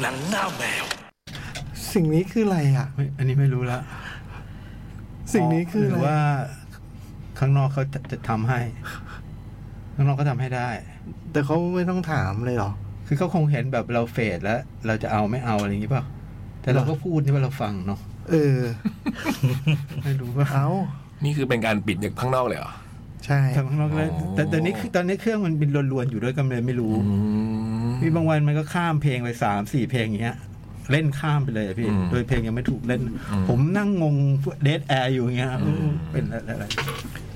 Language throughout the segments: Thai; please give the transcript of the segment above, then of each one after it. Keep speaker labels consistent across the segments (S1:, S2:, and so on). S1: หนังหน้าแมว
S2: สิ่งนี้คืออะไรอ่ะ
S3: ไม่อันนี้ไม่รู้ละ
S2: สิ่งนี้คือ
S3: ห
S2: อะ
S3: รื
S2: ไร
S3: อว่า ข้างนอกเขาจะจะทำให้ ข้างนอกก็ทำให้ได้
S2: แต่เขาไม่ต้องถามเลยเหรอ
S3: คือเขาคงเห็นแบบเราเฟดแล้ว เราจะเอาไม่เอาอะไรอย่างนี้เปล่ะแต่เราก็พูดนี่ว่าเราฟังเนาะ
S2: เออ
S3: ไม่รู้ว่า
S2: เอา
S1: นี่คือเป็นการปิดจากข้างนอกเลยเหรอ
S2: ใช่
S3: ทำข้างนอกแล้ว
S1: อ๋อ
S3: แต่ตอนนี้คือตอนนี้เครื่องมันบินรวนๆอยู่ด้วยกันเลยไม่รู้
S1: อืม
S3: มีบางวันมันก็ข้ามเพลงไปสามสี่เพลงอย่างเงี้ย เล่นข้ามไปเลยอะพี่
S1: อืม
S3: โดยเพลงยังไม่ถูกเล่น
S1: อืม
S3: ผมนั่งงงเดทแอร์อยู่อย่างเงี้ยครับเป็นอะไร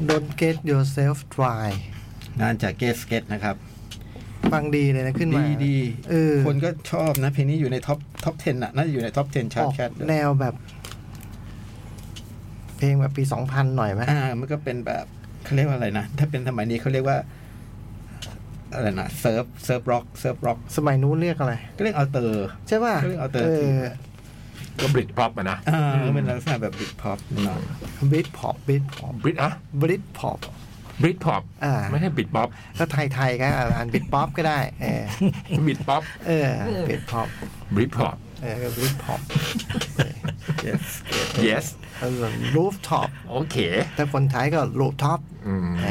S2: โดน get yourself dry
S3: ๆงานจากเกสเกตนะครับ
S2: ฟังดีเลยนะขึ้นมา
S3: ดีดี
S2: เออ
S3: คนก็ชอบนะ เพลงนี้อยู่ในท็อปท็อป10อ่ะน่าจะอยู่ในท็อป10ชา
S2: อ
S3: ร์
S2: อ
S3: ต
S2: ก
S3: แคท
S2: แนวแบบ เพลงแบบปีสองพันหน่อยไหม
S3: อ่ามันก็เป็นแบบเขาเรียกว่าอะไรนะ ถ้าเป็นสมัยนี้เขาเรียกว่าอะไรนะเซิร์ฟเซิร์ฟร็อกเซิร์ฟร็อก
S2: สมัยนู้นเรียกอะไร
S3: ก็เรียกเอาเตอร์
S2: ใช่ป่ะ
S3: เขาเรียก alternative
S1: ก็บริดพร็อพอะนะ
S3: อ่าก็เป็นลักษณะแบบบิดพ็อปหน่อย
S2: บริดพอปบริดพอป
S1: บริดอะ
S2: บริดพอป
S1: บริดพร็อพ
S2: อ่า
S1: ไม่ใช่บิดป๊ อป
S2: ก็ไทยไทยๆก็อ่านบิดป๊อปก็ได้ เออ
S1: บิดป๊อป
S2: เออบิดพอป
S1: บริดพร็อพ
S2: เออบิดพอป
S3: Yes
S1: yes
S2: เออรูฟท็อป
S1: โอเค
S2: แต่คนไทยก็รูฟท็อป
S1: อืม
S2: เอ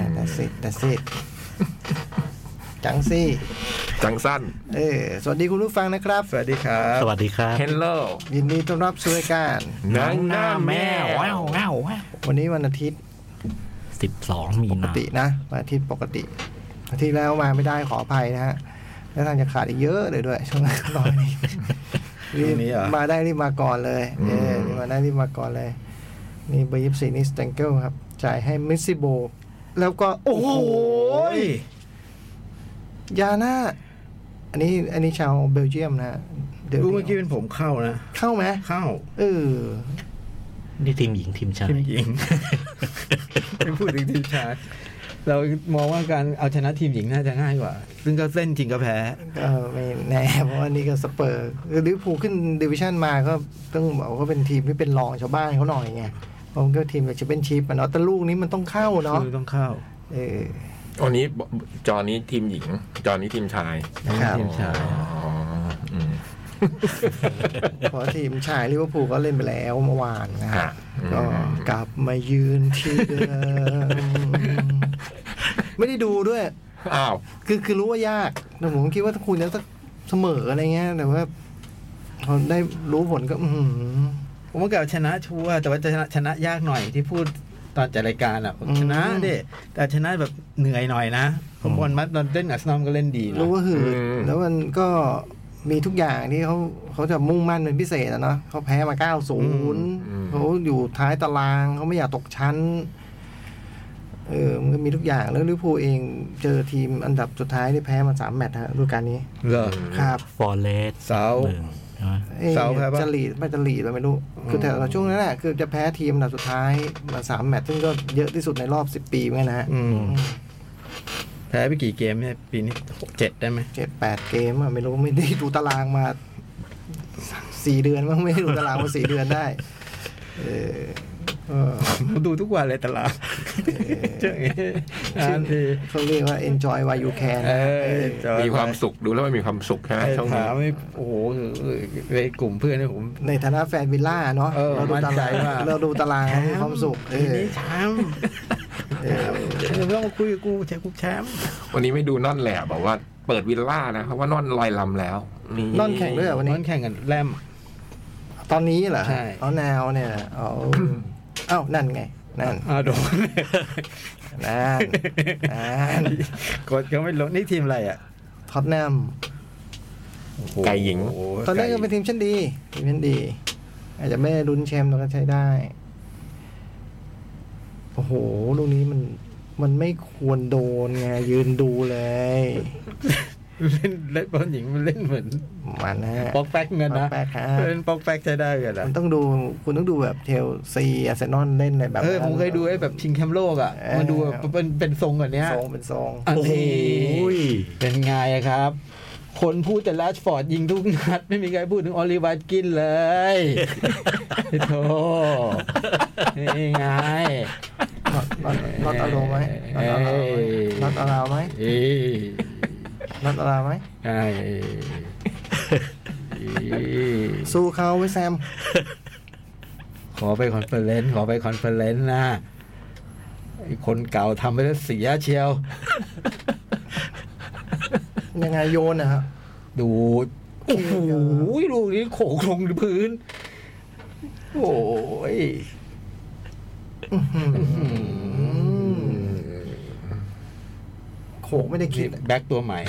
S2: อแต่สิแต่สิ จังซี่
S1: จังสั้น
S2: เออ สวัสดีคุณผู้ฟังนะครับ
S3: สวัสดีครับ
S4: สวัสดีครับ
S1: hello
S2: ยินดีต้อนรับสู่รายการ
S1: หนังหน้าแมว
S4: ว้าวว้าวว้าว
S2: วันนี้วันอาทิตย์
S4: สิบสองมี
S2: ปก
S4: นา
S2: ตินะวันอาทิตย์ปกติอาทิตย์แล้วมาไม่ได้ขออภัยนะฮะ แล้วทางจะขาดอีกเยอะเลยด้วย ช่วงนี้ตอนนี้รี บ
S3: ช่วงนี้เหรอ
S2: มาได้รีบมาก่อนเลย เออรีบมาได้รีบมาก่อนเลย นี่เบอร์ยิบสี่นี่สแตงเกิลครับ จ่ายให้มิสซิโบ แล้วก็ โอ้โหยาน่าอันนี้อันนี้ชาวเบลเยียมนะฮะเดี๋ยว
S3: รู้เมื่อกี้เป็นผมเข้านะ
S2: เข้าไหม
S3: เข้า
S2: เออ
S4: นี่ทีมหญิงทีมชาย
S3: ทีมหญิง ไม่พูดถึงทีมชาย เรามองว่าการเอาชนะทีมหญิงน่าจะง่ายกว่า ซึ่งก็เส้นจริงก็แพ้
S2: ก็ไม่แน่เพราะว่านี่ก็สเปอร์คือลิเวอร์พูลขึ้นดิวิชั่นมาก็ต้องบอกว่าเป็นทีมที่เป็นรองชาวบ้านเขาหน่อยไงเพราะมันก็ทีมแบบจะเป็นชีพเนาะแต่ลูกนี้มันต้องเข้าเนาะ
S3: คือต้องเข้า
S2: เออ
S1: อันนี้บจอนี้ทีมหญิง จอนี้ทีมชาย
S2: ครับ
S3: ทีมชาย
S1: อ๋ออืม
S2: เพราะทีมชายลิเวอร์พูลก็เล่นไปแล้วเมื่อวานนะ
S1: ฮะ
S2: ก็กลับมายืนที่เดิ มไม่ได้ดูด้วย
S1: อ้าว
S2: คือคือรู้ว่ายากแต่ผมคิดว่าถ้าคุณจะสักเสมออะไรเงี้ยแต่ว่าพอได้รู้ผลก็ อือหือ
S3: ผมว่าเก่าชนะชัวร์แต่ว่าจะชนะชนะยากหน่อยที่พูดตอนจัดรายการอ่ะผมชนะ
S2: อืม
S3: ดิแต่ชนะแบบเหนื่อยหน่อยนะ ผมบอลมัดเล่นอัสนอมก็เล่นดีนะ
S2: รู้ว่าหืด
S1: อืม
S2: แล้วมันก็มีทุกอย่างที่เขาเขาจะมุ่งมั่นเป็นพิเศษอะเนาะเขาแพ้มา 90เขาอยู่ท้ายตารางเขาไม่อยากตกชั้น เออมันก็มีทุกอย่างแล้วลิเวอร์พูลเองเจอทีมอันดับสุดท้ายที่แพ้มาสามแมตช์ฮะฤดูกาลนี้
S3: เหรอ
S2: ครับ
S4: ฟอร์เรส
S3: เสา
S4: หนึ่งใช่ไหม
S2: เอ้ย
S3: เสาแพ้ปะ
S2: จะหลีดไม่จะหลีดเราไม่รู้ คือแต่ละช่วงนั้นแหละคือจะแพ้ทีมอันดับสุดท้ายมาสามแมตช์ซึ่งก็เยอะที่สุดในรอบสิบปีเหมือนกันนะฮะ
S3: อืมแพ้ไปกี่เกมเนี่ยปีนี้เจ็ดได้ไหม
S2: เจ็ดแปดเกมอะไม่รู้ไม่ได้ดูตารางมา สี่เดือนมั้งไม่ได้ดูตารางมาสี่เดือนได้ เออเออ
S3: ผมดูทุกวันเลยตลาดเจ๊งงานดี
S2: เขาเรียกว่า enjoy while you can
S3: เอ
S2: นะ
S3: อ
S2: เออ
S3: จอย
S1: มีความสุขดูแล้วมันมีความสุขใช่ไหม
S3: ไอ้
S1: ช่อง
S3: ถา
S1: นี้
S3: มไอ้โอ้โหในกลุ่มเพื่อนเนี่ยผม
S2: ในฐานะแฟนวิลล่าเนาะ
S3: เออ
S2: เราดูตาราง
S3: มั่นใจมาก
S2: เราดูตารางมีความสุขเอ
S3: ที
S2: อ
S3: นี้แชมป์
S2: เออ
S3: เดี๋ยวต้องมาคุยกับกูแชมป์กูแชมป์
S1: วันนี้ไม่ดูนอนแหลบบอกว่าเปิดวิลล่านะเพราะว่านอนลอยลำแล้ว
S2: นอนแข่งด้วยเหรอ
S3: วั
S2: วัน น
S3: นี้
S2: นี้
S3: แข่งกันแรม
S2: ตอนนี้เหรอ
S3: ใช่
S2: เอาแนวเนี่ยเอาเอ้านั่นไง นั่น
S3: อ่าโดน
S2: นั่นนั่น
S3: กดก็ไม่ลดนี่ทีมอะไรอ่ะ
S2: ท็อตแนม
S3: โโ
S1: ไก่หญิง
S3: โโ
S2: ตอนแรกก็เป็นทีมชั้นดีทีมชั้นดี อาจจะไม่ได้ลุ้นแชมป์แต่ก็ใช้ได้ โอ้โห ลูกนี้มันมันไม่ควรโดนไงยืนดูเลย
S3: เล่นเล่นบอลหญิงมันเล่นเหมือน
S2: มันนะฮะ
S3: ปอกแป๊กเงิน
S2: ป
S3: นะ
S2: อกแป๊กฮะ
S3: เล่นปอกแป๊กใช้ได้กันนะ
S2: มันต้องดูคุณต้องดูแบบเทลซีอาร์เซนอลเล่นอะไรแบบ
S3: เอ
S2: นั้น
S3: อผมเคยดูไอ้แบบชิงแชมป์โลกอ่ะ
S2: เออ
S3: มันดูแบบเป็นเป็นทรงกว่านี้
S2: ทรงเป็นทรง
S3: อัน
S4: โอ้
S3: นี้
S4: ย
S3: เป็นไงอะครับ คนพูดแต่แรชฟอร์ดยิงทุกนัด ไม่มีใครพูดถึงออลิวัตกินเลยโธ่นี่ไง
S2: น็อตอาราไหมน็อตอาราไหมน็อตอาราไหม
S3: เอ้ย
S2: น็อตอาราไหม
S3: ไอ้
S2: สู้เขาไว้แซม
S3: ขอไปคอนเฟอเรนซ์ขอไปคอนเฟอเรนซ์นะไอ้คนเก่าทำไปแล้วเสียเชียว
S2: ยังไงโยนนะฮะ
S3: ดูโอ้โหลูกนี้โขกลงพื้น โอ้ย
S2: โขกไม่ได้คิด
S3: แบ็กตัวใหม่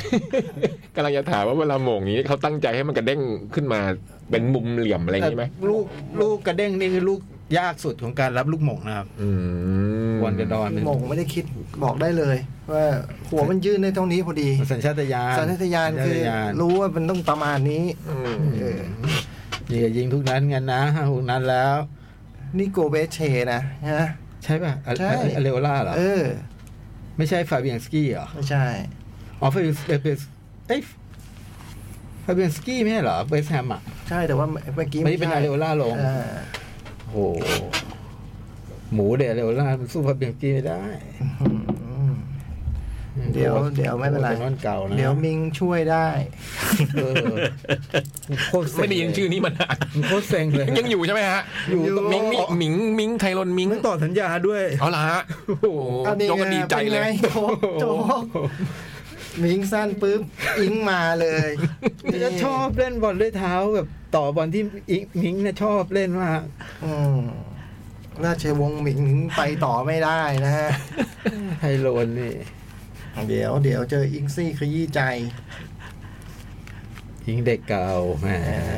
S1: กำลังจะถามว่าเวลาโหม่งอย่างนี้เขาตั้งใจให้มันกระเด้งขึ้นมาเป็นมุมเหลี่ยมอะไรอย่างนี้ไหม
S3: แต่ลูกลูกกระเด้งนี่คือลูกยากสุดของการรับลูกหม่งนะครับ
S1: อืม
S3: วอนกระดอนเป็น
S2: โมงไม่ได้คิดบอกได้เลย ว่าหัวมันยื่นได้เท่านี้พอดี
S3: สัญชาตญาณ
S2: สัญชาตญาณคือ
S3: สัญชตญณ
S2: รู้ว่ามันต้องประมาณนี้
S1: อืม
S2: เออ
S3: นี่ก็ยิงทุกนั้นกันนะทุกนั้นแล้ว
S2: นี่โกเบเชนะฮะ
S3: ใช่ป่ะอะ
S2: ใช่
S3: อะเลโอล่าเหรอ
S2: เออ
S3: ไม่ใช่ฟาเบียนสกี้เหรอ
S2: ไม่ใช่
S3: อ๋อฟาเบียนเอ้ยเอ้ยฟาเบียนสกี้ไม่ใช่เหรอเวสแฮมอ่ะ
S2: ใช่แต่ว่าเมื่อกี้
S3: ไม่ได้เป็น
S2: ใช่
S3: อาเรโอล่าลง
S2: เออ
S3: โห หมูเดอะเลโอล่ามันสู้ฟาเบียนสกี้ไม่ได้
S2: อืม เดี๋ยว
S3: โอ้โห
S2: เดี๋ยวไม่เป็นไร
S3: โอ้โหแต่นอนเก่านะ
S2: เดี๋ยวมิงช่วยได้
S3: เออโคตรเซ็ง
S1: ไม่ได้ยินชื่อนี้มันาน
S3: มันโคตรเซ็งเลย
S1: ยังอยู่ใช่ไหมฮะ
S3: อยู่ตรง
S1: มิงนี่มิงมิงไทรอนมิง
S3: มันต่อสัญญาด้วย
S1: เอาละฮะโอ้โห
S2: อันนี้
S1: ยกก็ดีใจเลย
S2: โจ๊กโจ๊ กมิงสั้นปุ๊บ อิงมา เลย
S3: จะชอบเล่นบอลด้วยเท้าแบบต่อบอลที่อิงมิงเนี่ยชอบเล่นมาก
S2: อืมราชวงศ์หมิงไปต่อไม่ได้นะฮะ
S3: ไฮโลนนี่
S2: เดี๋ยวเดี๋ยวเจออิงซี่ขยี้ใจ
S3: ยิงเด็กเก่าแหม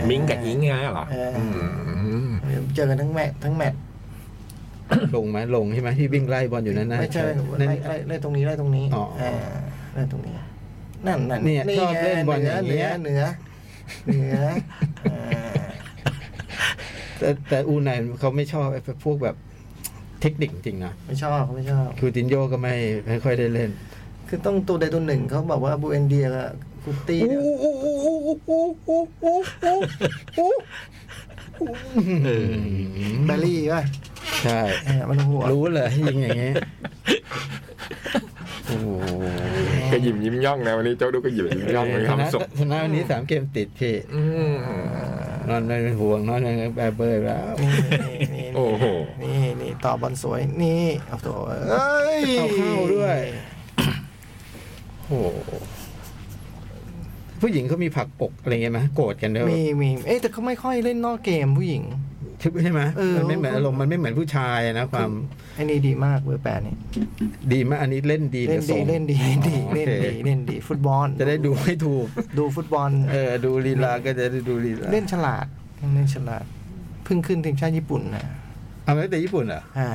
S1: มิงกับอิงไงเหรอ
S2: เอออื
S1: ม
S2: เจอกันทั้งแมตช์ทั้งแมตช์
S3: ลงไหมลงใช่ไหมที่วิ่งไล่บอลอยู่นั่นนะ
S2: ไม่ใช่
S3: นั่น
S2: ไล่ไล่ไล่ตรงนี้ไล่ตรงนี้
S3: อ๋อ
S2: เออไล่ตรงนี้ นั่นนั่น
S3: เนี่ย
S2: ไง
S3: ชอบเล่นบอลอย่างเงี้
S2: เหนือย เหนือเหนือเออ
S3: แต่แต่อูไนเขาไม่ชอบไอ้พวกแบบเทคนิคจริงนะ
S2: ไม่ชอบไม่ชอบ
S3: คูตินโยก็ไม่ไม่ค่อยได้เล่น
S2: คือต้องตัวใดตัวหนึ่งเขาบอกว่าบูเอนเดียกับคุตตี้เนี่ย
S4: เออ
S2: แบลลี่ป่ะ
S3: ใช่
S2: เออมันหัว
S3: รู้เลยยิงอย่างเงี้ยโอ้โห
S1: ก็ยิ้มยิ้มย่องนะวันนี้เจ้าดูก็ยิ้มยิ้มย่องมี
S3: ช
S1: ความ
S3: นะ
S1: สุข
S3: ชนะวันนี้สามเกมติดพี่
S1: อืม
S3: นอนไม่เป็นห่วงนอนไม่เป็นแปรเบยแล้ว
S2: นี่
S1: โอ้โห
S2: นี่นี่นี่ต่อบอลสวยนี่เอาตัวเอ้ย
S3: เอาเข้าด้วยโอ้โหผู้หญิงเขามีผักปกอะไรเงี้ยไหมโกรธกันด้วย
S2: มีมีเอ๊ะแต่เขาไม่ค่อยเล่นนอกเกมผู้หญิง
S3: ใช่ไหม
S2: เออ
S3: มันไม่เหมือนอารมณ์มันไม่เหมือนผู้ชายนะความ
S2: ไอ้นี่ดีมากเบอร์แปดนี่
S3: ดีมากอันนี้เล่นดี
S2: เล่น
S3: ดี๋ยว
S2: ดี
S3: ส่ง
S2: เล่นดีเล่นดี
S3: อ๋อ
S2: เล่นดี
S3: โอค
S2: เล่นดีฟุตบอล
S3: จะได้ดูให้ถูก
S2: ดูฟุตบอล
S3: เออ ดูลีลาก็จะได้ดูลีลา
S2: เล่นฉลาดเล่นฉลาดเพิ่งขึ้นทีมชาติญี่ปุ่นนะ
S3: เอามาตั้งแต่ญี่ปุ่นเหรอ
S2: ห้า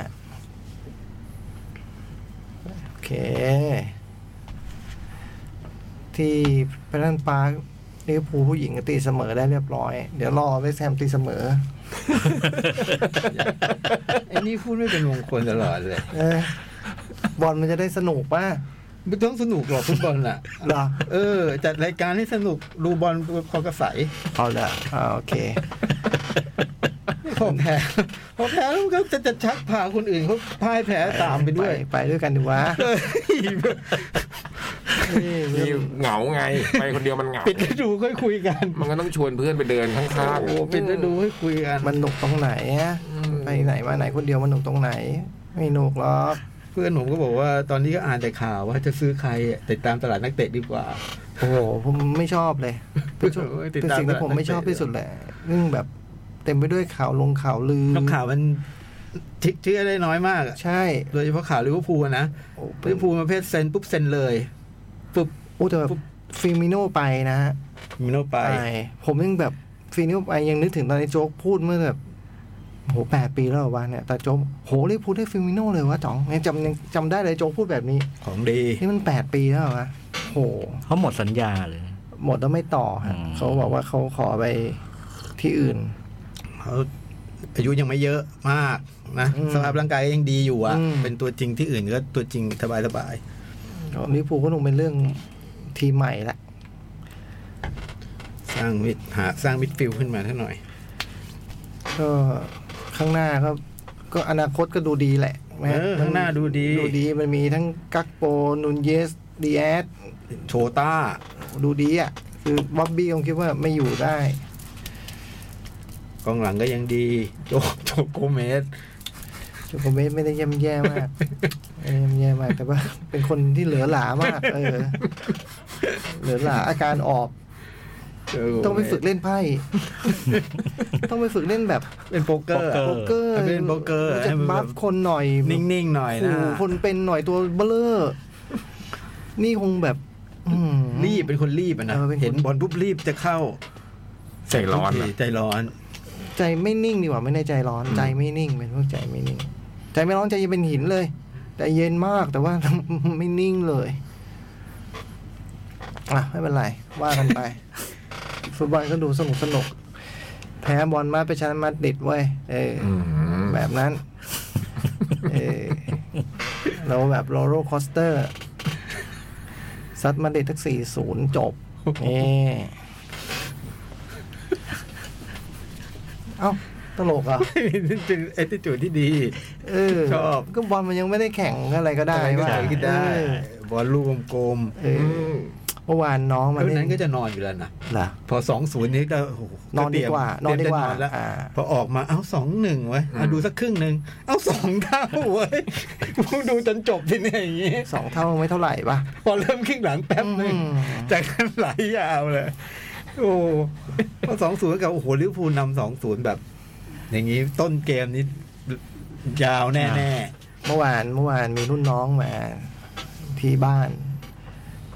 S2: โอเค ที่แพรันปาร์คลิเวอร์พูลผู้หญิงก็ตีเสมอได้เรียบร้อย เดี๋ยวรอเวสต์แฮมตีเสมอ
S3: ไอ้นี่พูดไม่เป็นมงคลตลอดเลย
S2: เออบอลมันจะได้สนุกป่ะ
S3: ไม่ต้องสนุกหรอกฟุตบอลน่ะ
S2: เหรอ
S3: เออ จัดรายการให้สนุกดูบอลพอกระใส
S2: เอาละอ่าโอเค
S3: พอแพ้พอแพ้แล้วมันก็จะจะชักพาคนอื่นเขาพ่ายแพ้ตามไปด้วย
S2: ไปด้วยกันดีกว่า
S3: เฮ้ย
S1: มีเหงาไง ไปคนเดียวมันเหงา
S3: ปิดฤดูค่อยคุยกัน
S1: มันก็ต้องชวนเพื่อนไปเดินข้าง
S3: โอ้โหปิดฤดูค่อยคุยกัน
S2: มันหนุกตรงไหนอะไปไหนมาไหนคนเดียวมันหนุกตรงไหน ไม่หนุกหรอก
S3: เพื่อนผมก็บอกว่าตอนนี้ก็อ่านแต่ข่าวว่าจะซื้อใครอ่ะติดตามตลาดนักเตะดีกว่า
S2: โอ้โหผมไม่ชอบเลย เป็นช่วง
S3: โอ้ยติด
S2: เป็น
S3: ตาม
S2: สิ่งที่ผม
S3: ตลาดนัก
S2: ไม่ชอบ
S3: เตะ
S2: ที่สุดแหละเรื่องแบบเต็มไปด้วยข่าวลงข่าวลือ
S3: แล้วข่าวมันทิกเชื่อได้น้อยมากอะ
S2: ใช่
S3: โดยเฉพาะข่าวลิเวอร์พูลอะนะ
S2: โอ้เป็
S3: ลิ
S2: น
S3: เวอร์พูลประเภทเซ็นปุ๊บเซ็นเลยปุ๊บ
S2: โอ้แต่แบบ
S3: ปุ๊บ
S2: ฟิมิโน่ไปนะฮะ
S3: มิโนไป
S2: ไป ผมยังแบบฟิมิโน่ไปยังนึกถึงตอนที่โจ๊กพูดเมื่อแบบโหแปดปีแล้วเหรอวะเนี่ยแต่โจ๊กโหเรียกพูดได้ฟิมิโน่เลยวะจ๋องยังจำยังจำได้เลยโจ๊กพูดแบบนี้
S3: ของดี
S2: นี่มันแปดปีแล้วเหรอวะโห
S4: เขาหมดสัญญาเลย
S2: หมดแล้วไม่ต่อฮะ
S4: อืม
S2: เขาบอกว่าเขาขอไปที่อื่น
S3: เขาอายุยังไม่เยอะมากนะ
S2: อืม
S3: สภาพร่างกายยังดีอยู่อ่ะ
S2: อืม
S3: เป็นตัวจริงที่อื่นก็ตัวจริงสบายสบาย
S2: ลิเวอร์พูลก็ลงเป็นเรื่องทีมใหม่ละ
S3: ๆสร้างมิดหาสร้างมิดฟิลด์ขึ้นมาท่าหน่อย
S2: ก็ข้างหน้าก็ก็อนาคตก็ดูดีแหละแม้
S3: เออข้างหน้าดูดี
S2: ดูดีมันมีทั้งกักโปนุนเยสดีแอส
S3: โชต้า
S2: ดูดีอ่ะ คือบ๊อบบี้คงคิดว่าไม่อยู่ได้
S3: กองหลังก็ยังดี โจโจโกเมส
S2: โจโกเมสไม่ได้เย่ำแย่ มากไม่ได้เย่ำแย่มาก แต่ว่าเป็นคนที่เหลือหลามาก เออ เหลือหลาอาการออก
S3: โจโเมส
S2: ต้องไปฝึกเล่นไพ่ ต้องไปฝึกเล่นแบบ
S3: เป็นโป๊กเกอร์อะ
S4: โป๊
S2: โป๊กเกอร์
S3: เล่นโป๊กเกอร์
S2: จะ
S3: ให้มันแบบ
S2: บัฟคนหน่อย
S3: นิ่งๆหน่อยนะ
S2: ขู่คนเป็นหน่อยตัวเบลอนี่คงแบบอื้อหือ
S3: รีบเป็นคนรีบอะนะ
S2: เออเป็นคน
S3: เห็นบอลปุ๊บรีบจะเข้า
S1: ใจร้อน
S3: ทุก
S1: อะ
S3: ทีใจร้อน
S2: ใจไม่นิ่งดีกว่าไม่ได้ใจร้อน ใจไม่นิ่งเป็นพวกใจไม่นิ่ง ใจไม่ร้อนใจเป็นหินเลยใจเย็นมากแต่ว่า ไม่นิ่งเลยอ่ะไม่เป็นไร ว่ากัน ไป ฟุตบอลก็ดูสนุกสนุกแพ้บอลมาไปชนะมาดริดเว้ยเอออ
S1: อืม
S2: แบบ นั้น เออเราแบบโรโรคอสเตอร์ ซัดมาเด็ดทักสี่ศูนย์จบเออเอ้า ตลกเหรอ่ะ
S3: เป็นไอติจูดที่ดี
S2: เออ
S3: ชอบ
S2: ก็บอลมันยังไม่ได้แข่งอะไรก็ได้
S3: อะไรก็
S2: ว่า
S3: เกิดขึ้นได้
S2: เออบ
S3: อลลูกกลม
S2: เอ
S1: อื
S2: อ
S1: ม
S2: เมื่อวานน้อง
S3: ๆ
S2: มา
S3: แล้ว
S2: เล่น
S3: นั้นก็จะนอนอยู่แล้วนะ
S2: เหรอ
S3: พอสองศูนย์นี้ก็โอ้โห
S2: นอนดีกว่า
S3: เตรี
S2: นอ
S3: ยม
S2: นดีกว่า
S3: เตรียมจะแล้ว
S2: อ่า
S3: พอออกมาเอ้าสองหนึ่งไว้ยอ่ะดูสักครึ่งหนึ่งเอ้าสองเท่าเว้ย กูดูจนจบที่เนี่ยอย่างงี้
S2: สองเท่าไม่เท่าไหร่ปะ
S3: พอเริ่มครึ่งหลังแป๊บหนึ่ง
S2: อืม
S3: จากนั้นไหลยาวเลย โอ้พอสองศูนย์กับโอ้โหลิเวอร์พูลนำสองศูนย์แบบ อย่างนี้ต้นเกมนี้ยาวแน่
S2: เมื่อวานเมื่อวานมีรุ่นน้องมาที่บ้าน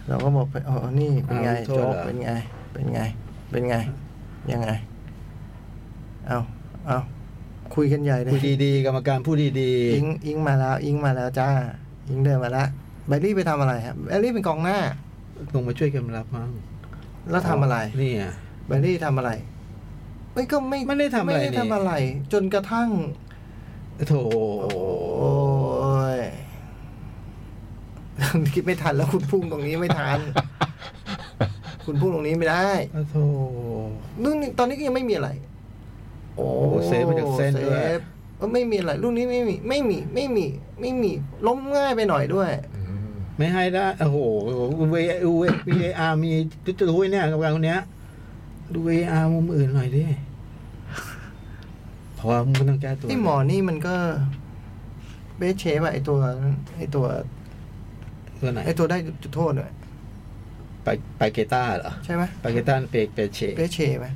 S2: เราก็บอกไปอ๋อนี่เป็นไงโจ๊กเป็นไง เป็นไง เป็นไง ยังไง เอาเอาคุยกันใหญ่เล
S3: ๆ
S2: ย
S3: พูดดีๆกรรมการพูดดี
S2: อิงอิงมาแล้ว อิงมาแล้วจ้า อิงเดินมาแล้วแบลลี่ไปทำอะไรครับแบลลี่เป็นกองหน้า
S3: ๆลงมาช่วยกันรับมั่ง
S2: แล้วทำอะไร
S3: นี่อ่ะ
S2: แบลลี่ทำอะไรไม่ก็ไม่
S3: ไม่ได้ทำอะไร
S2: ม่ด้
S3: นี่
S2: ทำอะไร จนกระทั่ง
S3: โถ
S2: โอ้ย คิดไม่ทันแล้วคุณพุ่งตรงนี้ไม่ทัน คุณพุ่งตรงนี้ไม่ได้
S3: โถ
S2: นู่นนี่ตอนนี้ก็ยังไม่มีอะไร โอ้
S3: โอ้เซฟมาจากเส้นด้วย
S2: ซฟเออไม่มีอะไรรุ่นนี้ไม่มี ไม่มี ไม่มี ไม่มี ล้มง่ายไปหน่อยด้วย
S1: อืม
S3: ไม่ให้ได้โอ้โหเวอูเอวีอาร์มีจะรู้ไอ้เนี่ยกรรมการคนเนี้ย ดูเออาร์มุมอื่นหน่อยดิพอมึงก็ต้องแก้ตัว
S2: ไอ้หมอนี่มันก็เบสเชฟอะไอตัว ไอตัว
S3: ตัวไหน
S2: ไอตัวได้จุดโทษด้วย
S3: ไปไปเกต้าเหรอ
S2: ใช่ไหม
S3: ปากีสถานเปกเปเช
S2: เบสเชฟไหม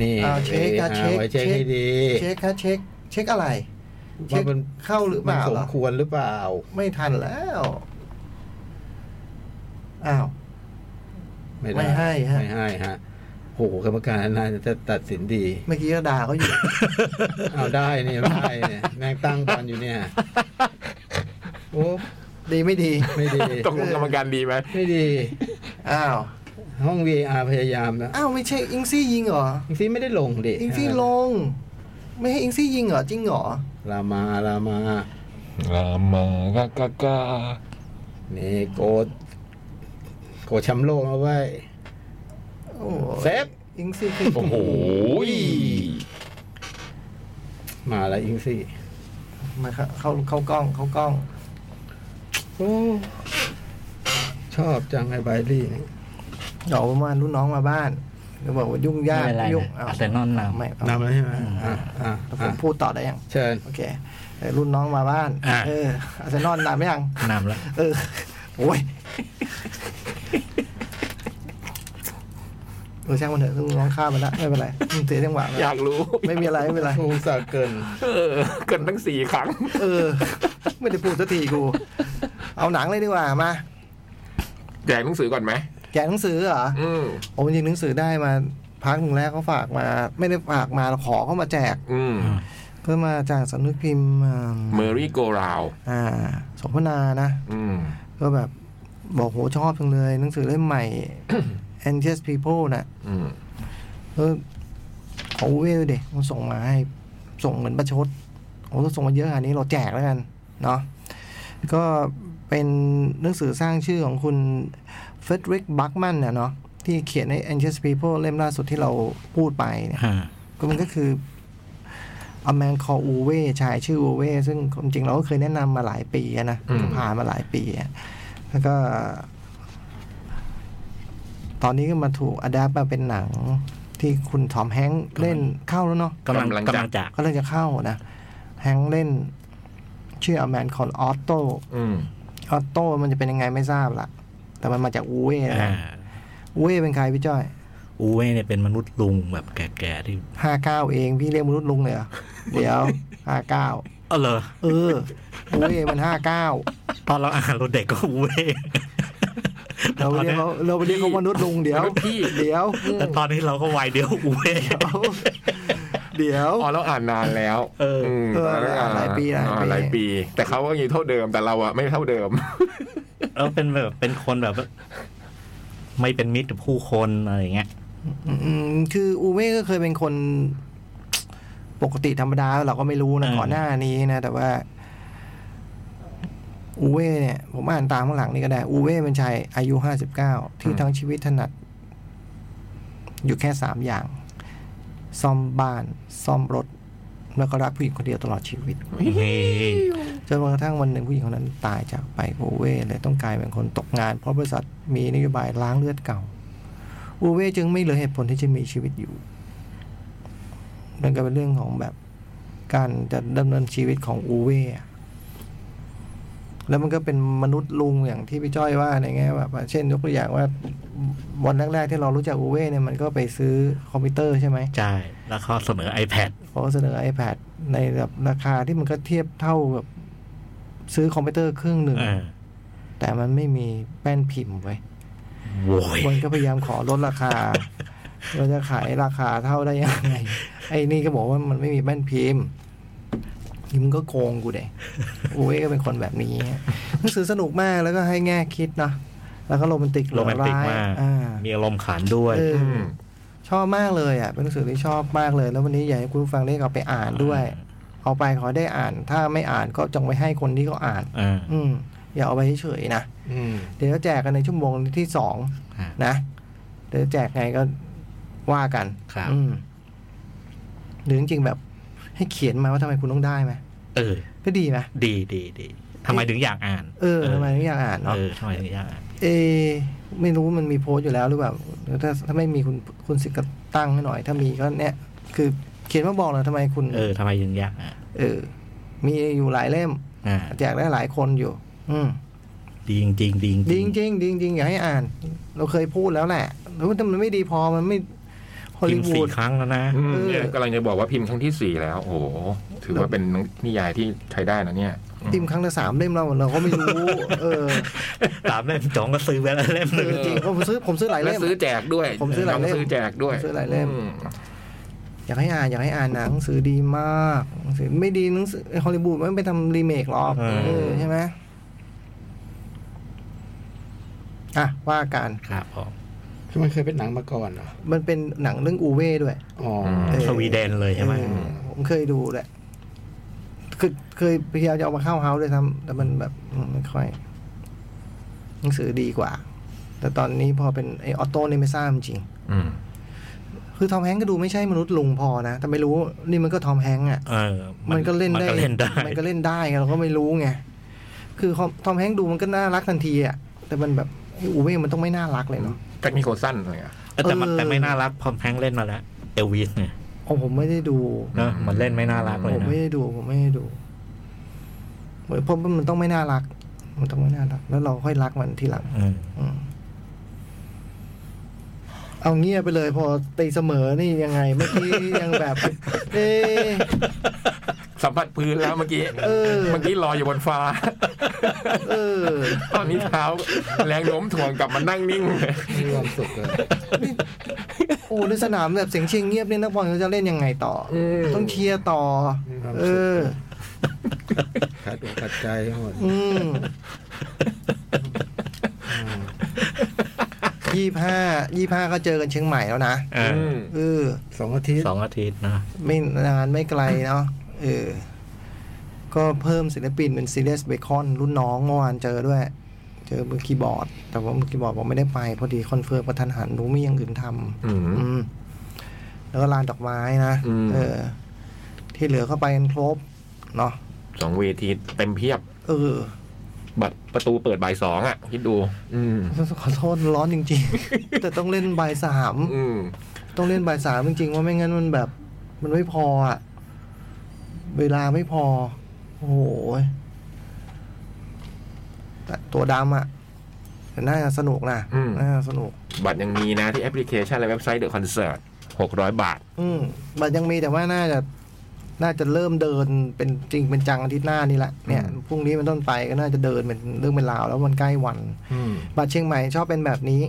S3: นี่
S2: เอาเช็ค
S3: อา
S2: อะเช็ค
S3: ไว้เช็คให้ดี
S2: เช็คคะเช็ค เช็คอะไร เช็
S3: ว่า
S2: ค
S3: มัน
S2: เข้าหรือเป
S3: มัน
S2: ล่าเห
S3: สม
S2: รอ
S3: ควรหรือเปล่า
S2: ไม่ทันแล้ว อ้าว
S3: ไม่
S2: ไม่
S3: ได้
S2: ให้ฮะ
S3: ไม่ให้ฮะโหกรรมการน่าจะตัดสินดี
S2: เมื่อกี้ก็ด่าเขาอยู่
S3: เอาได้เนี่ยไม่ได้เนี่ยแม่งตั้งบอลอยู่เนี่ย โอ้
S2: ดีไม่ดี
S3: ไม่ดี
S1: ตกลงกรรมการดีไหม
S3: ไม่ดี
S2: อ้าว
S3: ห้อง VR พยายามนะ
S2: อ้าว ไม่ใช่อิงซี่ยิงเหรอ
S3: อิงซี่ไม่ได้ลงดิ
S2: อิงซี่ลง ไม่ให้อิงซี่ยิงเหรอ จริงเหรอ
S3: ลามาลามา
S1: ลามากากากา
S3: นี่โกดโกดแชมป์โลกแล้วเว้ย
S2: โอ้ย
S3: เซฟ
S2: อิงซี่คือ
S1: โอ้โหย
S3: มาแล้วอิงซี่
S2: มาเข้าเข้าเข้ากล้องเข้ากล้อง
S3: โอ้ชอบจังไอ้ไบรี่เนี่ย
S2: เดี๋ยวประมาณรุ่นน้องมาบ้านก็บอกว่ายุ่งยาก
S4: ไม่เป็นไร
S2: ยุ่ง
S4: นะอาร์เซนอลนำ
S2: ไม่เอา
S3: นำแล้วใช่ไหมอ่ะอ่ะ
S2: ผ
S3: อ่ะ
S2: มพูดต่อได้ยัง
S3: เชิญ
S2: โอเคเออรุ่นน้องมาบ้าน
S4: อ่ะ
S2: เอออาร์เซนอลนานไหมยัง
S4: นำแล้ว
S2: เออ โอ้ย เออช่างมันเถอะน้องข้ามมันละไม่เป็นไรอืมเสียจังหวะไป
S1: อยากรู้
S2: ไม่มีอะไร ไม่เป็นไร
S3: โอ้สาห์เกิน
S1: เออ เกินตั้งสี่ครั้ง
S2: เออ ไม่ได้พูดสักทีกู เอาหนังเลยดีกว่ามา
S1: แจกหนังสือก่อนไหม
S2: แจกหนังสือเหรอ
S1: อืม
S2: โอ้จริงหนังสือได้มา พักหนึ่งแล้วเขาฝากมา ไม่ได้ฝากมาเราขอเขามาแจก
S1: อืม
S2: เพื่อมาจากสำนักพิมพ์อ่า
S1: เมอรี่โกราว
S2: อ่าโสมนานะ
S1: อืม
S2: ก็แบบบอกโหชอบจังเลย หนังสือเล่มใหม่ Anxious People น่ะ
S1: อืม
S2: เออเอาเวลเด็กมันส่งมาให้ ส่งเหมือนประชดโอ้ถ้าส่งมาเยอะขนาดนี้เราแจกแล้วกันเนาะก็เป็นหนังสือสร้างชื่อของคุณเฟดริกบัคมันเนี่ยเนาะที่เขียนใน Anxious People เล่มล่าสุดที่เราพูดไปเนี่ย ก็มันก็คือ a man called Uwe ชายชื่อ Uwe ซึ่งความจริงเราก็เคยแนะนำมาหลายปีอะนะ
S1: อืม
S2: ก็ผ่านมาหลายปีอะแล้วก็ ตอนนี้ก็มาถูกอัดแอปมาเป็นหนัง ท ที่คุณทอมแฮงค์เล่นเข้าแล้วเนาะ
S4: กำลัง
S1: กำลังจะ
S4: กำลังจะ
S2: ก็เลยจะเข้านะ แฮงค์เล่น ชื่ออาแมนคอนออโต้
S1: อืม
S2: ออโต้มันจะเป็นยังไงไม่ทราบละแต่มันมาจากอูเว่นะ
S4: อ่า
S2: อูเว่เป็นใครพี่จ้อย
S4: อูเว่เนี่ยเป็นมนุษย์ลุงแบบแก่ๆที่
S2: ห้าเก้าเองพี่เรียกมนุษย์ลุงเลยเหรอเดี๋ยว ห้าเก้า
S4: เออเหรอ
S2: เอออูเว่มันห้าเก้า
S4: ตอนเราอ่านเราเด็กก็อูเว่แต่
S2: เรา
S4: ต
S2: ไป
S4: อน
S2: เรียก
S4: นี้
S2: เขาเราไปเรียกเขามนุษย์ลุงเดี๋ยว
S1: มนุษย์พี่
S2: เดี๋ยว
S4: แต่ตอนนี้เราก็วัยเดียวอูเว่
S2: เดี๋ยว
S1: อ๋อเราอ่านนานแล้ว
S4: เอออื
S1: ม
S2: เออเราอ่านหลายปีหลายปี
S1: อ่หลายปี แต่เขาก็อยู่เท่าเดิมแต่เราอะไม่เท่าเดิม
S4: แล้วเป็นแบบเป็นคนแบบ ไม่เป็นมิตรกับผู้คนอะไรอย่างเงี้ย
S2: อืมคืออูเว่ก็เคยเป็นคน ปกติธรรมดาเราก็ไม่รู้นะ
S4: อ่า
S2: ก่อนหน้านี้นะ แต่ว่า อูเว่เนี่ย ผมอ่านตามข้างหลังนี่ก็ได้ อูเว่เป็นชายอายุห้าสิบเก้าที่
S1: อืม
S2: ทั้งชีวิตถนัด อยู่แค่สามอย่าง ซ่อมบ้าน ซ่อมรถ แล้วก็รักผู้หญิงคนเดียวตลอดชีวิต
S4: นี่
S2: จนกระทั่งวันหนึ่งผู้หญิงคนนั้นตายจากไปอูเว่เลยต้องกลายเป็นคนตกงาน เพราะบริษัทมีนโยบายล้างเลือดเก่าอูเว่จึงไม่เหลือเหตุผลที่จะมีชีวิตอยู่มันก็เป็นเรื่องของแบบการจะดำเนินชีวิตของอูเว่อะแล้วมันก็เป็นมนุษย์ลุงอย่างที่พี่จ้อยว่าในแง่แบบว่าเช่นยกตัวอย่างว่าวันแรกๆที่เรารู้จักอูเว่เนี่ยมันก็ไปซื้อคอมพิวเตอร์ใช่ไหม
S4: ใช่แล้วเขาเสนอ iPad
S2: เขาเสนอ iPad ในแบบราคาที่มันก็เทียบเท่าแบบซื้อคอมพิวเตอร์เครื่องหนึ่ง
S4: เออ
S2: แต่มันไม่มีแป้นพิมพ์ไว้ย
S4: โว้ย
S2: มันก็พยายามขอลด ราคา เราจะขายราคาเท่าได้ยังไง ไอ้นี่ก็บอกว่ามันไม่มีแป้นพิมพ์นี่มึงก็โกงกูเด้โอ้ยก็เป็นคนแบบนี้หนังสือสนุกมากแล้วก็ให้แง่คิดนะแล้วก็โรแมนติกเห
S4: โร
S2: ลือ
S4: แมนติก
S2: ร้าย
S4: มาก
S2: อ่า
S4: มีอารมณ์ขันด้วย
S2: เออ
S1: อืม
S2: ชอบมากเลยอ่ะเป็นหนังสือที่ชอบมากเลย แล้ววันนี้อยากให้คุณผู้ฟังได้เอาไปอ่านด้วย
S4: อ่า
S2: เอาไปขอได้อ่าน ถ้าไม่อ่านก็จงไปให้คนที่เขาอ่าน
S4: เออ
S2: อืมอย่าเอาไปเฉยๆนะ
S3: อืม
S2: เดี๋ยวแจกกันในชั่วโมงที่สอง
S4: อ่ะ
S2: นะเดี๋ยวแจกไงก็ว่ากัน
S4: ครับ
S2: อืมหรือจริงๆแบบ ให้เขียนมาว่าทำไมคุณต้องได้ไหม
S4: เออ
S2: ก็ดีไหม
S4: ดีดีดีทำไมถึงอยากอ่าน
S2: เออทำไมไม่อยากอ่านเนาะ
S4: เออทำไมถึงอยากอ่าน
S2: เออไม่รู้มันมีโพสต์อยู่แล้วหรือเปล่าถ้าถ้าไม่มีคุณคุณสิทธิ์ก็ตั้งให้หน่อย ถ้ามีก็เนี่ย คือเขียนมาบอกหน่อยทำไมคุณ
S4: เออทำไมถึงอยากอ่าน
S2: เออ มีอยู่หลายเล่ม
S4: อ่า
S2: แจกได้หลายคนอยู่ อืม
S4: ดีจริงจริงดีจริง
S2: ดีจริงๆดีจริงๆ อย่าให้อ่าน เราเคยพูดแล้วแหละแล้วถ้ามันไม่ดีพอมันไม่ฮอล
S4: พิ
S2: ลี
S4: มพ์
S2: วู
S4: สี่
S2: ด
S4: ครั้งแล้วนะ
S1: อืม
S2: เออ
S1: เนี่ยกำลังจะบอกว่าพิมพ์ครั้งที่สี่แล้ว โอ้โหถือว่าเป็นนิยายที่ใช้ได้นะเนี่ยอืม
S2: พิมพ์ครั้งละสามเล่มเราเราก็ไม่รู้ เออ
S4: ตามเล่มสองก็ซื้อไปแล้วเล่มห
S2: เอ
S4: นึ่ง
S2: อจริงๆผมซื้อผมซื้อหลาย
S1: และ
S2: เล่ม
S1: ซื้อแจกด้วย
S2: ผมซื้อหลายเล่
S1: ต้
S2: ม
S1: งซื้อแจกด้วย
S2: ผมซื้อหลายเล่ม
S1: อื
S2: อยากให้อ่านอยากให้อ่านหนังสือดีมากหนังสือไม่ดีหนังสือฮอลลีวูดมันไปทำรีเมคหรอก
S4: เออ
S2: เออใช่ไหมอ่ะว่ากัน
S4: ครับผม
S3: คือมันเคยเป็นหนังมาก่อนเหรอ
S2: มันเป็นหนังเรื่องอูเว่ด้วย
S3: อ๋อ
S1: ม
S2: เออ
S4: สวีเดนเลยใช่ไหม
S2: เออผมเคยดูแหละคือเคยพยายามจะเอามาเข้าเฮาส์เลยทำแต่มันแบบอืมไม่ค่อย หนังสือดีกว่า แต่ตอนนี้พอเป็นไอออโต้นี่ไม่ทราบจริง
S1: อืม
S2: คือทอมแฮงก์ก็ดูไม่ใช่มนุษย์ลุงพอนะ แต่ไม่รู้ นี่มันก็ทอมแฮงก์อ่ะ
S4: เออ
S2: มันก็เล่น
S4: มั
S2: ได้
S4: ก็เล่นได้
S2: มันก็เล่นได้ไงเราก็ไม่รู้ไง คือทอมทอมแฮงค์ดูมันก็น่ารักทันทีอ่ะ แต่มันแบบไอ้อูเว่มันต้องไม่น่ารักเลยเนาะ
S1: แจ็คนิโคลสันอะไรอ่ะ
S4: เออแต่มัน
S2: เออ
S4: แต่ไม่น่ารักพอมแพงเล่นมาแล้วเอลวิสเนี่ย
S2: โอ้ผมไม่ได้ดู
S4: เนอะมันเล่นไม่น่ารักเล
S2: ผ
S4: ย
S2: ม
S4: นะ
S2: ไม่ได้ดู ผมไม่ได้ดูเหมือนเพราะมันต้องไม่น่ารัก มันต้องไม่น่ารัก แล้วเราค่อยรักมันทีหลัง
S4: เออ
S2: อืมเอาเงียบไปเลย พอตีเสมอนี่ยังไง เมื่อกี้ยังแบบ เอ๊ะ
S1: สัมผัสพื้นแล้วเมื่อกี้
S2: เออ
S1: เมื่อกี้ลอยอยู่บนฟ้า
S2: เออ
S1: ตอนนี้เท้าแรงโน้มถ่วงกลับมานั่งนิ่งเลย
S3: มีความสุขเลย
S2: โอ้ในสนามแบบเสียงเชียงเงียบเนี่ยนักบอลเขาจะเล่นยังไงต่ออ
S1: ม
S2: ต้องเชียร์ต่อ เออ
S3: ขัดอกขัดใจหมด
S2: อืมยี่ห้ายี่ห้าก็เจอกันเชียงใหม่แล้วนะ
S4: เออ
S1: ม
S2: เออ
S3: สองอาทิตย์
S4: สองอาทิตย์นะ
S2: ไม่นานไม่ไกลเนาะเออ ก็เพิ่มศิลปินเป็นซีเรียสเบคอนรุ่นน้องเมื่อวานเจอด้วย เจอมือคีย์บอร์ด แต่ว่ามือคีย์บอร์ดบอกไม่ได้ไป พอดีคอนเฟิร์มประทันหันหนูมีอย่างอื่นทำ
S1: อืม
S2: อืม แล้วก็ลานดอกไม้นะ
S1: อืม
S2: เออ ที่เหลือก็ไปกันครบ เนาะ
S1: สองเวทีเต็มเพียบ
S2: เออ
S1: บัตรประตูเปิดบ่ายสองอ่ะ คิดดู อืม
S2: ขอโทษร้อนจริงๆ แต่ต้องเล่นบ่ายสาม
S1: อืม
S2: ต้องเล่นบ่ายสามจริงๆว่าไม่งั้นมันแบบ มันไม่พออะเวลาไม่พอ โอ้โหแต่ตัวดำอะแต่น่าจะสนุกนะ
S1: อืม
S2: น่าสนุก
S1: บัตรยังมีนะที่แอปพลิเคชันและเว็บไซต์เดอะคอนเสิร์ตหกร้อยบาท
S2: อืมบัตรยังมีแต่ว่าน่าจะน่าจะเริ่มเดินเป็นจริงเป็นจังอาทิตย์หน้านี่แหละเนี่ย
S1: อืม
S2: พรุ่งนี้มันต้นไปก็น่าจะเดินเป็นเรื่องเป็นราวแล้วมันใกล้วัน
S1: อืม
S2: บัตรเชียงใหม่ชอบเป็นแบบนี้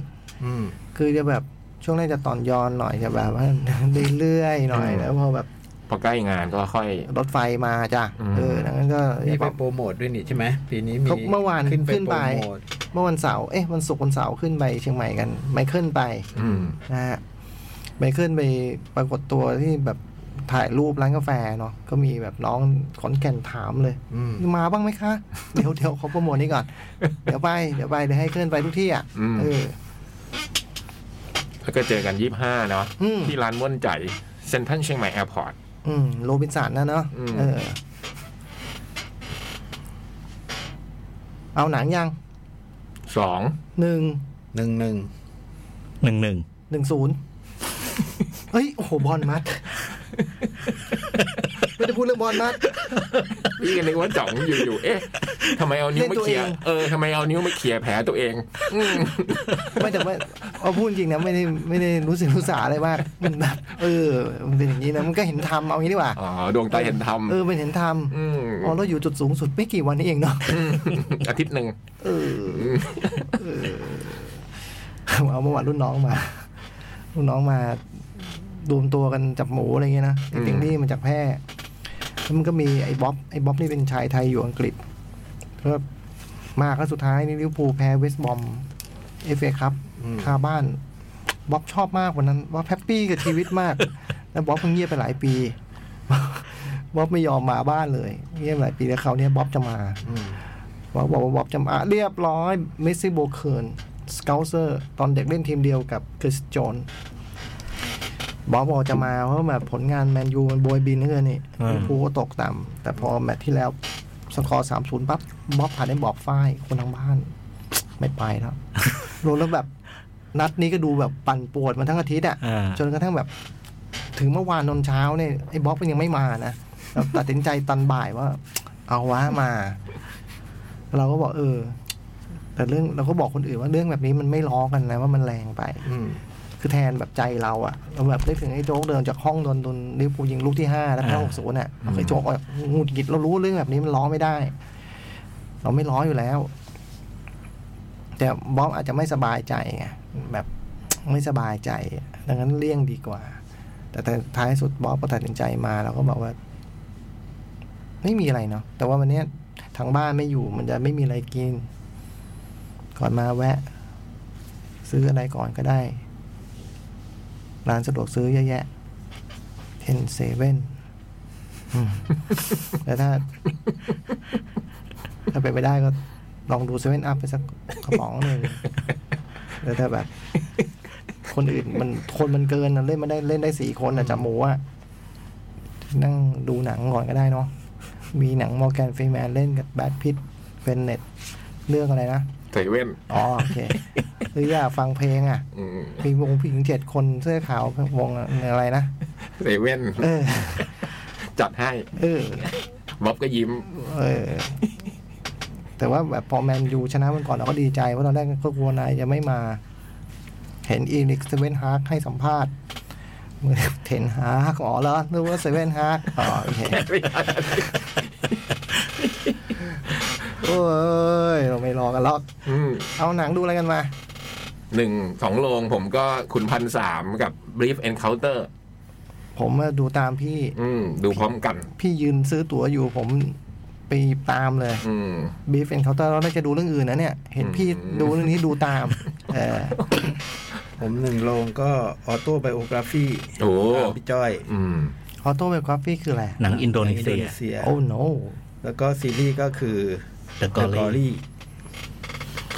S1: อืม
S2: คือจะแบบช่วงแรกจะตอนยอนหน่อยจะแบบว่า เรื่อยๆหน่อย
S1: อืม
S2: แล้วพอแบบ
S1: พอใกล้งานก็ค่อย
S2: รถไฟมาจ้ะ
S1: อืม
S2: เออดังนั้นก็
S3: มีไปโปรโมทด้วยนี่ใช่ไหมปีนี้มี
S2: เขาเมื่อวาน
S3: ขึ้นไป
S2: ขึ้น
S3: โปร
S2: ไป
S3: โมท
S2: เมื่อวันเสาร์เอ๊ะวันศุกร์วันเสาร์ขึ้นไปเชียงใหม่กันไมเคิลไป
S1: อืม
S2: นะฮะไมเคิลไปปรากฏตัวที่แบบถ่ายรูปร้านกาแฟเนาะก็มีแบบน้องขอนแก่นถามเลย
S1: อืม
S2: มาบ้างไหมคะ เดี๋ยวเดี๋ยวเขาโปรโมทนี่ก่อน เดี๋ยวไป เดี๋ยวไปเดี๋ยวให้เคลื่อนไปทุกที่อ่ะ
S1: อืม
S2: เออ
S1: แล้วก็เจอกันยี่ห้าเนาะ
S2: อืม
S1: ที่ร้านม่วนใจเซ็นทรัลเชียงใหม่แอร์พอร์ต
S2: อืมโรบินสันนะเนาะ
S1: อืม
S2: เออ เอาหนังยัง
S1: สอง
S2: หนึ่ง
S3: หนึ่งหนึ่ง
S4: หนึ่งหนึ่ง
S2: หนึ่งศูนย์เฮ้ย โอ้โห บอลมัด ไม่ได้พูดเรื่องบอลมัด
S1: พี่กันนึกว่าจ่องอยู่ๆเอ๊ะทำไมเอานิ้วมาเคลียร์
S2: เล่นตัวเอง
S1: เออทำไมเอานิ้วมาเคลียร์แผลตัวเองอืม
S2: ไม่แต่ว่าเอาพูดจริงนะไม่ได้ไม่ได้รู้สึกรู้สาอะไรมากมันแบบเออ มันเป็นอย่างนี้นะมันก็เห็นทำเอางี้ดีกว่า
S1: อ๋อดวงตาเห็นธรรม
S2: เออเป็นเห็นท
S1: อืม
S2: ำอ๋อเราอยู่จุดสูงสุดไม่กี่วันนี้เองเนาะ
S1: อาทิตย์หนึ่ง
S2: เออเออ เอาเมื่อวานรุ่นน้องมา รุ่นน้องมารวมตัวกันจับหมูอะไรเงี้ยนะไอ้เต็งนี่มันจากแพร่แล้วมันก็มีไอ้บ๊อบไอ้บ๊อบนี่เป็นชายไทยอยู่อังกฤษก็มาครั้งสุดท้ายนี่ลิเวอร์พูลแพ้เวสต์บอมเอฟเอครับ คาบ้านบ๊อบชอบมากวันนั้นว่าแฮปปี้กับชีวิตมาก แล้วบ๊อบเพิ่งเงียบไปหลายปีบ๊อบไม่ยอมมาบ้านเลย เงียบหลายปีแล้วเขาวเนี่ยบ๊อบจะมาบ๊อบบอกว่าบ๊อบจะมาเรียบร้อยเมสซี่โบเคิร์นสเกลเซอร์ตอนเด็กเล่นทีมเดียวกับคริสโจนบ๊อบบอกจะมาเพราะแบบผลงานแมนยูมันโบยบินเหลือเกินนี่ลิเวอร์พูลก็ตกต่ำแต่พอแมตช์ที่แล้วสกอร์สามศูนย์ปั๊บบ๊อบผ่านได้บอกฝ้ายคนทางบ้าน ไม่ไปแล้ว รวมแล้วแบบ นัดนี้ก็ดูแบบปั่นปวดมาทั้งอาทิตย์อ่ะ
S4: อ่า
S2: จนกระทั่งแบบ ถึงเมื่อวานตอนเช้าเนี่ยไอ้บ๊อบมันยังไม่มานะแบบตัดสินใจตอนบ่ายว่า เอา วะมา เราก็บอกเออ แต่เรื่องเราก็บอกคนอื่นว่าเรื่องแบบนี้มันไม่ล้อกันนะว่ามันแรงไป คือแทนแบบใจเราอะเราแบบได้ถึงไอ้โจ๊กเดินจากห้องโดนโดนลิเวอร์พูลยิงลูกที่ห้าแล้วแพ้หกศูนย์อะเราเคยโจ๊กแบบหงุดหงิดเรารู้เรื่องแบบนี้มันล้อไม่ได้ เราไม่ล้ออยู่แล้ว แต่บ๊อบอาจจะไม่สบายใจไงแบบไม่สบายใจ ดังนั้นเลี่ยงดีกว่า แต่แต่ท้ายสุดบ๊อบก็ตัดสินใจมาเราก็บอกว่า ไม่มีอะไรเนาะแต่ว่าวันเนี้ยทางบ้านไม่อยู่มันจะไม่มีอะไรกิน ก่อนมาแวะ ซื้ออะไรก่อนก็ได้ ร้านสะดวกซื้อเยอะแยะเทนเซเว่นแล้วถ้า ถ้าไปนไม่ได้ก็ลองดูเซเว่นอัพไปสักกระป๋องหนึ่งแล้วถ้าแบบ คนอื่นมันคนมันเกินนะเล่นมาได้เล่นได้สี่คนอ่ะจะหมูอ่ะนั่งดูหนังก่อนก็ได้เนาะมีหนังมอร์แกนฟรีแมนเล่นกับแบทพิทเฟนเน็ตเรื่องอะไรนะ
S1: เซเว่น
S2: อ๋อโอเคหรืออยากฟังเพลงอ่ะ
S1: อืม
S2: มีวงผู้หญิงเจ็ดคนเสื้อขาววงอะไรนะ
S1: เซเว่น
S2: เออ
S1: จัดให้
S2: เออ
S1: บ๊อบก็ยิ้ม
S2: เออ แต่ว่าแบบพอแมนยูชนะมันก่อนเราก็ดีใจเพราะตอนแรกก็กลัวนายจะไม่มา เห็นอีนิกเซเว่นฮาร์กให้สัมภาษณ์เทนฮาร์กอ๋อเหรอนึกว่าเซเว่นฮาร์กอ๋อโอเคโอ้ย เราไม่รอกันหรอก
S1: อืม
S2: เอาหนังดูอะไรกันมา
S1: หนึ่งสองโลงผมก็ขุนพันสามกับ Brief Encounter
S2: ผมมาดูตามพี่
S1: อืมดูพร้อมกัน
S2: พี่ยืนซื้อตั๋วอยู่ผมไปตามเลย
S1: อืม
S2: บีฟเอนเคาน์เตอร์เราน่าจะดูเรื่องอื่นนะเนี่ย เห็นพี่
S1: อืม
S2: ดูเรื่องนี้ดูตาม เออ
S3: ผมหนึ่งโรงก็ออโต้ไบโอกราฟี
S1: โอ้
S3: พี่จ้อย
S1: อืม
S2: ออโต้ไบโอกราฟีคืออะไร
S4: หนังอินโดนีเซีย
S2: โอ้โน
S3: แล้วก็ซีรีส์ก็คือ
S4: The
S3: The
S4: Glory
S3: Glory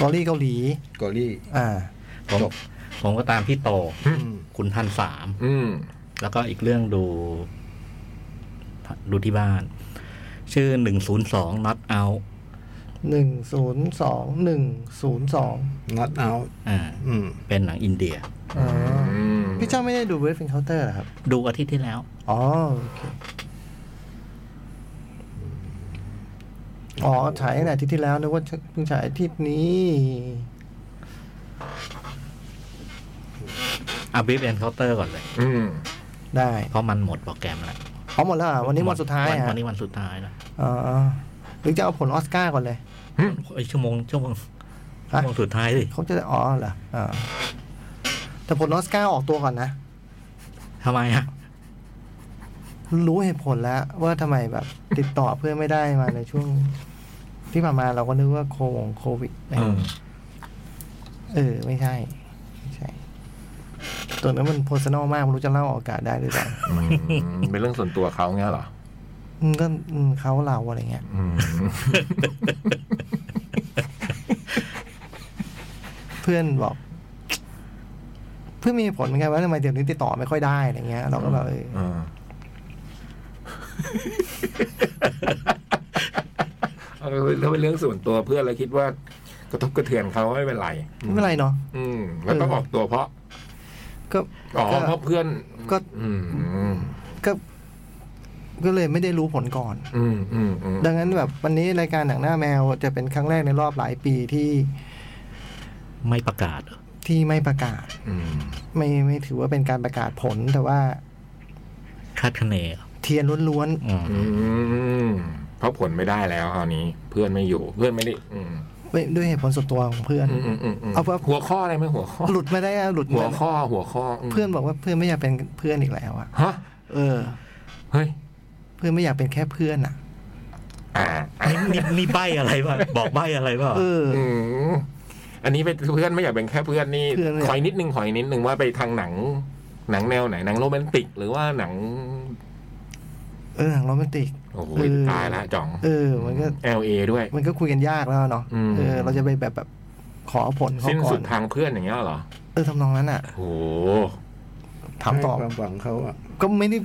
S2: กอรี่เกาหลี
S3: Glory
S2: อ่า
S4: ผม
S3: จบ
S4: ผมก็ตามพี่โต
S3: อืม
S4: คุณพันสาม
S1: อืม
S4: แล้วก็อีกเรื่องดู ดูที่บ้าน ชื่อหนึ่งศูนย์สอง not out
S2: หนึ่งศูนย์สองหนึ่งศูนย์สอง
S3: Not Out
S4: อ่า
S3: อืม
S4: เป็นหนังอินเดีย
S1: อืม
S2: พี่ พี่เจ้าไม่ได้ดูเวฟฟิงเคาน์เตอร์หรอครับ
S4: ดูอาทิตย์ที่แล้ว
S2: อ๋อโอเคอ๋อฉายตั้งแต่อาทิตย์ที่แล้วนึกว่าเพิ่งฉายอาทิตย์นี้
S4: อาบิฟแอนเคาน์เตอร์ก่อนเลย
S1: อืม
S2: ได้
S4: เพราะมันหมดโปรแกรมแล้ว
S2: อ๋อหมดแล้วเหรอวันนี้วันสุดท้าย
S4: วั
S2: อ่ะ
S4: วันนี้วันสุดท้ายแล้ว
S2: อ๋อหรือจะเอาผลออสการ์ก่อนเลย
S4: ไอยชั่วโมงชั่วโมงชั่วโมงสุดท้ายสิ
S2: เขาจะอ๋อเหรออ่าแต่ผลออสการ์ออกตัวก่อนนะ
S4: ทำไมอ่ะ
S2: รู้เหตุผลแล้วว่าทำไมแบบ ติดต่อเพื่อนไม่ได้มาในช่วง ที่ผ่านมาเราก็นึกว่าโควงโควิดนะเออ ไม่ใช่ไม่ใช่ ตัวนั้นมันโพสนอลมากไม่รู้จะเล่าออกอากาศได้หรือเปล่า
S1: อืมเป็นเรื่องส่วนตัวเขาเงี้ยเหรอ
S2: อืมก็อืมเขาเราอะไรเงี้ย
S1: อืม
S2: เพื่อนบอก เพื่อนมีเหตุผลเหมือนกันว่าทำไมเดี๋ยวนี้ติดต่อไม่ค่อยได้อะไรเงี้ย เราก็แบบเออ
S1: อืมเออถ้าเป็นเรื่องส่วนตัวเพื่อนเราคิดว่ากระทบกระเทือนเขาไม่เป็นไร
S2: ไม่เป็นไรเนาะ
S1: อืมแล้วต้องออกตัวเพราะ
S2: ก็
S1: อ๋อ
S2: ก็
S1: เพราะเพื่อน
S2: ก็
S1: อืม
S2: ก็ก็เลยไม่ได้รู้ผลก่อน
S1: อืมอืมอืม
S2: ดังนั้นแบบวันนี้รายการหนังหน้าแมวจะเป็นครั้งแรกในรอบหลายปีที่
S4: ไม่ประกาศเหรอ
S2: ที่ไม่ประกาศ
S1: อืม
S2: ไม่ไม่ถือว่าเป็นการประกาศผล แต่ว่า
S4: คาดคะเนเหรอ
S2: เทียนล้วน
S4: อืม
S1: อืมเพราะผลไม่ได้แล้วคราวนี้ เพื่อนไม่อยู่ เพื่อนไม่ได้อืม
S2: ๆด้วยด้วยเหตุผลส่วนตัวของเพื่อน
S1: อืมอืมอืมม
S2: เอาเพราะ
S1: หัวข้ออะไรไหมหัวข้อ
S2: หลุดมาได้อะหลุด
S1: หั
S2: มาว ได้
S1: ข้อหัวข้อม
S2: เพื่อนบอกว่าเพื่อนไม่อยากเป็นเพื่อนอีกแล้วอะ
S1: ฮะ
S2: เออ
S1: เฮ้ย
S2: เพื่อนไม่อยากเป็นแค่เพื่อนอะ
S1: อ่าอ่า
S4: นี่นี่ใบอะไรบ้าบอกใบอะไรบ้า
S2: เออ
S1: อืมอันนี้เป็นเพื่อนไม่อยากเป็นแค่เพื่อนนี่
S2: เพื่อนไม่อยาก
S1: ขอยนิดนึงขอยนิดนึงว่าไปทางหนัง หนังแนวไหนหนังโรแมนติก หรือว่าหนัง
S2: เออหนังโรแมนติก
S1: โอ้โห
S2: เออ
S1: ตายละจ่อง
S2: เออ มันก็
S1: เอลเอด้วย
S2: มันก็คุยกันยากแล้วเนาะ
S1: อืม
S2: เออ เราจะไปแบบแบบขอผลเขา
S1: สิ้น
S2: ก่อ
S1: สุด
S2: น
S1: ทางเพื่อนอย่างเงี้ยเหรอ
S2: เออทำนองนั้นอะ
S1: โอ้โห
S2: ถามตอบ
S3: ให้ความหวังเขาอ่ะ
S2: ก็ไม่ได้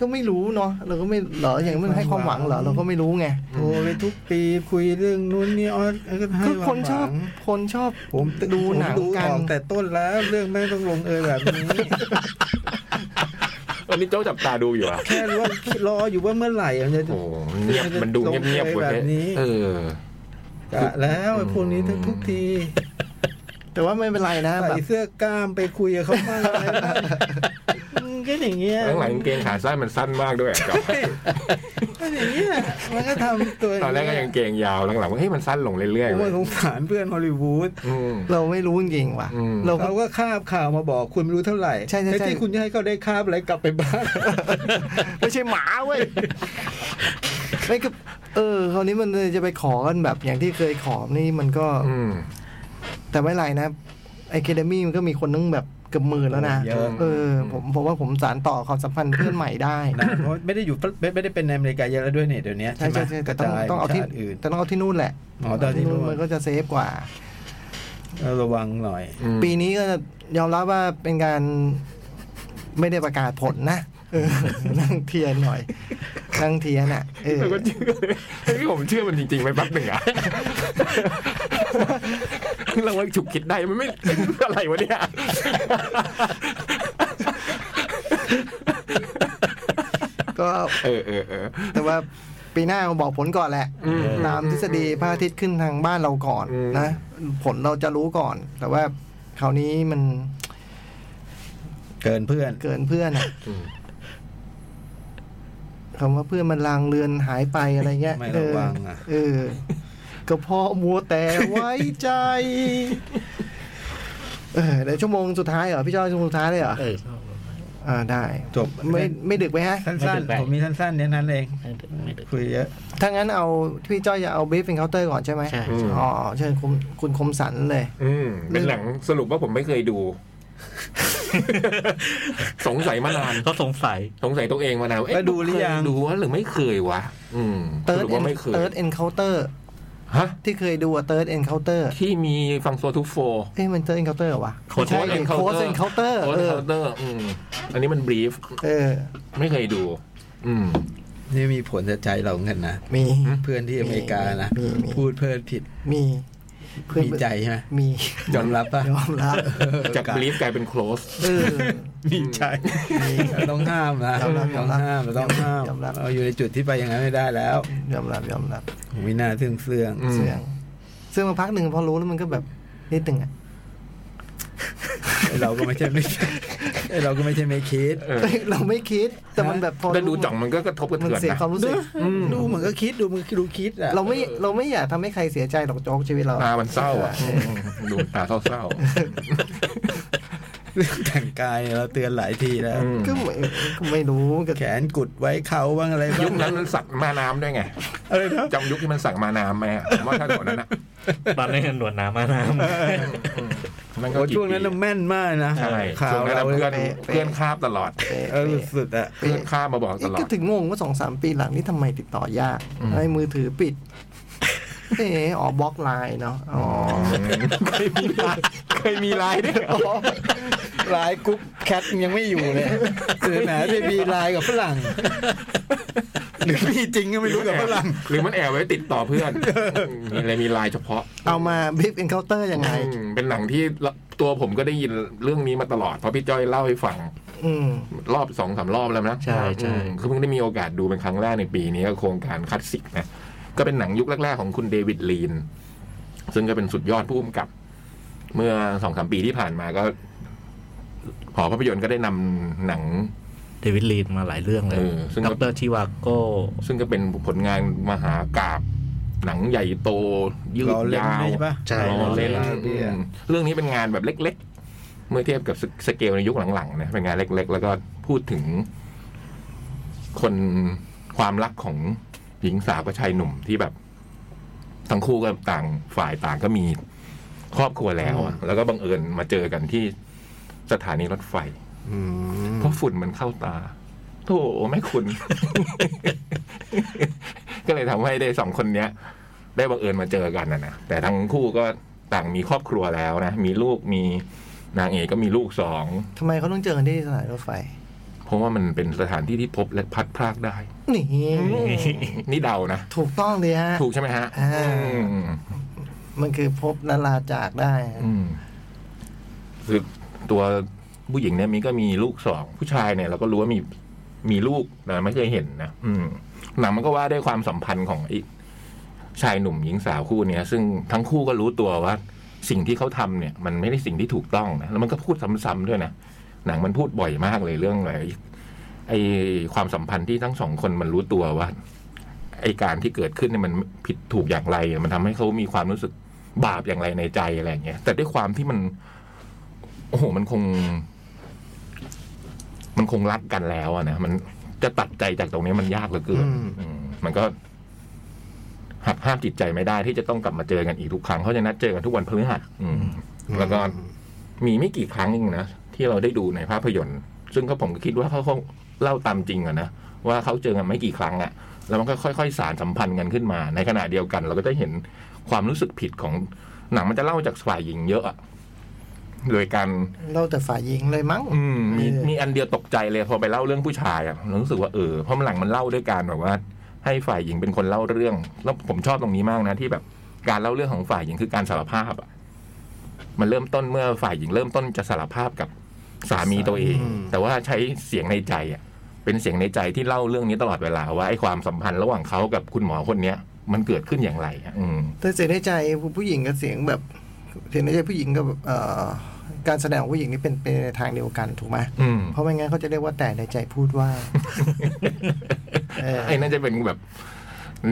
S2: ก็ไม่รู้เนาะเราก็ไม่เหรออย่างมันให้ความหวังเหรอเราก็ไม่รู้ไง
S3: โทรไปทุกปีคุยเรื่องนู้นนี่ออสก็ให้
S2: ก็
S3: วามหวัง
S2: คนชอบคนชอบ
S3: ผม
S2: ดูหนัง
S3: ผมดู
S2: กั
S3: อน อแต่ต้นแล้วเรื่องไม่ต้องลงเอยแบบนี้
S1: วันนี้โจ้จับตาดูอยู่อะ
S3: แค่ว่ารออยู่ว่าเมื่อไหร่มันจะ
S1: โอ้โหเงียบมันดูเงียบเงียบๆกว่า
S3: แบบนี้
S1: เนี่ยเออ
S3: กะแล้วไอ้พวกนี้ทุกที
S2: แต่ว่าไม่เป็นไรนะแบ
S3: ใส่
S2: บ
S3: เสื้อกล้ามไปคุยกับเขาบ้างอะไร บ้างอืมก็อย่างเงี้ย
S1: ข้างหลังกางเกงขาสั้นมันสั้นมากด้วยอะ จ๊อบ
S3: ก็อย่างเงี้ยมันก็ทำตัว
S1: ตอนแรกก็ยังเกงยาวหลังๆว่าเฮ้ยมันสั้นลงเรื่อยๆ
S3: โอ้
S1: เลย ย
S3: สงสารเพื่อนฮอลลีวูด
S1: อืม
S2: เราไม่รู้จริงๆว่ะ
S1: อืม
S2: เราก็
S3: เราก็คาบข่าวมาบอกคุณไม่รู้เท่าไหร่
S2: ใช่ใช่ใช่
S3: แต่ที่คุณจะให้เขาได้คาบอะไรกลับไปบ้าง
S2: ไม่ใช่หมาเว้ ยไม่ก็เออคราวนี้มันเลยจะไปขอกันแบบ อย่างที่เคยขอนี่มันก็
S1: อืม
S2: แต่ไม่เป็นไรนะไอเคเดมี่มันก็มีคนนึงแบบเกือบหมื่นแล้วนะ
S3: เยอะ
S2: เออ ผมผมว่าผมสารต่อความสัมพันธ์เพื่อนใหม่ได้
S3: นะ เพราะไม่ได้อยู่ไม่ไม่ได้เป็นในอเมริกาเยอะแล้วด้วยเนี่ยเดี๋ยวนี้
S2: ใช่
S3: ใช่ไหม
S2: ใช่ใช่
S3: ก
S2: แต่
S3: ระ
S2: ต้องต้
S3: จาย
S2: องเอาที่
S3: ชติอื่น
S2: แต่ต้องเอาที่นู่นแหละ
S3: อ๋อต้องเอาที่นู่น
S2: มันก็จะเซฟกว่า
S3: เราระวังหน่อย
S1: อืม
S2: ปีนี้ก็ยอมรับว่าเป็นการไม่ได้ประกาศผลนะเอ อ นั่งเทียนหน่อย นั่งเทียนอ่ะเออ
S1: แล้วก็เชื่อเลยไอ้ที่ผมเชื่อมันจริงๆไปแป๊บหนึ่งอะเราว่าฉุกคิดได้มันไม่อะไรวะเนี่ย
S2: ก็
S1: เออเออเออ
S2: แต่ว่าปีหน้าก็บอกผลก่อนแหละ
S1: อืม
S2: ตามทฤษฎีพระอาทิตย์ขึ้นทางบ้านเราก่อน
S1: อืม
S2: นะ ผลเราจะรู้ก่อน แต่ว่าคราวนี้มัน
S3: เกินเพื่อน
S2: เกินเพื่อนอะ
S1: อืม
S2: คำว่าเพื่อนมันลางเลือนหายไปอะไรเงี้ย
S3: ไม่
S2: เอ
S3: ระ
S2: อ
S3: วังอ่ะ
S2: เออ ก็เพอมัวแต่ไว้ใจ เออเดี๋ยวชั่วโมงสุดท้ายเหรอพี่จ้อยชั่วโมงสุดท้ายเลยเหรอ
S4: เออ
S2: อ่าได้
S3: จบ
S2: ไม่ไม่ดึกไหมฮะ
S3: สั้น
S4: ไม่เป็นไร
S3: ๆผมมีสั้นๆเนี่ยนั้นเอง
S4: ไม่ดึกไม่ดึก
S3: คุยเยอะ
S2: ถ้างั้นเอาพี่จ้อยจะเอาเบฟเป็นเคาน์เตอร์ก่อนใช่ไหม
S4: ใช่
S2: อ๋อเชิญคุณคุณคมสันเลย
S1: อืมเป็นหนังสรุปว่าผมไม่เคยดู สงสัยมานาน
S4: ก็สงสัย
S1: สงสัยตัวเองมานานเะ
S3: แล้วดูหรือยัง
S1: ดูว่าหรือไม่เคยวะ อืมส
S2: Third
S1: รุปว่าไม่เคย
S2: เติร์ดเอนเคาน์เตอร์
S1: ฮะ
S2: ที่เคยดูเติร์ดเอนเคาน์เตอร์
S1: ที่มีฟังโซทูโฟ
S2: เอ้ยมันเติร์ดเอนเคาน์เตอร์วะ
S4: Close
S2: ใช่ดิ
S1: Encounter
S2: โคสเอนเคาน์เตอร์
S1: โอ
S2: เอ
S1: เคา
S2: อ
S1: น์เตอร์อืมอันนี้มันบรีฟ
S2: เออ
S1: ไม่เคยดู อืม
S3: นี่มีผลจะใจเราเหมือนกันนะ
S2: มี
S3: เพื่อนที่อเมริกานะ
S2: มีมี
S3: พูดเพื่อนผิด
S2: มี เพื่อน
S3: มีใจใช่ไหม
S2: มี
S3: ยอมรับป่ะ
S2: ยอมรับ
S1: จากบลีฟกลายเป็น close
S2: เออ
S3: มีใจเราต้องห้ามนะ
S2: ยอมรับย
S3: ต้
S2: อ
S3: อ
S2: ม
S3: ง
S2: รับ
S3: ห้ามเราต้องห้าม
S2: ยอมรับ
S3: เราอยู่ในจุดที่ไปอย่างนั้นไม่ได้แล้ว
S2: ยอมรับยอมรับ
S3: วินาทึ่งเสื่อง
S1: อืม
S2: เสื่องเสื่องมาพักหนึ่งพอรู้แล้วมันก็แบบนิดหนึ่งอ่ะ
S3: เราก็ไม่ใช่ไม่เราก็ไม่ใช่ไม่คิด
S1: เออ
S2: เอ้ยเราไม่คิด แต่มันแบบพอ
S1: แล้วดูจ่องมันก็กระทบกระ
S2: มัน
S1: เทือน
S2: เสีย
S1: นะ
S2: ความรู้สึก
S1: อืม
S3: ดูเหมือนก็คิดดูมันดูคิดอ่ะ
S2: เราไม่เราไม่อยากทำให้ใครเสียใจหรอกโจ๊กชีวิตเรา
S1: ตามันเศร้าอ่ะดูตาเศร้า
S3: เรื่องแต่งกายเนี่ยเราเตือนหลายทีแล้ว
S1: ๆอืม
S2: ก็ไม่ก็ไม่รู้ก็
S3: แขนกุดไว้เขาบ้างอะไรบ้าง
S1: ยุคนั้นมันสักมาน้ำด้วยไง
S3: อะไรนะ
S1: จำยุคที่มันสักมาน้ำไหมอะผมว่าถ้าก่อนนั้นอะ
S4: ตอนนี้หนวดหน้ำมาน้
S1: มันก็
S3: โอ้
S1: กี่
S3: ช่วงนั้น
S1: ปี
S3: น่ะแม่นมากนะ
S1: ใช่
S3: ข่า
S1: ช่
S3: ว
S1: วงนั้น
S3: เรา
S1: อะเพื่อนเพื่อนคาบตลอด
S2: เปะ
S3: เออ
S2: เปะ
S3: สุดๆอ่ะ
S1: เพื่อนคาบมาบอกต
S2: เอ๊ะ
S1: ลอ
S2: ก็
S1: ด
S2: ถึงงงว่าสองสามปีหลังนี่ทำไมติดต่อยาก
S1: อืม
S2: ไอ้มือถือปิด เอออ๋อบล็อกไลน์เนาะอ๋อ
S1: เคยมี ไลน์เคยมีไล น์ด้วยเหรอ
S3: ลายกรุ๊ปแคทยังไม่อยู่เลยสื่อหนาจะมีลายกับฝรั่งหรือมีจริงก็ไม่รู้กับฝรั่ง
S1: หรือมันแอบไว้ติดต่อเพื่อนมีอะไรมีไลน์เฉพาะ
S2: เอามาบิฟเอนเคาน์เตอร์ยังไง
S1: อืมเป็นหนังที่ตัวผมก็ได้ยินเรื่องนี้มาตลอดเพราะพี่จ้อยเล่าให้ฟัง
S2: อืม
S1: รอบสองสามรอบแล้วนะ
S4: ำใช่ ใช่
S1: อืมคือเพิ่งได้มีโอกาสดูเป็นครั้งแรกในปีนี้ก็โครงการคลาสสิกนะก็เป็นหนังยุคแรก ๆ ของคุณเดวิดลีน ซึ่งก็เป็นสุดยอดผู้กำกับ เมื่อสองสามปีที่ผ่านมาก็หอภาพยนตร์ก็ได้นำหนัง
S4: เดวิดลีนมาหลายเรื่องเล
S1: เอย อซึ่ง
S4: ดอกเตอรชิวาโก้
S1: ซึ่งก็เป็นผลงานมหากาบหนังใหญ่โต ยืด
S3: รอเล่น
S1: ยาว
S3: ใช่ปะ
S4: ใช่
S1: อ๋อเล่น
S3: ลาเบีย
S1: อืมเรื่องนี้เป็นงานแบบเล็ก ๆ เมื่อเทียบกับสสเกลในยุคหลังๆนะเป็นงานเล็ก ๆ แล้วก็พูดถึง คนความรักของหญิงสาวกับชายหนุ่มที่แบบ ทั้งคู่ก็ต่างฝ่ายต่างก็มีครอบครัวแล้วอะแล้วก็บังเอิญมาเจอกันที่สถานีรถไฟ
S3: อืม
S1: เพราะฝุ่นมันเข้าตาโธ่แม่คุณ ก็เลยทำให้ได้สองคนเนี้ย ได้บังเอิญมาเจอกันนะนะแต่ทั้งคู่ก็ต่างมีครอบครัวแล้วนะ มีลูกมีนางเอกก็มีลูกสอง
S2: ทำไมเขาต้องเจอกันที่สถานีรถไฟ
S1: เพราะว่ามันเป็นสถานที่ที่พบและพัดพรากได้
S2: นี่
S1: นี่เดานะ
S2: ถูกต้องเลยฮะ
S1: ถูกใช่ไหมฮะ
S2: อ่า
S1: อืม
S2: มันคือพบนราจากได้ฮะ
S1: อืมคือตัวผู้หญิงเนี่ยมีก็มีลูกสอง ผู้ชายเนี่ย เราก็รู้ว่ามีมีลูกแต่ไม่เคยเห็นนะอืมหนังมันก็ว่าด้วยความสัมพันธ์ของไอ้ชายหนุ่มหญิงสาวคู่เนี้ยซึ่งทั้งคู่ก็รู้ตัวว่า สิ่งที่เขาทำเนี่ย มันไม่ได้สิ่งที่ถูกต้องนะแล้วมันก็พูดซ้ำๆด้วยนะหนังมันพูดบ่อยมากเลยเรื่องอะไรไอ้ความสัมพันธ์ที่ทั้งสองคนมันรู้ตัวว่า ไอ้การที่เกิดขึ้นเนี่ยมันผิดถูกอย่างไร มันทำให้เขามีความรู้สึกบาปอย่างไรในใจอะไรอย่างเงี้ยแต่ด้วยความที่มัน โอ้โหมันคง มันคงรักกันแล้วอะนะมันจะตัดใจจากตรงนี้มันยากเหลือเกินอืมมันก็หักห้ามจิตใจไม่ได้ที่จะต้องกลับมาเจอกันอีกทุกครั้งเขาจะนัดเจอกันทุกวันพฤหัสอืม แล้วก็ มีไม่กี่ครั้งเองนะที่เราได้ดูในภาพยนตร์ ซึ่งก็ผมก็คิดว่าเขาคงเล่าตามจริงอะนะว่าเขาเจอกันไม่กี่ครั้งอะแล้วมันก็ค่อยๆสารสัมพันธ์กันขึ้นมา ในขณะเดียวกัน เราก็จะเห็นความรู้สึกผิดของหนังมันจะเล่าจากฝ่ายหญิงเยอะอะโดยการ
S2: เราแต่ฝ่ายหญิงเลยมั้ง
S1: อืมมี
S2: เออ
S1: มีอันเดียวตกใจเลยพอไปเล่าเรื่องผู้ชายอะเรารู้สึกว่าเออเพราะมันหลังมันเล่าด้วยการแบบว่า ให้ฝ่ายหญิงเป็นคนเล่าเรื่อง แล้วผมชอบตรงนี้มากนะที่แบบ การเล่าเรื่องของฝ่ายหญิงคือการสารภาพอะมันเริ่มต้นเมื่อฝ่ายหญิงเริ่มต้นจะสารภาพกับสามีตัวเอง แต่ว่าใช้เสียงในใจอะเป็นเสียงในใจที่เล่าเรื่องนี้ตลอดเวลาว่าไอ้ความสัมพันธ์ระหว่างเขากับคุณหมอคนเนี้ย มันเกิดขึ้นอย่างไรอะอืม
S2: แต่เสียงในใจผู้หญิงกับเสียงแบบเสียงในใจผู้หญิงกับแบบเอ่อการแสดงของผู้หญิงนี่เป็นเป็นในทางเดียวกันถูกไหม
S1: อืม
S2: เพราะไม่งั้นเขาจะเรียกว่าแต่ในใจพูดว่า เออ
S1: ไอ้นั่นจะเป็นแบบ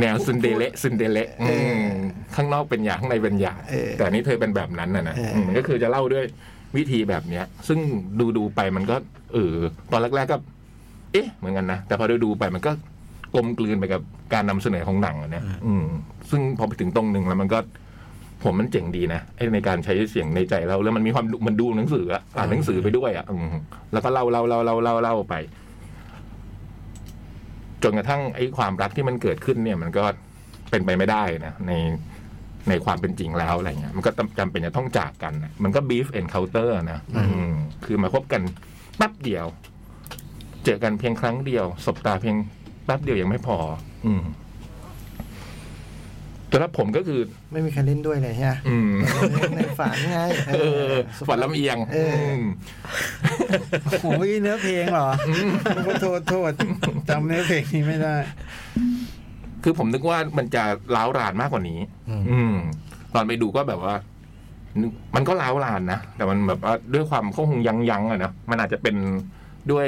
S1: แนวซินเดเละซินเดเละอืม
S2: เออ
S1: ข้างนอกเป็นอย่างข้างในเป็นอย่าง
S2: เออ
S1: แต่อันนี้เธอเป็นแบบนั้นน่ะนะ
S2: เอออื
S1: มมันก็คือจะเล่าด้วยวิธีแบบเนี้ย ซึ่งดูดูๆไปมันก็ เออ ตอนแรกๆก็ เอ๊ะ เหมือนกันนะ แต่พอดูดูๆไปมันก็กลมกลืนไปกับการนำเสนอของหนังอะนะอืม ซึ่งพอไปถึงตรงหนึ่งแล้วมันก็ ผมมันเจ๋งดีนะไอ้ในการใช้เสียงในใจเราแล้วมันมีความมันดูหนังสืออะอ่านหนังสือไปด้วยอะอืมแล้วก็เล่าเล่าเล่าเล่าเล่าเล่าไป จนกระทั่งไอ้ความรักที่มันเกิดขึ้นเนี่ยมันก็เป็นไปไม่ได้นะในในความเป็นจริงแล้วอะไรเงี้ยมันก็จำจำเป็นจะต้องจากกันนะมันก็ beef encounter นะอืมคือมาพบกันแป๊บเดียว เจอกันเพียงครั้งเดียว สบตาเพียงแป๊บเดียวยังไม่พอ อืม สำหรับผมก็คือ
S2: ไม่มีใครเล่นด้วยเลยใช่ไหม
S1: อืม
S2: ในฝันไง
S1: เออฝันลำเอียง
S2: เออ
S1: ม
S3: โอ้ยเนื้อเพลงเหร อขอโทษโทษจำเนื้อเพลงนี้ไม่ได้
S1: คือผมนึกว่ามันจะล้าวรานมากกว่านี้
S4: อืม
S1: อืม ตอนไปดูก็แบบว่า มันก็ล้าวรานนะ แต่มันแบบว่าด้วยความเขาคงยั้งยั้งๆอะนะมันอาจจะเป็นด้วย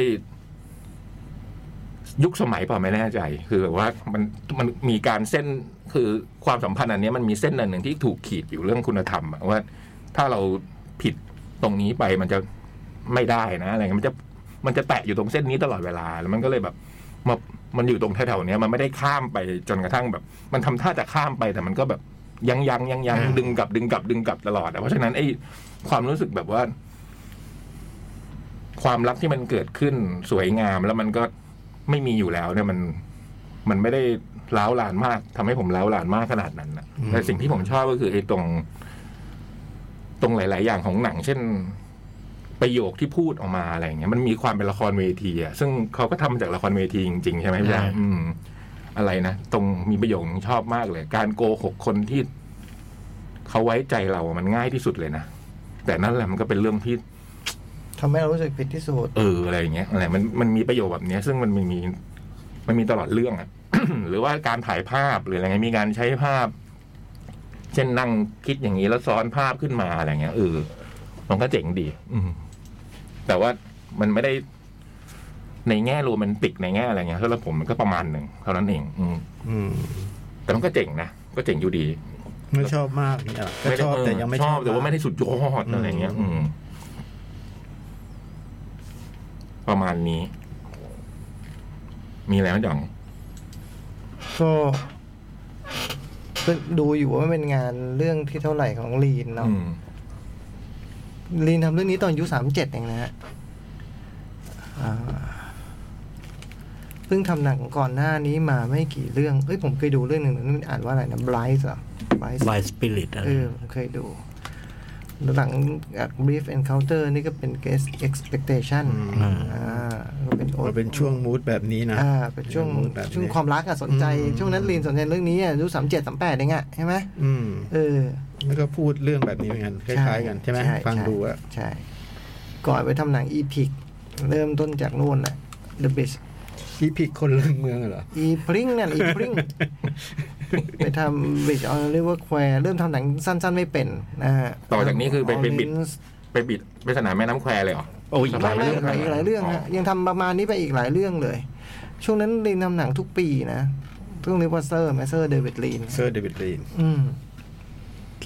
S1: ยุคสมัยเปล่าไม่แน่ใจ คือแบบว่ามันมันมีการเส้นคือความสัมพันธ์อันเนี้ยมันมีเส้นอันหนึ่งที่ถูกขีดอยู่เรื่องคุณธรรมอะว่า ถ้าเราผิดตรงนี้ไปมันจะไม่ได้นะอะไรเงี้ยมันจะมันจะแตะอยู่ตรงเส้นนี้ตลอดเวลาแล้วมันก็เลยแบบมามันอยู่ตรงแถวๆเนี้ยมันไม่ได้ข้ามไปจนกระทั่งแบบ มันทำท่าจะข้ามไปแต่มันก็แบบยังยังยังยังดึงกลับดึงกลับดึงกลับตลอดอะเพราะฉะนั้นไอ้ความรู้สึกแบบว่า ความรักที่มันเกิดขึ้นสวยงาม แล้วมันก็ไม่มีอยู่แล้วเนี่ยมัน มันไม่ได้ล้าวลานมากทำให้ผมล้าวลานมากขนาดนั้นนะแต่สิ่งที่ผมชอบก็คือไอ้ตรง ตรงหลาย ๆ อย่างของหนัง เช่น ประโยคที่พูดออกมาอะไรอย่างเงี้ยมันมีความเป็นละครเวทีอะซึ่งเขาก็ทำมาจากละครเวทีจริง ๆ ใช่ไหมพี่ยา
S4: ใช่
S1: อืม อะไรนะตรงมีประโยคนึงชอบมากเลย การโกหกคนที่เขาไว้ใจเราอะมันง่ายที่สุดเลยนะแต่นั่นแหละมันก็เป็นเรื่องที่
S2: ทำให้เรารู้สึกผิดที่สุด
S1: เอออะไรอย่างเงี้ยอะไรมันมันมีประโยชน์แบบเนี้ย ซึ่งมันมันมีมันมีตลอดเรื่องอะ หรือว่าการถ่ายภาพหรืออะไรเงี้ยมีการใช้ภาพ เช่นนั่งคิดอย่างนี้แล้วซ้อนภาพขึ้นมาอะไรเงี้ยเออมันก็เจ๋งดี อืมแต่ว่ามันไม่ได้ในแง่โรแมนติกในแง่อะไรเงี้ยสำหรับผมมันก็ประมาณหนึ่งเท่านั้นเอง อืม
S3: อืม
S1: แต่มันก็เจ๋งนะก็เจ๋งอยู่ดี
S3: ไม่ชอบมากเนี่ยหรอก็
S1: ไม่ได้
S3: ชอบแต่ยังไม่
S1: ชอบแต่ว่าไม่ได้สุดยอดอะไรเงี้ย อืม ประมาณนี้ มีอะไรไหมจ่อง
S2: ก็ก็ดูอยู่ว่าเป็นงานเรื่องที่เท่าไหร่ของลีนเนาะ
S1: อืม
S2: ลีนทำเรื่องนี้ตอนอายุสามเจ็ดเองนะฮะอ่าเพิ่งทำหนังก่อนหน้านี้มาไม่กี่เรื่อง เอ้ยผมเคยดูเรื่องหนึ่งนั่นอ่านว่าอะไรนะ Bryce เหรอ Bryce
S4: วายสปิริตอะไร
S2: เออผมเคยดู หลังจาก Brief Encounter นี่ก็เป็น Guest Expectation
S4: อืม
S2: อ่าก็เป็นโอ
S3: มันเป็นช่วงมูดแบบนี้นะ
S2: อ่าเป็นช่วง
S3: มูดแบบนี้
S2: ช่วงความรักอะสนใจ ช่วงนั้นลีนสนใจเรื่องนี้อะอายุสามเจ็ดสามแปดเองอะใช่ไหม
S3: อืม
S2: เออ
S3: แล้วก็พูดเรื่องแบบนี้เหมือนกันคล้ายๆกันใช่ไหมฟังดูอะ
S2: ใช่ ก่อนไปทำหนังอีพิก เริ่มต้นจากนู่นแหละ The Beach
S3: พี่ผิดคนเรื่องเมืองเหรอ
S2: อีพริ้งนั่นอีพ ริ้ง ไปทำ Beach on River Quay เริ่มทำหนังสั้น ๆ ไม่เป็นนะฮะ
S1: ต่อจากนี้คือไปเป็นบิด
S2: เอา Lens
S1: ไปบิดไปสนามแม่น้ำแควเลยเหรอ
S4: โอ้ย
S2: หลายเรื่องหลายหลายเรื่องฮะยังทำประมาณนี้ไปอีกหลายเรื่องเลย ช่วงนั้นลีนทำหนังทุกปีนะต้องเรียกว่าเซอร์ไหมเซอร์เดวิดลีน
S3: เซอร์เดวิดลีน
S2: อืม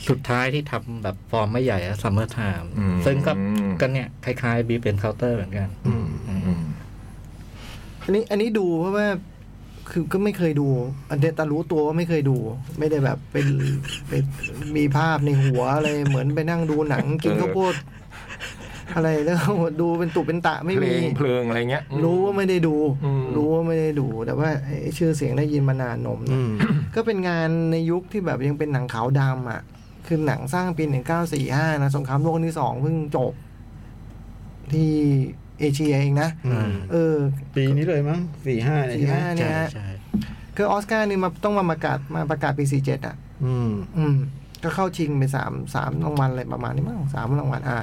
S4: สุดท้ายที่ทำแบบฟอร์มไม่ใหญ่อะซัมเมอร์ไทม์
S1: อืม
S4: ซึ่งก็ก็เนี่ย คล้ายๆบีเป็นเคาน์เตอร์เหมือนกัน
S1: อืมอืม
S2: อันนี้อันนี้ดูเพราะว่าคือก็ไม่เคยดู อันเดตารู้ตัวว่าไม่เคยดู ไม่ได้แบบเป็นเป็นมีภาพในหัวอะไรเหมือนไปนั่งดูหนังกิน
S1: เออ
S2: ข้าวโพดอะไรแล้วดูเป็นตุเป็นตะไม่
S1: เพล
S2: มี
S1: งเพลิงอะไรเงี้ยอืม
S2: รู้ว่าไม่ได้ดู
S1: อืม
S2: รู้ว่าไม่ได้ดู แต่ว่าไอ้ชื่อเสียงได้ยินมานานนมนะ
S3: อืม
S2: ก็เป็นงานในยุคที่แบบยังเป็นหนังขาวดำอ่ะ คือหนังสร้างปีหนึ่งเก้าสี่ห้านะสงครามโลกครั้งที่สองเพิ่งจบ ที่เอเชียเองนะ
S3: อืม
S2: เออ
S3: ปีนี้เลยมั้งสี่ห้าเนี่ย
S2: สี่
S3: ใช่ไหม
S2: ห้าเนี่ย
S4: ใช่
S2: ฮะ
S4: ใช่
S2: คือออสการ์นี่มาต้องมาประกาศมาประกาศปีสี่เจ็ดอ่ะ
S3: อืม
S2: อืม ก็เข้าชิงไปสามสามรางวัลอะไรประมาณนี้มั้งสามรางวัลอ่า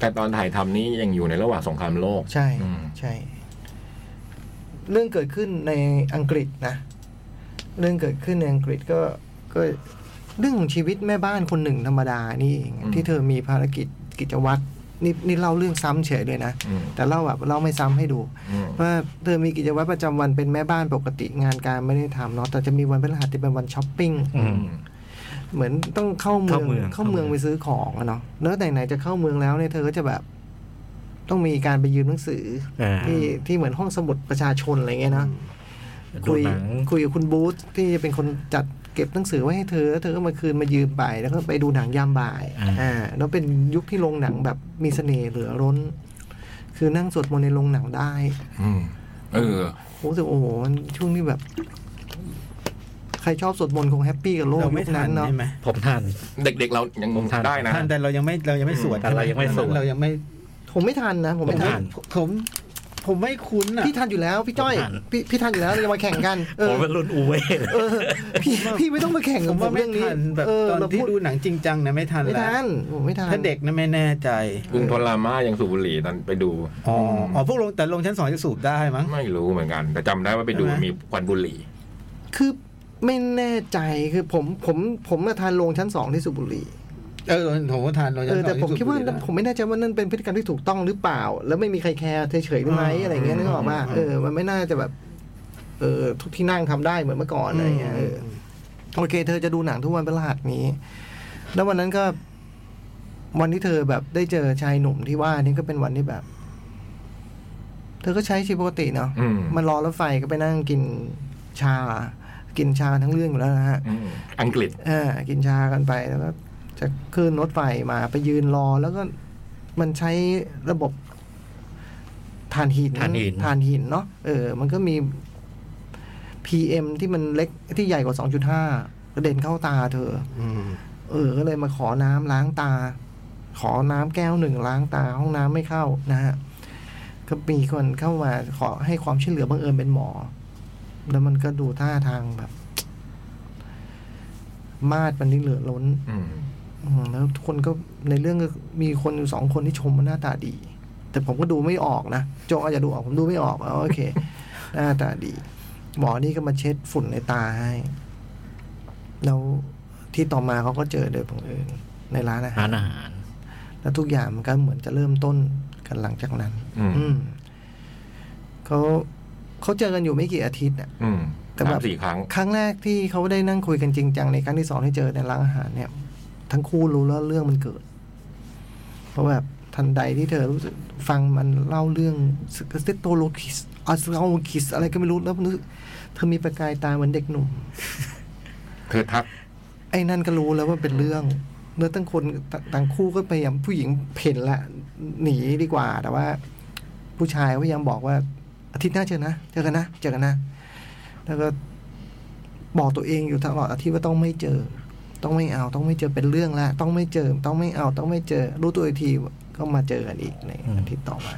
S1: แต่ตอนถ่ายทำนี้ยังอยู่ในระหว่างสงครามโลก
S2: ใช่
S1: อืม
S2: ใช่ เรื่องเกิดขึ้นในอังกฤษนะ เรื่องเกิดขึ้นในอังกฤษก็ก็เรื่องของชีวิตแม่บ้านคนหนึ่งธรรมดานี่เอง
S1: อืม
S2: ที่เธอมีภารกิจกิจวัตรนี่นี่เล่าเรื่องซ้ำเฉยเลยนะ
S1: อืม
S2: แต่เล่าแบบเล่าไม่ซ้ำให้ดู
S1: อืม
S2: ว่าเธอมีกิจวัตรประจำวันเป็นแม่บ้านปกติงานการไม่ได้ทำเนาะแต่จะมีวันพฤหัสที่เป็นวันช้อปปิ้ง
S4: อืม
S2: เหมือนต้องเข้าเมือง
S4: เข้าเมือง
S2: เข้าเมืองไปซื้อของอะเนาะแล้วไหนๆจะเข้าเมืองแล้วเนี่ยเธอก็จะแบบ ต้องมีการไปยืมหนังสือ
S4: อ่า
S2: ที่ที่เหมือนห้องสมุดประชาชนอะไรเงี้ยเนาะ
S4: ดู
S2: คุย
S4: หนัง
S2: คุยกับคุณบูธที่จะเป็นคนจัดเก็บหนังสือไว้ให้เธอแล้วเธอก็มาคืนมายืมไปแล้วก็ไปดูหนังยามบ่าย
S4: อ่า
S2: แล้วเป็นยุคที่โรงหนังแบบมีเสน่ห์เหลือร้น คือนั่งสวดมนต์ในโรงหนังได้
S1: อืมเออ
S2: รู้สึกโอ้โหมันช่วงที่แบบ ใครชอบสวดมนต์คงแฮปปี้กับโลก
S3: เรา
S2: ยุ
S3: ไม่
S2: ค
S3: ทั
S2: นั้น นเนาะ
S3: ใช่ไหม
S4: ผมทัน
S1: เด็กๆเรายัง
S4: ผมทัน
S1: ได้นะ
S3: ทันแต่เรายังไม่เรายังไม่สวด
S4: แต่เรายังไม่สวด
S3: เรายังไม่
S2: ผมไม่ทันนะ ผมไม่
S4: ผมไม่
S2: ทั
S4: ทั
S2: น
S4: น
S3: ผม ผมไม่คุ้นอ่ะ
S2: พี่ทันอยู่แล้วพี่จ้อย
S4: ผมทัน
S2: พี่พี่ทันอยู่แล้วจะมาแข่งกัน เอ
S4: ผ
S2: อ
S4: มเป็นรุ่นอูเว่เลย
S2: เออพี่พี่ไม่ต้องมาแข่ง
S3: ผ
S2: กับ
S3: ม
S2: ผ
S3: ว่าม ไม่
S2: เรื่องนี้
S3: ทันแบบ
S2: เออ
S3: ตอน
S2: เรา
S3: ที่
S2: พูด
S3: ดูหนังจริงจังนะไม่ทัน
S2: ไม่
S3: แล้ว
S2: ทันผมไม่ทัน
S3: ถ้าเด็กนะไม่แน่ใจ
S1: ลุงพลลาม่ายังสูบบุหรี่ตอนไปดู
S3: อ๋ออ๋อพวกลงแต่ลงชั้นสองจะสูบได้มั้ง
S1: ไม่รู้เหมือนกัน แต่จำได้ว่าไปดู
S3: ใช่ไหม
S1: มีควันบุหรี่
S2: คือไม่แน่ใจคือผมผมผมมาทานลงชั้นสองที่สุบุรี
S3: เออผมก็ทานลงชั้
S2: เอนอ
S3: สอง
S2: แต่ผม
S3: ที่สูบ
S2: คิดว่า
S3: บุหรี่ได้
S2: ผมไม่แน่ใจว่านั่นเป็นพฤติกรรมที่ถูกต้องหรือเปล่า แล้วไม่มีใครแคร์เฉยๆไหม
S3: อ่า
S2: อะไรเงี้ยนึกออกมา
S3: อ่า
S2: เออมันไม่น่าจะแบบ เออทุกที่นั่งทำได้เหมือนเมื่อก่อนอะไรเงี้ยเออ โอเค เธอจะดูหนังทุกวันพฤหัสนี้ แล้ววันนั้นก็ วันที่เธอแบบได้เจอชายหนุ่มที่ว่านี่ก็เป็นวันที่แบบ เธอก็ใช้ชีวิตปกติเนาะ
S1: อืม
S2: มันรอรถไฟก็ไปนั่งกินชา กินชาทั้งเรื่องอยู่แล้วนะฮะ
S1: อืมอังกฤษ
S2: เออกินชากันไปแล้วก็จะขึ้นรถไฟมาไปยืนรอ แล้วก็มันใช้ระบบถ่านหิน
S4: ถ่านหิน
S2: ถ่านหินเนาะเออ มันก็มี PM ที่มันเล็กที่ใหญ่กว่า 2.5กระเด็นเข้าตาเธอ
S3: อืม
S2: เออ ก็เลยมาขอน้ำล้างตา ขอน้ำแก้วหนึ่งล้างตา ห้องน้ำไม่เข้านะฮะ ก็มีคนเข้ามาขอให้ความช่วยเหลือบังเอิญเป็นหมอ แล้วมันก็ดูท่าทางแบบ มาดมันนี่เหลือล้น
S1: อืม
S2: อืมแล้วทุกคนก็ในเรื่องก็มีคนอยู่สองคนที่ชมว่าหน้าตาดี แต่ผมก็ดูไม่ออกนะโจอาจจะดูออกผมดูไม่ออกอ๋อโอเค หน้าตาดี หมอนี่ก็มาเช็ดฝุ่นในตาให้ แล้วที่ต่อมาเขาก็เจอโดยบังเอิญในร้านอาหา
S4: ร้าร นอาหาร
S2: แล้วทุกอย่างมันก็เหมือนจะเริ่มต้นกันหลังจากนั้น
S1: อืม
S2: อืมเขาเขาเจอกันอยู่ไม่กี่อาทิตย์อะ
S1: อืม
S2: แต่
S1: สา
S2: แบบ
S1: มสี่ครั้ง
S2: ครั้งแรกที่เขาได้นั่งคุยกันจริงจังในครั้งที่สองที่เจอในร้านอาหารเนี่ย ทั้งคู่รู้แล้วเรื่องมันเกิด เพราะแบบทันใดที่เธอรู้สึกฟังมันเล่าเรื่องสเตโตโลคิสอัสโลคิสอะไรก็ไม่รู้แล้วรู้สึกเธอมีประกายตาเหมือนเด็กหนุ่ม
S1: เธอทัก
S2: ไอ้นั่นก็รู้แล้วว่าเป็นเรื่องแล้วตั้งคนต่ต่างคู่ก็พยายามผู้หญิงเพ่นละหนีดีกว่า แต่ว่า ผู้ชายก็พยายามบอกว่า อาทิตย์หน้าเจอนะเจอกันนะเจอกันนะ แล้วก็บอกตัวเองอยู่ตลอดอาทิตย์ว่าต้องไม่เจอ ต้องไม่เอา ต้องไม่เจอเป็นเรื่องละต้องไม่เจอ ต้องไม่เอา ต้องไม่เจอ รู้ตัวอีกทีก็มาเจอกันอีกในอาทิตย์ต่อมา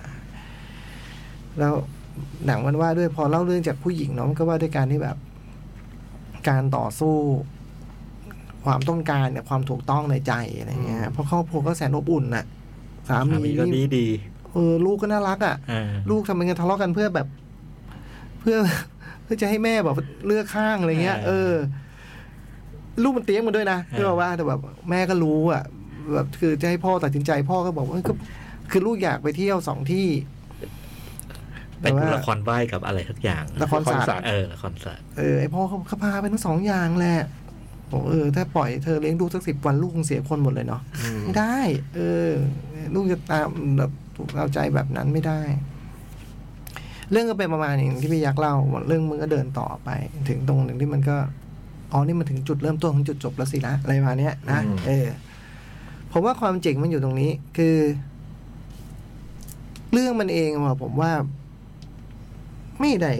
S2: แล้วหนังมันว่าด้วยพอเล่าเรื่องจากผู้หญิงเนาะมันก็ว่าด้วยการที่แบบ การต่อสู้ ความต้องการเนี่ยความถูกต้องในใจอะไรเงี้ย เพราะครอบครัวก็แสนอบอุ่นน่ะ สา
S4: สามี
S2: มี
S4: ก็ดี
S2: นี่
S4: ดี
S2: เออลูกก็น่ารักอ่ะ
S4: ๆเออ
S2: ลูกทำเป็นกันทะเลาะกันเพื่อแบบ เพื่อ เพื่อจะให้แม่แบบเลือกข้างอะไรเงี้ย เออ ลูกมันเตี้ยงมันด้วยนะคือแบบว่าแต่แบบแม่ก็รู้อ่ะ แบบคือจะให้พ่อตัดสินใจพ่อก็บอกว่าเอ้ยก็คือลูกอยากไปเที่ยวสองที่
S4: ไป
S2: แต่
S4: ดู
S2: ว่า
S4: ละครไหว้กับอะไรสักอย่าง
S2: ละครศาสตร์
S4: เออละครศาสตร์
S2: เออไอพ่อเขาเขาพาไปทั้งสองอย่างแหละบอกเออ ถ้าปล่อยเธอเลี้ยงลูกสักสิบวันลูกคงเสียคนหมดเลยเนาะไม่ได้ เออ ลูกจะตามแบบถูกเอาใจแบบนั้นไม่ได้ เรื่องก็เป็นประมาณอย่างที่พี่ยักษ์เล่าเรื่องมันก็เดินต่อไป ถึงตรงหนึ่งที่มันก็อ๋อนี่มันถึงจุดเริ่มต้นของจุดจบแล้วสินะอะไรประมาณเนี้ยนะ
S1: อืม
S2: เออผมว่าความเจ๋งมันอยู่ตรงนี้ คือ เรื่องมันเองอะผมว่า ไม่ได้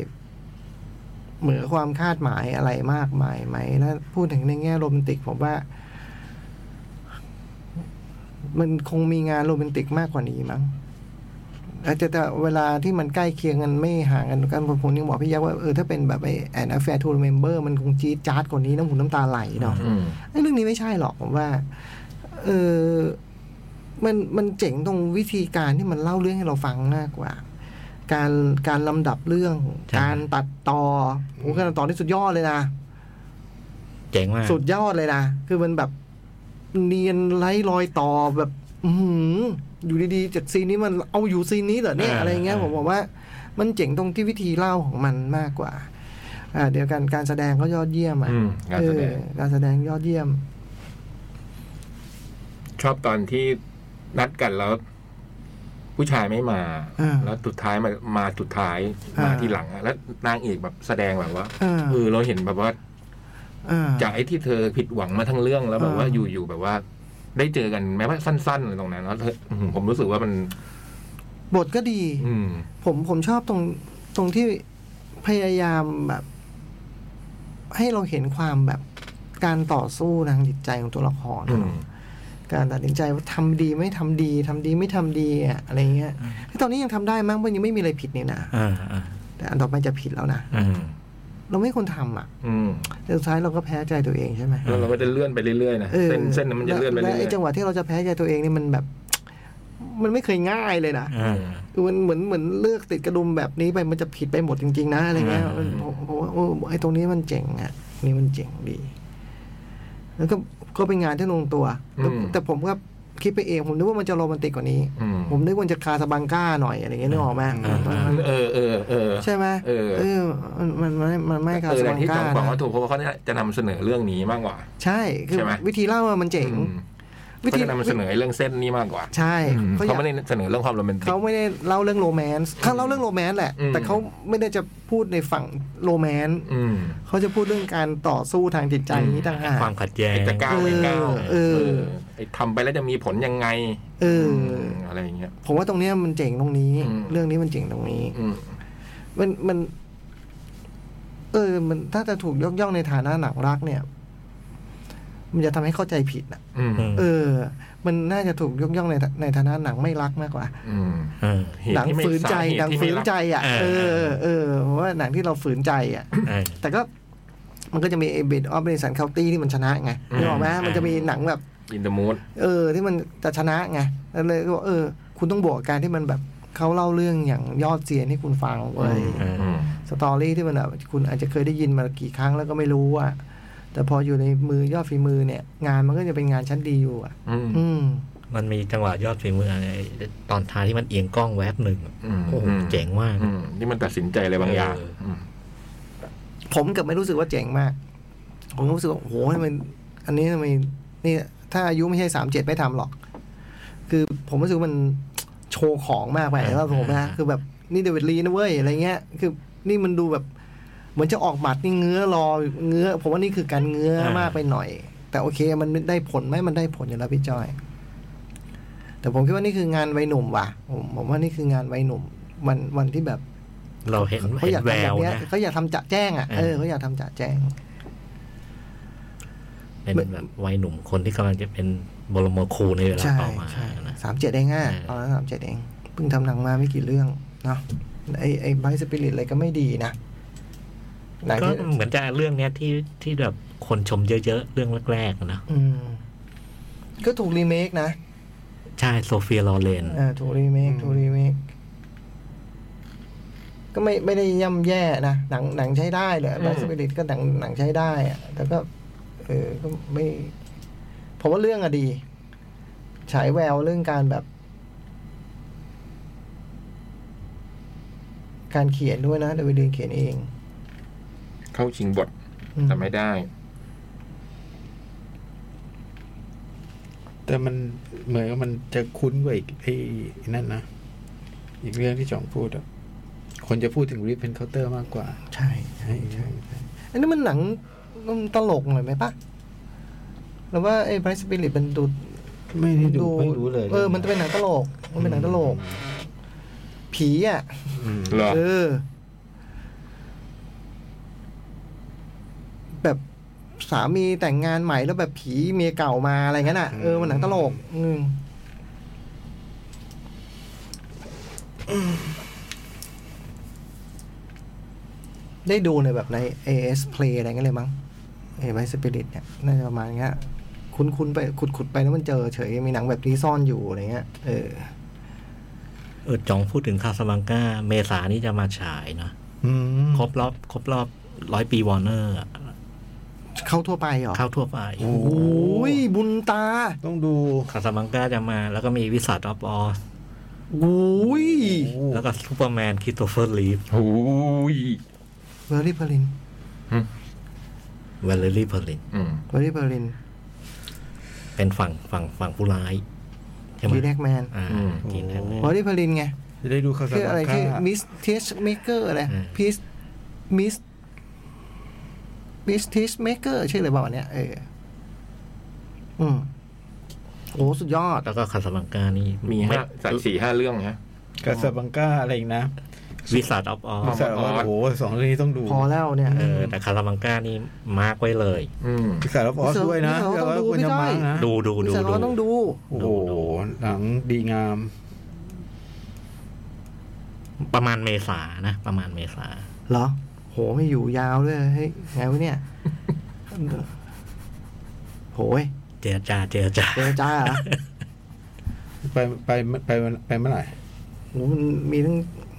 S2: เหมือความคาดหมายอะไรมากมายไหม แล้วพูดถึงในแง่โรแมนติก ผมว่า มันคงมีงานโรแมนติกมากกว่านี้มั้งอาจจะแต่เวลาที่มันใกล้เคียงกันไม่ห่างกันกันผมผมยังบอกพี่ยักษ์ว่าเออถ้าเป็นแบบไอ้แอนแฟร์ทูเมมเบอร์มันคงจี๊ดจ๊าดกว่านี้น้ำหูน้ำตาไหลเนาะ
S1: อืม
S2: ไอ้เรื่องนี้ไม่ใช่หรอกผมว่า เออมันมันเจ๋งตรงวิธีการที่มันเล่าเรื่องให้เราฟังมากกว่า การการลำดับเรื่อง การตัดต่อโอ้การตัดต่อนี่สุดยอดเลยนะ
S4: เจ๋งมาก
S2: สุดยอดเลยนะ คือมันแบบเนียนไร้รอยต่อแบบ อือหืออยู่ดีๆจากซีนนี้มันเอาอยู่ซีนนี้เหรอเนี่ยอะไรเงี้ยผมบอกว่า มันเจ๋งตรงที่วิธีเล่าของมันมากกว่า อ่า เดียวกันการแสดงก็ยอดเยี่ยมอ่ะ
S1: อืมงานแสดง
S2: เออการแสดงยอดเยี่ยม
S1: ชอบตอนที่นัดกันแล้ว ผู้ชายไม่มา
S2: อ่า
S1: แล้วสุดท้ายมามาสุดท้าย
S2: อ่าม
S1: มาที่หลังอะแล้วนางเอกแบบแสดงแบบว่า
S2: อ่า
S1: เออเราเห็นแบบว่า
S2: อ่า
S1: จากไอ้ที่เธอผิดหวังมาทั้งเรื่องแล้วแบบว่า
S2: อ่า
S1: อยู่ๆแบบว่า ได้เจอกันแม้ว่าสั้นๆอะไรตรงนั้นแล้วเธออืมผมรู้สึกว่ามัน
S2: บทก็ดี
S1: อืม
S2: ผมผมชอบตรงตรงที่พยายามแบบ ให้เราเห็นความแบบการต่อสู้ทางจิตใจของตัวละคร
S1: อื
S2: นะ
S1: ม
S2: การตัดสินใจว่าทำดีไม่ทำดีทำดีไม่ทำดีอะอะไรเงี้ยเฮ้ยตอนนี้ยังทำได้มั้งเพราะยังไม่มีอะไรผิดนี่นะ
S4: อ่าอ่า
S2: แต่อันต่อไปจะผิดแล้วนะ
S4: อ่า
S2: เราไม่ควรทำอ่ะ
S1: อืม
S2: แต่สุดท้ายเราก็แพ้ใจตัวเองใช่ไหม
S1: แล้วเราก็จะเลื่อนไปเรื่อยๆนะ
S2: ออ
S1: เส้นเส้นนั้นมันจะเลื่อนไป
S2: แล้
S1: เรื่อ
S2: วไอ้
S1: ย
S2: จังหวะที่เราจะแพ้ใจตัวเองนี่มันแบบ มันไม่เคยง่ายเลยนะ
S4: อ่า
S2: คือมันเหมือนเหมือนเลือกติดกระดุมแบบนี้ไปมันจะผิดไปหมดจริง ๆ นะอะไรเงี้ย
S4: อืม
S2: ผมผมว่าโอ้ไอ้ตรงนี้มันเจ๋งอ่ะนี่มันเจ๋งดี แล้วก็ก็เป็นงานที่ลงตัวแล้วแต่ผมก็คิดไปเองผมนึกว่ามันจะโรแมนติกกว่านี้
S1: ๆอืม
S2: ผมนึกว่ามันจะคาสบังก้าหน่อยอะไรเงี้ยนึกออกไหมมัน
S1: เออเออเออ
S2: ใช่ไหม
S1: เออ
S2: เออมันมันมันมันไม่คา
S1: เออ
S2: ส
S1: แต่
S2: บัง
S1: ที่
S2: ก้า
S1: จองบอกว่า
S2: นะ
S1: ถูกเพราะว่าเขาเนี่ยจะนำเสนอเรื่องนี้มากกว่า
S2: ใช่คือ
S1: ใช่ไหม
S2: วิธีเล่าอะมันเจ๋ง
S1: อืม
S2: วิ
S1: เขา
S2: ธี
S1: จะนำเสนอเรื่องเส้นนี้มากกว่า
S2: ใช่
S1: อืม
S2: เขาอ
S1: เขา
S2: ยาก
S1: ไม่ได้เสนอเรื่องความโรแมนติก
S2: เขาไม่ได้เล่าเรื่องโรแมนต์เขาเล่าเรื่องโรแมนต์แหละ
S1: อืม
S2: แต่เขาไม่ได้จะพูดในฝั่งโรแมนต์
S1: อืม
S2: เขาจะพูดเรื่องการต่อสู้ทางจิตใจ
S1: อืม
S2: นี้ต่างหาก
S4: ความขัดแย้
S1: ไอ้
S4: ง
S1: จะก้าวไม่ก้าว
S2: เออเออ
S1: ไอ้ทำไปแล้วจะมีผลยังไง
S2: เอออ
S1: มอะไรอย่างเงี้ย
S2: ผมว่าตรงเนี้ยมันเจ๋งตรงนี้
S1: อืม
S2: เรื่องนี้มันเจ๋งตรงนี้
S1: อืม
S2: มันมัน เออ มันถ้าจะถูกยกย่องในฐานะหนังรักเนี่ย มันจะทำให้เข้าใจผิดนะ
S1: อืม
S2: เออ มันน่าจะถูกยกย่องในในฐานะหนังไม่รักมากกว่า
S1: อืม
S4: เออ
S1: เหตุ
S2: หนัง
S1: ที่ไม่
S2: ฝืนใจ
S1: สาเหตุ
S2: หนัง
S1: ที่
S2: ฝื
S1: ไม่
S2: น
S1: รัก
S2: ใจอ่ะ
S4: เอ
S2: เอ
S4: อ
S2: อเออเพราะว่าหนังที่เราฝืนใจอ่ะ
S4: เออ
S2: แต่ก็มันก็จะมีเอเบดออฟเบสันเคาตี้ที่มันชนะไงนึกออกไหม
S4: อืม
S2: มันจะมีหนังแบบ
S1: อินเดอะมูด
S2: เออ ที่มันจะชนะไงแล้วเลยก็บอกเออ คุณต้องบวกการที่มันแบบเขาเล่าเรื่องอย่างยอดเสียนให้คุณฟังเว้ย
S4: เออ
S2: สตอรี่ที่มันแบบคุณอาจจะเคยได้ยินมากี่ครั้งแล้วก็ไม่รู้อ่ะแต่พออยู่ในมือยอดฝีมือเนี่ย งานมันก็จะเป็นงานชั้นดีอยู่อ่ะ อืม
S4: มันมีจังหวะยอดฝีมือไอ้ตอนท้ายที่มันเอียงกล้องแวบหนึ่ง
S1: อืม
S4: โอ้โหเจ๋งมาก
S1: นี่มันตัดสินใจอะไรบางอย่าง
S4: เอออื
S1: ม
S2: ผมกลับไม่รู้สึกว่าเจ๋งมาก ผมรู้สึกว่าโอ้โหทำไมอันนี้ทำไมนี่ถ้าอายุไม่ใช่สามเจ็ดไม่ทำหรอก คือผมรู้สึกว่ามันโชว์ของมากไป
S4: อ่า
S2: แล้วผมนะ
S4: อ่า
S2: คือแบบนี่เดวิดลีนะเว้ยอะไรเงี้ย คือนี่มันดูแบบ เหมือนจะออกหมัดนี่เงื้อรอเงื้อ ผมว่านี่คือการเงื้อมากไปหน่อย แต่โอเค มันได้ผลไหมมันได้ผลอยู่แล้วพี่จอย แต่ผมคิดว่านี่คืองานวัยหนุ่มว่ะผมผมว่านี่คืองานวัยหนุ่ม วันวันที่แบบ
S4: เราเห็น
S2: เขาอ
S4: เห็
S2: ยาก
S4: นแว
S2: ทำแบบ
S4: ว
S2: เนี้ย
S4: นะ
S2: เขาอยากทำจะแจ้งอ่ะ
S4: เออ
S2: เออเขาอยากทำจะแจ้ง
S4: เป็นแบบวัยหนุ่มคนที่กำลังจะเป็นบรมครูในเวลา
S2: ใช่
S4: ต่อมา
S2: ใช่
S4: นะ
S2: สามเจ็ดเองอ่ะต
S4: เออ
S2: อนนั้นสามเจ็ดเองเพิ่งทำหนังมาไม่กี่เรื่องเนาะไอไอไบสปิริตอะไรก็ไม่ดีนะหนัง
S4: ก็
S2: ที่
S4: เหมือนจะเรื่องเนี้ยที่ที่แบบคนชมเยอะๆ เรื่องแรกๆอะนะ
S2: อืมก็ถูกรีเมคนะ
S4: ใช่โซเฟียลอเรน
S2: อ่าถูกรีเมคถูกรีเมคก็ไม่ไม่ได้ย่ำแย่นะหนังหนังใช้ได้เลยไบสปิริตก็หนังหนังใช้ได้อะแต่ก็ เออก็ไม่ผมว่าเรื่องอะดีฉายแววเรื่องการแบบ การเขียนด้วยนะเดวิดลินเขียนเอง
S1: เข้าชิงบท
S2: อืม
S1: แต่ไม่ได้
S3: แต่มันเหมือนกับมันจะคุ้นกว่าอีกไอ้นั่นนะ อีกเรื่องที่จ่องพูดอะคนจะพูดถึงรีเพนเคาน์เตอร์มากกว่า
S2: ใช่
S3: ใช่ใช่ใช่
S2: อันนี้มันหนังมันตลกหน่อยไหมปะหรือว่าไอ้ไบรท์สปิริตมันดู
S3: ไม่ได้ดูไม่รู้เลย
S2: เออ มันจะเป็นหนังตลก มันเป็นหนังตลก ผีอ่ะ
S3: อืม
S1: เหรอ
S2: เออ แบบสามีแต่งงานใหม่แล้วแบบผีเมียเก่ามาอะไรเงี้ยน่ะ เออมันหนังตลกอืมได้ดูในแบบใน AS Play อะไรเงี้ยเลยมั้งไอ้ไวสปิริตเนี่ย น่าจะประมาณเงี้ย คุ้นๆไปขุดๆไปแล้วมันเจอเฉย มีหนังแบบนี้ซ่อนอยู่อะไรเงี้ย เออ
S4: เออจองพูดถึงคาสมังกาเมษานี่จะมาฉายเนาะ
S3: อืม
S4: ครบรอบครบรอบร้อยปีวอร์เนอร์
S2: เข้าทั่วไปเหรอ
S4: เข้าทั่วไป
S3: โอ้โห
S2: โอ้ยบุญตา
S3: ต้องดู
S4: คาสมังกาจะมาแล้วก็มีวิสัทออฟออส
S2: โอ้ย
S4: แล้วก็ซูเปอร์แมนคิโตเฟอร์ลีฟ
S1: หูย
S2: เวอร์ลี่เพลิน
S4: เวลลี่เพลิน
S1: อืม
S2: เวอร์ลี่เพลิน
S4: เป็นฝั่งฝั่งฝั่งผู้ร้ายใช่ไหม
S2: กีแดกแมน
S4: อ่า
S1: อืม
S4: กินแทน
S2: เวอร์ลี่เพลินไง
S3: จะได้ดูคาส
S2: ชื่อ
S3: บั
S2: อะไร
S3: ง
S2: ที่
S3: กา
S2: มิสทิชเมเกอร์อะไรพีสมิสมิสทิชเมเกอร์ชื่ออะไรประมาณเนี้ยเอออืมโอ้สุดยอด
S4: แล้วก็คาสมังกานี่
S1: มี
S4: ไม่
S1: ห้าสักสี่ห้าเรื่องฮะ
S3: คาสบังกาอะไรอีกนะ
S4: วิสัตออฟออ
S1: มา
S4: ฟ
S1: มา
S3: สารวัต
S1: ออส
S3: รโอ้โหสองเรื่องนี้ต้องดู
S2: พอแล้วเนี่ย
S4: เออแต่คาราบังกานี่มาร์กไว้เลย
S1: อืม
S3: สารวัตรออสด้วยนะ
S2: พี่สารวัตรต้องดู
S3: พี่
S2: พี่
S3: สารวัตรควรจะ
S2: จ้อย
S3: มานะ
S4: ดูดูดู
S2: สาร
S4: ดู
S2: วัตรต้องดู
S3: โอ้โห
S4: ดู
S3: หนังดีงาม
S4: ประมาณเมษานะ ประมาณเมษา
S2: เหรอ โหไม่อยู่ยาวด้วยเฮ้ยไงวะ เนี่ย โหย
S4: เจรจาเจรจา
S2: เจรจา เหรอ
S3: ไปไปไปไปไปเมื่อไหร่
S2: โหมันมีทั้ง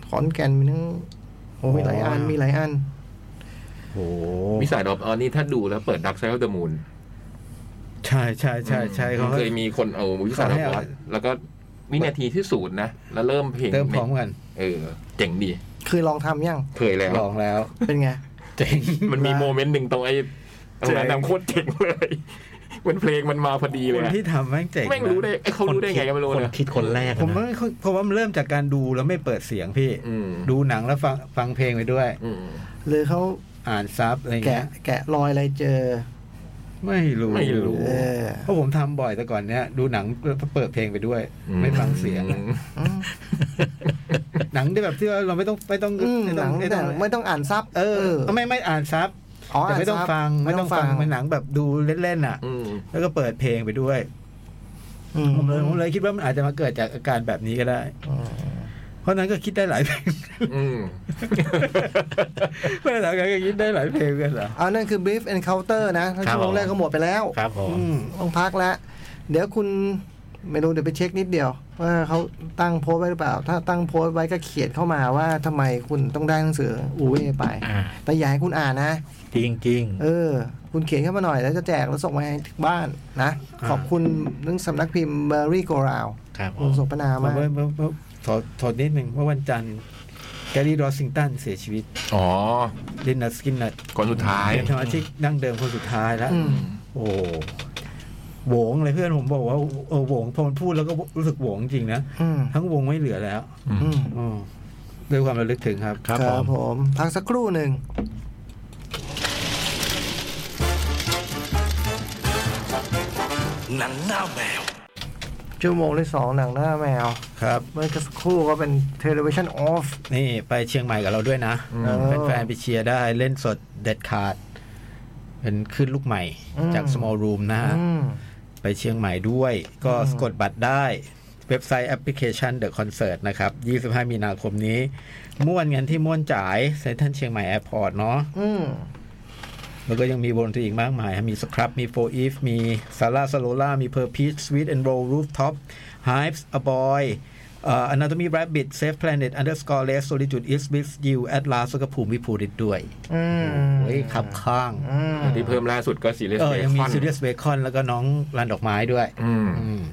S2: ขอนแก่นมีทั้งโหมีหลายอัน
S3: อ๋อ
S2: มีหลายอัน
S3: โอ้โห
S1: มิสายดอบออนนี่ถ้าดูแล้วเปิดดักไซด์เดอะมูน
S3: ใช่ใช่ใช่ใช่เขา
S1: เคยมีคนเอามิสายดอบออนแล้วก็วินาทีที่ศูนย์นะ แล้วเริ่มเพลง
S3: เติมพร้อมกัน
S1: เออ เจ๋งดี
S2: เคยลองทำยัง
S1: เคยแล้ว
S3: ลองแล้ว
S2: เป็นไง
S3: เจ๋ง
S1: มันมีโมเมนต์หนึ่งตรงไอ้ตรงนั้น
S3: เจ๋ง
S1: นำโคตรเจ๋งเลย มันเพลงมันมาพอดี
S3: ค
S1: เลย
S3: น
S1: อะ
S3: ที่ทำแม่งเจ๋ง
S1: แม่งรู้ได้ไอ้เขารู้ได้ไงก็ไม่รู้
S4: คน
S1: นะ
S4: คิดคนแรก
S3: ผมว่า
S4: นะ
S3: ผมว่ามันเริ่มจากการดูแล้วไม่เปิดเสียงพี่
S1: อืม
S3: ดูหนังแล้วฟังฟังเพลงไปด้วย
S1: อืม
S2: หรือเขา
S3: อ่านซับอะไรอย่าง
S2: แกะ
S3: เงี้ย
S2: แกะรอยอะไรเจอ
S3: ไม่รู้
S1: ไม่รู้
S2: เออ
S3: เพราะผมทำบ่อยแต่ก่อนเนี้ยดูหนังเปิดเพลงไปด้วย
S1: อืม
S3: ไม่ฟังเสียง
S2: อืม
S3: หนังที่แบบที่ว่าเราไม่ต้องไม่ต้อง
S2: อืม
S3: ไม่
S2: ห
S3: ต้
S2: นั
S3: อง งไม่
S2: ห
S3: ต้
S2: นั
S3: อง
S2: งไม่ต้องอ่านซับ
S3: เออไม่ไม่อ่านซับ
S2: อ๋อ
S3: แต่
S2: อ่าน
S3: ไม่ต้อง
S2: ซับ
S3: ฟังไม่ต้องฟังเป็นหนังแบบดูเล่นๆอ่ะ
S1: อืม
S3: แล้วก็เปิดเพลงไปด้วย
S2: อืม
S3: ผมเลยผมเลยคิดว่ามันอาจจะมาเกิดจากอาการแบบนี้ก็ได้
S2: อืม
S3: เพราะนั้นก็คิดได้หลายเพลง
S1: อืม
S3: ไม่หลังจากก็คิดได้หลายเพลงกันเหรอ
S2: เอานั่นคือ brief encounter นะทั้งชั่วโมงแรกก็หมดไปแล้ว
S4: ครับผม
S3: อืม
S2: ต้องพักแล้ว เดี๋ยวคุณไม่รู้เดี๋ยวไปเช็คนิดเดียว ว่าเขาตั้งโพสต์ไว้หรือเปล่า ถ้าตั้งโพสต์ไว้ก็เขียนเข้ามาว่าทำไมคุณต้องได้หนังสืออูเวไป
S4: อ่า
S2: แต่อย่าให้คุณอ่านนะ
S4: จริงจริง
S2: เออ คุณเขียนเข้ามาหน่อยแล้วจะแจกแล้วส่งมาให้ถึงบ้านนะ ขอบคุณหนังสำนักพิมพ์เบอร์รี่โกราว
S4: ๆครับผ
S2: คุณ
S4: ม
S2: สุพนา
S3: ผม
S2: มา
S3: ว่าก เมื่อเมื่อถอดถอดนิดหนึ่งเมื่อวันจันทร์แกรี่รอสซิงตันเสียชีวิต
S1: อ๋อ
S3: ลินนัสกินนัท
S1: คนสุดท้าย
S3: เป็นสมาชิกนั่งเดิมคนสุดท้ายแล้ว
S2: อืม
S3: โอ้โหโหวงเลยเพื่อนผมบอกว่าเออโหวงพอมันพูดแล้วก็รู้สึกโหวงจริงนะ
S2: อืม
S3: ทั้งวงไม่เหลือแล้ว
S2: อืม
S3: ออด้วยความระลึกถึงครับ
S4: ครับผม
S2: ผมพักสักครู่หนึ่ง
S5: หนังหน้าแมว
S2: ชั่วโมงที่สองหนังหน้าแมว
S3: ครับ
S2: เมื่อสักครู่ก็เป็น television off
S3: นี่ไปเชียงใหม่กับเราด้วยนะ
S1: อืม
S3: เออแฟนๆไปเชียร์ได้เล่นสดเด็ดขาด เป็นขึ้นลูกใหม่
S2: อืม
S3: จาก small room นะฮะ
S2: อืม
S3: ไปเชียงใหม่ด้วย ก็
S2: อืม
S3: กดบัตรได้ เว็บไซต์แอปพลิเคชัน The Concert นะครับ 25 มีนาคมนี้ ม่วนกันที่ม่วนจ่ายเซ็นทรัลเชียงใหม่แอร์พอร์ตเนาะ
S2: อืม
S3: แล้วก็ยังมีวงดนตรีอีกมากมายฮะมีสครับ มีโฟอีฟ มีซาร่าซาโลล่า มีเพอร์พีชสวีทแอนด์โรลรูฟท็อปไฮส์อบอยอนาโตมีแรบบิทเซฟแพลเน็ตอันเดอร์สกอร์เลสโซลิจูดอิสบิสยิวแอตลาสก็ภูมิภูริตด้วย
S2: อืม
S3: เฮ้ยขับข้าง
S2: อืม
S1: ที่เพิ่มล่าสุดก็ซีเรียส
S3: เออยังมีซิเรียสเบคอนแล้วก็น้องรันดอกไม้ด้วย
S1: อืม
S3: อืม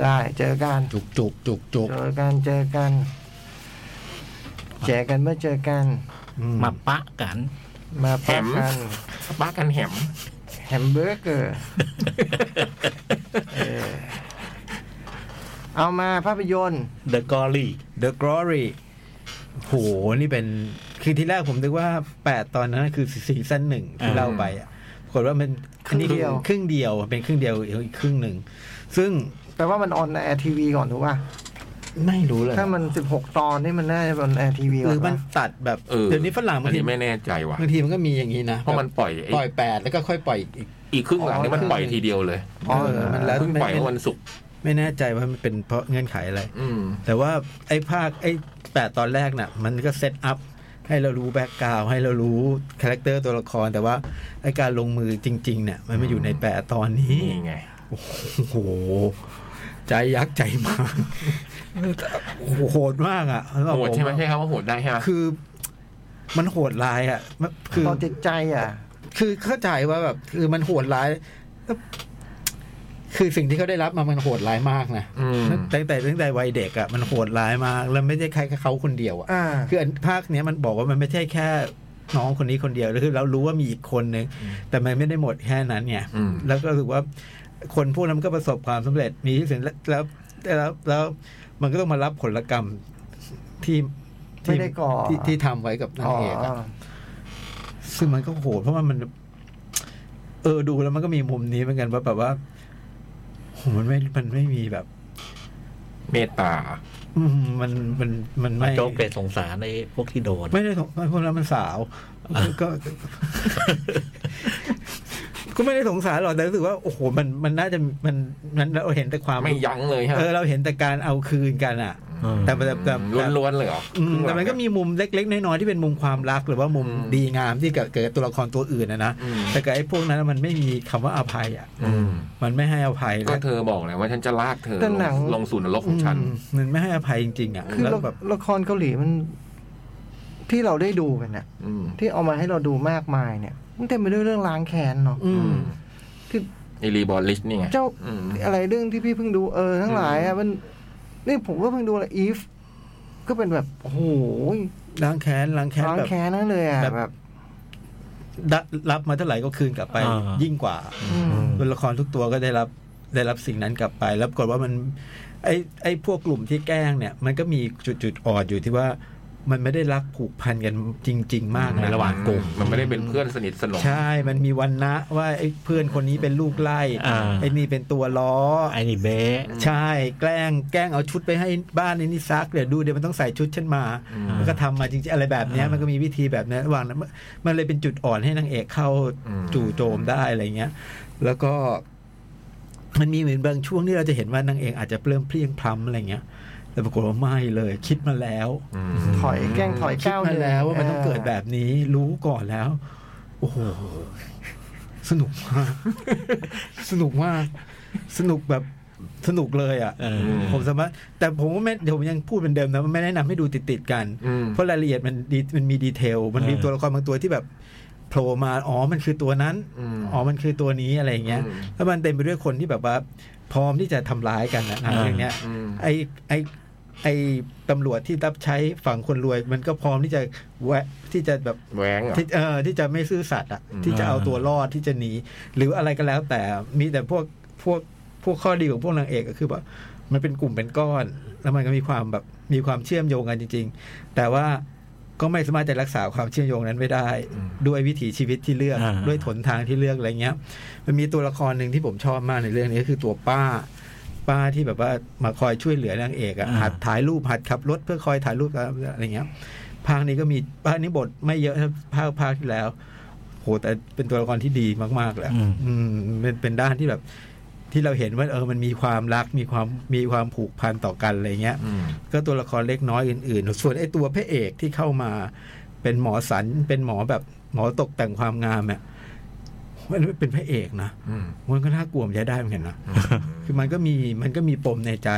S2: ได้เจอกัน
S3: จุกจุกจุกจุก
S2: เจอกันเจอกันเจอกันเมื่อเจอกัน
S3: อืม
S4: มาปะกัน
S2: มาพบ
S1: แหม
S2: กัน
S1: ป้ากันแหม
S2: แฮมเบอร์เกอ ร์เออเอามาภาพยนตร์
S4: เดอะกอรี่
S3: The Glory โห นี่เป็น คือที่แรกผมนึกว่า 8 ตอนนั้นคือซีซั่นหนึ่งที่
S4: อ่า
S3: เล่าไปอ่ะปรากฏว่ามัน
S2: ครึ่งเดียว
S3: ครึ่งเดียวเป็นครึ่งเดียวอีกครึ่งหนึ่ง ซึ่ง
S2: แปลว่ามันออนแอร์ทีวีก่อนถูกป่ะ
S3: ไม่รู้เลย
S2: ถ้ามันสิบหกตอนนี่มันน่าจะออนแอร์ทีวี
S3: ห
S2: ก่อ
S3: รื
S2: น
S3: อมัน
S2: ปะ
S3: ตัดแบบ
S1: เออ
S3: เดี๋ยวนี้ฝรั่งบา
S1: อัน
S3: งที
S1: นี้ไม่แน่ใจว่ะ
S3: บางทีมันก็มีอย่างนี้นะ
S1: เพราะมันปล่อยไอ้
S3: ปล่อยแปดแล้วก็ค่อยปล่อยอีก
S1: อีกครึ่งหลังนี่มันปล่อยทีเดียวเลย
S3: อ๋อเหรอมันแล้ว
S1: เพิ่งปล่อยเมื่อวันศุกร์
S3: ไม่แน่ใจว่ามันเป็นเพราะเงื่อนไขอะไร
S1: อืม
S3: แต่ว่าไอ้ภาคไอ้แปดตอนแรกน่ะ มันก็เซตอัพให้เรารู้แบ็กกราวให้เรารู้คาแรคเตอร์ตัวละคร แต่ว่าไอ้การลงมือจริง ๆ เนี่ย มันไม่อยู่ในแปดตอนนี้
S1: นี่ไง
S3: โอ้โห ใจยักษ์ใจมากโอ้โหโหดมากอ่ะสำรับ
S1: โหด
S3: ผ
S1: ใช่ไหมใช่ครับว่าโหดได้ใช่ไหม
S3: คือ มันโหดร้ายอ่ะมันคือ
S2: ตอนจิตใจอ่ะ
S3: คือเข้าใจว่าแบบ คือมันโหดร้ายแล้วคือสิ่งที่เขาได้รับมามันโหดร้ายมากนะ
S1: อืม
S3: ตั้งแต่ตั้งแต่วัยเด็กอะ่ะมันโหดร้ายมาก แล้วไม่ใช่ใครแค่เขาคนเดียว
S2: อ่า
S3: อะ่ะคืออันภาคเนี้ยมันบอกว่ามันไม่ใช่แค่น้องคนนี้คนเดียวแล้วคือเรารู้ว่ามีอีกคนนึงแต่มันไม่ได้หมดแค่นั้นเนี่ย
S1: อืม
S3: แล้วก็รู้สึกว่า คนพวกนั้นมันก็ประสบความสำเร็จมีที่อเสียงแล้วแล้วแล้วแล้วมันก็ต้องมารับผลกรรมที่ที่
S2: ไม่ได้ก่อ
S3: ที่ที่ทำไว้กับนางเอกอะ ซึ่งมันก็โหดเพราะมันมัน เออดูแล้วมันก็มีมุมนี้เหมือนกันว่าแบบว่าโหมันไม่มันไม่มีแบบ
S1: เมตตา
S3: อืมมันมันมันไม่
S4: โจ๊กเกรดสงสารไอ้พวกที่โดน
S3: ไม่ได้สงไม่พวกนั้นมันสาวก็ ก็ไม่ได้สงสารหรอกแต่รู้สึกว่าโอ้โหมันมันน่าจะมันมันเราเห็นแต่ความ
S1: ไม่ยั้งเลยฮะ
S3: เออเราเห็นแต่การเอาคืนกันอ่ะ
S4: อืม
S3: แต่แต่แต่แต่
S1: ล้วนๆเลยเหรอ
S3: อืมแต่มันก็มีมุมเล็ก ๆ น้อยๆที่เป็นมุมความรักหรือว่ามุมดีงามที่เกิดเกิดกับตัวละครตัวอื่นนะนะ
S1: อืม
S3: แต่กับไอ้พวกนั้นมันไม่มีคำว่าอภัยอ่ะ
S1: อืม
S3: มันไม่ให้อภัย
S1: ก็
S3: และ
S1: เธอบอกเลยว่าฉันจะลากเธอ
S2: แต่
S1: ลง
S2: หนัง
S1: ลงสู่นรกของฉัน
S3: อืมมันไม่ให้อภัยจริงๆอ่ะ
S2: คือ
S3: แล้ว
S2: ละ
S3: แบบ
S2: ละครเกาหลีมัน ที่เราได้ดูกันเนี่ย
S1: อืม
S2: ที่เอามาให้เราดูมากมายเนี่ย มันเต็มไปด้วยเรื่องล้างแค้นเนาะ
S3: อืม
S2: คือ
S1: ไอรีบอลลิชนี่ไง
S2: เจ้า
S1: อืม
S2: อะไรเรื่องที่พี่เพิ่งดูเออทั้งหลายอ่ะมันนี่ผมก็เพิ่งดูละอีฟก็เป็นแบบโอ้โห
S3: ล้างแค้นล้างแค้น
S2: ล้าง
S3: แบบ
S2: แค้นนั่นเลยอ่ะ
S3: แบบ
S2: แบบ
S3: ดะรับมาเท่าไหร่ก็คืนกลับไป
S4: อ่า
S3: ยิ่งกว่า
S2: อืม
S3: ตัวละครทุกตัวก็ได้รับได้รับสิ่งนั้นกลับไป แล้วปรากฏว่ามันไอ้ไอ้พวกกลุ่มที่แกล้งเนี่ย มันก็มีจุดจุดๆอ่อนอยู่ที่ว่า มันไม่ได้รักผูกพันกันจริง ๆ มาก
S4: ใน
S3: นะ
S4: ระหว่างกลุ่ม
S1: มันไม่ได้เป็นเพื่อนสนิทสนม
S3: ใช่มันมีวันนะว่าไอ้เพื่อนคนนี้เป็นลูกไล่
S4: อ่า
S3: ไอ้นี่เป็นตัวล้อ
S4: ไอ้นี่เบ้
S3: ใช่แกล้งแกล้งเอาชุดไปให้บ้านไอ้นี่ซักเดี๋ยวดูเดี๋ยวมันต้องใส่ชุดฉันมา มันก็ทำมาจริงๆอะไรแบบเนี้ยมันก็มีวิธีแบบนั้นวางนะมันเลยเป็นจุดอ่อนให้นางเอกเข้าจู่โจมได้อะไรเงี้ย แล้วก็ มันมีเหมือนบางช่วงที่เราจะเห็นว่านางเอกอาจจะเริ่มเพลียงพล้ำอะไรเงี้ย แต่ปรากฏว่าไม่เลย คิดมาแล้ว
S1: อืม
S2: ถอยแกล้งถอย
S3: คิด
S2: ก้าว
S3: มา
S2: เดิน
S3: แล้วว่ามันต้องเกิดแบบนี้ รู้ก่อนแล้ว โอ้โหสนุกมาก สนุกมากสนุกแบบสนุกเลยอ่ะ
S4: เออ
S3: ผมสามารถ แต่ผมก็ไม่เดี๋ยวผมยังพูดเป็นเดิมนะไม่แนะนำให้ดูติดๆกัน
S1: อืม
S3: เพราะรายละเอียดมันดีมันมีดีเทล มันมี
S4: เออ
S3: ตัวละครบางตัวที่แบบโผล่มา อ๋อ มันคือตัวนั้น
S1: อืม
S3: อ๋อ มันคือตัวนี้อะไรอย่างเงี้ย
S1: อืม
S3: แล้วมันเต็มไปด้วยคนที่แบบว่า พร้อมที่จะทำร้ายกันนะหนังเรื่องเนี้ย
S1: อืม
S3: ไอ้ไอ้ไอ้ตำรวจที่รับใช้ฝั่งคนรวย มันก็พร้อมที่จะแวะที่จะแบบ
S1: แหวงเหรอ
S3: ที่เออที่จะไม่ซื่อสัตย์อ่ะ
S1: อืม
S3: ที่จะเอาตัวรอดที่จะหนี หรืออะไรก็แล้วแต่ มีแต่พวกพวกพวกข้อดีของพวกนางเอกก็คือว่า มันเป็นกลุ่มเป็นก้อน แล้วมันก็มีความแบบมีความเชื่อมโยงกันจริง ๆ แต่ว่าก็ไม่สามารถจะรักษาความเชื่อมโยงนั้นไว้ได้ ด้วยวิถีชีวิตที่เลือก
S4: อ่า
S3: ด้วยถนทางที่เลือกอะไรเงี้ย มันมีตัวละครหนึ่งที่ผมชอบมากในเรื่องนี้ก็คือตัวป้า ป้าที่แบบว่ามาคอยช่วยเหลือนางเอกอะ
S4: อ่า
S3: หัดถ่ายรูปหัดขับรถเพื่อคอยถ่ายรูปอะไรเงี้ยภาคนี้ก็มีภาคนี้บทไม่เยอะเท่าภาคภาคที่แล้วโหแต่เป็นตัวละครที่ดีมากๆแหละอืมเป็นเป็นด้านที่แบบ ที่เราเห็นว่าเออมันมีความรักมีความมีความผูกพันต่อกันอะไรเงี้ย
S1: อืม
S3: ก็ตัวละครเล็กน้อยอื่นๆ ส่วนไอ้ตัวพระเอกที่เข้ามาเป็นหมอสันเป็นหมอแบบหมอตกแต่งความงามเนี่ยมันไม่เป็นพระเอกนะ
S1: อืม
S3: มันก็น่ากลัวมันจะได้เหมือนกันนะ คือมันก็มีมันก็มีปมในใจ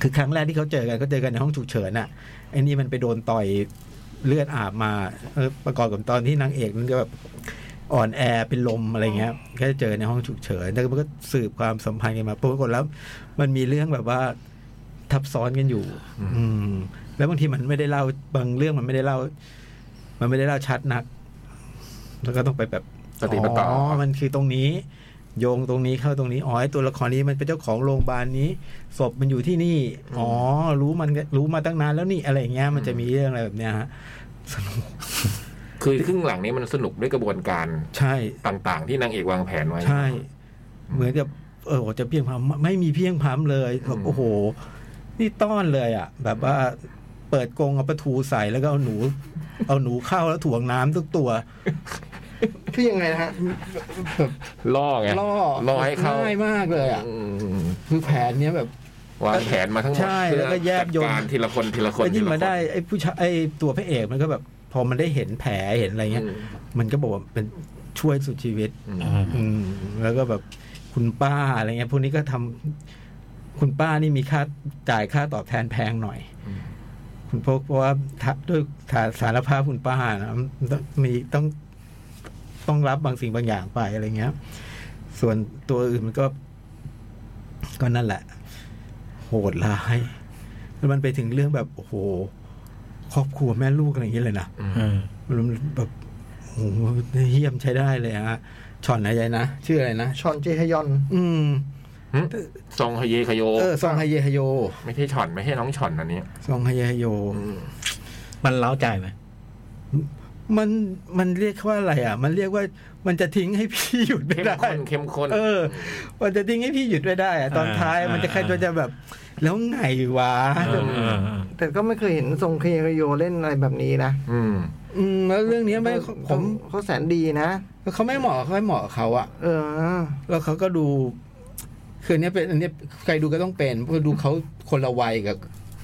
S3: คือครั้งแรกที่เขาเจอกันก็เจอกันในห้องฉุกเฉินน่ะไอ้นี่มันไปโดนต่อยเลือดอาบมาเออประกอบกับตอนที่นางเอกมันก็แบบอ่อนแอเป็นลมอะไรเงี้ยก็จะเจอในห้องฉุกเฉินแต่มันก็สืบความสัมพันธ์กันมาปรากฏแล้ว มันมีเรื่องแบบว่าทับซ้อนกันอยู่ อืม แล้วบางทีมันไม่ได้เล่าบางเรื่องมันไม่ได้เล่า มันไม่ได้เล่าชัดนัก แล้วก็ต้องไปแบบ
S1: ปฏิปต่ออ๋
S3: อมันคือตรงนี้ โยงตรงนี้เข้าตรงนี้อ๋อไอ้ตัวละครนี้มันเป็นเจ้าของโรงพยาบาลนี้ศพมันอยู่ที่นี่อ๋อรู้มันรู้มาตั้งนานแล้วนี่อะไรอย่างเงี้ยมันจะมีเรื่องอะไรแบบเนี้ยฮะสนุก
S1: คือครึ่งหลังนี้มันสนุกด้วยกระบวนการ
S3: ใช่
S1: ต่างๆ ที่นางเอกวางแผนไว้
S3: ใช่ เหมือนกับเออจะเพียงพามไม่มีเพียงพามเลยแบบโอ้โห นี่ต้อนเลยอ่ะ แบบว่าเปิดกรงเอาปลาทูใส่แล้วก็เอาหนู เอาหนูเข้าแล้วถ่วงน้ำทุกตัว
S2: คือยังไงนะฮะ
S1: ล่อไง
S3: ล่อ
S1: ล่อให้เขา
S3: ง่ายมากเลยอ่ะ
S1: อืม
S3: คือแผนเนี้ยแบบ
S1: วางแผนมาทั้งหมด
S3: ใช่แล้วก็แยบยล
S1: เพื่อจัดการทีละคนทีละคน
S3: ไอ้นี่
S1: ทีละ
S3: มา
S1: คน
S3: ได้ไอ้ผู้ชายไอ้ตัวพระเอกมันก็แบบ พอมันได้เห็นแผลเห็นอะไรเงี้ย
S1: อืม
S3: มันก็บอกว่าเป็นช่วยสุดชีวิต
S4: อ่า
S3: อืม แล้วก็แบบคุณป้าอะไรเงี้ยพวกนี้ก็ทำคุณป้านี่มีค่าจ่ายค่าตอบแทนแพงหน่อย คุณพกเพราะว่าถ้าด้วยฐานสารภาพคุณป้านะมันต้องมีต้องต้องรับบางสิ่งบางอย่างไปอะไรเงี้ย ส่วนตัวอื่นมันก็ ก็นั่นแหละ โหดร้ายแล้วมันไปถึงเรื่องแบบโอ้โหครอบครัวแม่ลูกอะไรอย่างเงี้ยเลยนะ
S4: เออ
S3: มันแบบโอ้โหเยี่ยมใช้ได้เลยฮะช่อนอะไรนะ ชื่ออะไรนะ
S2: ชอนเจฮยอน
S3: อืม
S1: หึซองฮเยคโย
S3: เออ ซองไฮเยฮโย
S1: ไม่ใช่ช่อนไม่ใช่น้องช่อนอันนี้
S3: ซองไฮเยฮโย
S4: มันเล้าใจไหม
S3: มันมันเรียกว่าอะไรอ่ะ มันเรียกว่ามันจะทิ้งให้พี่หยุดไม่
S1: เข้ม
S3: ได้
S1: ข้นเข้มข้น
S3: เออ มันจะทิ้งให้พี่หยุดไม่ได้อะตอน
S4: อ่า
S3: ท้ายมันจะ
S4: อ่า
S3: ใครตัวจะแบบ แล้วไงวะ
S4: เออเออเออ
S2: แต่ก็ไม่เคยเห็นทรงเคโยเล่นอะไรแบบนี้นะ
S1: อืม
S3: อืมแล้วเรื่องเนี้ยไม่ผ
S2: เขา
S3: ม
S2: เขาแสนดีนะ
S3: เขาไม่เหมาะเขาไม่เหมาะกับเขาอะ
S2: เออ
S3: แล้วเขาก็ดูคืออนเนี้ยเป็นอันเนี้ยใครดูก็ต้องเป็นเพราะดูเขาคนละวัยกับ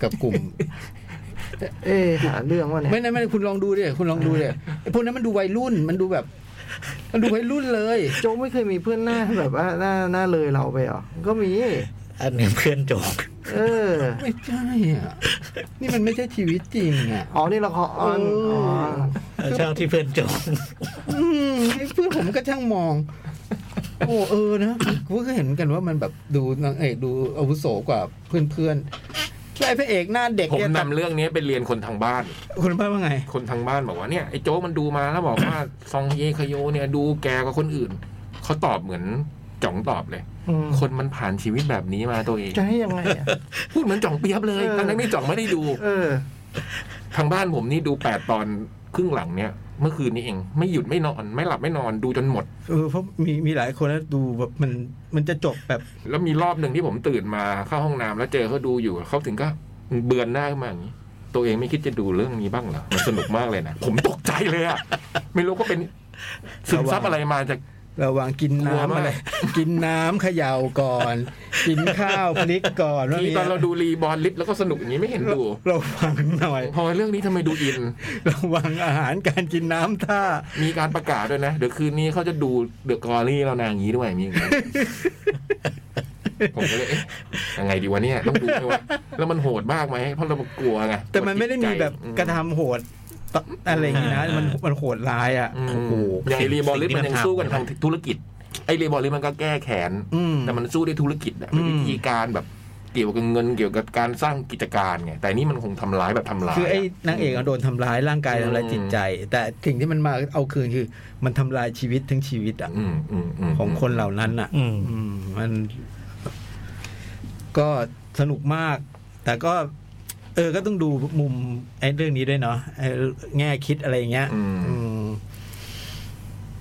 S3: กับกลุ่ม
S2: เอ๊ะหาเรื่องว่าเนี่ย
S3: ไม่ไม่ไม่คุณลองดูดิคุณลองดูดิไอ้พวกนั้นมันดูวัยรุ่นมันดูแบบ มันดูวัยรุ่นเลย
S2: โจ๊กไม่เคยมีเพื่อนหน้าแบบว่าหน้าหน้าเลยเราไปเหรอก็มี
S4: อันนี้เพื่อนโจก
S2: เออ
S3: ไม่ใช่อะนี่มันไม่ใช่ชีวิตจริงอ่ะ
S2: อ๋อนี่ละครอ๋อ
S4: ชอบที่เพื่อนโจก
S3: อืมเพื่อนผมก็ช่างมอง โอ้เออนะผมก็เห็นเหมือนกันว่ามันแบบดูนางเอกดูอาวุโสกว่าเพื่อนเพื่อนๆแล้วไอ้พระเอกหน้าเด็ก
S1: ผม
S3: เนี่ย
S1: นำเรื่องนี้ไปเรียนคนทางบ้าน
S3: คุณพ่อว่าไง
S1: คนทางบ้านบอกว่าเนี่ยไอ้โจ้มันดูมาแล้วบอกว่า ซองเยคโยเนี่ยดูแกกว่าคนอื่น เขาตอบเหมือนจ่องตอบเลย
S2: อืม
S1: คนมันผ่านชีวิตแบบนี้มาตัวเอง
S2: จะให้ยังไงอ่ะ
S1: พูดเหมือนจ่องเปียบเลย
S2: เออ
S1: ทั้งๆที่จ่องไม่ได้ดู
S2: เออ
S1: ทางบ้านผมนี่ดูแปดตอนครึ่งหลังเนี่ย เมื่อคืนนี้เอง ไม่หยุดไม่นอน ไม่หลับไม่นอนดูจนหมด
S3: เออเพราะมีมีหลายคนแล้วดูแบบมันมันจะจบแบบ
S1: แล้วมีรอบหนึ่งที่ผมตื่นมาเข้าห้องน้ำแล้วเจอเขาดูอยู่เขาถึงก็เบือนหน้าขึ้นมาอย่างนี้ตัวเองไม่คิดจะดูเรื่องนี้บ้างเหรอมันสนุกมากเลยนะผมตกใจเลยอะไม่รู้ก็เป็นซึมซับอะไรมาจาก
S3: ระหว่างกิน
S1: กลัว
S3: น้ำ
S1: มาก
S3: อะไร กินน้ำเขย่าก่อน กินข้าวพลิกก่อน
S1: ทีตอนเราดูรีบอลลิสแล้วก็สนุกอย่างนี้ไม่เห็นดู
S3: เราฟังหน่อย
S1: พอเรื่องนี้ทำไมดูอิน
S3: ระวังอาหารการกินน้ำท่า
S1: มีการประกาศด้วยนะเดี๋ยวคืนนี้เขาจะดูเดอะกอรี่เรานางนี้ด้วยมีอย่างนี้ ผมก็เลยเอ๊ะยังไงดีวะเนี่ยต้องดูไหมวะแล้วมันโหดมากไหมเพราะเรากลัวไง
S3: แต่มันไม่ได้มีแบบกระทำโหดตะอะไรอย่างนี้นะ มันมันโหดร้ายอ่ะ
S1: อืม
S3: โอ้โห
S1: อย่างไอรีบอลลิสมันยังสู้กันทางธุรกิจไอรีบอลลิสมันก็แก้แค้น
S3: อืม
S1: แต่มันสู้ด้วยธุรกิจอะเป็นวิธีการแบบเกี่ยวกับเงินเกี่ยวกับการสร้างกิจการไงแต่นี่มันคงทำร้ายแบบทำร้าย
S3: คือไอ้
S1: ะ
S3: นางเอกอะโดนทำร้ายร่างกาย
S1: อืม
S3: ทำร้ายจิตใจ แต่สิ่งที่มันมาเอาคืนคือ มันทำลายชีวิตทั้งชีวิตอะ
S1: อืมอืมม
S3: ของคนเหล่านั้นอ่ะ
S4: อืม
S3: อืมมัน ก็สนุกมาก แต่ก็ เออก็ต้องดูมุมไอ้เรื่องนี้ด้วยเนาะไอ้แง่คิดอะไรอย่างเงี้ย
S1: อืม
S3: อืม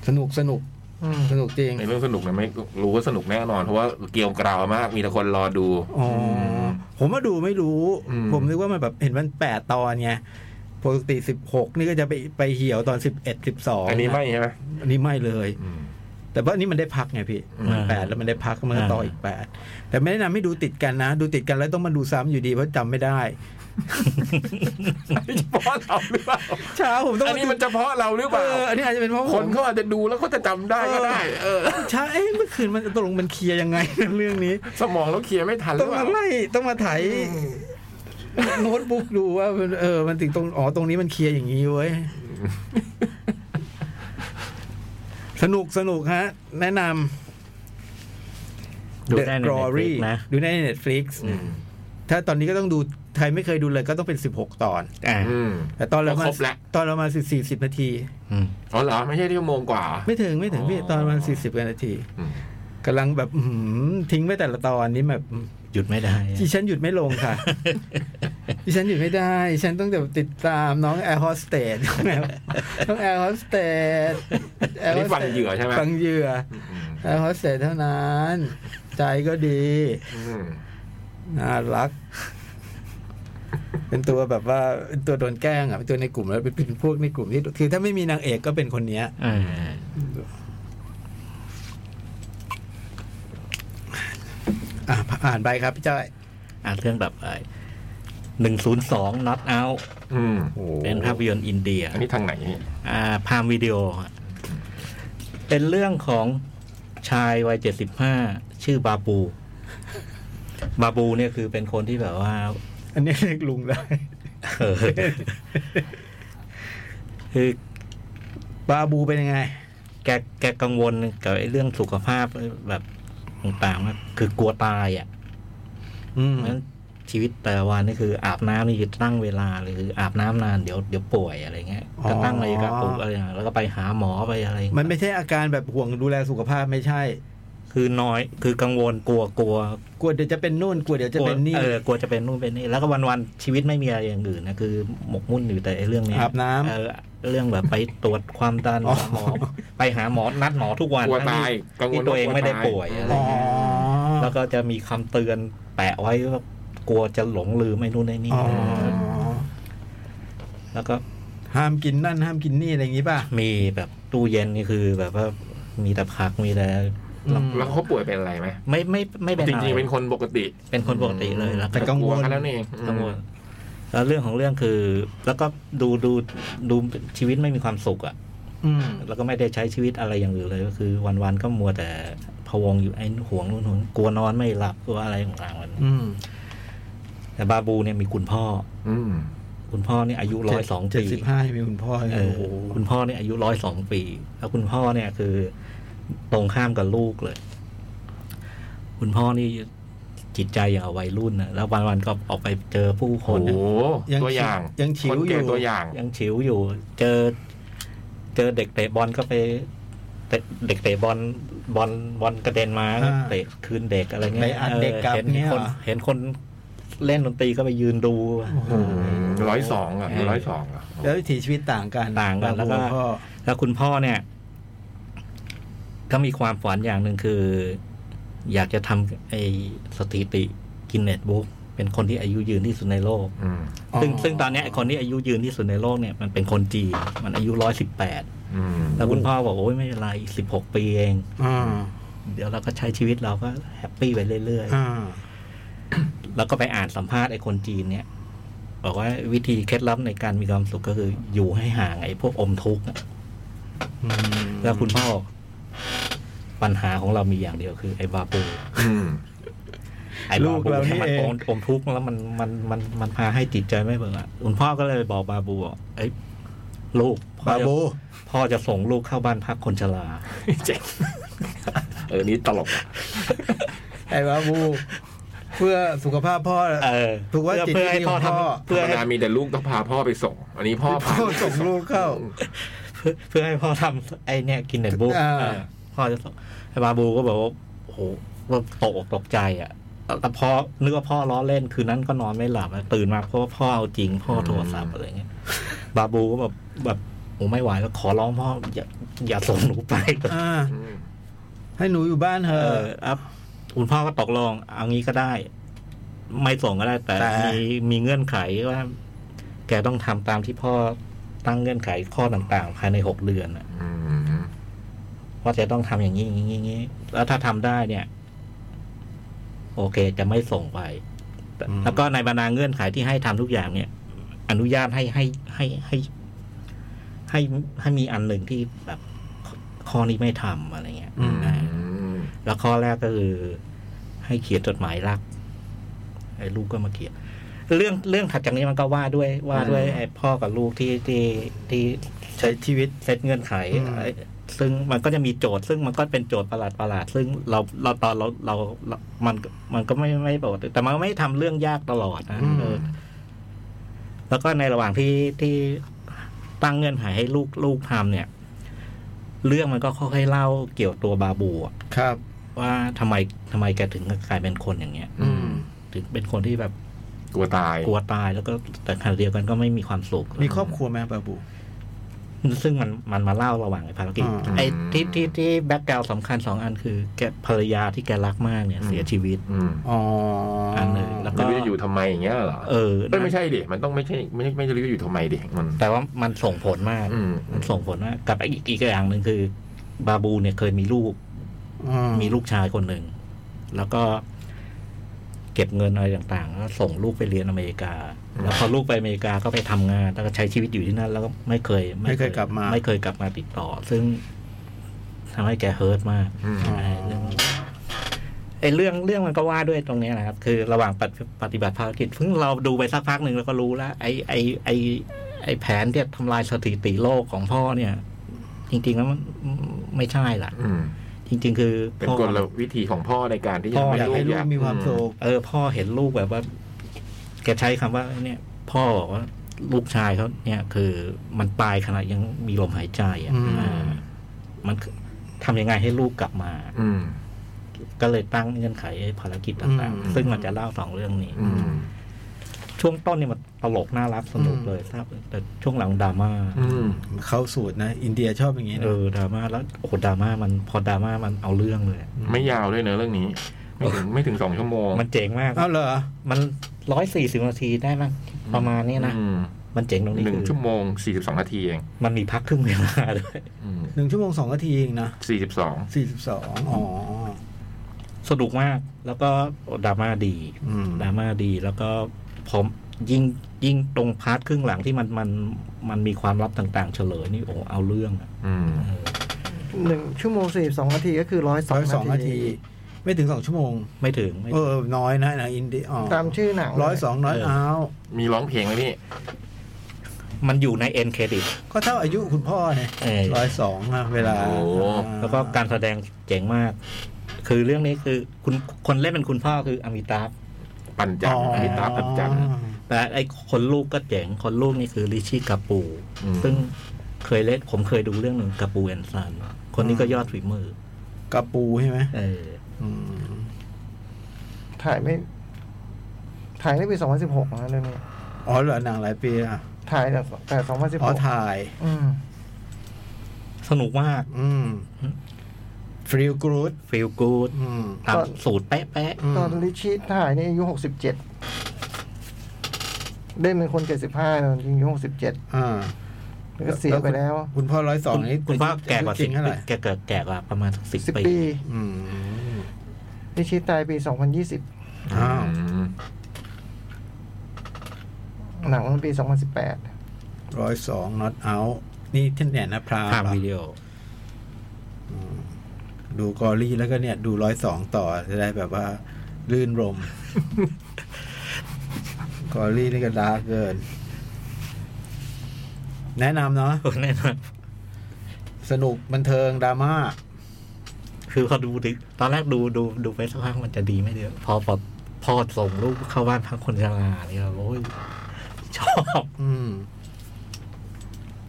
S3: สนุกสนุก
S2: อืม
S3: สนุกจริง
S1: ในเรื่องสนุกเนะไม่รู้ว่าสนุกแน่นอน เพราะว่าเกรียวกราวมากมีแต่คนรอดู
S3: อ๋อผมว่าดูไม่รู้
S1: อืม
S3: ผมนึกว่ามันแบบเห็นมันแปดตอนไงปกติสิบหกนี่ก็จะไปไปเหี่ยวตอนสิบเอ็ดสิบสอง
S1: อันนี้ไม่ใช่ไหม
S3: อันนี้ไม่เลย
S1: อืม
S3: แต่ว่าอันนี้มันได้พักไงพี่
S4: อ่า
S3: แปดแล้วมันได้พักมันก็ต่ออีกแปดแต่ไม่แนะนำให้ดูติดกันนะ ดูติดกันแล้วต้องมาดูซ้ำอยู่ดีเพราะจำไม่ได้
S1: เฉพาะเราหรือเปล่า
S3: เช้าผมต้อง
S1: อันนี้มัน
S3: จะ
S1: เฉพาะเราหรือเป
S3: เอ
S1: ล่า
S3: ออันนี้อาจจะเป็นเพราะ
S1: ค
S3: ผ
S1: น
S3: ม
S1: เขาอาจจะดูแล้วเขาจะจำได้ก็ได้ เออ
S3: ใช่เอ้ยเมื่อคืนมันตกลงมันเคลียร์ยังไง เรื่องนี้
S1: สมองเราเคลียร์ไม่ทันห
S3: ต้
S1: รือ อง เป
S3: มา
S1: ล่า
S3: ไล่ต้องมาไถโน้ตบุ๊กดูว่ามันเออ มันถึงตรงอ๋อตรงนี้มันเคลียร์อย่างนี้เว้ยสนุกสนุกฮะ แนะนำ
S4: ดู
S3: The
S4: ได้ใน
S3: Glory
S4: Netflix นะ
S3: ดูได้ใน Netflix
S1: อืม
S3: ถ้าตอนนี้ก็ต้องดูใครไม่เคยดูเลยก็ต้องเป็น 16 ตอน
S4: อ่า
S1: อืม
S3: แต่ตอนเรามา
S1: ก็ครบแล้ว
S3: ตอนเรามาสิบสี่สิบนาที
S4: อืม
S1: อ๋อเหรอไม่ใช่ที่ชั่วโมงกว่า
S3: ไม่ถึงไม่ถึง
S1: อ๋อ
S3: พี่ ตอนมันสี่สิบนาที
S1: อืม
S3: กำลังแบบอื้อหือทิ้งไปแต่ละตอนนี้แบบ
S4: หยุดไม่ได้
S3: ดิฉันหยุดไม่ลง ค่ะ ดิฉันหยุดไม่ได้ดิฉันต้องแบบติดตามน้องแอร์โฮสเตสต้องแอร์โฮสเตส
S1: อันนี้ฟังเหยื่อใช่ไหม
S3: ฟังเหยื่อ
S1: อืม
S3: แอร์โฮสเตสเท่านั้น ใจก็ดี
S1: อืม
S3: น่ารัก เป็นตัวแบบว่าเป็นตัวโดนแกล้งอ่ะเป็นตัวในกลุ่มแล้วเป็นเป็นพวกในกลุ่มที่คือถ้าไม่มีนางเอกก็เป็นคนเนี้ย
S4: อ่า
S3: อ่ะอ่านไปครับพี่จ้อย
S4: อ่านเรื่องแบบหนึ่งศูนย์สอง not out
S1: อืม
S4: เป็นภาพยนตร์อินเดีย
S1: อันนี้ทางไหนเนี่ย
S4: อ่าพามวิดีโอฮะเป็นเรื่องของชายวัยเจ็ดสิบห้าชื่อบาบู บาบูเนี่ยคือเป็นคนที่แบบว่า
S3: อันนี้เรียกลุงได้
S4: เออคือ
S3: ปลาบูเป็นยังไง
S4: แกแกกังวลกับไอ้เรื่องสุขภาพแบบต่างๆว่าคือกลัวตายอ่ะ
S3: อืม
S4: เพราะฉะนั้นชีวิตแต่ละวันนี่คืออาบน้ำนี่คือตั้งเวลาเลยคืออาบน้ำนานเดี๋ยวเดี๋ยวป่วยอะไรเงี้ยก็ตั้งนาฬิกาปลุกอะไรอย่างเงี้ยแล้วก็ไปหาหมอไปอะไรอย่างเงี้ย
S3: มันไม่ใช่อาการแบบห่วงดูแลสุขภาพไม่ใช่
S4: คือน้อยคือกังวลกลัวกลัว
S3: กลัวเดี๋ยวจะเป็นนู่นกลัวเดี๋ยวจะเป็นนี่
S4: เออกลัวจะเป็นนู่นเป็นนี่แล้วก็วันวันๆชีวิตไม่มีอะไรอย่างอื่นนะคือหมกมุ่นอยู่แต่ไอ้เรื่องเนี้ย
S3: อาบน้ำ
S4: เออเรื่องแบบไปตรวจความดัน
S3: อ๋อ
S4: หาหมอไปหาหมอนัดหมอทุกวัน
S1: กลัว
S4: ทั้
S1: ตาย
S4: ที่
S1: กังวล
S4: ที่ตัวเอง
S1: า
S4: ไม่ได้
S1: า
S4: ป่วยอะไร
S3: อ๋อ
S4: แล้วก็จะมีคำเตือนแปะไว้ว่า กลัวจะหลงลืมไม่นู่นไอ้นี่
S3: อ๋อ
S4: แล้วก็
S3: ห้ามกินนั่นห้ามกินนี่อะไรอย่างงี้ป่ะ
S4: มีแบบตู้เย็นนี่คือแบบว่ามีแต่ผักมีแต่
S3: อืม
S1: แล้วเขาป่วยเป็นอะไรไหม
S4: ไม่ไม่ไม่เป็น
S1: จ
S4: อะไร
S1: ริงๆเป็นคนปกติ
S4: เป็นคนปกติเลยแล้ว
S3: แต่
S4: ก็
S3: กังวล
S1: กลักันแล้วนี่
S4: กังวลแล้วเรื่องของเรื่องคือ แล้วก็ดูดูดูชีวิตไม่มีความสุขอะ่ะ
S3: อืม
S4: แล้วก็ไม่ได้ใช้ชีวิตอะไรอย่างอื่นเลยก็คือ วันๆก็มัวแต่พะวงอยู่ไอ้ห่วงนู่นห่วงกลัวนอนไม่หลับกลัวอะไรต่างๆมัน
S3: อืม
S4: แต่บาบูเนี่ยมีคุณพ่อ
S1: อืม
S4: คุณพ่อเนี่ยอายุร้อยสอง
S3: เจ็ด
S4: ปี
S3: สิบห้ามีคุณพ่อ
S4: เอ
S3: โอ้
S4: อ
S3: โห
S4: คุณพ่อเนี่ยอายุร้อยสองปี แล้วคุณพ่อเนี่ยคือ ตรงข้ามกับลูกเลย คุณพ่อนี่จิตใจอย่างกับวัยรุ่นนะแล้ววันๆก็ออกไปเจอผู้ค
S1: โอ้
S4: น
S1: โห
S4: นะ
S1: ตัวอย่าง
S3: ยังฉิ
S1: ค
S3: วนอ
S1: แก่
S3: ยู่
S1: ตัวอย่าง
S4: ยังฉิวอยู่ เจอ เจอเด็กเตะบอลก็ไปเตะเด็กเตะบอลบอลบอลกระเด็นมาก็เตะคืนเด็กอะไรเงี้ย
S3: ไปอัดเด็กกลับ
S4: ห็น
S3: เนี่ยเห
S4: ค
S3: ร
S4: น
S3: อ
S4: เห็นคนเล่นดนตรีก็ไปยืนดู
S1: ร้อยสองอ่ะ
S4: เออ
S1: ร้อยสองอ่ะ
S3: แล้ววิถีชีวิตต่างกัน
S4: ต่างกันแล้วก็
S3: บาบูพ่อ
S4: แล้วคุณพ่อเนี่ย ก็มีความฝันอย่างหนึ่งคือ อยากจะทำไอ้สถิติกินเน็ตบุ๊กเป็นคนที่อายุยืนที่สุดในโลก
S1: อืม
S4: ซึ่งซึ่งตอนเนี้ยไอ้คนที่อายุยืนที่สุดในโลกเนี่ยมันเป็นคนจีนมันอายุร้อยสิบแปด
S1: อืม
S4: แล้วคุณพ่อบอกโอ้ยไม่เป็นไรสิบหกปีเอง
S3: อ่า
S4: เดี๋ยวเราก็ใช้ชีวิตเราก็แฮปปี้ไปเรื่อย
S3: อ่า
S4: ๆ แล้วก็ไปอ่านสัมภาษณ์ไอ้คนจีนเนี่ย บอกว่าวิธีเคล็ดลับในการมีความสุขก็คืออยู่ให้ห่างไอ้พวกอมทุกข์อะ
S3: อืม
S4: แล้วคุณพ่อบอกปัญหาของเรามีอย่างเดียวคือ ไอ้บาปู
S1: อืม
S4: ไอ้บาปูให้มันอมอมทุกข์แล้วมันมันมันมันพาให้จิตใจไม่เบิกอ่ะคุณพ่อก็เลยบอกบาบูบอกไอ้ยลูกพ่อบ
S3: า
S4: จะ
S3: บู
S4: พ่อจะส่งลูกเข้าบ้านพักคนชรา
S1: เจ๋งเออนี่ตลกอ่ะ
S3: ไอ้บาบูเพื่อสุขภาพพ่อ
S4: เออ
S3: ถูกว่าจิต
S4: เพื่
S3: ที่
S4: อให้
S3: ดี
S4: พ่อ
S3: ของ
S4: ท
S3: พ่อ
S4: ำ
S1: ธร
S4: เพื่อ
S1: รม
S4: ให้
S1: ดามีแต่ลูกต้องพาพ่อไปส่ง อันนี้พ่อพา
S3: พ่อส่งลูกเข้า
S4: เพื่อเพื่อให้พ่อทำไอ้เนี่ยกินเน็ตบุ๊ก
S3: อ่า
S4: เออพ่อจะส่งไอ้บาบูก็บอกว่าโอ้โหว่าตกอกตกใจอ่ะแต่พอนึกว่าพ่อล้อเล่นคืนนั้นก็นอนไม่หลับอะตื่นมาเพราะว่าพ่อเอาจริงพ่อโทรศัพท์อะไรเงี้ยบาบูก็แบบแบบโอ้ไม่ไหวแล้วขอร้องพ่ออย่าอย่าส่งหนูไป
S3: อ่า
S1: อืม
S3: ให้หนูอยู่บ้านเถ
S4: เอ
S3: อะ
S4: ออัพคุณพ่อก็ตกลงเอางี้ก็ได้ ไม่ส่งก็ได้ แต่
S3: แต่
S4: มีมีเงื่อนไขว่า แกต้องทำตามที่พ่อตั้งเงื่อนไขข้อต่างๆ ภายในหกเดือนอะ
S1: อืม
S4: ว่าจะต้องทำอย่างนี้อย่างนี้อย่างนี้แล้วถ้าทำได้เนี่ย โอเคจะไม่ส่งไปแต่
S3: อืม
S4: แล้วก็ในบรรดาเงื่อนไขที่ให้ทำทุกอย่างเนี่ย อนุญาตให้ให้ให้ให้ให้ให้มีอันหนึ่งที่แบบข้อข้อนี้ไม่ทำอะไรเงี้ย
S3: อืม
S4: อ่า
S1: อืม
S4: แล้วข้อแรกก็คือ ให้เขียนจดหมายรัก ไอ้ลูกก็มาเขียน เรื่องเรื่องถัดจากนี้มันก็ว่าด้วยว่าด้วยไอ้พ่อกับลูกที่ที่ที่
S3: ใช้ชีวิต
S4: เซตเงื่อนไข
S3: อืม
S4: ไอ้ซึ่งมันก็จะมีโจทย์ ซึ่งมันก็เป็นโจทย์ประหลาดประหลาดๆซึ่งเราเราตอนเราเราเรามันมันก็ไม่ไม่บอกแต่มันไม่ทำเรื่องยากตลอดนะเออแล้วก็ในระหว่างที่ที่ตั้งเงื่อนไขให้ลูกลูกทำเนี่ย เรื่องมันก็ค่อยๆเล่าเกี่ยวตัวบาบูอะ
S3: ครับ
S4: ว่าทำไมทำไมแกถึงกลายเป็นคนอย่างเงี้ย
S3: อืม
S4: ถึงเป็นคนที่แบบ
S1: กลัวตาย
S4: กลัวตายแล้วก็แต่ขณะเดียวกันก็ไม่มีความสุข
S3: มีครอบครัวไหมบาบู
S4: ซึ่งมันมันมาเล่าระหว่างไอ้ภารกิจ
S3: อืม
S4: ไอ้ที่ที่ที่แบ็กกราวสำคัญสองอันคือแกภรรยาที่แกรักมากเนี่ย เสียชีวิต
S1: อืม
S3: อ๋ออั
S4: นหนึ่งแล้วก็
S1: ไม่รู้จะอยู่ทำไมอย่างเงี้ยเหรอ
S4: เออ
S1: เอ้ยไม่ใช่ดิมันต้องไม่ใช่ไม่ใช่ไม่รู้จะอยู่ทำไมดิมัน
S4: แต่ว่ามันส่งผลมาก
S1: อืม
S4: มันส่งผลมากกับอีกอีกอย่างหนึ่งคือบาบูเนี่ยเคยมีลูก มีลูกชายคนหนึ่ง แล้วก็เก็บเงินอะไรต่างๆแล้วส่งลูกไปเรียนอเมริกา แล้วพอลูกไปอเมริกาก็ไปทำงาน แล้วก็ใช้ชีวิตอยู่ที่นั่น แล้วก็ไม่เคย
S3: ไม่เคยกลับมา
S4: ไม่เคยกลับมาติดต่อ ซึ่งทำให้แกเฮิร์ตมาก
S1: อืม
S4: ไอ้เรื่องไอ้เรื่องเรื่องมันก็ว่าด้วยตรงเนี้ยนะครับ คือระหว่างปฏิปฏิบัติภารกิจเพิ่งเราดูไปสักพักหนึ่งเราก็รู้แล้วไอ้ไอ้ไอ้ไอ้แผนที่จะทำลายสถิติโลกของพ่อเนี่ย จริง ๆ แล้วมันไม่ใช่ล่ะ
S1: อืม
S4: จริง ๆ คือ
S1: เป็น
S4: พ่อก
S1: ลวิธีของพ่อในการที่
S3: พ่
S1: จะ
S3: อ
S1: ทำ
S3: อยากให้ลูกมีความสุข
S4: เออ พ่อเห็นลูกแบบว่า แกใช้คำว่า เนี่ย พ่อบอกว่าลูกชายเขาเนี่ย คือมันตายขนาดยังมีลมหายใจอ่ะ
S3: อืม
S4: อ่ามันคือทำยังไงให้ลูกกลับมา
S1: อืม
S4: ก็เลยตั้งเงื่อนไขไอ้ภารกิจต่างๆ ซึ่งมันจะเล่าสองเรื่องนี้
S1: อืม
S4: ช่วงต้นเนี่ยมันตลกน่ารักสนุกเลยทราบแต่ช่วงหลังดราม่า
S1: อืม
S3: เข้าสูตรนะ อินเดียชอบอย่างนี้
S4: เอ
S3: นะ
S4: อดราม่าแล้วโอ้โหดราม่ามันพอดราม่ามันเอาเรื่องเลย
S1: ไม่ยาวด้วยเนอะเรื่องนี้ ไม่ถึงไม่ถึงสองชั่วโมง
S4: มันเจ๋งมาก
S3: เอาเหรอ
S4: มันร้อยสี่สิบนาทีได้มั้งประมาณเนี้ยนะ
S1: อืม
S4: มันเจ๋งตรงนี้
S1: หนึ่ง
S4: คือ
S1: ชั่วโมงสี่สิบสองนาทีเอง
S4: มันมีพักครึ่งเวลาด้วย
S3: หนึ่งชั่วโมงสองนาทีเองนะ
S1: สี่สิบสอง
S3: สี่สิบสองอ๋อ
S4: สนุกมากแล้วก็ดราม่าดี
S3: อืม
S4: ดราม่าดีแล้วก็ผมยิ่งยิ่งตรงพาร์ทครึ่งหลังที่มันมันมันมีความลับต่างๆ เฉลยนี่โอ้เอาเรื่องอะ
S2: หนึ่งชั่วโมงสี่สองนาทีก็คือร้อยส
S3: ร้
S2: อ
S3: อง ยสองนาที ไม่ถึงสองชั่วโมง
S4: ไม่ถึงไม่
S3: เออ น้อยนะหนังอินเดียอ๋อ
S2: ตามชื่อหนัง
S3: ร้อยสองน้อยเอา
S1: มีร้องเพลงไหมพี่
S4: มันอยู่ในเอ็นเครดิต
S3: ก็เท่าอายุคุณพ่อเนี่ย
S4: เออ
S3: ร้อยสองนะเวลา
S1: โอ้โห
S4: แล้วก็การแสดงเจ๋งมาก คือเรื่องนี้คือคุณคนเล่นเป็นคุณพ่อคืออมิตาบ
S1: ปั่นจัง
S3: อ๋อ
S1: พี่ตาปั่นจัง
S4: แต่ไอ้คนลูกก็เจ๋งคนลูกนี่คือริชี่กาปู
S1: อืม
S4: ซึ่งเคยเล่นผมเคยดูเรื่องหนึ่งกาปูแอนซันคนนี้ก็ยอดฝีมือก
S3: ระปูใช่ไหม
S4: เออ
S3: อืม
S2: ถ่ายไม่ ถ่ายได้ปีสองพันสิบหกนะเรื่องนี้
S3: อ๋อเหรอหนังหลายปีอ่ะ
S2: ถ่ายแต่แต่สองพันสิบ
S3: อ๋
S2: ห
S3: อก ถ่าย
S4: สนุกมาก
S3: อืมฟรีลกรูด
S4: ฟีลกูด
S3: อืม
S4: ตามสูตรเป๊ะ
S2: ตอนลิชิตถ่ายนี่อายุหกสิบเจ็ดเล่นเป็นคนเจ็ดสิบห้าจริงอายุหกสิบเจ็ด
S3: อ่า
S2: แล้วก็เสียไปแล้ว
S3: คุณพ่อร้อยส
S4: ๆ
S3: อง
S4: คุณ
S3: นี่
S4: คุณพ่อแก่กว่า
S3: จ
S4: สิ
S3: ริ
S4: บ
S3: งเท่าไหร่
S4: แก่ๆแก่กว่าประมาณสักสิบ
S2: สิบ
S4: ปี
S2: ปี
S3: อืม
S2: ลิชิตตายปีสองพันยี่สิบ
S3: อ้าว
S1: อืม
S2: หนังปีสองพันสิบแปด
S3: ร้อยสอง not out นี่ที่เนี่ยนะพราว
S4: ทางวิดีโอ
S3: ดูกอรี่แล้วก็เนี่ย ดูร้อยสองต่อจะได้แบบว่า ลื่นรม กอรี่นี่ก็ดาร์กเกิน แนะนำเนาะ
S4: แน่นอน
S3: สนุกบันเทิงดราม่า
S4: คือพอดูดิตอนแรกดูดูดูไปสักพักมันจะดีไม่ดีพอพอพอส่งลูกเข้าบ้านพักคนชราเนี่ยโอ้ย ชอบ
S3: อืม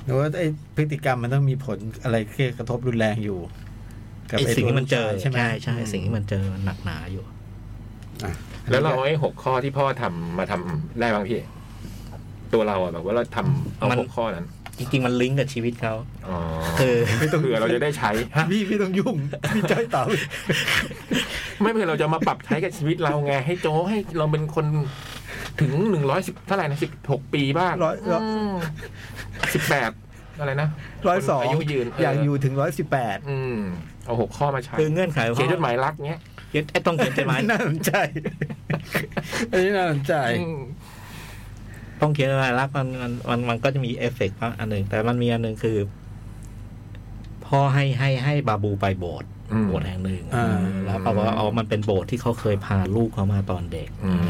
S3: หรือว่าไอพฤติกรรมมันต้องมีผลอะไรที่กระทบรุนแรงอยู่
S4: ไอสิ่งที่มันเจอ
S3: ตัวลูกชายไหม
S4: ใช่ใช่สิ่งที่มันเจอมันหนักหนาอยู่
S3: อ่ะ
S1: แล้วเราเอาไอ้หกข้อที่พ่อทำมาทำได้บ้างพี่ ตัวเราอะแบบว่าเราทำเอา
S4: มัน
S1: หกข้อนั้น
S4: จริง ๆ มันลิงก์กับชีวิตเขา
S1: อ๋อ
S4: คือ
S1: เผื่อเราจะได้ใช้ฮะ
S3: พี่พี่ต้องยุ่งพี่จ้อยเต่า
S1: ไม่เผื่อเราจะมาปรับใช้กับชีวิตเราไง ให้โจให้เราเป็นคนถึงหนึ่งร้อยสิบเท่าไหร่นะสิบหกปีบ้าง
S3: ร้อยร้อย
S1: สิบแปดอะไรนะ
S3: ร้อยสอง
S1: คนอายุยืนเ
S3: อยากอยู่ถึงร้อยสิบแปด
S1: อืมเอาหกข้อมาใช้
S4: คือเงื่อนไขของ
S1: เขียนจดหมายรักเนี้ย
S4: เขียนไอ้ต้องเขียนจดหมาย
S3: น่าสนใจ อันนี้น่าสนใจ
S1: อืม
S4: ต้องเขียนอะไรลักษณ์มันมันมันมันก็จะมีเอฟเฟกต์บ้างอันหนึ่งแต่มันมีอันหนึ่งคือพ่อให้ให้ให้บาบูไปโบสถ์
S1: อืม
S4: โบสถ์แห่งหนึ่ง
S3: อ่า
S4: แล้วปรากฏว่าเอามันเป็นโบสถ์ที่เขาเคยพาลูกเขามาตอนเด็ก
S1: อืม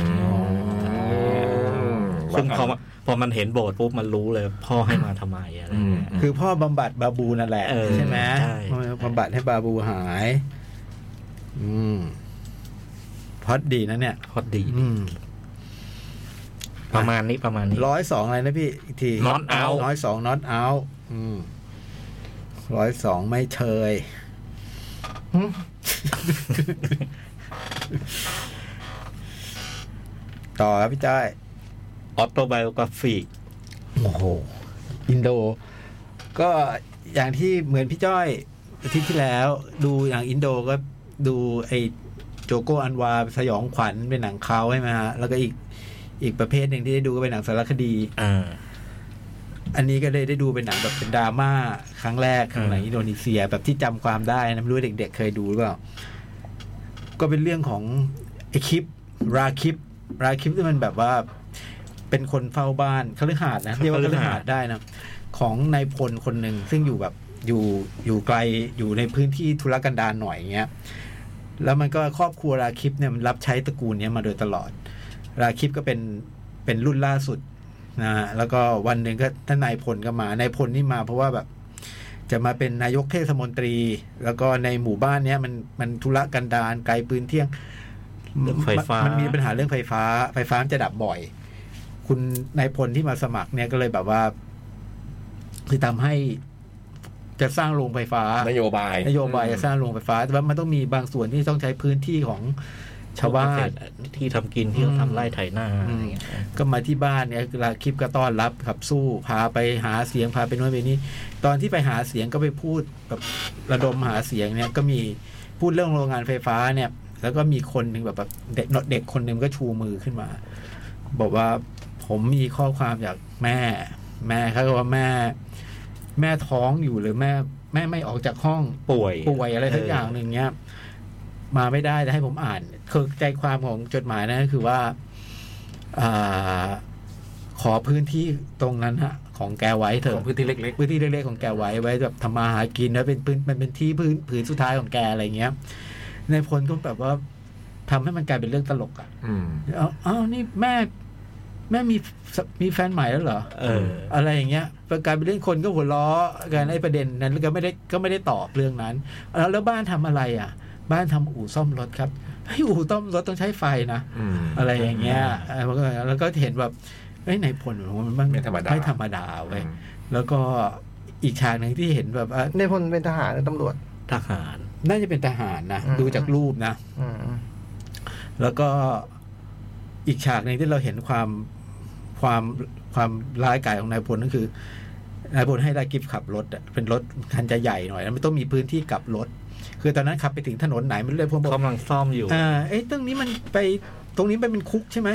S4: ซึ่งพอมาพอมันเห็นโบสถ์ปุ๊บมันรู้เลย พ่อให้มาทำไมอะไร
S1: อืม
S4: เงี้ย
S3: คือพ่อบำบัดบาบูนั่นแหละ
S4: เออ
S3: ใช่ไหม
S4: ใช่
S3: บำบัดให้บาบูหาย อืมพอดดีนะเนี่ย
S4: พอดี
S3: อืม
S4: ประมาณนี้ประมาณนี้
S3: ร้อยสองอะไรนะพี่อีกที
S4: Not out
S3: ร้อยสองน็อตเอาอืมร้อยสองไม่เชยต่อครับพี่จ้อย
S4: ออโตไบโอกราฟี
S3: โอ้โห อินโด ก็อย่างที่เหมือนพี่จ้อยอาทิตย์ที่แล้วดูอย่างอินโดก็ดูไอโจโกอันวาสยองขวัญเป็นหนังเขาใช่ไหมฮะ แล้วก็อีกอีกประเภทหนึ่งที่ได้ดูก็เป็นหนังสารคดี
S4: อ่า
S3: อันนี้ก็ได้ได้ดูเป็นหนังแบบเป็นดราม่าครั้งแรกของหนัง
S4: อืม
S3: อินโดนีเซียแบบที่จำความได้นะไม่รู้เด็กๆเคยดูหรือเปล่า ก็เป็นเรื่องของไอคิปราคิปราคิปที่มันแบบว่า เป็นคนเฝ้าบ้านคฤหาส น์นะเรียกว่าคฤหาสน์ได้นะ ของนายพลคนหนึ่งซึ่งอยู่แบบอยู่อยู่ไกลอยู่ในพื้นที่ธุรกันดารหน่อยอย่างเงี้ย แล้วมันก็ครอบครัวราคิปเนี่ยมันรับใช้ตระกูลเนี้ยมาโดยตลอด ราคิปก็เป็นเป็นรุ่นล่าสุดนะฮะแล้วก็วันหนึ่งก็ท่านนายพลก็มานายพลนี่มาเพราะว่าแบบ จะมาเป็นนายกเทศมนตรี แล้วก็ในหมู่บ้านเนี้ยมันมันธุระกันดารไกลปืนเที่ยง
S4: เรื่องไฟฟ้ามั
S3: นมีปัญหาเรื่องไฟฟ้า ไฟฟ้ามันจะดับบ่อย คุณนายพลที่มาสมัครเนี่ยก็เลยแบบว่า คือทำให้จะสร้างโรงไฟฟ้า
S1: นโยบาย
S3: นโยบายจะสร้างโรงไฟฟ้า แต่ว่ามันต้องมีบางส่วนที่ต้องใช้พื้นที่ของชาวบ้าน
S4: ที่ทำกินที่เขาทำไร่ไถนาอะไรเงี้ย
S3: ก็มาที่บ้านเนี่ยเวลาคลิปก็ต้อนรับขับสู้พาไปหาเสียงพาไปโน่นไปนี่ตอนที่ไปหาเสียงก็ไปพูดแบบระดมหาเสียงเนี่ยก็มีพูดเรื่องโรงงานไฟฟ้าเนี่ย แล้วก็มีคนหนึ่งแบบแบบเด็กเด็กคนหนึ่งก็ชูมือขึ้นมา บอกว่าผมมีข้อความจากแม่ แม่เขาก็ว่าแม่ แม่ท้องอยู่หรือแม่ แม่ไม่ออกจากห้อง
S4: ป่วย
S3: ป่วยอะไรสักอย่างหนึ่งเนี้ยมาไม่ได้แต่ให้ผมอ่านคือใจความของจดหมายนั้นก็คือว่าอาขอพื้นที่ตรงนั้นฮะ ของแกไว้เถ
S1: ขอ
S3: อะ
S1: งพื้นที่เล็ก
S3: พื้นที่เล็กๆของแกไว้ไว้แบบทำมาหากินแล้วเป็นพื้นมันเป็นที่พื้นผืนสุดท้ายของแกอะไรเงี้ยในพลก็แบบว่าทำให้มันกลายเป็นเรื่องตลกอ่ะ
S1: ๆ อืม
S3: เอาเอ้าวนี่แม่ แม่มีมีแฟนใหม่แล้วเหรอ
S4: เออ
S3: อะไรอย่างเงี้ยกลายเป็นเรื่องคนก็หัวล้อกันไอ้ประเด็นนั้นแล้วก็ไม่ได้ก็ไม่ได้ตอบเรื่องนั้น แล้วแล้วบ้านทำอะไรอ่ะ บ้านทำอู่ซ่อมรถครับเฮ้ยอู่ซ่อมรถต้องใช้ไฟนะ
S1: อืม
S3: อะไรอย่างเงี้ยเออมันก็แล้วก็เห็นแบบเอ้ยในผลของมันบ้าง
S1: ไม่ธรรมดา
S3: ไม่ธรรมดาเว้ยแล้วก็อีกฉากหนึ่งที่เห็นแบบว่า
S2: ในพลเป็นทหารหรือตำรวจ
S4: ทหาร
S3: น่าจะเป็นทหารนะ
S2: อืม
S3: ดูจากรูปนะ
S2: อืม
S3: แล้วก็อีกฉากหนึ่งที่เราเห็นความความความร้ายกาจของนายพลก็คือนายพลให้ดากิฟขับรถอะเป็นรถคันจะใหญ่หน่อยแล้วมันต้องมีพื้นที่กลับรถ คือตอนนั้นขับไปถึงถนนไหนไม่รู้เลยพวกบอก
S4: กำลังซ่อมอยู่
S3: อ่าเอ้ยตรงนี้มันไปตรงนี้มันเป็นคุกใช่ไหม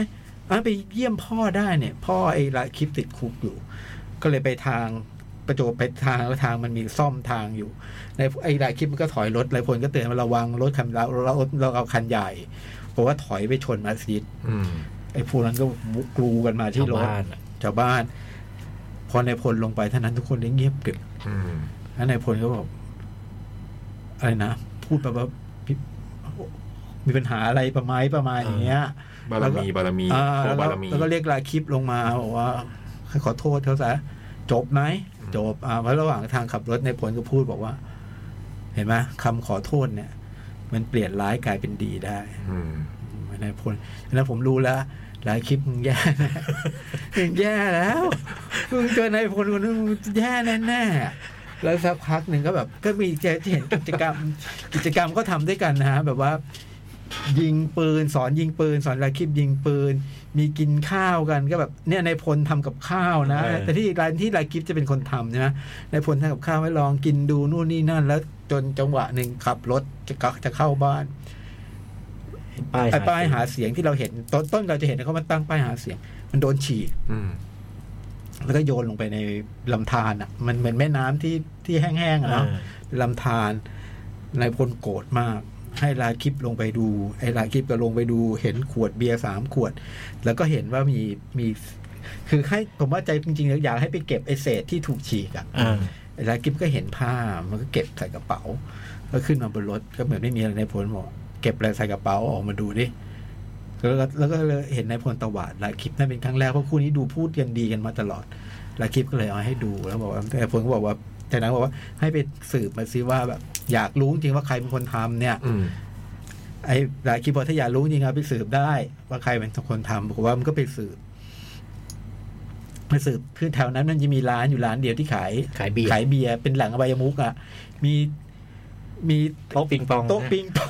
S3: อ่าไปเยี่ยมพ่อได้เนี่ย พ่อไอ้ลากิฟติดคุกอยู่ ก็เลยไปทางประจวบไปทางแล้วทางมันมีซ่อมทางอยู่ในไอ้ลากิฟมันก็ถอยรถนายพลก็เตือนมาระวังรถคันเราเราเราเอาคันใหญ่ เพราะว่าถอยไปชนมัสยิด
S1: อืม
S3: ไอ้พวกนั้นก็กรูกันมาที่รถ
S4: ชาวบ้านอะ
S3: ชาวบ้าน พอในายพลลงไปเท่านั้นทุกคนได้เงียบกริบ
S1: อืม
S3: แล้วในายพลก็บอกอะไรนะ พูดแบบว่าพี่มีปัญหาอะไรประมาณประมาณอย่างเงี้ย
S1: บารมีบารมี
S3: อ่า
S1: ขอ
S3: แล้วก็
S1: บารมี
S3: แล้วก็เรียกลาคลิปลงมาบอกว่าขอโทษเขาซะจบไหมจบอ่าเพราะระหว่างทางขับรถในายพลก็พูดบอกว่า เห็นไหมคำขอโทษเนี่ย มันเปลี่ยนร้ายกลายเป็นดีได้
S1: อืม
S3: ไม่ได้พ้นแล้วผมรู้แล้วหลายคลิปมึงแย่นะ มึงแย่แล้ว มึงเจอนายพลคนนึงมึงแย่แน่ๆแล้วสักพักหนึ่งก็แบบ ก็มีจะเห็นกิจกรรม กิจกรรมก็ทำด้วยกันนะฮะแบบว่า ยิงปืน สอนยิงปืน สอนหลายคลิปยิงปืน มีกินข้าวกันก็แบบเนี่ยนายพลทำกับข้าวนะ
S4: เออ
S3: แต่ที่ร้านที่ลายคลิปจะเป็นคนทำใช่ไหมนายพลทำกับข้าวให้ลองกินดูนู่นนี่นั่น แล้วจนจังหวะหนึ่งขับรถจะกลับจะเข้าบ้าน
S4: ป้าย
S3: ไอ้ป้ายหาเสียงที่เราเห็นต้นต้นเราจะเห็นเขามาตั้งป้ายหาเสียง มันโดนฉีก
S1: อืม
S3: แล้วก็โยนลงไปในลำธารอ่ะ มันเหมือนแม่น้ำที่ที่แห้งๆอะ
S4: เอ
S3: เนาะ
S4: อ
S3: ลำธารนายพลโกรธมาก ให้ลาคลิปลงไปดู ไอ้ลาคลิปก็ลงไปดู เห็นขวดเบียร์สามขวด แล้วก็เห็นว่ามีมี คือให้ผมว่าใจจริงๆแล้วอยากให้ไปเก็บไอ้เศษที่ถูกฉีกอ่ะ
S4: เออ
S3: ลากิฟก็เห็นผ้ามันก็เก็บใส่กระเป๋า ก็ขึ้นมาบนรถก็เหมือนไม่มีอะไรในพลบอกเก็บอะไรใส่กระเป๋าออกมาดูดิแล้วก็แล้วก็เลยเห็นนายพลตวาดลากิฟนั่นเป็นครั้งแรกเพราะคู่นี้ดูพูดกันดีกันมาตลอดลากิฟก็เลยเอาให้ดูแล้วบอกว่านายพลก็บอกว่าจากนั้นบอกว่าให้ไปสืบมาซิว่าแบบอยากรู้จริงๆว่าใครเป็นคนทำเนี่ย
S1: อืม
S3: ไอ้ลาคิบอกถ้าอยากรู้จริงเอาไปสืบได้ ว่าใครเป็นคนทำบอกว่ามันก็ไปสืบไปสืบคือแถวนั้นมันจะมีร้านอยู่ร้านเดียวที่ขาย
S4: ขายเบียร์
S3: ขายเบียร์เป็นแหล่งอบายมุกอ่ะมีมี
S4: โต๊ะปิงปอง
S3: โต๊ะปิงปอง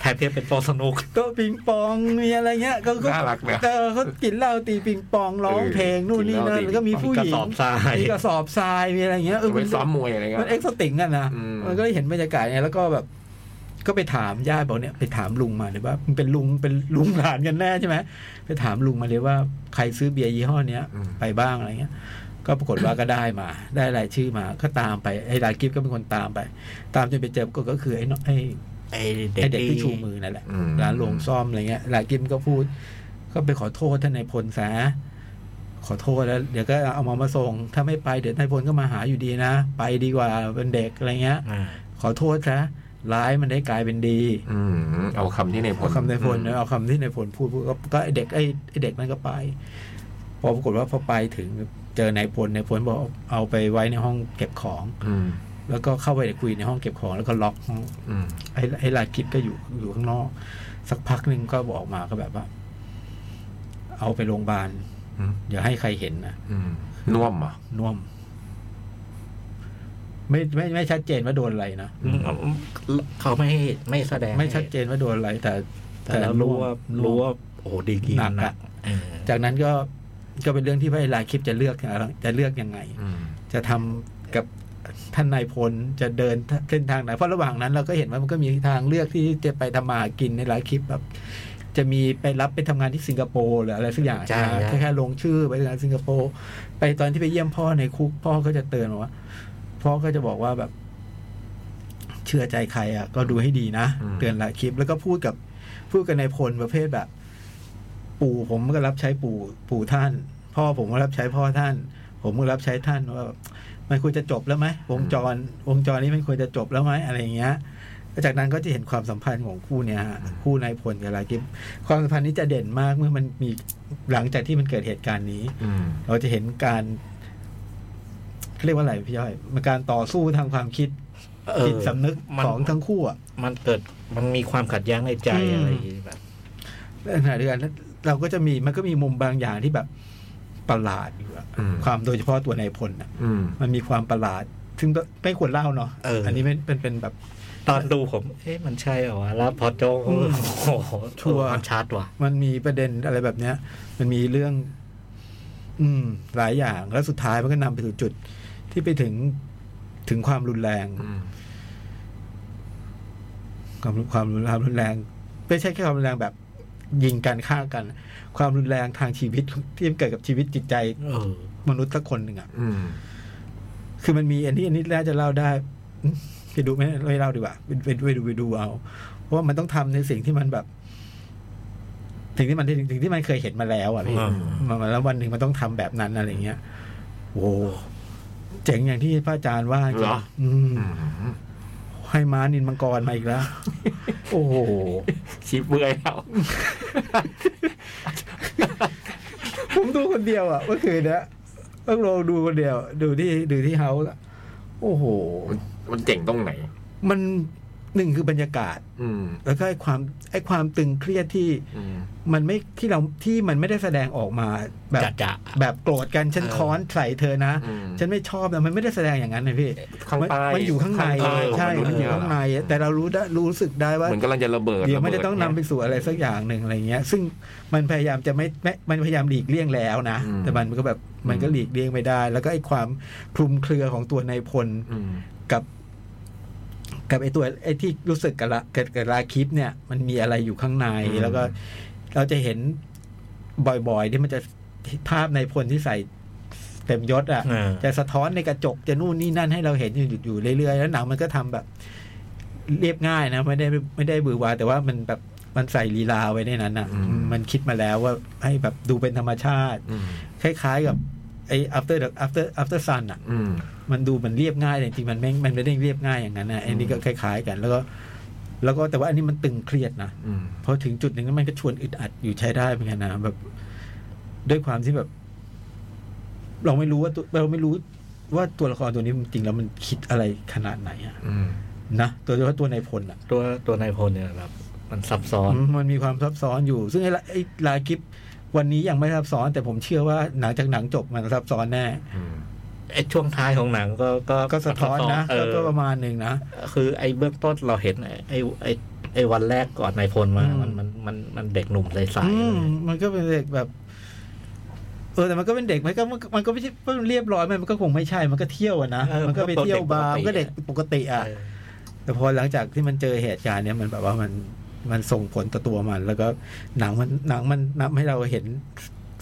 S4: แทนเทียบเป็นโต๊ะสนุก
S3: โต๊ะปิงปองมีอะไรเงี้ยก็ก็
S1: น่ารักนะ
S3: เออเขากินเหล้าตีปิงปองร้องเพลงนู่นนี่นั่นแล้วก็มีผู้หญิง
S4: กระสอบทราย
S3: มีกระสอบทรายมีอะไรเงี้ยเออ
S1: ไว้
S3: มัน
S1: ซ้อมมวยอะไรเงี้
S3: มัน
S1: ย
S3: เอ็กซ์ติงกันนะ
S1: อืม
S3: มันก็เลยเห็นบรรยากาศไงแล้วก็แบบ ก็ไปถามญาติบอกเนี่ยไปถามลุงมาเลยว่ามันเป็นลุงเป็นลุงหลานกันแน่ใช่ไหมไปถามลุงมาเลยว่าใครซื้อเบียร์ยี่ห้อเนี้ยไปบ้างอะไรเงี้ย ก็ปรากฏว่าก็ได้มา ได้รายชื่อมา ก็ตามไปไอ้ลากิฟก็เป็นคนตามไป ตามจนไปเจอก็ก็คือไอ้น้องไอ้
S4: ไอ
S3: ไอ้เด็กที่ชูมือนั่นแหละ
S1: อืม
S3: ร้านโรงซ่อมอะไรเงี้ยลากิฟก็พูด ก็ไปขอโทษท่านนายพลซะขอโทษแล้ว เดี๋ยวก็เอาหมอมาส่ง ถ้าไม่ไปเดี๋ยวนายพลก็มาหาอยู่ดีนะ ไปดีกว่าเป็นเด็กอะไรเงี้ย
S4: อ่า
S3: ขอโทษซะร้ายมันได้กลายเป็นดี
S1: อืม เอาคำที่ในผล
S3: เอาคำนายพลเอาคำที่นายพลพูดพูดก็ก็ไอ้เด็กไอ้ไอ้เด็กนั่นก็ไป พอปรากฏว่าพอไปถึงเจอนายพลนายพลบอกเอาไปไว้ในห้องเก็บของ
S1: อืม
S3: แล้วก็เข้าไปคุยในห้องเก็บของแล้วก็ล็อกห้อง
S1: อืม
S3: ไอ้ไอ้ลาคิดก็อยู่อยู่ข้างนอก สักพักหนึ่งก็บอกมาก็แบบว่า เอาไปโรงพยาบาล
S1: อืม
S3: อย่าให้ใครเห็นนะ
S1: อืมน่วมเหรอ่ะ
S3: น่วม ไม่ไม่ไม่ชัดเจนว่าโดนอะไรนะ
S4: เขาไม่ไม่แสดง
S3: ไม่ชัดเจนว่าโดนอะไร แต่
S4: แต่แล้วรู้ว่า
S3: น่
S4: รู้
S3: ม
S4: ว่าโอ้โหดีกรี
S3: หนักอะ
S4: เออ
S3: จากนั้นก็ก็เป็นเรื่องที่ว่าไอ้ลาคิดจะเลือกจะเลือกยังไง
S1: อืม
S3: จะทำกับ ท่านนายพลจะเดินเส้นทางไหนเพราะระหว่างนั้นเราก็เห็นว่ามันก็มีทางเลือกที่จะไปทำมาหากินในหลายคลิปแบบ จะมีไปรับไปทำงานที่สิงคโปร์หรืออะไรสักอย่าง
S4: ใช่ใช่
S3: แค่แค่ลงชื่อไปทำงานสิงคโปร์ไปตอนที่ไปเยี่ยมพ่อในคุกพ่อก็จะเตือนบอกว่า พ่อก็จะบอกว่าแบบ เชื่อใจใครอ่ะ ก็ดูให้ดีนะ
S1: อืม
S3: เตือนหลายคลิป แล้วก็พูดกับพูดกับนายพลประเภทแบบ ปู่ผมก็รับใช้ปู่ปู่ท่าน พ่อผมก็รับใช้พ่อท่าน ผมก็รับใช้ท่านว่าแบบมันควรจะจบแล้วไหมวงจร วงจรนี้มันควรจะจบแล้วไหมอะไรอย่างเงี้ยแล้วจากนั้นก็จะเห็นความสัมพันธ์ของคู่เนี่ยฮะคู่นายพลกับลากิฟความสัมพันธ์นี้จะเด่นมากเมื่อมันมีหลังจากที่มันเกิดเหตุการณ์นี้
S1: อืม
S3: เราจะเห็นการเขาเรียกว่าอะไรพี่ย้อยมันการต่อสู้ทางความคิด
S4: เออ
S3: จิตสำนึก
S4: มัน
S3: ของทั้งคู่อ่ะ
S4: มันเกิดมันมีความขัดแย้งในใจอะไรอย่างงี้แบบ
S3: ในขณะเดียวกันเราก็จะมีมันก็มีมุมบางอย่างที่แบบประหลาดอยู่อะ
S1: อืม
S3: ความโดยเฉพาะตัวนายพลน่ะ
S1: อืม
S3: มันมีความประหลาด ซึ่งไม่ควรเล่าเนาะ
S4: เอออั
S3: นนี้เป็นเป็นเป็นแบบ
S4: ตอนดูผม เอ๊ะมันใช่เหรอวะแล้วพอโจง
S3: อืม
S4: โอ้โห
S3: ชัวร์
S4: มันชัดว่ะ
S3: มันมีประเด็นอะไรแบบเนี้ย มันมีเรื่อง อืม หลายอย่างแล้วสุดท้ายมันก็นำไปสู่จุด ที่ไปถึงถึงความรุนแรง
S1: อืม
S3: ความความรุนความรุนแรง ไม่ใช่แค่ความรุนแรงแบบ ยิงกันฆ่ากัน ความรุนแรงทางชีวิตที่เกิดกับชีวิตจิตใจ
S4: เออ
S3: มนุษย์สักคนหนึ่งอะ
S1: อืม
S3: คือมันมีอันนี้อันนี้น่าจะเล่าได้ อืมไปดูไม่ไม่เล่าดีกว่าไปไปไปดูไปดูเอา เพราะว่ามันต้องทำในสิ่งที่มันแบบสิ่งที่มันสิ่งที่มันเคยเห็นมาแล้วอ่ะพี่
S4: อ่า
S3: มันมันแล้ววันหนึ่งมันต้องทำแบบนั้นอะไรเงี้ยโอ้เจ๋งอย่างที่พระอาจารย์ว่าจง
S1: เหรอ
S3: อืม
S1: อืม
S3: ให้ม้านินมังกรมาอีกแล้ว โอ้โห
S1: ชิบเบื่อยแล้ว
S3: ผมดูคนเดียวอ่ะเมื่อคืนเนี้ยเพิ่งลองดูคนเดียว ดูที่ดูที่เฮาส์อะโอ้โห
S1: มันมันเจ๋งตรงไหน
S3: มันหนึ่งคือบรรยากาศ
S1: อืม
S3: แล้วก็ไอ้ความไอ้ความตึงเครียดที่
S1: อืม
S3: มันไม่ที่เราที่มันไม่ได้แสดงออกมาแบบ
S4: จัดจะ
S3: แบบโกรธกันฉัน
S4: เออ
S3: ค้อนใส่เธอนะ
S1: อืม
S3: ฉันไม่ชอบนะมันไม่ได้แสดงอย่างนั้นนะพี่
S1: ข้าง
S3: มัน
S1: ใต้
S3: มันอยู่ข้างใน
S1: เออ
S3: ใช่
S1: มั
S3: มัน น
S1: อ
S3: อยู่ ยู่
S1: ข้า
S3: ข้าง ง
S1: ใน
S3: ในแต่เรารู้ได้รู้สึกได้ว่า
S1: เหมือนกำลังจะระเบิด
S3: เดี๋ยวมันจะต้องนำไป
S1: ระเบิด
S3: สู่อะไรสักอย่างหนึ่งอะไรเงี้ย ซึ่งมันพยายามจะไม่ไม่มันพยายามหลีกเลี่ยงแล้วนะ
S1: อืม
S3: แต่มันก็แบบมันก็หลีกเลี่ยงไม่ได้ แล้วก็ไอ้ความคลุมเครือของตัวนายพล
S1: อืม
S3: กับ กับไอตัวไอที่รู้สึกกับละกับกับลาคิปเนี่ย มันมีอะไรอยู่ข้างใน
S1: อืม
S3: แล้วก็ เราจะเห็นบ่อยๆที่มันจะภาพในพลที่ใส่เต็มยศอ่ะ
S4: อ่า
S3: จะสะท้อนในกระจกจะนู่นนี่นั่นให้เราเห็นอยู่อยู่เรื่อยๆแล้วหนังมันก็ทำแบบ เรียบง่ายนะไม่ได้ไม่ได้บือหวา แต่ว่ามันแบบมันใส่ลีลาไว้ในนั้นอ่ะ
S1: อืม
S3: มันคิดมาแล้วว่าให้แบบดูเป็นธรรมชาติ
S1: อืม
S3: คล้ายๆกับไอ้ after the after after sun อ่ะ
S1: อืม
S3: มันดูมันเรียบง่ายแต่จริงๆมันไม่มันไม่ได้เรียบง่ายอย่างนั้นนะอันนี้ก็คล้าย ๆกัน แล้วก็ แล้วก็แต่ว่าอันนี้มันตึงเครียดนะ
S1: อืม
S3: พอถึงจุดหนึ่งแล้วมันก็ชวนอึดอัดอยู่ใช้ได้เหมือนกันนะแบบ ด้วยความที่แบบ เราไม่รู้ว่าตัวเราไม่รู้ว่าตัวละครตัวนี้จริงๆแล้วมันคิดอะไรขนาดไหนอะ
S1: อืม
S3: นะโดยเฉพาะตัวในายพลอ่ะ
S4: ตัวตัวนายพลเนี่ยแบบ มันซับซ้อน
S3: มันมีความซับซ้อนอยู่ ซึ่งไอ้ละไอ้ลากิฟวันนี้ยังไม่ซับซ้อน แต่ผมเชื่อว่าหลังจากหนังจบมันซับซ้อนแน่
S1: อืม
S4: ไอ้ช่วงท้ายของหนังก็ก็
S3: ก็สะท้อนนะ
S4: เออ
S3: ก็ประมาณหนึ่งนะ
S4: คือไอ้เบื้องต้นเราเห็นไอ้ไอ้ไอ้ไอ้วันแรกก่อนนายพลมา
S3: อืม
S4: มันมันมันมันเด็กหนุ่มใส
S3: อืม
S4: ๆ
S3: มันก็เป็นเด็กแบบ เออแต่มันก็เป็นเด็กมันก็มันมันก็ไม่ใช่เรียบร้อยมันมันก็คงไม่ใช่มันก็เที่ยวอะนะมันก็ไปเที่ยวบาร์มันก็เด็กปกติ
S4: เอ
S3: อ่ะ
S4: อ
S3: แต่พอหลังจากที่มันเจอเหตุการณ์เนี้ยมันแบบว่ามันมันส่งผลต่อตัวมัน แล้วก็หนังมันหนังมันนํให้เราเห็น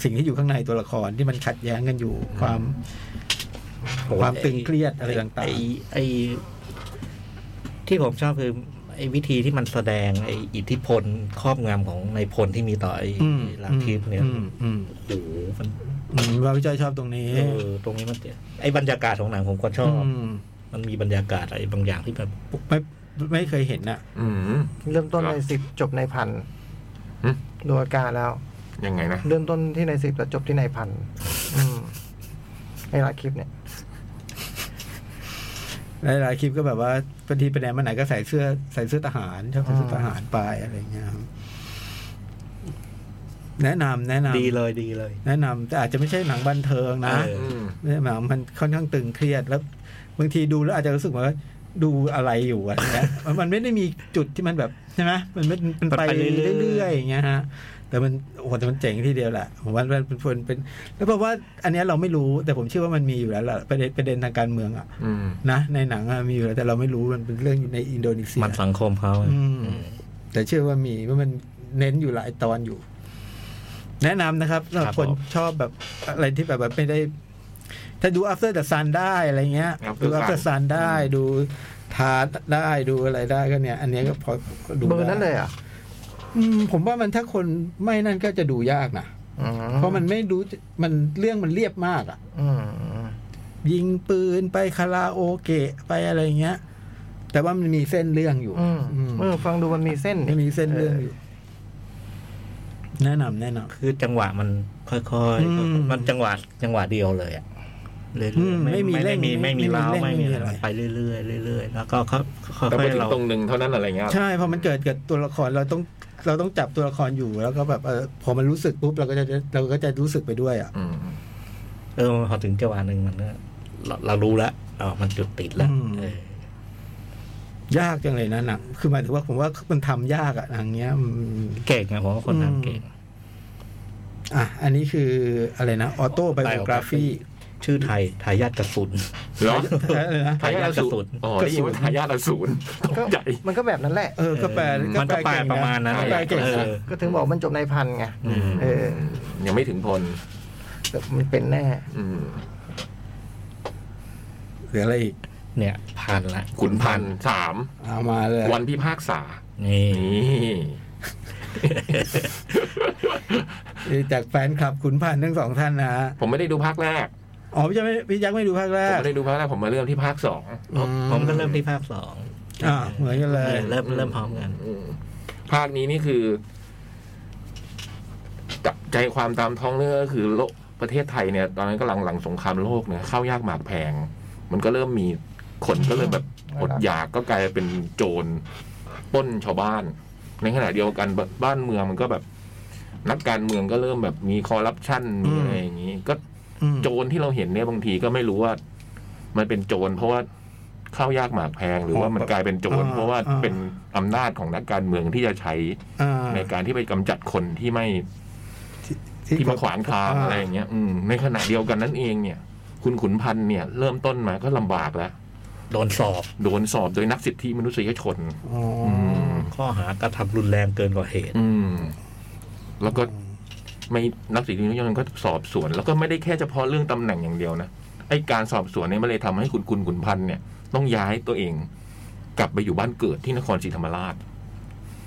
S3: สิ่งที่อยู่ข้างในตัวละครที่มันขัดแย้งกันอยู่ความ ความตึงเครียดอะไรต่างๆ
S4: ไอ้ไอ้ที่ผมชอบคือไอ้วิธีที่มันแสดงไอ้อิทธิพลครอบงำของนายพลที่มีต่อไอ้
S3: อืม
S4: ลาทิพย์เนี่ย
S3: อืมอืม
S4: โอ้โหมัน
S3: อืมว่าพี่จ้อยชอบตรงนี้
S4: เออตรงนี้มันเจ๋งไอ้บรรยากาศของหนังผมก็ชอบ
S3: อืม
S4: มันมีบรรยากาศอะไรบางอย่างที่แบบ
S3: ไม่ไม่เคยเห็นอ่ะ
S1: อืม
S2: เริ่มต้น
S1: ครับ
S2: ในสิบจบในพัน
S1: หึ
S2: ดูอาการแล้ว
S1: ยังไงนะ
S2: เริ่มต้นที่ในสิบแล้วจบที่ในพันอืมไอ้ลาคลิปเนี่ย
S3: หลายๆคลิปก็แบบว่าบางทีไปไหนมาไหนก็ใส่เสื้อใส่เสื้อทหารชอบใส่เสื้อทหารไปอะไรเงี้ยครับแนะนำแนะนำ
S4: ดีเลยดีเลย
S3: แนะนำแต่อาจจะไม่ใช่หนังบันเทิงนะ
S4: เออ
S1: อืม
S3: เนี่ยหนังมันค่อนข้างตึงเครียดแล้วบางทีดูแล้วอาจจะรู้สึกว่าดูอะไรอยู่ อะไรเงี้ยมันมันไม่ได้มีจุดที่มันแบบใช่ไหมมันไม่มันไป
S4: มันไปเรื่อยๆ
S3: เรื่อยๆอย่างเงี้ยฮะ แต่มันโอ้โหแต่มันเจ๋งที่เดียวแหละผมว่ามันเป็นเป็นเป็น แล้วบอกว่าอันเนี้ยเราไม่รู้แต่ผมเชื่อว่ามันมีอยู่แล้วแหละประเด็นประเด็นทางการเมืองอ่ะ
S1: อืม
S3: นะในหนังอะมีอยู่แล้วแต่เราไม่รู้มันเป็นเรื่องอยู่ในอินโดนีเซีย
S4: มันสังคมเขาอะ
S3: อืมแต่เชื่อว่ามีว่ามันเน้นอยู่หลายตอนอยู่ แนะนำนะครับสำหรับคนชอบแบบอะไรที่แบบแบบไม่ได้ ถ้าดู after the sun ได้อะไรเงี้ย
S1: After
S3: ดู after
S1: Sun
S3: sun ได้ดูทาร์ตได้ดูอะไรได้ก็เนี่ย อันเนี้ยก็พอดู
S2: เบอร์
S3: ได้
S2: นั้นเลยเหรอ่ะ
S3: อืมผมว่ามันถ้าคนไม่นั่นก็จะดูยากนะเพราะมันไม่รู้มันเรื่องมันเรียบมากอะ่ะ ยิงปืนไปคาราโอเกะไปอะไรเงี้ย แต่ว่ามันมีเส้นเรื่องอยู่อืม
S2: เออฟังดูมันมีเส้น
S3: มันมีเส้นเรื่องอยู่ แนะนำแนะนำ
S4: คือจังหวะมันค่อย
S3: อืม
S4: ๆ มันจังหวะจังหวะเดียวเลยอะเรื่อย
S3: อืม
S4: ๆ
S3: ไม่มีเร่ง
S4: ไม่มีไม่
S3: ไม่
S4: มี
S3: มี
S4: เล้าว
S3: เร่ง
S4: ไม่มี
S3: ไม่มี
S4: อะ
S3: อะไร
S4: ไรไปเรื่อยๆเรื่อยๆแล้วก็เขาค่
S1: แต่พ
S4: อ
S1: อย ถึ
S4: ๆ
S1: ง
S4: เรา
S1: ตรงหนึ่งเท่านั้นอะไรเงี้ย
S3: ใช่พอมันเกิดเกิดตัวละครเราต้อง เราต้องจับตัวละครอยู่แล้วก็แบบเออพอมันรู้สึกปุ๊บเราก็จะเราก็จะรู้สึกไปด้วยอ่ะ
S1: อืม
S4: เออพอถึงจังหวะหนึ่งมันก็เราเรารู้แล้วอ๋อมันจุดติดแล้ว
S3: อืม
S4: เออย
S3: ากจังเลยนะหนังคือหมายถึงว่าผมว่ามันทำยากอะหนังเงี้ยอืม
S4: เก่งนะผมว่าคนทำเก่ง
S3: อ่ะ อันนี้คืออะไรนะ ออโต้ไบโอกราฟี
S4: Autobiography ชื่อไทยทายาทกระสุน
S1: เหรอ
S3: อะไรนะ
S1: ทายาทอสูรอ๋อได้ยินว่าทายาทอสูรตก
S2: ก็
S1: ใจ
S2: มันก็แบบนั้นแหละ
S3: เออ ก็แปล
S4: มันก็แปล
S3: เง
S4: ประมาณนั้น
S3: ก็แปลเก่ง
S4: เอ
S3: นะ
S4: อ
S2: ก็ถึงบอกมันจบในพันไง
S4: อืม
S2: เออ
S1: ยังไม่ถึงพล
S2: แต่มันเป็นแน่
S1: อืม
S3: หรืออะไรอีก
S4: เนี่ยพันละ
S1: ขุนพันธุ์สาม
S3: เอามาเลย
S1: วันพิพากษา
S4: นี่
S1: นี่
S3: จากแฟนคลับขุนพันธ์ทั้งสองท่านนะฮะ
S1: ผมไม่ได้ดูภาคแรก
S3: อ๋อ พี่ยักษ์ไม่พี่ยักษ์ไม่ดูภาคแร
S1: ผม
S3: ก
S1: ไม่ได้ดูภาคแรกผมมาเริ่มที่ภาคสอง
S4: ผมผมก็เริ่มที่ภาคสอง
S3: อ่าเหมือนกันเล
S4: เอย อเริ่มเริ่มพร้อมกัน
S1: อืมภาคนี้นี่คือ จับใจความตามท้องเรื่องก็คือโลกประเทศไทยเนี่ย ตอนนั้นกำลังหลังสงครามโลกเนี่ยข้าวยากหมากแพง มันก็เริ่มมีคนก็เริ่มแบบอดอยากก็กลายเป็นโจรปล้นชาวบ้าน ในขณะเดียวกันบบ้านเมืองมันก็แบบ นักการเมืองก็เริ่มแบบมีคอร์รัปชันมีอะไรอย่างนี้ก็
S3: อืม
S1: โจรที่เราเห็นเนี่ยบางทีก็ไม่รู้ว่า มันเป็นโจรเพราะว่าข้าวยากหมากแพงหรือว่ามันกลายเป็นโจรเพราะว่าเป็นอำนาจของนักการเมืองที่จะใช้
S3: อ่า
S1: ในการที่ไปกำจัดคนที่ไม่ที่มาขวางทางอะไรอย่างเงี้ย อืมในขณะเดียวกันนั่นเองเนี่ย คุณขุนพันธ์เนี่ย เริ่มต้นมาก็ลำบากแล้ว
S4: โดนสอบ
S1: โดนสอบโดยนักสิทธิมนุษยชน
S3: อ๋อ
S1: อืม
S4: ข้อหากระทำรุนแรงเกินกว่าเหตุ
S1: อืม แล้วก็ไม่นักสิทธิมนุษยชนก็สอบสวน แล้วก็ไม่ได้แค่เฉพาะเรื่องตำแหน่งอย่างเดียวนะไอการสอบสวนเนี่ยมันเลยทำให้คุณคุณขุนพันธ์เนี่ย ต้องย้ายตัวเอง กลับไปอยู่บ้านเกิดที่นครศรีธรรมราช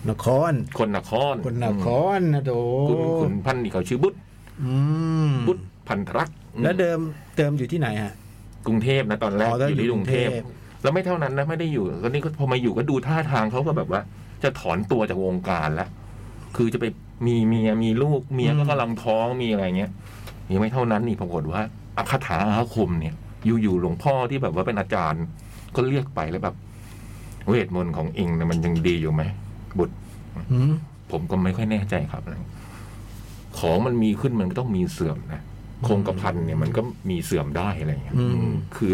S3: นคร
S1: คนนคร
S3: คนนครนะโด
S1: อืมคุณขุนพันธ์นี่เขาชื่อบุตร
S3: อืม
S1: บุตรพันธรักษ์อืม
S3: แล้วเดิมเดิมอยู่ที่ไหนฮะ
S1: กรุงเทพนะตอนแรก
S3: อ๋อแล้ว
S1: อยู่ที่
S3: อยู่
S1: กรุงเทพ
S3: กรุงเทพ
S1: แล้วไม่เท่านั้นนะไม่ได้อยู่แล้วนี่ก็พอมาอยู่ก็ดูท่าทางเขาก็แบบว่า จะถอนตัวจากวงการแล้วคือจะไปมีเมียมีลูกเมียก็กำลังท้องมีอะไรเงี้ย ยังไม่เท่านั้นนี่ปรากฏว่าอาคาถาอาคมเนี่ย อยู่ๆหลวงพ่อที่แบบว่าเป็นอาจารย์ ก็เรียกไปแล้วแบบ เวทมนต์ของเองนะมันยังดีอยู่ไหมบุตร
S3: อืม
S1: ผมก็ไม่ค่อยแน่ใจครับ ของมันมีขึ้นมันก็ต้องมีเสื่อมนะคงกระพันเนี่ยมันก็มีเสื่อมได้อะไรอย่างเงี้ยอืมคือ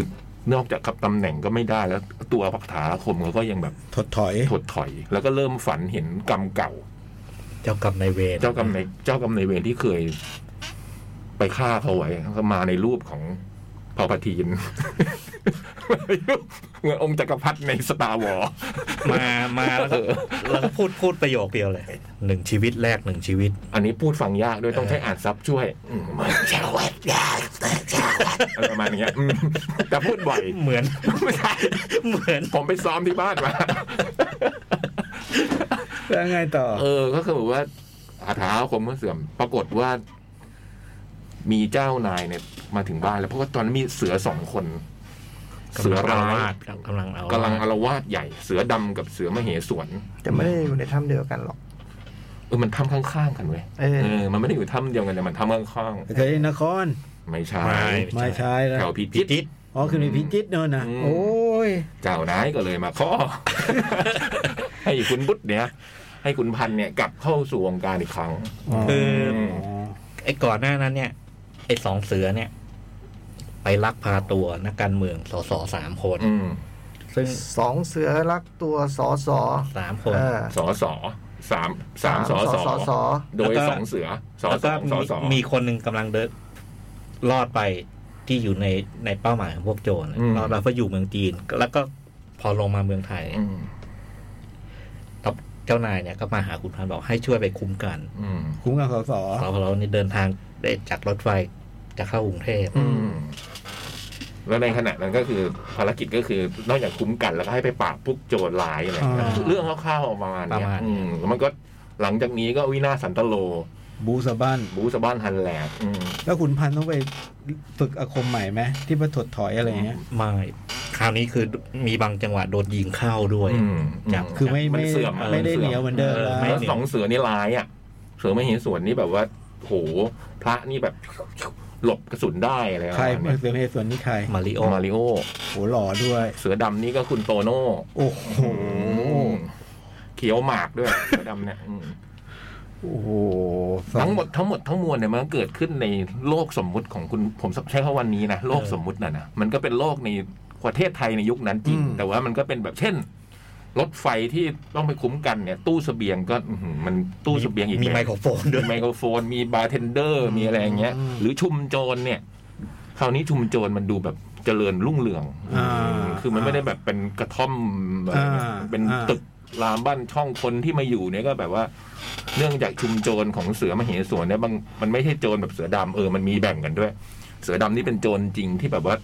S1: นอกจากกับตำแหน่งก็ไม่ได้แล้ว ตัวพักถาอาคมเขาก็ยังแบบ
S3: ถดถอย
S1: ถดถอย แล้วก็เริ่มฝันเห็นกรรมเก่า
S4: เจ้ากรรมนายเวร
S1: เจ้ากรรมในายเจ้ากรรมในายเวรที่เคย ไปฆ่าเขาไว้ก็มาในรูปของเผ่าปทีน เหมือนองค์จักรพรรดิในสตาร์วอร์
S4: มามาแล้วก็แล้วก็พูดพูดประโยคเดียวเลยหนึ่งชีวิตแรกหนึ่งชีวิต
S1: อันนี้พูดฟังยากด้วยต้องใช้อ่านซับช่วยอืมมันจะเวัดยากอะไรประมาณอย่างเงี้ยอืมแต่พูดบ่อย
S4: เหมือน เหมือน
S1: ผมไปซ้อมที่บ้านมา
S3: แล้วไงต่อ
S1: เออ ก็คือแบบว่าอาถาอาคมก็เสื่อม ปรากฏว่า มีเจ้านายเนี่ย มาถึงบ้านแล้วเพราะว่าตอนนั้นมีเสือสองคน เสือร้าย
S4: กำลังเอา
S1: กำลังอารวาสใหญ่ เสือดำกับเสือมเหสวน
S2: จะไม่ได้อยู่ในถ้ำเดียวกันหรอก
S1: เออมันทำข้างๆกันเว้ย
S2: เออ
S1: เออมันไม่ได้อยู่ถ้ำเดียวกันแต่มันทำข้าง
S3: เคยนคร
S1: ๆไม่ใช่
S4: ไม่
S3: ไม่ใช่แล้ว
S1: แถวพิ
S4: พิ
S1: จิ
S4: จิ
S1: ตร
S4: ตร
S3: อ๋อคือในพิจิตรเนินนะ
S1: อืม
S3: โอ้ย
S1: เจ้านายก็เลยมาข้อ ให้คุณบุตรเนี่ย ให้คุณพันธุ์เนี่ยกลับเข้าสู่วงการอีกครั้ง
S4: คือ
S1: อืม
S4: ไอ้ก่อนหน้านั้นเนี่ย ไอ้สองเสือเนี่ย ไปลักพาตัวนักการเมืองสสสามคน
S1: อืม
S4: ซึ่ง
S2: สองเสือรักตัวสอสอ
S4: สามคน
S2: เออ
S1: สอสอ สามสามสอสอ
S2: สอ
S1: โดย
S4: แล้วก็
S1: สองเสือสอ
S4: แล้ว
S1: ส
S4: ก็
S1: องสอ
S4: มี
S1: สอ
S4: มีคนหนึ่งกำลังเดินรอดไปที่อยู่ในในเป้าหมายของพวกโจรน่ะรอดไปเพราะอยู่เมืองจีน แล้วก็พอลงมาเมืองไทย
S1: อืม
S4: แล้วเจ้านายเนี่ยก็มาหาคุณพันธุ์บอกให้ช่วยไปคุ้มกัน
S1: อืม
S3: คุ้มกันสส
S4: เราเรานี่เดินทางได้จากรถไฟจะเข้ากรุงเทพ
S1: อืมแล้วในขณะนั้นก็คือภารกิจก็คือนอกจากคุ้มกันแล้วก็ให้ไปปราบพวกโจรร้ายอะไรอย่างเงี้ย
S3: อ่า
S1: เรื่องคร่าวๆออกมาณเนี่ยอืมแล้วมันก็หลังจากนี้ก็วินาศสันตโล
S3: บูสะบัน
S1: บูสะบ้านฮันแลกอืม
S3: แล้วขุนพันธ์ต้องไปฝึกอาคมใหม่ไหมที่มาถดถอยอะไรเงี้ย
S4: ไม่คราวนี้คือมีบางจังหวะโดนยิงเข้าด้วย
S1: อืม
S4: จับ
S3: คือไม่
S1: น
S3: ไม่
S1: เสื่อม
S3: ไม่ได้เหนียวเหมือนเดิม
S4: เออ
S3: แล้ว
S4: ไม่
S1: แล้วสองเสือนี่ร้ายอ่ะ เสือไม่เห็นสวนนี่แบบว่าโหพระนี่แบบหลบกระสุนได้อะไรประ
S3: ใคร
S1: มาณเนี้ย
S3: เสือเมส่วนนี้ใคร
S4: มาริโอ
S1: มาริโอ
S3: โหหล่อด้วย
S1: เสือดำนี่ก็คุณโตโน่
S3: โอ้โห
S1: เขียวหมากด้วย เสือดำเนี่ยอืม
S3: โอ้โห
S1: ทั้งหมดทั้งหมดทั้งมวลเนี่ยมันก็เกิดขึ้นในโลกสมมุติของคุณผมใช้คำวันนี้นะโลกสมมุติน่ะนะมันก็เป็นโลกในประเทศไทยในยุคนั้นจริง แต่ว่ามันก็เป็นแบบเช่น รถไฟที่ต้องไปคุ้มกันเนี่ย ตู้เสบียงก็อื้อหือมันตู้เสบียงอีก
S4: มี
S1: แบบ
S4: ไมโครโฟน
S1: มี
S4: ด้วย
S1: ไมโครโฟนมีบาร์เทนเดอร์ มีอะไรอย่างเงี้ย หรือชุมโจรเนี่ย คราวนี้ชุมโจรมันดูแบบเจริญรุ่งเรือง
S3: อ่า
S1: คือมันไม่ได้แบบเป็นกระท่อมแบบเนี้ย
S3: อ่า
S1: เป็น
S3: อ่า
S1: ตึกรามบ้านช่องคนที่มาอยู่เนี่ยก็แบบว่า เนื่องจากชุมโจรของเสือมเหสวนเนี่ยบางมันไม่ใช่โจรแบบเสือดำเออมันมีแบ่งกันด้วย เสือดำนี่เป็นโจรจริงที่แบบว่า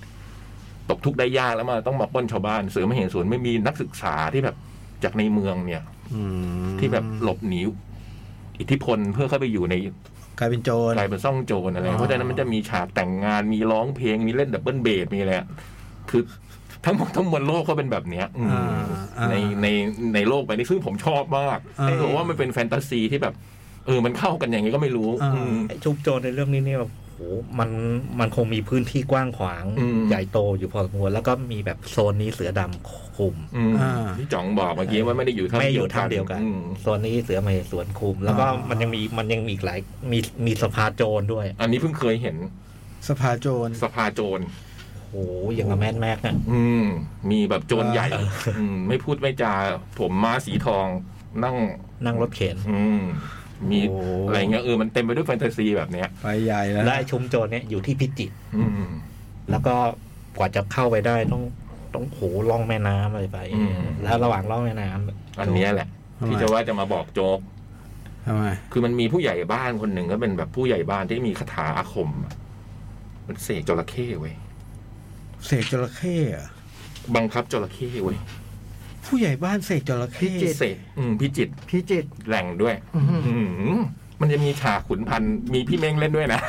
S1: ตกทุกข์ได้ยากแล้วมาต้องมาปล้นชาวบ้านเสือมเหสวนไม่มีนักศึกษาที่แบบจากในเมืองเนี่ย
S3: อืม
S1: ที่แบบหลบหนีอิทธิพลเพื่อเข้าไปอยู่ใน
S3: กลายเป็นโจร
S1: กลายเป็นซ่องโจรอะไร
S3: อ๋อ
S1: เพราะฉะนั้นมันจะมีฉากแต่งงาน มีร้องเพลง มีเล่นดับเบิลเบส มีอะไรอะคือทั้งหมดทั้งมวลโลกก็เป็นแบบเนี้ยอืม
S3: อ่าอ่า
S1: ในในในโลกใบนี้ซึ่งผมชอบมาก
S3: อ่า
S1: เพราะว่ามันเป็นแฟนตาซีที่แบบ เออ มันเข้ากันอย่างนี้ก็ไม่รู้
S3: อ่า
S1: อืม
S4: ไอ้ชุมโจรในเรื่องนี้เนี่ยแบบโอ้โหมันมันคงมีพื้นที่กว้างขวาง
S1: อืม
S4: ใหญ่โตอยู่พอสมควรแล้วก็มีแบบโซนนี้เสือดำคุม
S1: อืม
S3: อ่า
S1: ที่จ๋องบอกเมื่อกี้ว่าไม่ได้อยู่
S4: ไม่อยู่ทางเดียวกัน
S1: อืม
S4: โซนนี้เสือมเหสวนคุม แล้วก็
S3: อ๋อ
S4: มันยังมีมันยังมีอีกหลายมีมีสภาโจรด้วย
S1: อันนี้เพิ่งเคยเห็น
S3: สภาโจร
S1: สภาโจร
S4: โอ้โหอย่างกับแมนแม็กอะ
S1: อืม มีแบบโจรใหญ่
S4: เออ
S1: อืมไม่พูดไม่จา ผมม้าสีทองนั่ง
S4: นั่งรถเข็น
S1: อืม มี
S3: โอ้
S1: อะไรเงี้ยเออมันเต็มไปด้วยแฟนตาซีแบบเนี้ย
S3: ไปใหญ่แล้ว
S4: และไอ้ชุมโจรเนี่ยอยู่ที่พิจิตร
S1: อืม
S4: แล้วก็กว่าจะเข้าไปได้ต้องต้องโหล่องแม่น้ำอะไรไป
S1: อืม
S4: แล้วระหว่างล่องแม่น้ำ
S1: อันเนี้ยแหละ ที่จะว่าจะมาบอกโจ๊ก
S3: ทำไม
S1: คือมันมีผู้ใหญ่บ้านคนหนึ่งก็เป็นแบบผู้ใหญ่บ้านที่มีคาถาอาคมอะมันเสกจระเข้เว้ย
S3: เสกจระเข้เหรอ
S1: บังคับจระเข้เว้ย
S3: ผู้ใหญ่บ้านเสกจระเข้
S2: พิจิตร
S1: เสกอืมพิจิตร
S2: พิจิตร
S1: แหล่งด้วย
S2: อื้อหือ
S1: อืมมันจะมีฉากขุนพันธุ์มีพี่เม้งเล่นด้วยนะ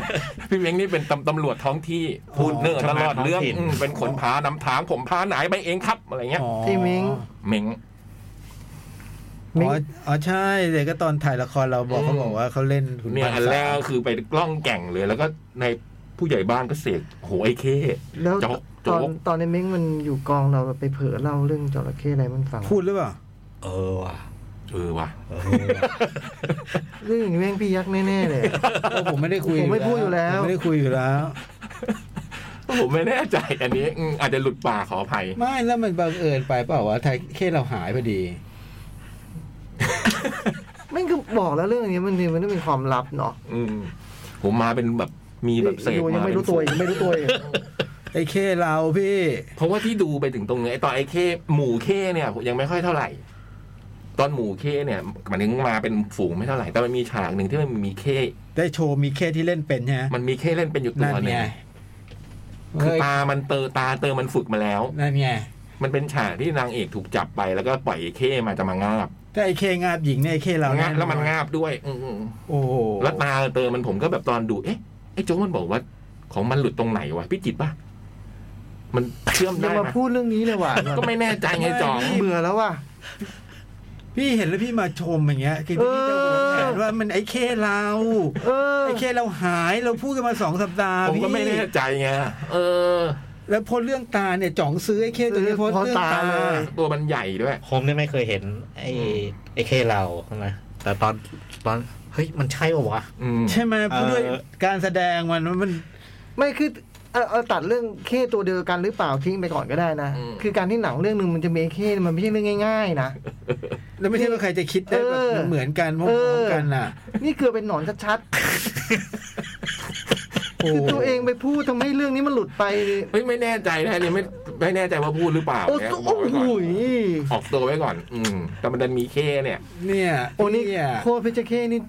S1: พี่เม้งนี่เป็นตำตำรวจท้องที่พูดเนื้อตลอดเรื่องอืมเป็นขนพานำทางผมพาไหนายไปเองครับอะไรเงี้ย
S3: อ๋อ
S2: ที่เม้ง
S1: เม้ง
S3: อ๋ออ๋อใช่เด็กก็ตอนถ่ายละครเราบอกเขาบอกว่าเขาเล่นขุ
S1: เนี่ย
S3: พั
S1: อัน
S3: ธ์สาม
S1: แรกก็คือไปกล้องแก่งเลย แล้วก็ในผู้ใหญ่บ้านก็เสกโหไอ้เค
S2: แล้ว
S1: โจ๊ก
S2: ตอน
S1: โจ๊ก
S2: ตอนในเม้งมันอยู่กองเราไปเผลอเล่าเรื่องจระเข้อะไรมันฟัง
S3: พูดหรือเปล่า
S4: เออว่ะ
S1: เออว่ะ
S4: เออว่ะ
S2: เรื่องนี้แม่งพี่ยักษ์แน่ๆเลย
S3: โอ้ผมไม่ได้คุย
S2: ผมไม่พูดอยู่แล้ว
S3: ผมไม่ได้คุยอยู่แล้ว
S1: ผมไม่แน่ใจอันนี้อืมอาจจะหลุดปากขออภัย
S3: ไม่แล้วมันบังเอิญไปเปล่าวะไทยเคสเราหายพอดี
S2: แม่งก็บอกแล้วเรื่องนี้มันมันต้องเป็นความลับเนาะ
S1: อืมผมมาเป็นแบบมีแบบเสก
S2: อยู่ยัง
S1: มา
S2: ไม่รู้
S1: เป็น
S2: ตัวอีกไม่รู้ตัว อีก
S3: ไอ้เคสเราพี่
S1: เพราะว่าที่ดูไปถึงตรงเนี้ยไอ้ตอนไอ้เคหมู่เคเนี่ยยังไม่ค่อยเท่าไหร่ ตอนหมู่เคเนี่ยมันถึงมาเป็นฝูงไม่เท่าไหร่ แต่มันมีฉากหนึ่งที่มันมีเค
S3: ได้โชว์มีเคสที่เล่นเป็นใช่ไหม
S1: มันมีเคเล่นเป็นอยู่ตั
S3: นั่น
S1: วหนึ่ง
S3: ไง
S1: คือ
S3: เฮ้ย
S1: ตามันเตอตาเตอมันฝึกมาแล้ว
S3: นั่นไง
S1: มันเป็นฉากที่นางเอกถูกจับไปแล้วก็ปล่อยไอ้เคมาจะมางาบ
S3: แต่ไอ้เคงาบหญิงเนี่ยไอ้เคเรา
S1: งะ
S3: เย
S1: แล้วมันงาบด้วยอืม
S3: โอ้โห
S1: ๆแล้วตาเตอมันผมก็แบบตอนดู เอ๊ะไอ้โจ้มันบอกว่าของมันหลุดตรงไหนวะพี่จิตรป่ะ มันเชื่อม
S2: อย่า
S1: ได้
S2: มา
S1: ปะ
S2: พูดเรื่องนี้เลยว่ะ
S1: ก็ไม่แน่ใจไงจ่อง
S2: เบื่อแล้วว่ะ
S3: พี่เห็นแล้วพี่มาชมอย่างเงี้ยคือ
S2: เอ
S3: พี่
S2: อ
S3: จะหวงแหนว่ามันไอ้เคเรา
S2: เออ
S3: ไอ้เคเราหายเราพูดกันมาสองสัปดาห์
S1: ผม
S3: พี่
S1: ก็ไม่แน่ใจไงเออ
S3: แล้วพอเรื่องตาเนี่ยจ่องซื้อไอ้เคตัวนี้
S2: ซื้อ
S3: เพราะ
S2: เพราะ
S3: เรื่อง
S2: ตา
S3: ตา
S2: เลย
S1: ตัวมันใหญ่ด้วย
S4: ผมเนี่ยไม่เคยเห็น ไอ้ไอ้เคเรานะแต่ตอนตอนเฮ้ยมันใช่ปะวะ
S1: อืม
S3: ใช่ไหมเพราะด้วย
S4: เออ
S3: การแสดงมันมัน
S2: ไม่คือ เออเออตัดเรื่องเข้ตัวเดียวกันหรือเปล่าทิ้งไปก่อนก็ได้นะ
S1: อืม
S2: คือการที่หนังเรื่องหนึ่งมันจะมีเข้มันไม่ใช่เรื่องง่ายๆนะ
S3: แล้วไม่ใช่ว่าใครจะคิดได้แบบ
S2: เออ
S3: เหมือนกันพร้
S2: เอ
S3: อม
S2: อ
S3: ๆกันน่ะ
S2: นี่เกือบเป็นหนอนชัด
S3: โอ้
S2: ๆคือตัวเองไปพูดทำให้เรื่องนี้มันหลุดไป
S1: เฮ้ยไม่แน่ใจนะเนี่ยไม่ไม่แน่ใจว่าพูดหรือเปล่า
S2: โอ้
S1: เนี่ย
S2: โห
S1: บอก
S2: โอ้
S1: ไว้
S2: โห
S1: ก่อนออกตัวไว้ก่อน อืมแต่มันดันมีเคเนี่ย
S3: เนี่ย
S2: โอ้นี่
S3: เย
S2: โคตรเพชรเข้นี่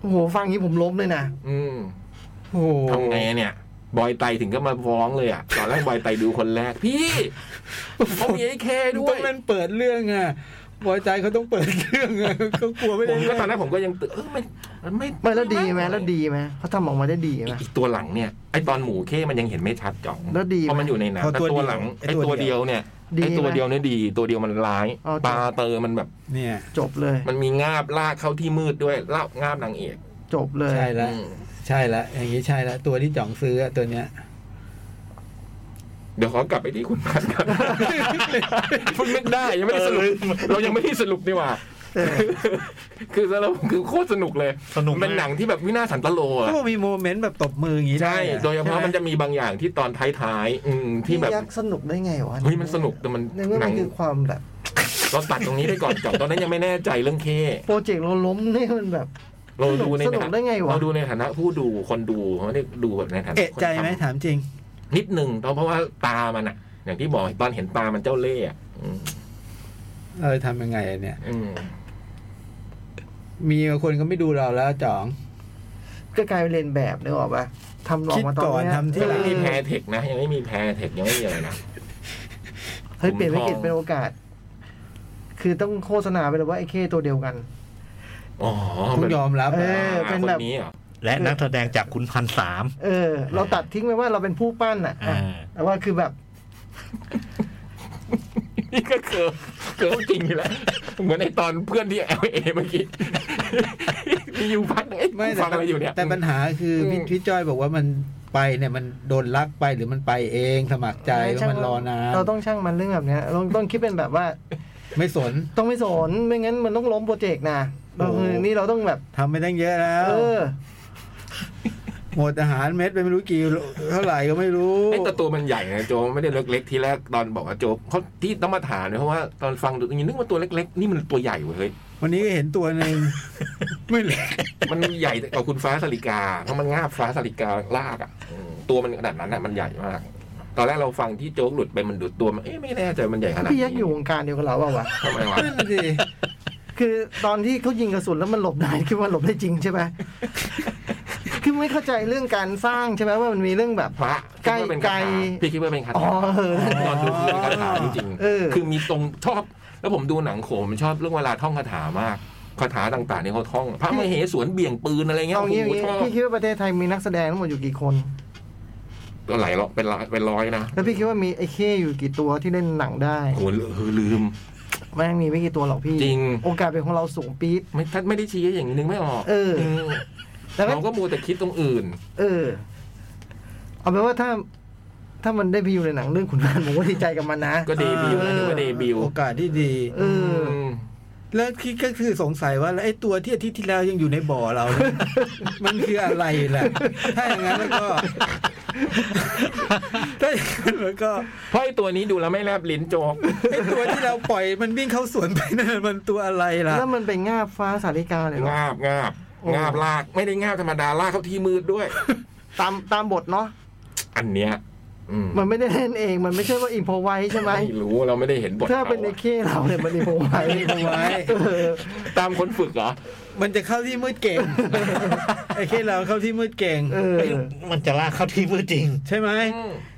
S2: โอ้โหฟังอย่างนี้ผมล้มเลยนะ
S1: อืม
S3: โอ้โห
S1: ทำไงเนี่ย บอยไตถึงก็มาฟ้องเลยอ่ะตอนแรกบอยไตดูคนแรก พี่ผมมีไอ้เคด้ว
S3: ต้อย งเป็นเปิดเรื่องอ่ะบอยใจเขาต้องเปิดเรื่องอ่ะ เขากลัวไม่
S1: ผ
S3: ได้
S1: ม
S3: เล่
S1: ก็
S3: น
S1: ตอนแรกผมก็ยังตื่นเออมันมันไม่
S2: ไม่แล้วดีไหมแล้วดีไหมเขาทำออกมาได้ดีไหม
S1: อีกตัวหลังเนี่ยไอตอนหมูเคมันยังเห็นไม่ชัดจ่อง
S2: แล้วดีไหม
S1: เพราะมันอยู่ในหนังแต่ตัวหลังไอตัวเดียวเนี่ย
S2: ดีไหม
S1: ไอตัวเดียวเนี่ยดี ตัวเดียวมันร้าย
S2: อ๋อ
S1: ตาเตอมันแบบ
S3: เนี่ย
S2: จบเลย
S1: มันมีงาบลากเข้าที่มืดด้วยลากงาบนางเอก
S2: จบเลย
S3: ใช่ละ
S1: อืม
S3: ใช่ละอย่างนี้ใช่ละตัวที่จ่องซื้ออะตัวเนี้ย
S1: เดี๋ยวขอกลับไปที่คุณพันก่อน เพิ่งนึกได้ยังไม่ได้สรุปเรายังไม่ได้สรุปนี่หว่า
S2: เออ
S1: คือสรุปคือโคตรสนุกเลย
S4: สนุกมาก
S1: เป็นหนังที่แบบวินาศสันตโลอะ
S3: ก็มีโมเมนต์แบบตบมืออย่างนี้
S1: ใช่
S3: อ
S1: โดยเฉพาะ
S3: ใช่ไห
S1: มันจะมีบางอย่างที่ตอนท้ายๆอืมที่แบบ
S2: ยักษ์สนุกได้ไงวะ
S1: เฮ้ยมันสนุกแต่มัน
S2: ในเมื่อ
S1: หนั
S2: มัน
S1: ง
S2: คือความแบบ
S1: เราตัดตรงนี้ไปก่อนจบตอนนั้นยังไม่แน่ใจเรื่องเค
S2: โปรเจกต์เราล้มนี่มันแบบ
S1: เราดูใน
S2: สนุก
S1: ฐานะ
S2: ได้ไงวะ
S1: เราดูในฐานะผู้ดูคนดูไม่ได้ดูแบบในฐานะ
S3: เอะ
S1: คน
S3: ใจไหม
S1: ทำ
S3: ถามจริง
S1: นิดหนึ่งเพราะว่าตามันอะอย่างที่บอกตอนเห็นตามันเจ้าเล่ห์อะอืม
S3: เออทำยังไงอะเนี่ย
S1: อืม
S3: มีบางคนก็ไม่ดูเราแล้วจ่อง
S2: ก็กลายเป็นเรียนแบบนึกออกปะทำหลอกมาตอน
S3: คิดก่อน
S2: เนี้ย
S3: ทำที่
S1: ยัง
S3: หลั
S1: ไม่
S3: ง
S1: มีแพรเทคนะ ยังไม่มีแพรเทคยังไม่มีอะไรนะ
S2: เฮ้ยเปลี่ยนวิกฤต
S1: ผมทอง
S2: เป็นโอกาส คือต้องโฆษณาไปเลยว่าไอ้เคตัวเดียวกัน
S1: อ๋อ
S3: ต้องยอมรับ
S2: เอ
S1: อ่า
S2: อ เป็น
S1: ค
S2: แบบ
S1: นนี้เหรอ
S4: และนักแสดงจากคุณพันสาม
S2: เออ เราตัดทิ้งไปว่าเราเป็นผู้ปั้นอ่ะ
S4: อ่า
S2: แต่ว่าคือแบบ
S1: นี่ก็เกิร์เกิร์จริงอยู่แล้วเหมือนไอตอนเพื่อนที่เอเอเมื่อกี้ มีอยู่พักหนึ่งเอ๊ะ
S3: ไม่
S1: ฟังอะไรอยู่เนี่ย
S3: แต่ปัญหาคืออพี่พี่จ้อยบอกว่ามันไปเนี่ยมันโดนลักไปหรือมันไปเองสมัครใจแล้วมันรอนาน
S2: เราต้องช่างมันเรื่องแบบเนี้ยเราต้องคิดเป็นแบบว่า
S3: ไม่สน
S2: ต้องไม่สนไม่งั้นมันต้องล้มโปรเจกต์นะ
S3: โอ้โห
S2: คือนี่เราต้องแบบ
S3: ทำไปตั้งเยอะแล้ว
S2: เออ
S3: หมดอาหารเม็ดไปไม่รู้กี่โลเท่าไหร่ก็ไม่รู้
S1: ไอ้แต่ตัวมันใหญ่นะโจไม่ได้เล็กๆทีแรกตอนบอกว่าโจเขาที่ต้องมาถามเนี่ยเพราะว่าตอนฟังดูอย่างนี้นึกว่าตัวเล็กๆ นี่มันตัวใหญ่เว้ย
S3: วันนี้ก็เห็นตัว หนึ่งไม่เล็ก
S1: มันใหญ่กว่าคุณฟ้าสลิกา เพราะมันงาบฟ้าสลิกาลากอ่ะอืมตัวมันขนาดนั้นอ่ะมันใหญ่มาก ตอนแรกเราฟังที่โจ๊กหลุดไปมันดูดตัวมันเอ๊ะไม่แน่ใจมันใหญ่ขนาดนี้
S2: พี่ยักษ์อยู่วงการเดียวกับเราเปล่าวะ
S1: ทำไมวะ
S3: นั่นน่ะสิ
S2: คือตอนที่เขายิงกระสุนแล้วมันหลบได้ คิดว่าหลบได้จริงใช่ไหม คือไม่เข้าใจเรื่องการสร้างใช่ไหมว่ามันมีเรื่องแบบ
S1: พระ
S2: ไกล
S1: คิดว่าเป็นคาถา
S2: ไกล
S1: พี่คิดว่าเป็นคา
S2: อ๋อ
S1: ถา
S2: เออ
S1: ตอนดูเรื่องคาถาจริง
S2: เออ
S1: คือมีตรงชอบ แล้วผมดูหนังโขมชอบเรื่องเวลาท่องคาถามากคาถาต่างๆเนี่ยเขาท่อง พระมเหสวนเบี่ยงปืนอะไรเงี้ย
S2: เอา
S1: โอ้
S2: งี้เอา
S1: โห
S2: งี้
S1: ชอบ
S2: พี่คิดว่าประเทศไทยมีนักแสดงทั้งหมดอยู่กี่คน
S1: ตัวไหลหรอกเป็นร้อยเป็นร้อยนะ
S2: แล้วพี่คิดว่ามีไอ้เข้อยู่กี่ตัวที่เล่นหนังได้
S1: โอ้โหเออลืม
S2: แม่งมีไม่กี่ตัวหรอกพี่
S1: จริง
S2: โอกาสเป็นของเราสูงปี๊ด
S1: ไม่ถ้าไม่ได้ชี้อย่างนี้นึกไม่ออก
S2: เออ
S1: ม
S2: แล้วก็
S1: เราก็มัวแต่คิดตรงอื่น
S2: เออ เอาเป็นว่าถ้า ถ้ามันได้ไปอยู่ในหนังเรื่องขุนนางผมก็ดีใจกับมันนะ
S1: ก็เดบิวต์นะถือว่าเดบิวต์
S3: โอกาสที่ดี
S2: เออ
S1: ม
S3: แล้วที่ก็คือสงสัยว่าแล้วไอ้ตัวที่อาทิตย์ที่แล้วยังอยู่ในบ่อเรา เนี่ย มันคืออะไรล่ะ ถ้าอย่างนั้นแล้วก็ ถ้าอย่างนั้นแล้วก็
S1: เพราะไอ้ตัวนี้ดูแล้วไม่แลบลิ้นโจก
S3: ไอ้ตัวที่เราปล่อยมันวิ่งเข้าสวนไปนั่นมันตัวอะไรล่ะ
S2: แล้วมันเป็นง่าบฟ้าสาริกาเลยเหรอง
S1: าบงาบงาบลากไม่ได้งาบธรรมดาลากเข้าที่มืดด้วย
S2: ตามตามบทเนาะ
S1: อันเนี้ยอืม
S2: มันไม่ได้เล่นเอง มันไม่ใช่ว่าอิมพอไว้ใช่ไหม
S1: ไม่รู้เราไม่ได้เห็นบท
S2: ถ้าเป็นใน
S1: เขา
S2: เคเราเนี่ยมันอิมพอไว้
S3: improvise
S2: เออ
S1: ตามคนฝึกเหรอ
S3: มันจะเข้าที่มืดเก่ง ไอ้แค่เราเข้าที่มืดเก่ง
S2: เออ
S4: มันจะลากเข้าที่มือจริง
S3: ใช่ไหม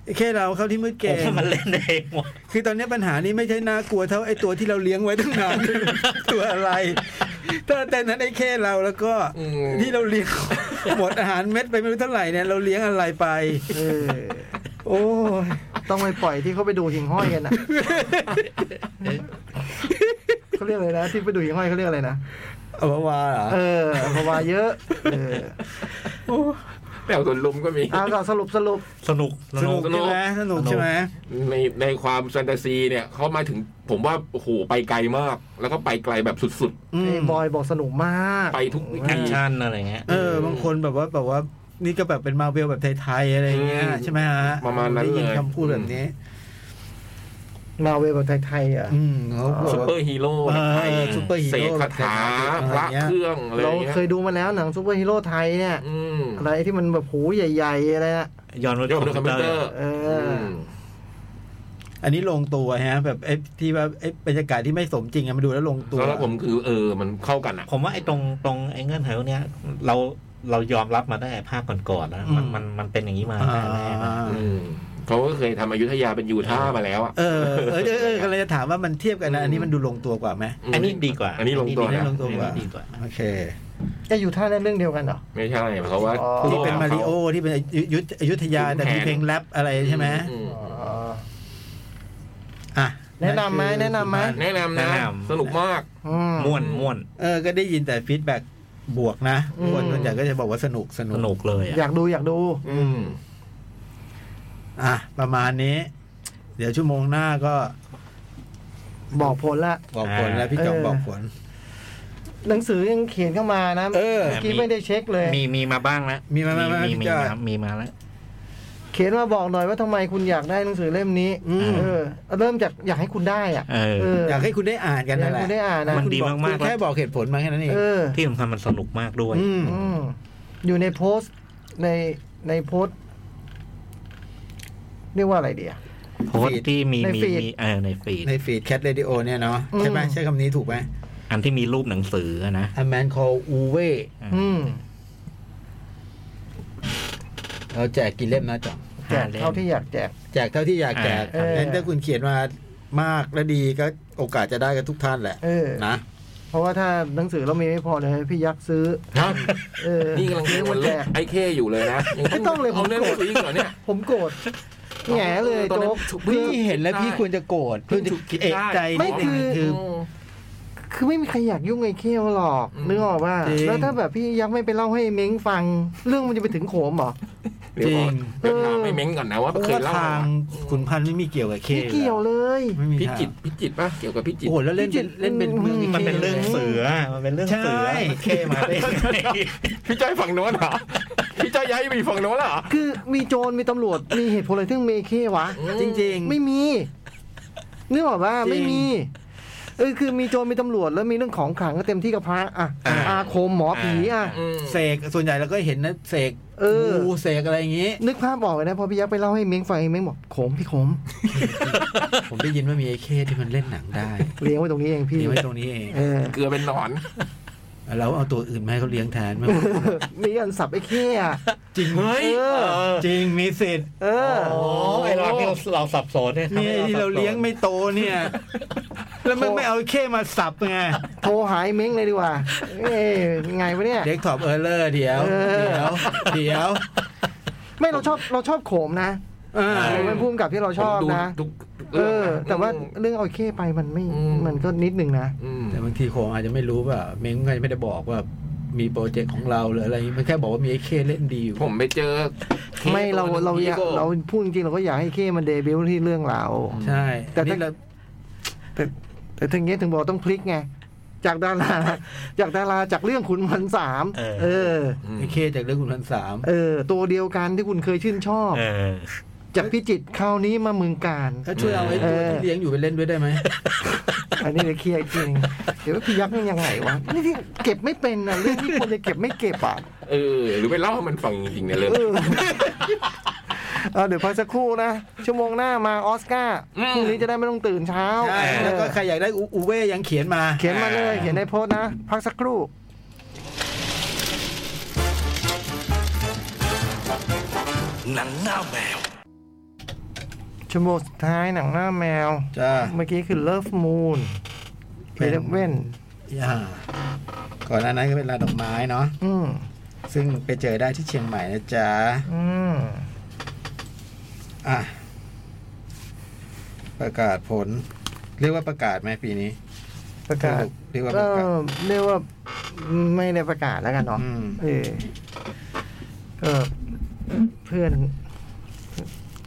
S3: ไอ้แค่เราเข้าที่มืด
S4: ผ
S3: เก่ง
S4: มว่ามันเล่นเองว่ะ
S3: คือตอนนี้ปัญหานี้ไม่ใช่น่ากลัวเท่าไอ้ตัวที่เราเลี้ยง ไว้ตั้งนาน ตัวอะไร ถ้าแต่นั้นไอ้แค่เราแล้วก็
S1: อืม
S3: ที่เราเลี้ยง หมดอาหารเม็ดไปไม่รู้เท่าไหร่เนี่ยเราเลี้ยงอะไรไป
S2: เออ
S3: โอ้ย
S2: ต้องไปปล่อยที่เขาไปดูหิ่งห้อยกันอ่ะ เขาเรียกอะไรนะ ที่ไปดูหิ่งห้อยเขาเรียกอะไรนะ
S3: เอาวาเหรอ
S2: เอออิมพอไว้เยอะ เออ
S1: แมวส่วนลุมก็มี
S2: เอาก็สรุปสรุป
S4: สนุก
S3: สนุก
S1: สนุ
S3: ใช่
S1: ก
S3: ไหมสนุกใช่ไหม
S1: ในในความแฟนตาซีเนี่ยเขามาถึงผมว่าโอ้โหไปไกลมาก แล้วก็ไปไกลแบบสุด
S3: อืม
S2: ไอ้บอยบอกสนุกมาก
S1: ๆ ไปทุกวิ
S4: แอ
S1: ธี
S4: คชั่นอะไรเงี้ย
S3: เออบางคนแบบว่าแบบว่า นี่ก็แบบเป็นมาเวลแบบไทยๆอะไรอย่างเงี้ย
S1: อืม
S3: ใช่ไหมฮะ
S1: ประมาณนั้น
S3: ได้ยิน
S1: เลย
S3: คำพูดแบบนี้
S2: มาเวลแบบไทยๆอ่ะ
S3: อืมเขาบอ
S1: ซู
S3: ก
S1: เปอ
S3: ว่า
S1: ร์ฮีโร่
S3: เออ
S1: ไทย
S3: ซูเปอร์ฮีโร่
S1: เสกคาถา
S3: อะ
S1: พ
S3: ไร
S1: ระ
S3: เงี้ย
S1: เครื่องอะไรอ
S2: เรา
S1: ย่างเงี้ย
S2: เคยดูมาแล้วหนังซูเปอร์ฮีโร่ไทยเนี่ย
S1: อืม
S2: อะไรที่มันแบบหูใหญ่ๆอะไรอะ
S4: ย้อนรถ
S1: ยอดด้วยคอมพิวเตอร์
S2: เออ
S1: ม
S3: อันนี้ลงตัวฮะ แบบไอ้ที่ว่าไอ้บรรยากาศที่ไม่สมจริงอะมาดูแล้วลงตัว
S1: สำหรับผมคือเออ มันเข้ากันอ่ะ
S4: ผมว่าไอ้ตรงตรงไอ้เงื่อนไขพวกเนี้ยเราเรายอมรับมาได้งแต่ภาคก่อนๆแล้วมันมันมันเป็นอย่างนี้มา
S3: อ่า
S4: แน่ๆนะ
S1: อืมเขาก็เคยทำอยุธยาเป็นยูท่าห์มาแล้วอ่ะ
S3: เออเออเออเออกำลังจะถามว่ามันเทียบกันนะอันนี้มันดูลงตัวกว่าไหม
S4: อันนี้ดีกว่า
S1: อันนี้ลงตัว
S3: อันนี้
S1: นะ
S3: ลงตัวกว่า
S4: อันนี้ดีกว่า
S3: โอเค
S2: แกอยู่ท่านั้นเรื่องเดียวกันเหรอ
S1: ไม่ใช่เพราะว่า
S2: อ๋อ
S3: ที่เป็นมาริโอที่เป็นอยุยุธอยุธยา
S1: ขุนแผน
S3: แต่มีเพลงแรปอะไรใช่ไหม
S1: อืม
S2: อ๋อ
S3: อ่ะ
S2: แนะนำไหม
S3: คือ
S2: แนะนำไหม
S1: แนะนำนะ
S4: แนะนำ
S1: สนุกมาก
S2: อืม
S4: ม่วนม่วน
S3: เออก็ได้ยินแต่ฟีดแบ็กบวกนะ
S2: อืม
S3: คนส่วนใหญ่ก็จะบอกว่าสนุกสนุ
S4: ส
S3: ก
S4: นุกเลย
S2: อ
S4: อะ
S2: ยากดูอยากดู
S1: อืม
S3: อ่ะประมาณนี้ เดี๋ยวชั่วโมงหน้าก็
S2: บอกผลละ
S3: บอกผลแล้วพี่จอง
S2: เออ
S3: บอกผล
S2: หนังสือยังเขียนเข้ามานะ
S3: เออ
S2: มื่อกี้ไม่ได้เช็คเลย
S4: มีมีมาบ้างแล้ว
S3: มีมาบ้างไหม
S4: มีมี
S3: พี่จ้อย
S4: มามีมาแล้ว
S2: เขียนมาบอกหน่อยว่าทำไมคุณอยากได้หนังสือเล่มนี้
S3: อืม
S2: เออ เริ่มจากอยากให้คุณได้อ่ะ
S4: เออ
S3: อยากให้คุณได้อ่านกั
S2: อ
S3: น
S2: ยาก
S3: นั่นแห
S2: ให้
S3: ละ
S2: คุณได้อ่านนะ
S4: มันดีมากๆ
S3: คุณแค่บอกเหตุผลมาแค่นั้นเอง
S2: เออ
S4: ที่สำคัญมันสนุกมากด้วย
S3: อืม
S2: อืมอยู่ในโพสต์ในในโพสต์เรียกว่าอะไรดีอ่ะ
S4: โพสต์ที่มี
S2: ใน
S4: มี
S2: ฟีด
S4: มีเออในฟีด
S3: ในฟีดแคทเรดิโอเนี่ยเนาะใช่ไหม
S2: อืม
S3: ใช้คำนี้ถูกไหม
S4: อันที่มีรูปหนังสืออะนะ
S3: A man called Uwe
S2: อืม
S3: เราแจกกี่เล่มนะจอง
S2: แจกเท่าที่อยากแจก
S3: แจกเท่าที่อยากแจก
S2: เออ
S3: งั้นถ้าคุณเขียนมามากและดีก็โอกาสจะได้กันทุกท่านแหละ
S2: เออ
S3: นะ
S2: เพราะว่าถ้าหนังสือเรามีไม่พอเลยพี่ยักษ์ซื้อ
S1: ฮะ
S2: เออ
S1: นี่กำลัง
S2: ซื้
S1: เล่
S2: อน
S1: วั
S2: มาน แจ
S1: เล่น
S2: ก
S1: ไอ้เคอยู่เลยนะยั
S2: ไม่ต้องเลยผม
S1: เอาเล่น
S2: โกรธ
S1: อีกเหรอเนี่ย
S2: ผมโกรธแหง่เลย
S1: ตอนนั้น
S2: โจ๊ก
S1: ถูก
S3: พี่เห็นแล้วพี่ควรจะโกรธ
S1: เพิ่
S3: พี่
S1: ง
S3: จะ
S1: ถูกคิด
S3: เอก
S1: ได้
S3: ใจ
S2: ไม่
S3: นิดนึง
S2: คือ
S3: คือ
S1: ม
S2: คือไม่มีใครอยากยุ่งไอ้เขี้ยวหรอก
S1: อืม
S2: นึกออกว่า
S3: จริง
S2: แล้วถ้าแบบพี่ยักษ์ไม่ไปเล่าให้เม้งฟัง เรื่องมันจะไปถึงโขมเหรอ
S1: เดี๋ยว
S3: จริง
S1: เดี๋ยวถามไอ้เม้งก่อนนะว่า
S3: เพราะ
S1: เคย
S3: ว่า
S1: เล่า
S3: ทางขุนพันธ์ไม่มีเกี่ยวกับเค
S2: ไม่เกี่ยวเลย
S3: ไม่มี
S1: พิ
S3: ทาง
S1: จิตรพิจิตรป่ะเกี่ยวกับพิจิต
S3: โอ้
S1: ร
S3: โหแล้วเล่นเป็นเล่นเป็นเมือง
S4: มันเป็นเรื่อง
S3: สื
S4: เสือมันเป็นเรื่องเสือ
S3: ใช่
S4: มันเคมาได้ยังไง
S1: พี่จ้อยฝั่งโน้นเหรอพี่จ้อยย้ายไปฝั่งโน้นเหรอ
S2: คือมีโจรมีตำรวจมีเหตุผลอะไรที่เมเควะ
S3: จริง
S2: ไม่มีนึกออกว่า
S3: จริง
S2: ไม่มีเออคือมีโจรมีตำรวจแล้วมีเรื่องของขลังก็เต็มที่กับพระอ่ะอาคมหมอผีอ่ะ
S1: อืม
S3: ๆเสกส่วนใหญ่เราก็เห็นนะเสก
S2: เออ
S3: งูเสกอะไรอย่างงี้
S2: นึกภาพบอกเลยนะพอพี่ยักษ์ไปเล่าให้เม้งฟังเม้งบอกโขมพี่โขม
S3: ผมได้ยินว่ามีไอ้เคที่มันเล่นหนังได้
S2: เลี้ยงไว้ตรงนี้เองพี่
S3: เลี้ยงไว้ตรงนี้เอง
S2: เอ อ
S1: เกลือเป็นหนอน
S3: แล้วเอาตัวอื่นมาให้เขาเลี้ยงแทนไหม
S2: มีอันสับไอ้เขี้ยอะ
S3: จริง
S4: เฮ้ยเออ
S3: จริงมีสิทธิ์
S2: เออ
S4: โอ้ไอเราที่เราเราสับสนเนี่ยทำ
S3: นี่
S4: ให้
S3: ไอ้ที่เรา
S4: สับสน
S3: เลี้ยงไม่โตเนี่ย แล้วมันไม่เอาไอ้เคมาสับไง
S2: โทรหายเม้งเลยดีกว่า เอ้ยไงวะเนี่ย
S3: เด็กท็อปเออร์เลอร์เดี๋ยว
S2: เออ
S3: เดี๋ยวเดี๋ยว
S2: ไม่เราชอบเราชอบโขมนะ
S3: เออ
S2: โขมเป็นภูมิกับที่เราชอบนะ
S1: ผมดูทุก
S2: เออ แต่ว่า
S1: อืม
S2: เรื่องเอาไอ้เขี้ยไปมันไม่
S1: อืม
S2: มันก็นิดนึงนะ
S1: อืม
S3: แต่บางทีโคงอาจจะไม่รู้ว่าเม้งก็ไม่ได้บอกว่ามีโปรเจกต์ของเราหรืออะไรมันแค่บอกว่ามีไอ้เคเล่นดีอยู่
S1: ผมไปเจอ
S2: ไม่เราเราอยา
S1: พี่
S2: ก
S1: โก้
S2: เราพูดจริงๆเราก็อยากให้เค้มันเดบิวต์ที่เรื่องเรา
S3: ใช่
S2: แต่ถ้า
S3: นี่เรา
S2: แต่แต่ถึงเงี้ยถึงบอกต้องพลิกไง จากดาราจากดาราจากเรื่องขุนพันสามเออ
S1: อืม
S3: ไอ้เคจากเรื่องคุณพันสาม
S2: เออ ตัวเดียวกันที่คุณเคยชื่นชอบ
S4: เออ
S2: จากพิจิตรคราวนี้มาเมืองการ
S3: ก็ช่วยเอาไอ้ตัวที่เลี้ยงอยู่ไปเล่นด้วยได้ไหม
S2: อันนี้เดี๋ยวเคลียร์อีกทีหนึงเดี๋ยวพี่ยักษ์นี่ยังไงวะนี่ที่เก็บไม่เป็นนะเรื่องที่ควรจะเก็บไม่เก็บอ่ะ
S1: เออ หรือไปเล่าให้มันฟังจริงๆเนี่ยเลย
S2: เออเอาเดี๋ยวพักสักครู่นะ ชั่วโมงหน้ามาออสการ์พรุ่งนี้จะได้ไม่ต้องตื่นเช้า
S3: ใช่แล้วก็ใครอยากได้อูอูเว่ยังเขียนมา
S2: เขียนมาเลย เขียนในโพสต์นะ พักสักครู่
S5: หนังหน้าแมว
S2: ชั่วโมงสุดท้ายหนังหน้าแมว
S3: จ้า
S2: เมื่อกี้คือ Love Moon
S3: เป็
S2: เ e
S3: น
S2: เลเว่น
S3: อย่าก่อนหน้านั้นก็เป็นลานดอกไม้เนาะ
S2: อืม
S3: ซึ่งไปเจอได้ที่เชียงใหม่นะจ๊ะ
S2: อืม
S3: อ่ะประกาศผล เรียกว่าประกาศไหมปีนี้
S2: ประกาศ
S3: เรียกว่าป
S2: ก็
S3: ระกาศ
S2: เรียกว่าไม่ได้ประกาศแล้วกันเนาะ
S3: อืม
S2: เออก็เพื่อน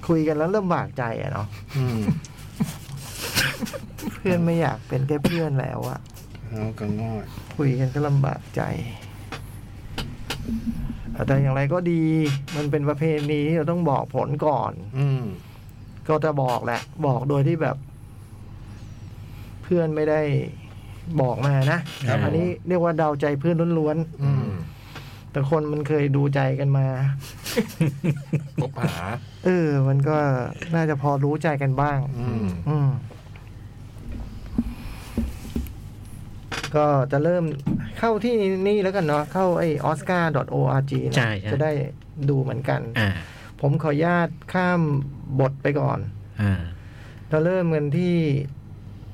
S2: คุยกันแล้วเริ่มบากใจอะเนาะ
S3: อืม
S2: เพื่อนไม่อยากเป็นแค่เพื่อนแล้วอะ
S3: เอากระงอด
S2: คุยกันก็ลำบากใจ แต่อย่างไรก็ดีมันเป็นประเพณีที่เราต้องบอกผลก่อน
S3: อืม
S2: ก็จะบอกแหละ บอกโดยที่แบบ เพื่อนไม่ได้บอกมานะครับ อันนี้เรียกว่าเดาใจเพื่อนล้วน
S3: อืม
S2: ๆแต่คนมันเคยดูใจกันมา
S1: พบหา
S2: เออ มันก็น่าจะพอรู้ใจกันบ้าง
S3: อื
S1: อื
S3: ม
S1: ม
S2: อืม ก็จะเริ่มเข้าที่นี่แล้วกันเนาะเข้าไอ oscar.org นะ
S4: ใช่ใช่
S2: จะได้ดูเหมือนกัน
S4: อ่า
S2: ผมขออนุญาตข้ามบทไปก่อน
S4: อ่า
S2: เราเริ่มกันที่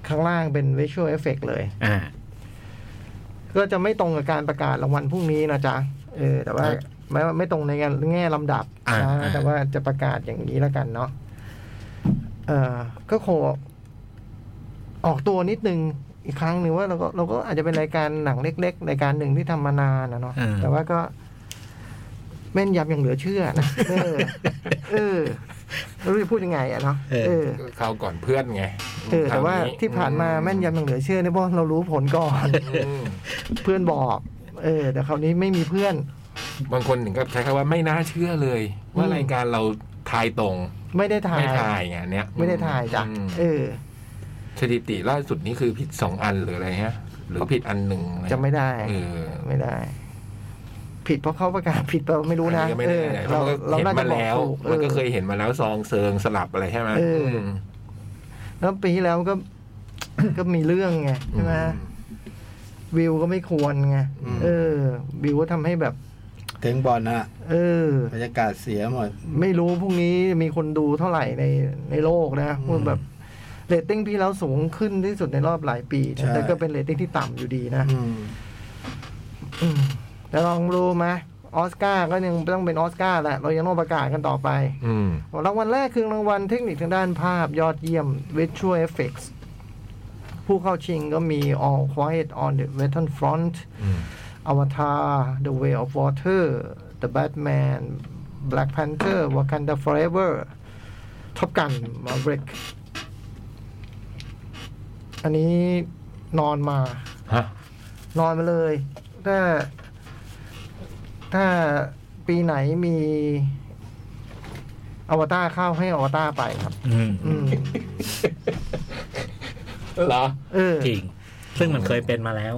S2: ข้างล่างเป็น visual effect เลย
S4: อ่า
S2: ก็จะไม่ตรงกับการประกาศรางวัลพรุ่งนี้นะจ๊ะ เออ แต่ว่าไม่ไม่ตรงในแง่แง่ลำดับ
S4: อ่า
S2: นะ
S4: อ่า
S2: แต่ว่าจะประกาศอย่างนี้แล้วกันเนาะเออก็ขอออกตัวนิดนึงอีกครั้งหนึ่งว่าเราก็เราก็อาจจะเป็นรายการหนังเล็ก ๆ รายการหนึ่งที่ทำมานานนะเนาะ
S4: อ่า
S2: แต่ว่าก็แม่นยำอย่างเหลือเชื่อนะเออ เออไม่รู้จะพูดยังไงอะเนาะเออ
S1: คราวก่อนเพื่อนไง
S2: เออแต่ว่าที่ผ่านมาแม่นยำอย่างเหลือเชื่อเนี่ยเพราะเรารู้ผลก่อน
S1: อืม
S2: เพื่อนบอก เออ แต่คราวนี้ไม่มีเพื่อน
S1: บางคนถึงกับใช้คำว่าไม่น่าเชื่อเลย ว่า
S2: อืม
S1: รายการเราทายตรง
S2: ไม่ได้ถ่าย
S1: ไม่ทายไงเนี้ย
S2: ไม่ได้ถ่ายจ้ะ
S1: อืม
S2: เออ
S1: สถิติล่าสุดนี่คือผิดสองอันหรืออะไรฮะ หรือผิดอันหนึ่งอร
S2: จะไม่ได้
S1: เออ
S2: ไม่ได้ ผิดเพราะเขาประกาศผิดเราไม่รู้นะ
S1: อัก็ไม่
S2: เอ
S1: แน่
S2: อ
S1: ใจ
S2: เรา
S1: เราเห็น
S2: เราน่าจะ
S1: มา
S2: บอก
S1: แล้ว
S2: ถูก
S1: มันก็
S2: ออ
S1: เคยเห็นมาแล้วซองเซิงสลับอะไรใช่ไหม
S2: เอออื
S1: ม
S2: แล้วปีที่แล้วก็ ก็มีเรื่องไงใช่ไหมวิวก็ไม่ควรไง
S3: อืม
S2: เออ วิวก็ทำให้แบบ
S3: ถึงบอลน่ะ
S2: เออ
S3: บรรยากาศเสียหมด
S2: ไม่รู้พรุ่งนี้มีคนดูเท่าไหร่ในในโลกนะ
S3: อืม
S2: มันแบบเรตติ้งพี่แล้วสูงขึ้นที่สุดในรอบหลายปี
S3: ใช่
S2: นะแต่ก็เป็นเรตติ้งที่ต่ำอยู่ดีนะ
S3: อืม
S2: อืมแต่ลองรู้ไหมออสการ์ก็ยังต้องเป็นออสการ์แหละเรายังต้องประกาศกันต่อไป
S1: อืม
S2: รางวัลแรกคือรางวัลเทคนิคทางด้านภาพยอดเยี่ยม Visual Effects ผู้เข้าชิงก็มี All Quiet on the Western Front
S1: อืม
S2: Avatar The Way of Water The Batman Black Panther Wakanda Forever Top Gun Maverick อันนี้นอนมา
S1: ฮะ
S2: นอนมาเลย ถ้า ถ้าปีไหนมีอวตารเข้าให้อวตารไปครับ
S4: อืม
S2: อืม
S1: เหรอ
S2: เออ
S4: จริง ซึ่งมันเคยเป็นมาแล้ว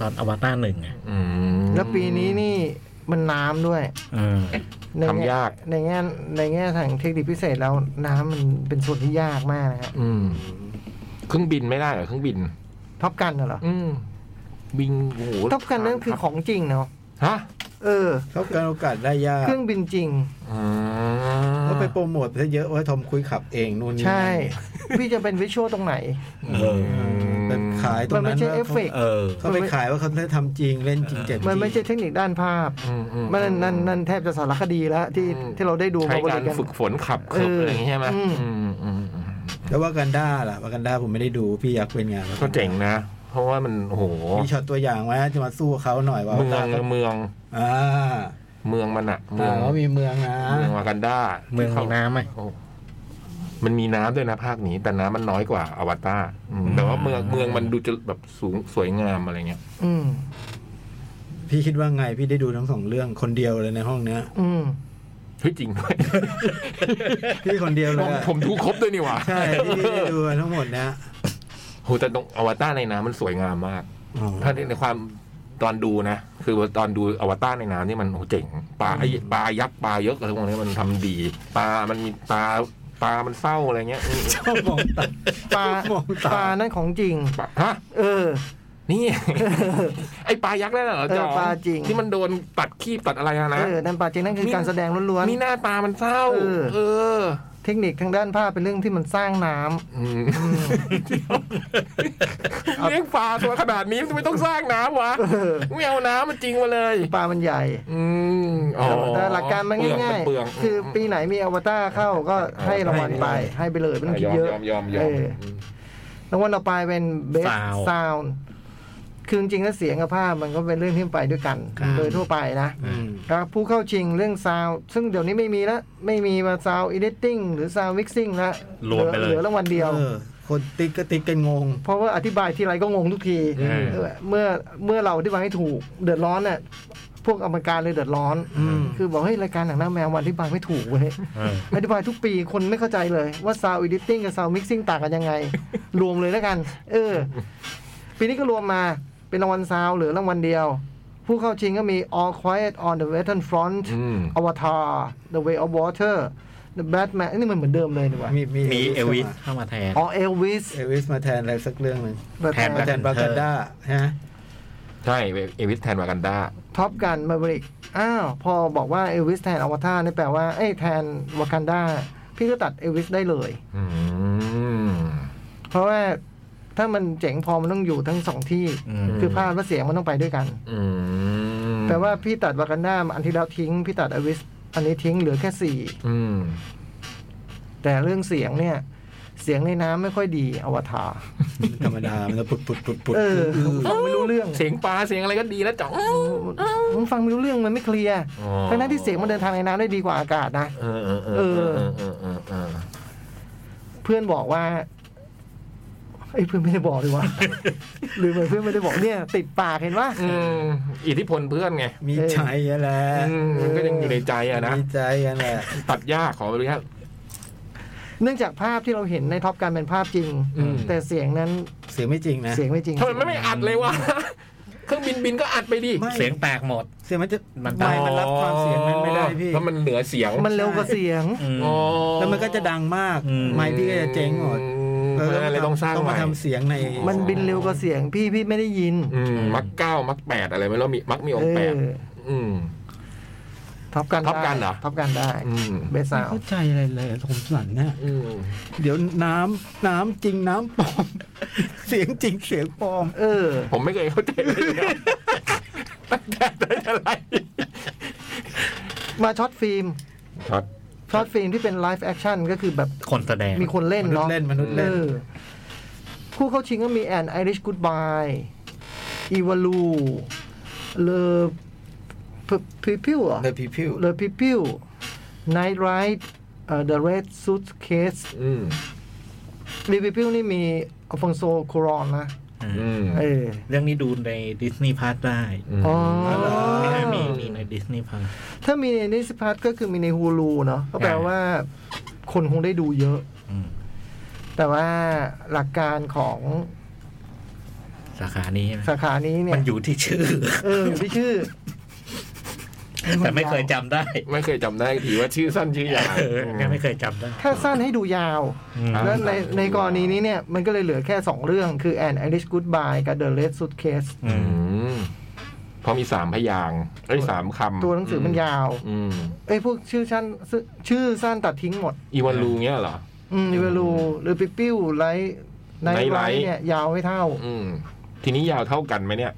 S4: ตอนอวตารหนึ่งอ่ะ
S1: อืม
S2: แล้วปีนี้นี่มันน้ำด้วย
S4: เออ
S2: ในแง่
S1: ทำยาก
S2: ในแง่ในแง่ทางเทคนิคพิเศษแล้วน้ำมันเป็นส่วนที่ยากมากนะฮะ
S1: อืมเครื่องบินไม่ได้เหรอเครื่องบิน
S2: ท็อปกันเหรอ
S1: อืมบินโอ้โห
S2: ท็อปกันนั่นคือของจริงเนาะ
S1: ฮะ
S2: เออ
S3: เขาการโอกาสได้ยาก
S2: เครื่องบินจริง
S1: อืม
S3: ก็ไปโปรโมทซะเยอะว่าทอมคุยขับเองนู่นนี่
S2: ใช่ พี่จะเป็นวิชวลตรงไหน
S4: เออ
S3: ไปขายตรง
S2: มั
S3: นั้น น
S2: ไม่ใช่เอฟเฟก
S4: เออ
S3: เขาไปขายว่าเขาได้ทำจริงเล่นจริงเจ็บจริง
S2: มันไม่ใช่เทคนิคด้านภาพ
S1: อืมอืม
S2: มันนั่นนั่นแทบจะสารคดีแล้วที่
S1: อืม
S2: ที่เราได้ดู
S1: ใช้
S2: มาบ
S1: การ
S2: ริกัน
S1: ฝึกฝนขับเคิร์บ
S2: เอออ
S1: อะไรอย่างเงี้ยใช่ไหม
S2: อืม
S1: อืมอืมอืม
S3: แล้วว่ากันด้าล่ะว่ากันด้าผมไม่ได้ดูพี่อยากเป็นไง
S1: ก็เจ๋งนะ เพราะว่ามันโอ้โห
S3: มีช็อตตัวอย่างไว้จะมาสู้เขาหน่อยว่า
S1: เมือง
S3: เขา
S1: เมือง
S3: อ่า
S1: เมืองมันอะเมื
S3: อ่า
S1: อง
S3: เขามีเมืองนะ
S1: เมืองวากันดา
S4: เมืองมีน้ำไหม
S1: โอ้มันมีน้ำด้วยนะภาคนี้ แต่น้ำมันน้อยกว่าอวตารอืมแต่ว่าเมืองเมืองมันดูจะแบบสูงสวยงามอะไรเงี้ย
S2: อืม
S3: พี่คิดว่าไงพี่ได้ดูทั้งสองเรื่องคนเดียวเลยในห้องเนี้ย
S2: อืม
S1: เฮ้ยจริงด้วย
S3: พี่คนเดียว
S1: ผ
S3: เลย
S1: ม
S3: อะ
S1: ผมดูครบด้วยนี่หว่า
S3: ใช่ที่พี่ได้ดูทั้งหมดนะ
S1: โหแต่ตรงอวตารในน้ำมันสวยงามมาก
S3: อ๋อ
S1: ถ้าในความตอนดูนะ คือตอนดูอวตารในน้ำนี่มันโหเจ๋งปลาไอ้ปลายักษ์ปลาเยอะอะไรพวกนี้มันทำดีปลามันมีปลาปลามันเศร้าอะไรเงี้ยอืม
S3: ชอบมองตา
S2: ปลา
S3: ชอบมอง
S2: ปลา
S3: ตา
S2: นั่นของจริง
S1: ปลาฮะ
S2: เออ
S1: นี่ ไอปลายักษ์นั่นเหรอ
S2: เออ
S1: จอม
S2: ปลาจริง
S1: ที่มันโดนตัดขี้ตัดอะไรอะนะ
S2: เออนั่นปลาจริงนั่นคือ
S1: นี่
S2: การแสดงล้วนๆ
S1: นี่หน้าตามันเศร้า
S2: เออ
S1: เออ
S2: เทคนิคทางด้านภาพเป็นเรื่องที่มันสร้างน้ำ
S1: อืมเลี้ยงปลาตัวขนาดนี้ทำไมต้องสร้างน้ำวะไม่เอาน้ำมันจริงมาเลย
S2: ปลามันใหญ่
S1: อืมอ๋อ
S2: แต่หลักการมันง่าย
S1: เปลือง
S2: ๆ คือปีไหนมีอวตารเข้าก็ให้รางวัลไป ให้ไปเลยไม่ต้องคิด
S1: ยอม
S2: เยอะ
S1: ยอมยอมย
S2: เอ
S1: อม
S2: อรางวัลต่อไปเป็น best
S4: Sound
S2: sound คือจริงๆแล้วเสียงกับภาพมันก็เป็นเรื่องที่ไปด้วยกัน
S4: ครับ
S2: โดยทั่วไปนะ
S3: อืม
S2: ครับผู้เข้าชิงเรื่องซาวซึ่งเดี๋ยวนี้ไม่มีแล้ว ไม่มีมาซาวอิเ i ตติ้งหรือซาววิกซิ่งแล้ว
S4: รวมไปเลย
S2: หลือรางวัลเดียว
S3: ออ คนติดก็ติดกันงง
S2: เพราะว่าอธิบายทีไรก็งงทุกที
S1: อืม
S2: เออเมื่อเมื่อเราอธิบายให้ถูกเดือดร้อนเนี่ยพวกกรรมการเลยเดือดร้อน
S3: อืม
S2: คือบอกเฮ้ยรายการหนังหน้าแมวมันอธิบายไม่ถูกเว้ยอธิบายทุกปีคนไม่เข้าใจเลยว่าซาวด์อ d ดิ i ติ้งกับซาวด์มิกซิ่งต่างกันยังไง รวมเลยแล้วกัน เออ ปีนี้ก็รวมมาเป็นรางวัลซาวด์เหรือรางวัลเดียว ผู้เข้าชิงก็มี All Quiet on the Western Front
S1: อืม
S2: Avatar The Way of Water The Batman นี่มันเหมือนเดิมเลยนี่หว่า
S4: มีเอลวิส
S3: ข้า
S4: เข้ามาแทน
S2: อ๋อ Elvis
S3: าเอลวิสมาแทนอะไรสักเรื่องหนึ่ง
S4: แทน
S3: มาแทนบากันด้าฮะ
S1: ใช่เอวิสแทนวากันดา
S2: ท็อปกันมาบริกอ้าว พอบอกว่าเอลวิสแทนอวตารนี่แปลว่าเอ้ยแทนวากันดาพี่ก็ตัดเอลวิสได้เลย
S1: อืม
S2: เพราะว่าถ้ามันเจ๋งพอมันต้องอยู่ทั้งสองที่
S4: อืม
S2: คือภาพและเสียงมันต้องไปด้วยกัน
S1: อืม
S2: แต่ว่าพี่ตัดวากันดาอันที่แล้วทิ้ง พี่ตัดเอลวิสอันนี้ทิ้งเหลือแค่สี่
S1: อืม
S2: แต่เรื่องเสียงเนี่ย เสียงในน้ำไม่ค่อยดีอวตาร
S3: ธรรมดามันก็ปุดปุดปุดปุด
S2: เออฟังไม่รู้เรื่อง
S1: เสียงปลาเสียงอะไรก็ดีแล้วจ๋อง
S2: มึงฟังไม่รู้เรื่องมันไม่เคลียร์
S1: อ๋อ
S2: ทั้งนั้นที่เสียงมันเดินทางในน้ำได้ดีกว่าอากาศนะ
S1: เออเออเออเออเออเออเออ
S2: เพื่อนบอกว่าไอ้ยเพื่อนไม่ได้บอกดีว่า หรือเหมือนเพื่อนไม่ได้บอกเนี่ย ติดปากเห็นว่า
S1: อืมอิทธิพลเพื่อนไง
S3: มีใจอะแหละ
S1: อืมมันก็ยังอยู่ในใจอะนะ
S3: มีใจอะแหละ
S1: ตัดยากขออนุญาต
S2: เนื่องจากภาพที่เราเห็นในท็อปการเป็นภาพจริง
S1: อืม
S2: แต่เสียงนั้น
S3: เสียงไม่จริงนะ
S2: เสียงไม่จริง
S1: ทำไมไม่ไม่อัดเลยวะ เครื่องบินบินก็อัดไปดิ
S3: ไม่
S4: เสียงแตกหมด
S3: เสียงมันจะ
S4: มัน
S3: ไม่
S4: ได้
S3: มันรับความเสียงนั้นไม่ได้พี่
S1: เพราะมันเหนือเสียง
S2: มันเร็วกว่าเสียง
S4: อืม
S1: อ๋อ
S3: แล้วมันก็จะดังมาก
S4: อืม
S3: ไม่พี่ก็จะเจ๊งหมด
S1: เพราะฉะนั้นเลยต้องสร้าง
S3: ต้อง
S1: ให
S3: มา
S1: ม่
S3: ทำเสียงใน
S2: มันบินเร็วกว่าเสียง พี่พี่ไม่ได้ยิน
S1: อืมมักเก้ามักแปดอะไรไม่รู้มีมักมีองค์
S2: เอ
S1: แปด
S2: อ
S1: อืม
S2: ท็อปการ
S1: Top Gun เหรอ
S2: ท็อปการได้
S1: อืม
S2: เบสซา
S3: ไม่
S2: ว
S3: เข้าใจอะไรเลยผมสันนะ
S1: อืม
S3: เดี๋ยวน้ำน้ำจริงน้ำปลอม เสียงจริงเสียงปลอม
S2: เออ
S1: ผมไม่เคยเข้าใจเลยนะตั้งแต่ได้อะไร
S2: มาช็อตฟิล์ม
S1: ช็อต
S2: ช็อตฟิล์มที่เป็นไลฟ์แอคชั่นก็คือแบบ
S4: คนแสดง
S2: มีคนเล่น
S3: มนุษ
S2: เนาะ
S3: ย์เล่นมนุษย์เล่น
S2: เออผู้เข้าชิงก็มีแอนไอริชกูดบายอีวาลูเลอพิพิวอ่ะ
S3: The People
S2: เลอพิพิวไนท์ไรท์เอ่อ The Red Suitcase
S1: อืม
S2: เลอพิพิวนี่มีอฟองโซโครอนนะ
S1: อืม
S2: เออ
S4: เรื่องนี้ดูในดิสนีย์พาร์ทได้
S2: อ๋อ
S4: มีมีในดิสนีย์พาร์ท
S2: ถ้ามีในนิสพัทก็คือมีในฮูลูเนาะก็แปลว่า คนคงได้ดูเยอะ
S4: อืม
S2: แต่ว่าหลักการของ
S4: สาขานี้ใช่ไหม
S2: สาขานี้เนี่
S4: มั
S2: ย
S4: นอยู่ที่ชื่อ
S2: เอออยู่ที่ชื่อ
S4: แต่ไม่เคยจำได้
S1: ไม่เคยจำได้ทีว่าชื่อสั้นชื่อยาว
S4: เออเนี่ยไม่เคยจำได้
S2: ถ้าสั้นให้ดูยาว
S1: อ่า
S2: แล้วใน
S1: ใช่
S2: ในกรณีนี้เนี่ย มันก็เลยเหลือแค่ 2 เรื่องคือ An Irish Goodbye กับ The Red Suitcase
S4: อื
S1: อื
S4: ม
S1: มเพราะมีสามพยางค์ไอ้ยสามคำ
S2: ตัวหนังสือมันยาว
S1: อืม
S2: เอ้ย พวกชื่อชั้นชื่อชื่อสั้นตัดทิ้งหมด
S1: อีวันลูเงี้ยเหรอ
S2: อืมนิเวลูหรือปิปิ้วไลไน
S1: Night
S2: ไล
S1: Light
S2: เนี่ย ยาวไม่เท่า
S1: อืม ทีนี้ยาวเท่ากันไหมเนี่ย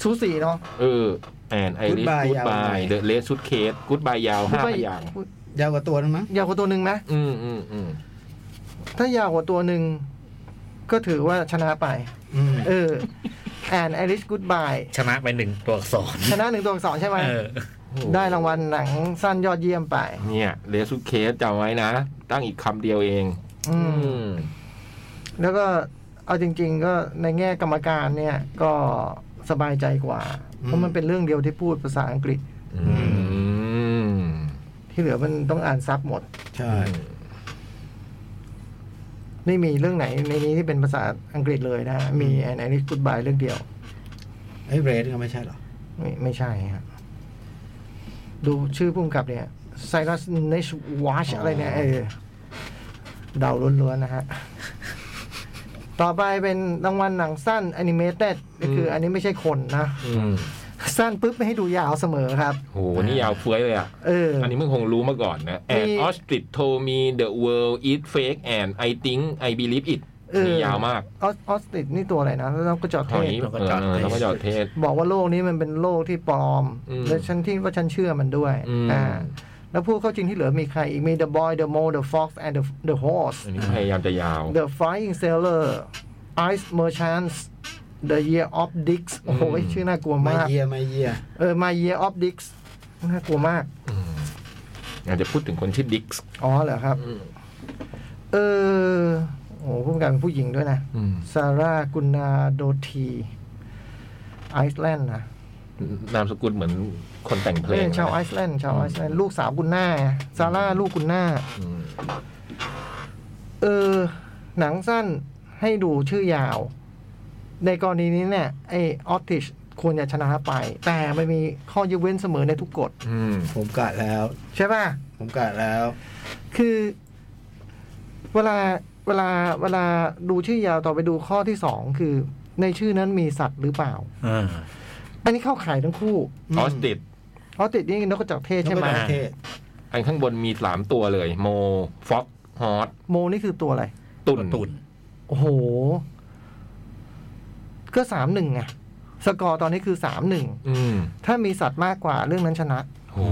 S2: ชูสีเนาะ
S1: เออแอนไอริส
S3: Goodbye
S1: กูด
S3: ยาว
S1: บาย
S3: ไหม
S1: เดอะเลสชุดเคสกูดบายยาวห้าพยางค์
S3: ยาวกว่าตัวนั้นมั้ง
S2: ยาวกว่าตัวหนึ่งไหม
S1: อืมอืมอืม
S2: ถ้ายาวกว่าตัวหนึ่ง ก็ถือว่าชนะไป
S3: อืม
S2: เออ An Irish Goodbye
S4: ชนะไปหนึ่งตัวอักษร
S2: ชนะหนึ่งตัวอักษรใช่ไหม
S4: เออ
S2: ได้รางวัลหนังสั้นยอดเยี่ยมไป
S1: เนี่ยเลสชุดเคสจำไว้นะ ตั้งอีกคำเดียวเอง
S2: อืม
S1: อืม
S2: แล้วก็เอาจริง ๆ ก็ในแง่กรรมการเนี่ยก็สบายใจกว่า เพราะมันเป็นเรื่องเดียวที่พูดภาษาอังกฤษ
S1: อืม
S2: ที่เหลือมันต้องอ่านซับหมด
S3: ใช่
S2: ไม่มีเรื่องไหนในนี้ที่เป็นภาษาอังกฤษเลยนะฮะมีแอนแอนนี่กูดบายเรื่องเดียว
S3: ไอ้เรดก็ไม่ใช่เหรอ
S2: ไม่ไม่ใช่ฮะดูชื่อพุ่มกับเนี่ยไซรัสเนชว c ชอะไรเนี่ยเออเดาล้วนๆนะฮะ ต่อไปเป็นรางวัลหนังสั้นแอนิเมเต็ดคืออันนี้ไม่ใช่คนนะ
S1: อืม
S2: สั้นปุ๊บไม่ให้ดูยาวเสมอครับ
S1: โห นี่ยาวเฟ้ยเลยอ่ะ
S2: เอออ
S1: อันนี้มึงคงรู้มาก่อนนะแอ
S2: มี
S1: นออสตริดโทมีเดอะเวิลด์อีทเฟกแอนไอติงไอบิลิฟอิต
S2: เออ
S1: นี่ยาวมาก
S2: ออสออสติดนี่ตัวอะไรนะแล้วก็จอด
S1: ห
S2: เท
S1: อย
S2: ศ
S1: นี้
S4: แล้วก็
S1: เอ
S4: จอด
S1: อ
S4: เทศ
S1: แล้วก็จอดเทศ
S2: บอกว่าโลกนี้มันเป็นโลกที่ปลอม
S1: อืม
S2: และฉันที่ว่าฉันเชื่อมันด้วย
S1: อืม
S2: แล้วผู้เข้าจริงที่เหลือมีใครอีกมี The Boy The Mole The Fox and the the Horse
S1: อันนี้พยายามจะยาว
S2: The Flying Sailor Ice Merchants The Year of Dix โอ้โห
S1: อืม
S2: ชื่อน่ากลัว
S3: ไม่
S2: มาก
S3: เยียไม่เยีย
S2: เออ My Year of Dix น่ากลัวมาก
S1: อยากจะพูดถึงคนชื่อดิกส์
S2: อ๋อเหรอครับ เออ โอ้โหผู้กำกับเป็นผู้หญิงด้วยนะ
S1: อืม
S2: ซาร่ากุนาโดทีไอซ์แลนด์นะ
S1: นามสกุลเหมือนคนแต่งเพล
S2: เอ้
S1: ง
S2: ยชาว
S1: นะ
S2: ไอซ์แลนด์ชาวไอซ์แลนด์ลูกสาวกุนนาซาร่าลูกกุนนา
S1: อืม
S2: เออ หนังสั้นให้ดูชื่อยาว ในกรณีนี้เนี่ยไอออติชควรจะชนะไป แต่มันมีข้อยกเว้นเสมอในทุกกฎ
S1: อืม
S3: ผมกะแล้ว
S2: ใช่ป่ะ
S3: ผมกะแล้ว
S2: คือ เวลาเวลาเวลาดูชื่อยาวต่อไปดูข้อที่สองคือ ในชื่อนั้นมีสัตว์หรือเปล่า
S4: อ่า
S2: อันนี้เข้าข่ายทั้งคู่
S1: ออสติด
S2: เพราะติดนี่นกกระจอกเทศใช่ไหม
S3: นกกระจอกเทศ
S1: อันข้างบนมีสามตัวเลย โมฟ็อกฮอต
S2: โมนี่คือตัวอะไร
S1: ตุ่น
S4: ตุ่น
S2: โอ้โห ก็สามหนึ่งไงสกอร์ตอนนี้คือสามหนึ่ง
S1: อืม
S2: ถ้ามีสัตว์มากกว่าเรื่องนั้นชนะ
S1: โอ้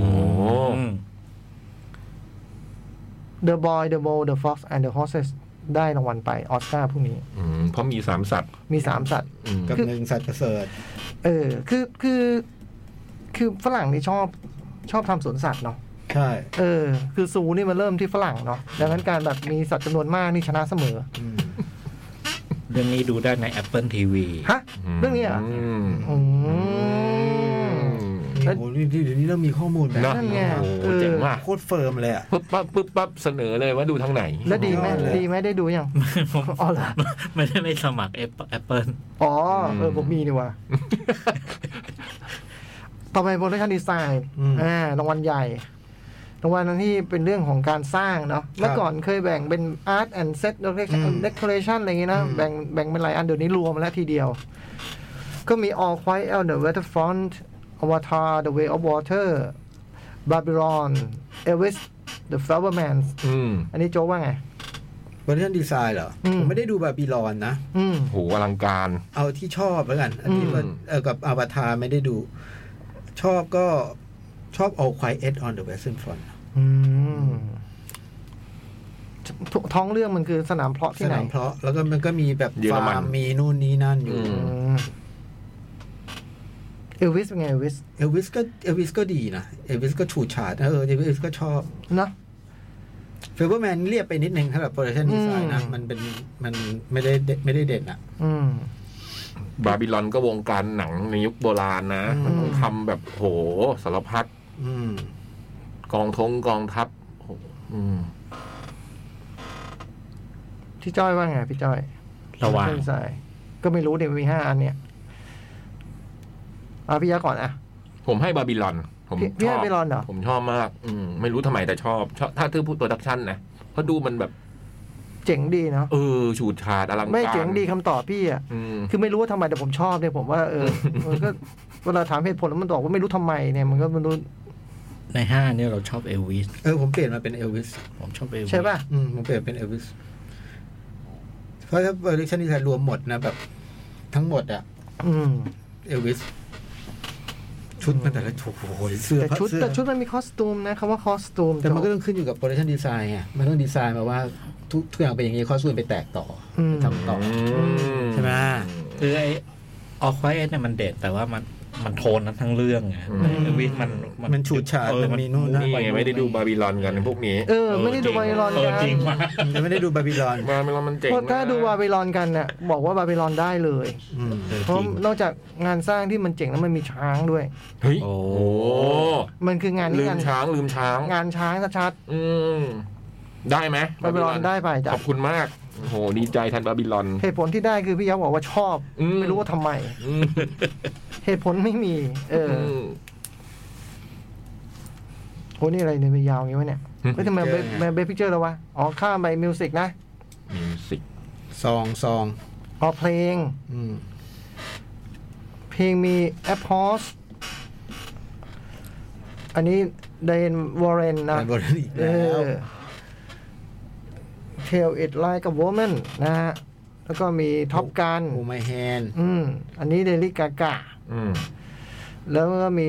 S4: อืม
S2: The Boy The Mole The Fox and the Horses ได้รางวัลไปออสการ์พวกนี้
S1: อืมเพราะมีสามสัตว์
S2: มีสามสัตว์
S1: อืม
S3: กับหนึ่งสัตว์ประเสริฐ
S2: เออ คือคือ คือฝรั่งนี่ชอบชอบทำสวนสัตว์เนาะ
S3: ใช่
S2: เออ คือซูนี่มันเริ่มที่ฝรั่งเนาะดังนั้นการแบบมีสัตว์จำนวนมากนี่ชนะเสมอ
S3: อืม
S4: เรื่องนี้ดูได้ใน Apple TV
S2: ฮะเรื่องนี้เหรอ่ะ
S1: ม
S2: อืม
S3: นี่โอ้โหนี่เดี๋ยวนี้เรามีข้อมูลแบบ
S1: เนอะ
S2: นั่นไง
S1: โอ้โหเจ๋งมาก
S3: โคตรเฟิร์มเลยอ่ะ
S1: ปุ๊บปั๊บปุ๊บปั๊บเสนอเลยว่าดูทางไหน
S2: แล้วดีไหม
S3: ยอดเลย
S2: ดีไหมได้ดูยัง
S4: ผม
S2: อ๋อเหรอ
S4: ไม่ได้ไม่สมัคร Apple Apple
S2: อ๋อเออผมมีดี ว่า ต่อไปโปรดักชันดีไซน์
S3: อืม
S2: อ่ารางวัลใหญ่ รางวัลนั้นที่เป็นเรื่องของการสร้างเนาะเมื่อก่อนเคยแบ่งเป็น Art and Set
S3: อื
S2: Decoration
S3: ม
S2: Decoration อะไรอย่างงี้นะ
S3: อืม
S2: แบ่งแบ่งเป็นหลายอันเดี๋ยวนี้รวมแล้วทีเดียว ก็มี All Quiet on the Waterfront Avatar The Way of Water Babylon Elvis The Flowerman
S1: อืม
S2: อันนี้โจกว่าไง
S3: เวอร์ชันดีไซน์เหรออ
S2: ม
S3: ผมไม่ได้ดูบาบิลอนนะ
S2: อืม
S1: โหอลังการ
S3: เอาที่ชอบแล้วกัน อันนี้
S2: อืม
S3: ก็เออกับอวตารไม่ได้ดู ชอบก็ชอบ All Quiet on the Western Front
S2: อืมทท้องเรื่องมันคือสนามเพาะ
S3: ส
S2: ที่ไหน
S3: นามเพราะแล้วก็มันก็มีแบบ
S1: เยอร
S3: ฟา
S1: มัน
S3: ร์มมีนู่นนี่นั่นอยู่
S1: อืม
S2: เอลวิสเป็นไงเอลวิส
S3: เอลวิสก็เอลวิสก็ดีนะเอลวิสก็ชูชาดเออเอลวิสก็ชอบ
S2: นะ
S3: เฟเบอร์แมนเรียบไปนิดนึงสำหรับโปรดักชันดีไซน์นะ
S2: อืม
S3: มันเป็นมันไม่ได้เด่นไม่ได้เด่นอะ
S2: อืม
S1: บาบิลอนก็วงการหนังในยุคโบราณนะ
S3: อืม
S1: มันต้องทำแบบโหสารพัด
S3: อืม
S1: กองทงกองทัพโหอืม
S2: ที่จ้อยว่าไงพี่จ้อย
S4: ระหว่าง
S2: ใส่ก็ไม่รู้เดี๋ยวมีห้าอันเนี่ยเอาพี่ยะก่อนอ่ะ
S1: ผมให้บาบิลอน ผม
S2: พี่พี่
S1: ชอบบ
S2: ให้าบิลอนเหรอ
S1: ผมชอบมาก อืมไม่รู้ทำไมแต่ชอบชอบ ถ้าถือพูดโปรดักชันนะเพราะดูมันแบบ
S2: เจ๋งดีเนาะ
S1: เออฉูดฉาดอลังการ
S2: ไม่เจ๋งดีคำตอบพี่อ่ะ
S1: อืม
S2: คือไม่รู้ว่าทำไมแต่ผมชอบเนี่ยผมว่าเออมันก็เวลาถามเหตุผลแล้วมันตอบว่าไม่รู้ทำไมเนี่ยมันก็มันรู้
S4: ในห้าเนี่ยเราชอบเอลวิส
S3: เออผมเปลี่ยนมาเป็นเอลวิส
S4: ผมชอบเอลวิส
S2: ใช่ป่ะ
S3: อืมผมเปลี่ยนเป็นเอลวิสเพราะถ้าโปรดักชันดีไซน์รวมหมดนะแบบ ทั้งหมดอะ
S2: อืม
S3: เอลวิส ชุดมันแต่ละโอ้โหเสื้อ
S2: แต่ชุด
S3: เสื้อ
S2: แต่ชุดมันมีคอสตูมนะคำว่าคอสตูม
S3: แต่มันก็ต้องขึ้นอยู่กับโปรดักชันดีไซน์ไงมันต้องดีไซน์มาว่าทุกทุกอย่างเป็นอย่างนี้ข้อส่วนไปแตกต่ออ
S2: ม
S3: ไปทำต่ออ ใช่ไหม
S4: คือไอออควายเนี่ยมันเด็ดแต่ว่ามันมันโทนนั้นทั้งเรื่องไงในเอลวิสมัน
S3: มันฉูดฉาด
S4: เออ
S3: มันมีนู่นนั่น
S1: นี่ไงไม่ได้ดูบาบิลอนกันพวกนี้
S2: เออ ไม่ได้ดูบาบิลอน
S4: เอ
S2: กั
S4: อนจริงมาก
S3: มันจะไม่ได้ดูบาบิลอน
S1: บาบิลอนมันเจ๋ง
S2: เพราะถ้า
S1: นะ
S2: ดูบาบิลอนกันน่ะบอกว่าบาบิลอนได้เลย
S3: อืม
S2: เพราะนอกจากงานสร้างที่มันเจ๋งแล้วมันมีช้างด้วย
S1: เฮ้ย
S4: โอ้
S1: โอ้
S2: มันคืองาน
S1: ลื
S2: ที่
S1: ม
S2: งาน
S1: ช้างลืมช้าง
S2: งานช้างชัด
S1: อืมได้ไหม
S2: บาบิลอนได้ไปจ้ะ
S1: ขอบคุณมากโอ้โหดีใจแทันบาบิลอน
S2: ๆเหตุผลที่ได้คือพี่ยักษ์บอกว่าชอบ
S1: อืม
S2: ไม่รู้ว่าทำไม
S1: อืม
S2: เหตุผลไม่มี เอออ
S1: ม
S2: โหนี่อะไรเนี่ยมันยาวอย่างงี้วะเนี่ย
S1: อืม
S2: เฮ้ยทำไมมันเบพิเจอร์แล้ววะอ๋อข้ามไปมิวสิกนะ
S1: มิวสิก
S3: ซองซอง
S2: อ๋อเพลง
S3: อืม
S2: เพลงมี a p p o s อันนี้เดนวอร์เรนนะ
S3: แต่บริอีก
S2: เอ
S3: แล้ว
S2: อ Tell It Like a Woman นะฮะ แล้วก็มีท็อปกัน
S3: โอไมแฮน
S2: อืม อันนี้เดลิกากา
S1: อืม
S2: แล้วก็มี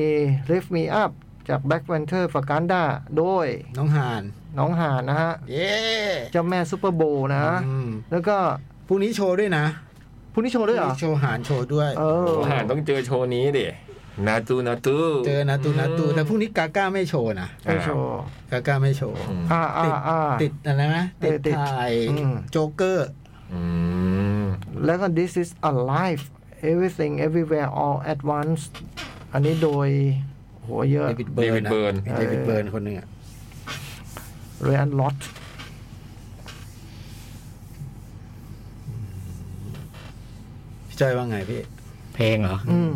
S2: Lift Me Up จาก Black Panther f a g a n d a โดย
S3: น้องหาน
S2: น้องหานนะฮะ
S3: เย้
S2: เจ้าแม่ซูเปอร์โบว์นะ
S3: อืม
S2: แล้วก็
S3: พรุ่งนี้โชว์ด้วยนะ
S2: พรุ่งนี้โชว์ด้วยเหรอ
S3: พงนี้โชว์หานโชว์ด้วย
S2: เออ
S1: อาหารต้องเจอโชว์นี้ดินาตูนาตู
S3: เจอนะตูนะตูแต่พรุ่งนี้กาก้าไม่โชว์นะ
S2: ไม่โชว์
S3: กาก้าไม่โชว์
S2: อ่าอ่าอ่า
S3: ติดอะไรนะ
S2: เอ
S3: ติ
S2: อ
S3: ด
S2: ติด
S3: ถ่าย
S2: อืม
S3: โจ๊กเกอร์
S1: อืม
S2: แล้วก็ this is alive everything everywhere all at once อันนี้โดยโหัวเยอะ
S3: เดวิดเบิร์น
S1: David Byrne
S3: เดวิดเบิร์นคนหนึ่งอะ
S2: เรียนลอต
S3: พี่จ้อยว่าไงพี่
S4: เพลงเหรอ
S2: อืม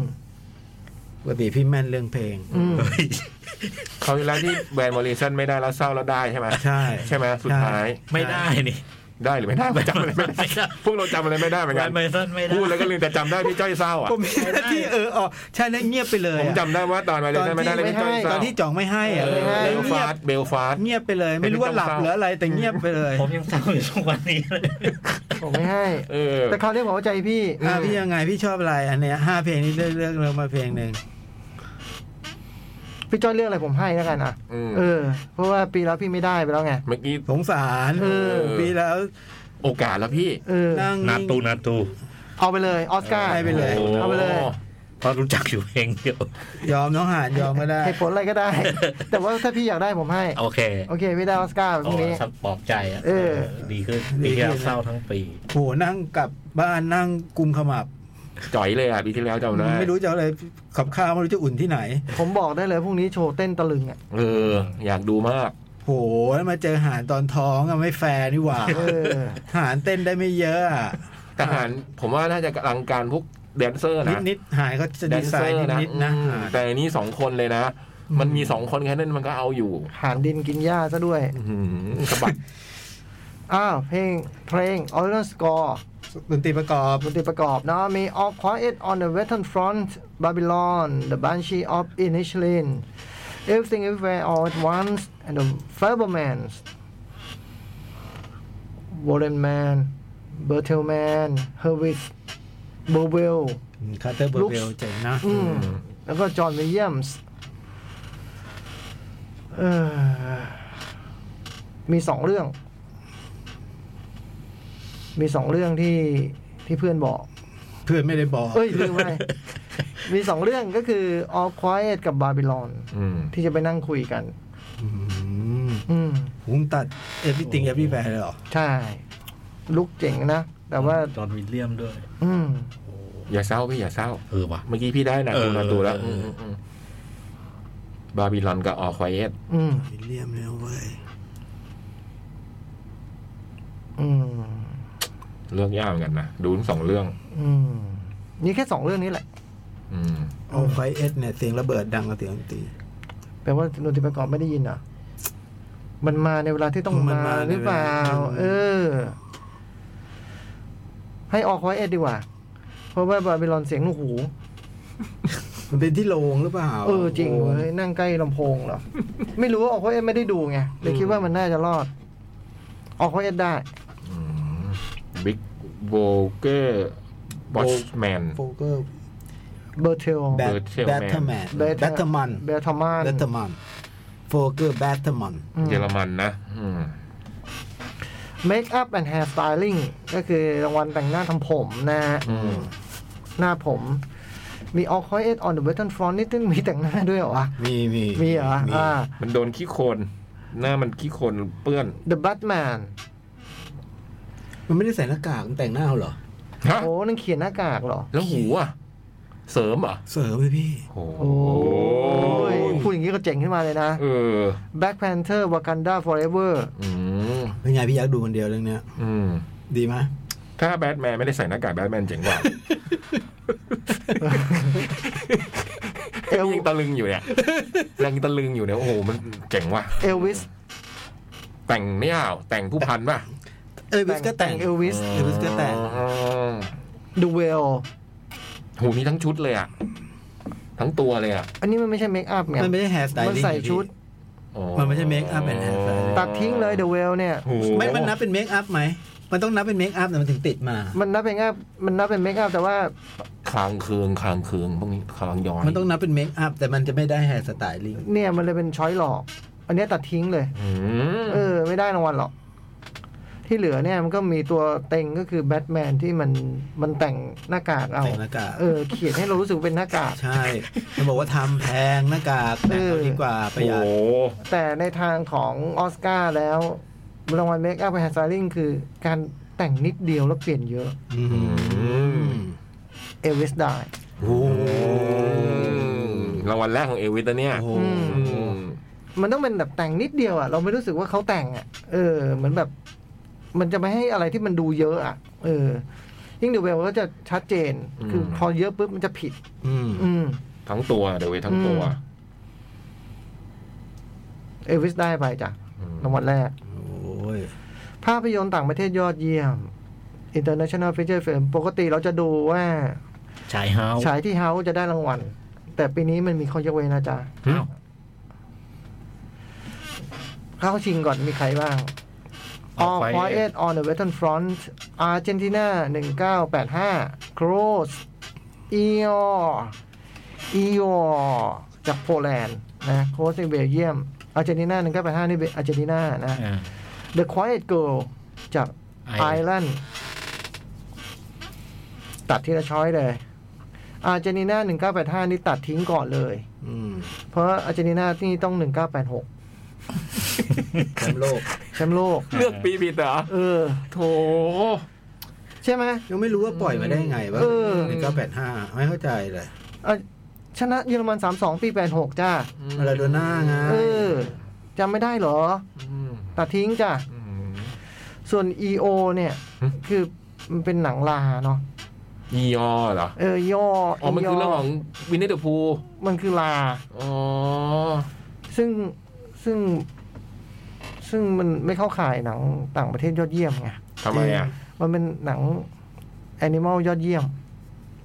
S3: ปกติพี่แม่นเรื่องเพลง
S2: อืม
S4: เฮ้ย
S1: เขาวที่แล้วที่แบรนด์มอริสันไม่ได้แล้วเศร้าแล้วได้ใช่ไหม
S3: ใช่
S1: ใช่ไหมสุดท้าย
S4: ไม่ได้นี่
S1: ได้หรือไม่ได้จำอะไรไม่ได้
S4: ไม่ได้
S1: พวกเราจำอะไรไม่ได้เหมือน
S4: แบ
S1: กัน
S4: นด์เมสันไม่ได้
S1: พูดแล้วก็ลืมแต่จำได้พี่จ้อยเศร้าอ่ะ
S3: ผมมีหน้าที่เอออ๋อใช่แล้วเงียบไปเลย
S1: ผม
S3: อะ
S1: จำได้ว่าตอนมาเล
S3: ตอน
S1: ยไม่
S3: ที่
S1: ได้เลย
S3: ไม่
S1: พี่จ้อยเศ
S3: ให้ตอ
S1: ร้าน
S3: ที่จ่องไม่ให้อะ
S1: เอ
S3: แล้
S1: อ
S3: ว
S1: เบล
S3: เงี
S1: ฟาย
S3: บ
S1: สเบลฟาส
S3: เงียบไปเลย ไม่รู้ว่าหลับหรืออะไรแต่เงียบไปเลย
S4: ผมยังเศร้าอยู่ทุกวันนี้เลย
S2: ผมไม่ให้
S1: เออ
S2: แต่เขาวนี้ผมเข้าใจพี่
S3: อ่ะพี่ยังไงพี่ชอบอะไรอันเนี้ยห้าเพลงนี้เลือกเลือกเลือกมาเพลงหนึ่ง
S2: พี่จ้อยเลือกอะไรผมให้แล้วกันอ่ะ
S1: อืม
S2: เออ เพราะว่าปีแล้วพี่ไม่ได้ไปแล้วไง
S1: เมื่อกี้
S3: สงสาร
S1: เออ
S3: ปีแล้ว
S1: โอกาสแล้วพี่
S2: เออ
S3: นั่ง
S4: นาตูนาตู
S2: เอาไปเลยออสการ์
S3: ให้ไปเลย
S2: เอาไปเลย
S4: เพราะรู้จักอยู่เพลงเดียวย
S3: อมน้องหานยอมก็ได้
S2: เหตุผลอะไรก็ได้ แต่ว่าถ้าพี่อยากได้ผมให้
S4: โอเค
S2: โอเค ไม่ได้ออสการ์พ
S4: โอ้
S2: รุ่งนี้
S4: สักปลอบใจอ่ะ
S2: เออ
S4: ดีขึ้นดีขึ้นเศร้าทั้งปี
S3: โหนั่งกลับบ้านนั่งกุมขมับ
S1: จ่อยเลยอ่ะปีที่แล้วจำได้
S3: ไม่รู้จะเอาอะไรขับข้าวไม่รู้จะอุ่นที่ไหน
S2: ผมบอกได้เลยพรุ่งนี้โชว์เต้นตะลึงอ่ะ
S1: เออ อยากดูมาก
S3: โหแล้วมาเจอหานตอนท้องอะไม่แฟร์นี่หว่า
S2: เออ
S3: หานเต้นได้ไม่เยอะอะ
S1: ทหารผมว่าน่าจะกำลังการพวกแดนเซอร์
S3: นิด
S1: นะ
S3: นิดๆหานก็จะ
S1: แด
S3: ดี
S1: น
S3: ไซ
S1: เซอ
S3: น์
S1: ร์
S3: นิด
S1: นะ
S3: นิดๆนะ
S1: อืม
S3: หาน
S1: แต่อันนี้สองคนเลยนะ มันมีสองคนแค่นั้นมันก็เอาอยู่
S2: หานดินกินหญ้าซะด้วย
S1: อื้อหือสะบัด
S2: อ้าว เพลง เพลง Original Score
S3: ดนตรีประกอบ
S2: ดนตรีประกอบเนาะมี All Quiet on the Western Front Babylon The Banshee of Inisherin Everything Everywhere All at Once and the Fableman Warren Man Bertelman Hervis b o w e l l
S3: คาร์เตอร์เบอร์เบล
S2: Looks
S3: เจ๋งนะ
S2: อืม แล้วก็จอห์นวิลเลียมส์เอ่อมีสองเรื่อง มีสองเรื่องที่ที่เพื่อนบอก
S3: เพื่อนไม่ได้บอก
S2: เอ้ยลืมไปมีสองเรื่องก็คือ All Quiet กับ Babylon
S1: อืม
S2: ที่จะไปนั่งคุยกัน อืม
S3: ผมตัด everything everywhere เลยเหรอ
S2: ใช่ ลุกเจ๋งนะ แต่ว่า
S4: จอห์นวิลเลียมด้วย
S2: อืม
S1: อย่าเศร้าพี่อย่าเศร้า
S4: เออว่ะ
S1: เมื่อกี้พี่ได้หนัง
S4: เอ
S1: ดู
S4: อ
S1: นาตูแล้ว
S4: เอออื
S1: มอืมบาบิลอนกับออควายเอส
S2: อืม
S3: วิลเลียมแล้วเว้ย
S2: อืม
S1: เรื่องยากเหมือนกันนะ ดูทั้งสองเรื่อง
S2: อืม นี่แค่สองเรื่องนี้แหละ
S1: อืม
S3: All Quiet เนี่ยเสียงระเบิดดังกว่าเสียงดนตรี
S2: แปลว่าดนตรีประกอบไม่ได้ยินเหรอ มันมาในเวลาที่ต้อง
S3: มัน
S2: มา
S3: มา
S2: ห
S3: ในเวลา
S2: รือเปล่า
S3: อืม
S2: เออ ให้ออกไวเอ็ดดีกว่า เพราะว่าบาบิลอนเสียงหนูหู
S3: มันเป็นที่โรงหรือเปล่า
S2: เออจริงเว้ยนั่งใกล้ลำโพงเหรอ ไม่รู้ว่าออกไวเอ็ดไม่ได้ดูไงเลยคิดว่ามันน่าจะรอด ออกไวเอ็ดได้
S1: บิ๊กโบเกอร์บอชแมน
S3: โฟเกอร์
S2: เบอร์เทล
S3: แบท
S1: Bertelmann
S3: แบทเทอร์แมน
S2: Bertel-
S3: แบทเทอร์มัน
S2: เบลทามา
S3: แบทเทอร์มันโฟเกอร์แบทเทอร์มัน
S1: เยอรมันนะอืม
S2: เมคอัพแอนด์แฮร์สไตลิ่งก็คือรางวัลแต่งหน้าทำผมนะฮะ
S1: อืม
S2: หน้าผม มีออกไวเอ็ดออนเดอะเวทเทิร์นฟรอนนี่ต้องมีแต่งหน้าด้วยเหรอวะ
S3: มีมี
S2: มีเหรอ อ่า
S1: มันโดนขี้โคลนหน้ามันขี้โคลนเปื้อน
S2: The Batman
S3: มันไม่ได้ใส่หน้ากากมันแต่งหน้าเหรอ
S1: ฮะ
S2: โอ้นั่นเขียนหน้ากากเหรอ
S1: แล้วหูอ่ะ เสริมเหรอ่ะ
S3: เสริมเลยพี่
S1: โอ้โห
S2: โอ้ยพูดอย่างนี้ก็เจ๋งขึ้นมาเลยนะ
S1: เออ
S2: Black Panther Wakanda Forever
S1: อืม
S3: เป็นไงพี่ยักษ์ดูคนเดียวเรื่องเนี้ย
S1: อืม
S3: ดีไหม
S1: ถ้าแบทแมนไม่ได้ใส่หน้ากากแบทแมนเจ๋งกว่า
S2: เอล
S1: ยังตะลึงอยู่เนี่ยยังตะลึงอยู่เนี่ย โอ้โห มันเจ๋งว่ะ
S2: Elvis
S1: แต่งเนี่ยอ้าวแต่งผู้พันป่ะ
S3: เอลวิสก็แต่ง
S2: แต่ง Elvis
S3: เอลวิสก็แต่ง
S1: อ๋อ
S2: The Whale
S1: หูมีทั้งชุดเลยอ่ะ ทั้งตัวเลยอ่ะ
S2: อันนี้มันไม่ใช่เมคอัพไง
S3: มันไม่ได้แฮร์สไตลิ่ง
S2: มันใส่ชุด
S1: อ๋อ
S3: มันไม่ใช่ make up and hair style
S2: ตัดทิ้งเลย The Whale เนี่ย
S1: โอ้โห
S3: ไม่มันนับเป็นเมคอัพไหม มันต้องนับเป็นเมคอัพแต่มันถึงติดมา
S2: มันนับเป็นงบมันนับเป็นเมคอัพแต่ว่า
S1: คลางเคืองคลางเคืองพวกนี้คลางย้อย
S3: มันต้องนับเป็นเมคอัพแต่มันจะไม่ได้แฮร์สไตลิ่ง
S2: เนี่ยมันเลยเป็นช้อยหลอก อันเนี้ยตัดทิ้งเลย
S1: อืม
S2: เออ ไม่ได้รางวัลหรอก ที่เหลือเนี่ยมันก็มีตัวเต็งก็คือแบทแมนที่มันมันแต่งหน้ากากเอา
S3: แต่งหน้ากาก
S2: เออเขียนให้เรารู้สึกเป็นหน้ากาก
S3: ใช่ มันบอกว่าทำแพงหน้ากากแต่งเอาดีกว่าประหยัด
S1: โอ้โห
S2: แต่ในทางของออสการ์แล้วรางวัลเมคอัพแฮร์สไตลิ่งคือการ แต่งนิดเดียวแล้วเปลี่ยนเยอะ เอลวิสได้
S1: โอ้โหรางวัลแรกของเอวิสนะเนี่ย
S3: โอ้โห
S2: อืม
S1: อืม
S2: มันต้องเป็นแบบแต่งนิดเดียวอ่ะเราไม่รู้สึกว่าเขาแต่งอ่ะ เออเหมือนแบบ มันจะไม่ให้อะไรที่มันดูเยอะอ่ะ เออ ยิ่งเดอะเวลก็จะชัดเจน คือพอเยอะปุ๊บมันจะผิด
S3: อืม
S2: อืม
S1: ทั้งตัวเดวิดทั้งตัว
S2: อืม เอลวิสได้ไปจ้ะรางวัลแรก
S3: โอ้ย
S2: ภาพยนตร์ต่างประเทศยอดเยี่ยม International Feature Film ปกติเราจะดูว่า
S4: ชายเฮา
S2: ฉายที่เฮาจะได้รางวัล แต่ปีนี้มันมีข้อยกเว้นนะจ๊ะ
S4: อ้าว
S2: เข้าชิงก่อนมีใครบ้าง All Quiet on the Western Front Argentina 1985 Cross e o r e o r จากโปแลนด์นะ Cross ในเบลเยียม Argentina 1985 นี่อาร์เจนตินานะ
S4: อ่า
S2: The Quiet Girl จากไอ
S4: Ireland
S2: ร์แลนด์ตัดทีละช้อยเลย อาร์เจนีนาหนึ่งเก้าแปดห้านี่ตัดทิ้งก่อนเลย
S3: อืม
S2: เพราะอาร์เจนีนาที่นี่ต้องหนึ่งเก้าแปดหก
S3: แชมป์โลก
S2: แชมป์โลก
S1: เลือกปีผิดเหรอ
S2: เออ
S1: โถ
S2: ใช่ไหม
S3: ยังไม่รู้ว่าปล่อยมาได้ไงวะ
S2: เออ
S3: หนึ่งเก้าแปดห้าไม่เข้าใจเลย
S2: อ่ะชนะเยอรมันสามสองปีแปดหกจ้า
S3: มาลาโดน่าไง
S2: เออจำไม่ได้เหรอ ตัดทิ้งจ้ะ ส่วน E.O. เนี่ย
S1: หึ
S2: คือมันเป็นหนังลาเนาะ
S1: ยียอเหรอ
S2: เออย่อ
S1: อ๋อ มันคือเรื่องของวินเนตพู
S2: มันคือลา
S1: อ๋อ
S2: ซึ่งซึ่งซึ่งมันไม่เข้าข่ายหนังต่างประเทศยอดเยี่ยมไง
S1: ทำไมอ่ะ
S2: มันเป็นหนังแอนิมอลยอดเยี่ยม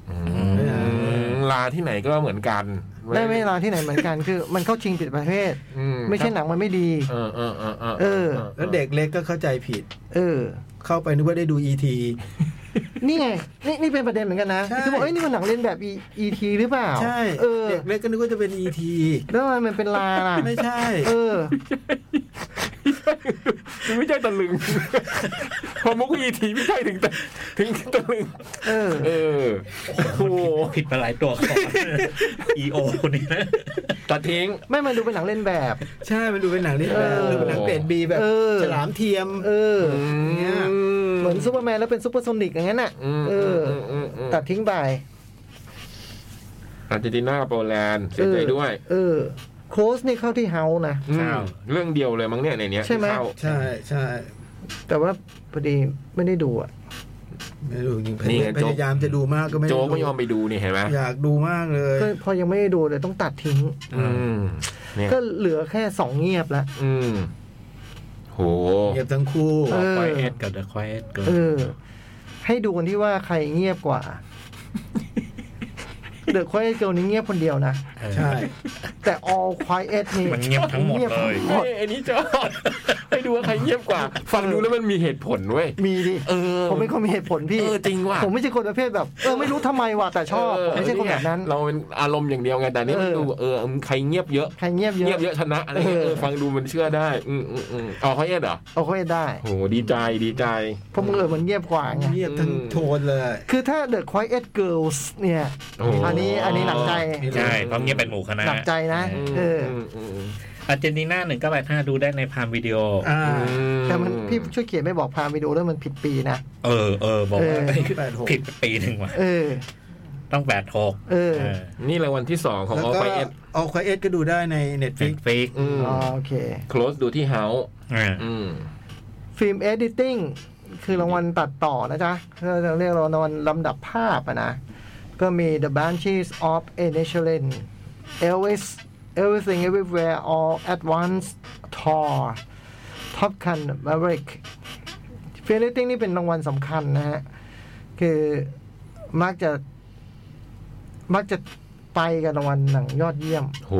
S1: อืมลาที่ไหนก็เหมือนกัน
S2: ได้เวลาที่ไหนเหมือนกัน คือ มันเข้าชิงผิดประเภท
S1: อื
S2: ไม่ใช่หนังมันไม่ดี
S1: เออเออเออเออ
S2: เออ
S3: แล้วเด็กเล็กก็เข้าใจผิด
S2: เออ
S3: เข้าไปนึกว่าได้ดูอีที
S2: นี่ไง นี่นี่เป็นประเด็นเหมือนกันนะ
S3: ใช่
S2: คือบอกเอ้ยนี่มันหนังเล่นแบบอีทีหรือเปล่า
S3: ใช่
S2: เออ
S3: เด็กเล็กก็นึกว่าจะเป็นอีที
S2: แล้วทำไมมันเป็นลาล่ะ
S3: ไม่ใช่
S2: เออ
S1: ไม่ใช่ตะลึง พอมุกอีทีไม่ใช่ถึงตะถึงตะลึง
S2: เออ
S1: เออ โอ้โห
S4: ผิดไปหลายตัวของ EO นี่นะ
S1: ตัดทิ้ง
S2: ไม่มันดูเป็นหนังเล่นแบบ
S3: ใช่มันดูเป็นหนังเล่นแบ
S2: เอบ อ
S3: หรือเป็นหนังเกรดบีแบบ
S2: เออ
S3: ฉลามเทียม
S2: เออ
S3: เนี่ย
S2: เหมือนซูเปอร์แมนแล้วเป็นซูเปอร์โซนิกอย่างนั้นน่ะ
S1: อืม
S2: เอออ
S1: มอืมอืม
S2: ตัดทิ้งไป
S1: อาร์เจนตินากับโปแลนด์เสียใจด้วย
S2: เออโคสนี่เข้าที่เฮาส์นะ
S1: อืม
S4: เศร้า
S1: เรื่องเดียวเลยมั้งเนี่ยในเนี้ย
S2: ใช่ไหม
S1: ที่เข้า
S3: ใช่ใช่
S2: แต่ว่าพอดีไม่ได้ดูอ่ะ
S3: ไม่รู้จริงๆพ
S1: นี่
S3: ยา
S1: ไง
S3: ยาม
S1: โจ๊
S3: พ
S1: ก
S3: ยายามจะดูมากก็ไม่ด้
S1: โจ
S3: ดู
S1: กไม่ยอมไปดูนี่เห็นไหม
S3: อยากดูมากเลย
S2: ก็พอยังไม่ได้ดูเลยต้องตัดทิ้ง
S1: อืมเนี่ย
S2: ก็เหลือแค่สองเงียบละ
S1: อืมโห
S3: เงียบทั้งคู่
S2: เออ
S4: Quiet กับ The Quiet เกิ
S2: เออ ให้ดูกันที่ว่าใครเงียบกว่า เดอะควายเกิลนี้เงียบคนเดียวนะ
S3: ใช่
S2: แต่ all quiet นี่
S4: มันเงียบทั้งหมด
S2: บ
S4: เลย
S2: หมด
S1: เอ้ยไอันนี้จอด ให้ดูว่าใครเงียบกว่า ฟังดูแล้วมันมีเหตุผลเว้ย
S2: มีดิ
S1: เออ
S2: ผมเป็นคนมีเหตุผลพี่
S1: เออจริงว่ะ
S2: ผมไม่ใช่คนประเภทแบบ เออไม่รู้ทำไมว่ะแต่ชอบ
S1: เ
S2: ผมไม่ใช่คนแบบนั้น
S1: เราเป็นอารมณ์อย่างเดียวไงแต่นี่มัน
S2: เออ
S1: ดูเออมึงใครเงียบเยอะ
S2: ใครเงียบเยอะ
S1: เงียบเยอะชนะอะไรเงี้ย
S2: เออ
S1: เออฟังดูมันเชื่อได้ อืมอืมอืมอ๋อเขาเอ็ดเหรอ
S2: เอาควายได้
S1: โหดีใจดีใจ
S2: เพราะมึงเออมันเงียบกว่าไง
S3: เงียบทั้งโทนเลย
S2: คือถ้า The Quiet Girls เนี่ย
S1: โอ้โห
S2: อันนี้อันนี้หนักใจ
S4: ใช่เพราะเงียบเป็นหมู่คณะ
S2: หนักใจนะ เออ
S1: มมอืม
S4: อาร์เจนตินาหนึ่งก็ไปห้าดูได้ในพามวิดีโอ
S3: อ่า
S2: แต่มันพี่ช่วยเขียนไม่บอกพาไปดูแล้วมันผิดปีนะ
S4: เออเออบอกว่า
S2: เออ
S3: แปดหก
S4: ผิดไปปีหนึ่งว่ะ
S2: เออ
S4: ต้องแปดหก
S2: เออ
S1: นี่รางวัลที่สองของอ
S3: แล้ว
S1: อฟ
S3: ก็
S1: ไเอ็ด
S3: เอาควายเอ็ดก็ดูได้ในเน็ตฟ
S4: ฟิ
S3: ลิ
S4: ก
S3: ก
S4: ฟิก
S1: อืม
S2: อ๋อโอเค
S1: close ดูที่เฮา
S4: อ่า
S1: อืม
S2: ฟิล์ม editing คือรางวัลตัดต่อนะจ๊ะเราจะเรียกรางวัลลำดับภาพอะนะ ก็มี The Banshees of a n i s h e l i n Elvis Everything Everywhere All at Once Thor Top Gun Maverick ฟิล์ม editing นี่เป็นรางวัลสำคัญนะฮะ คือมักจะ มักจะไปกับรางวัลหนังยอดเยี่ยม
S1: โห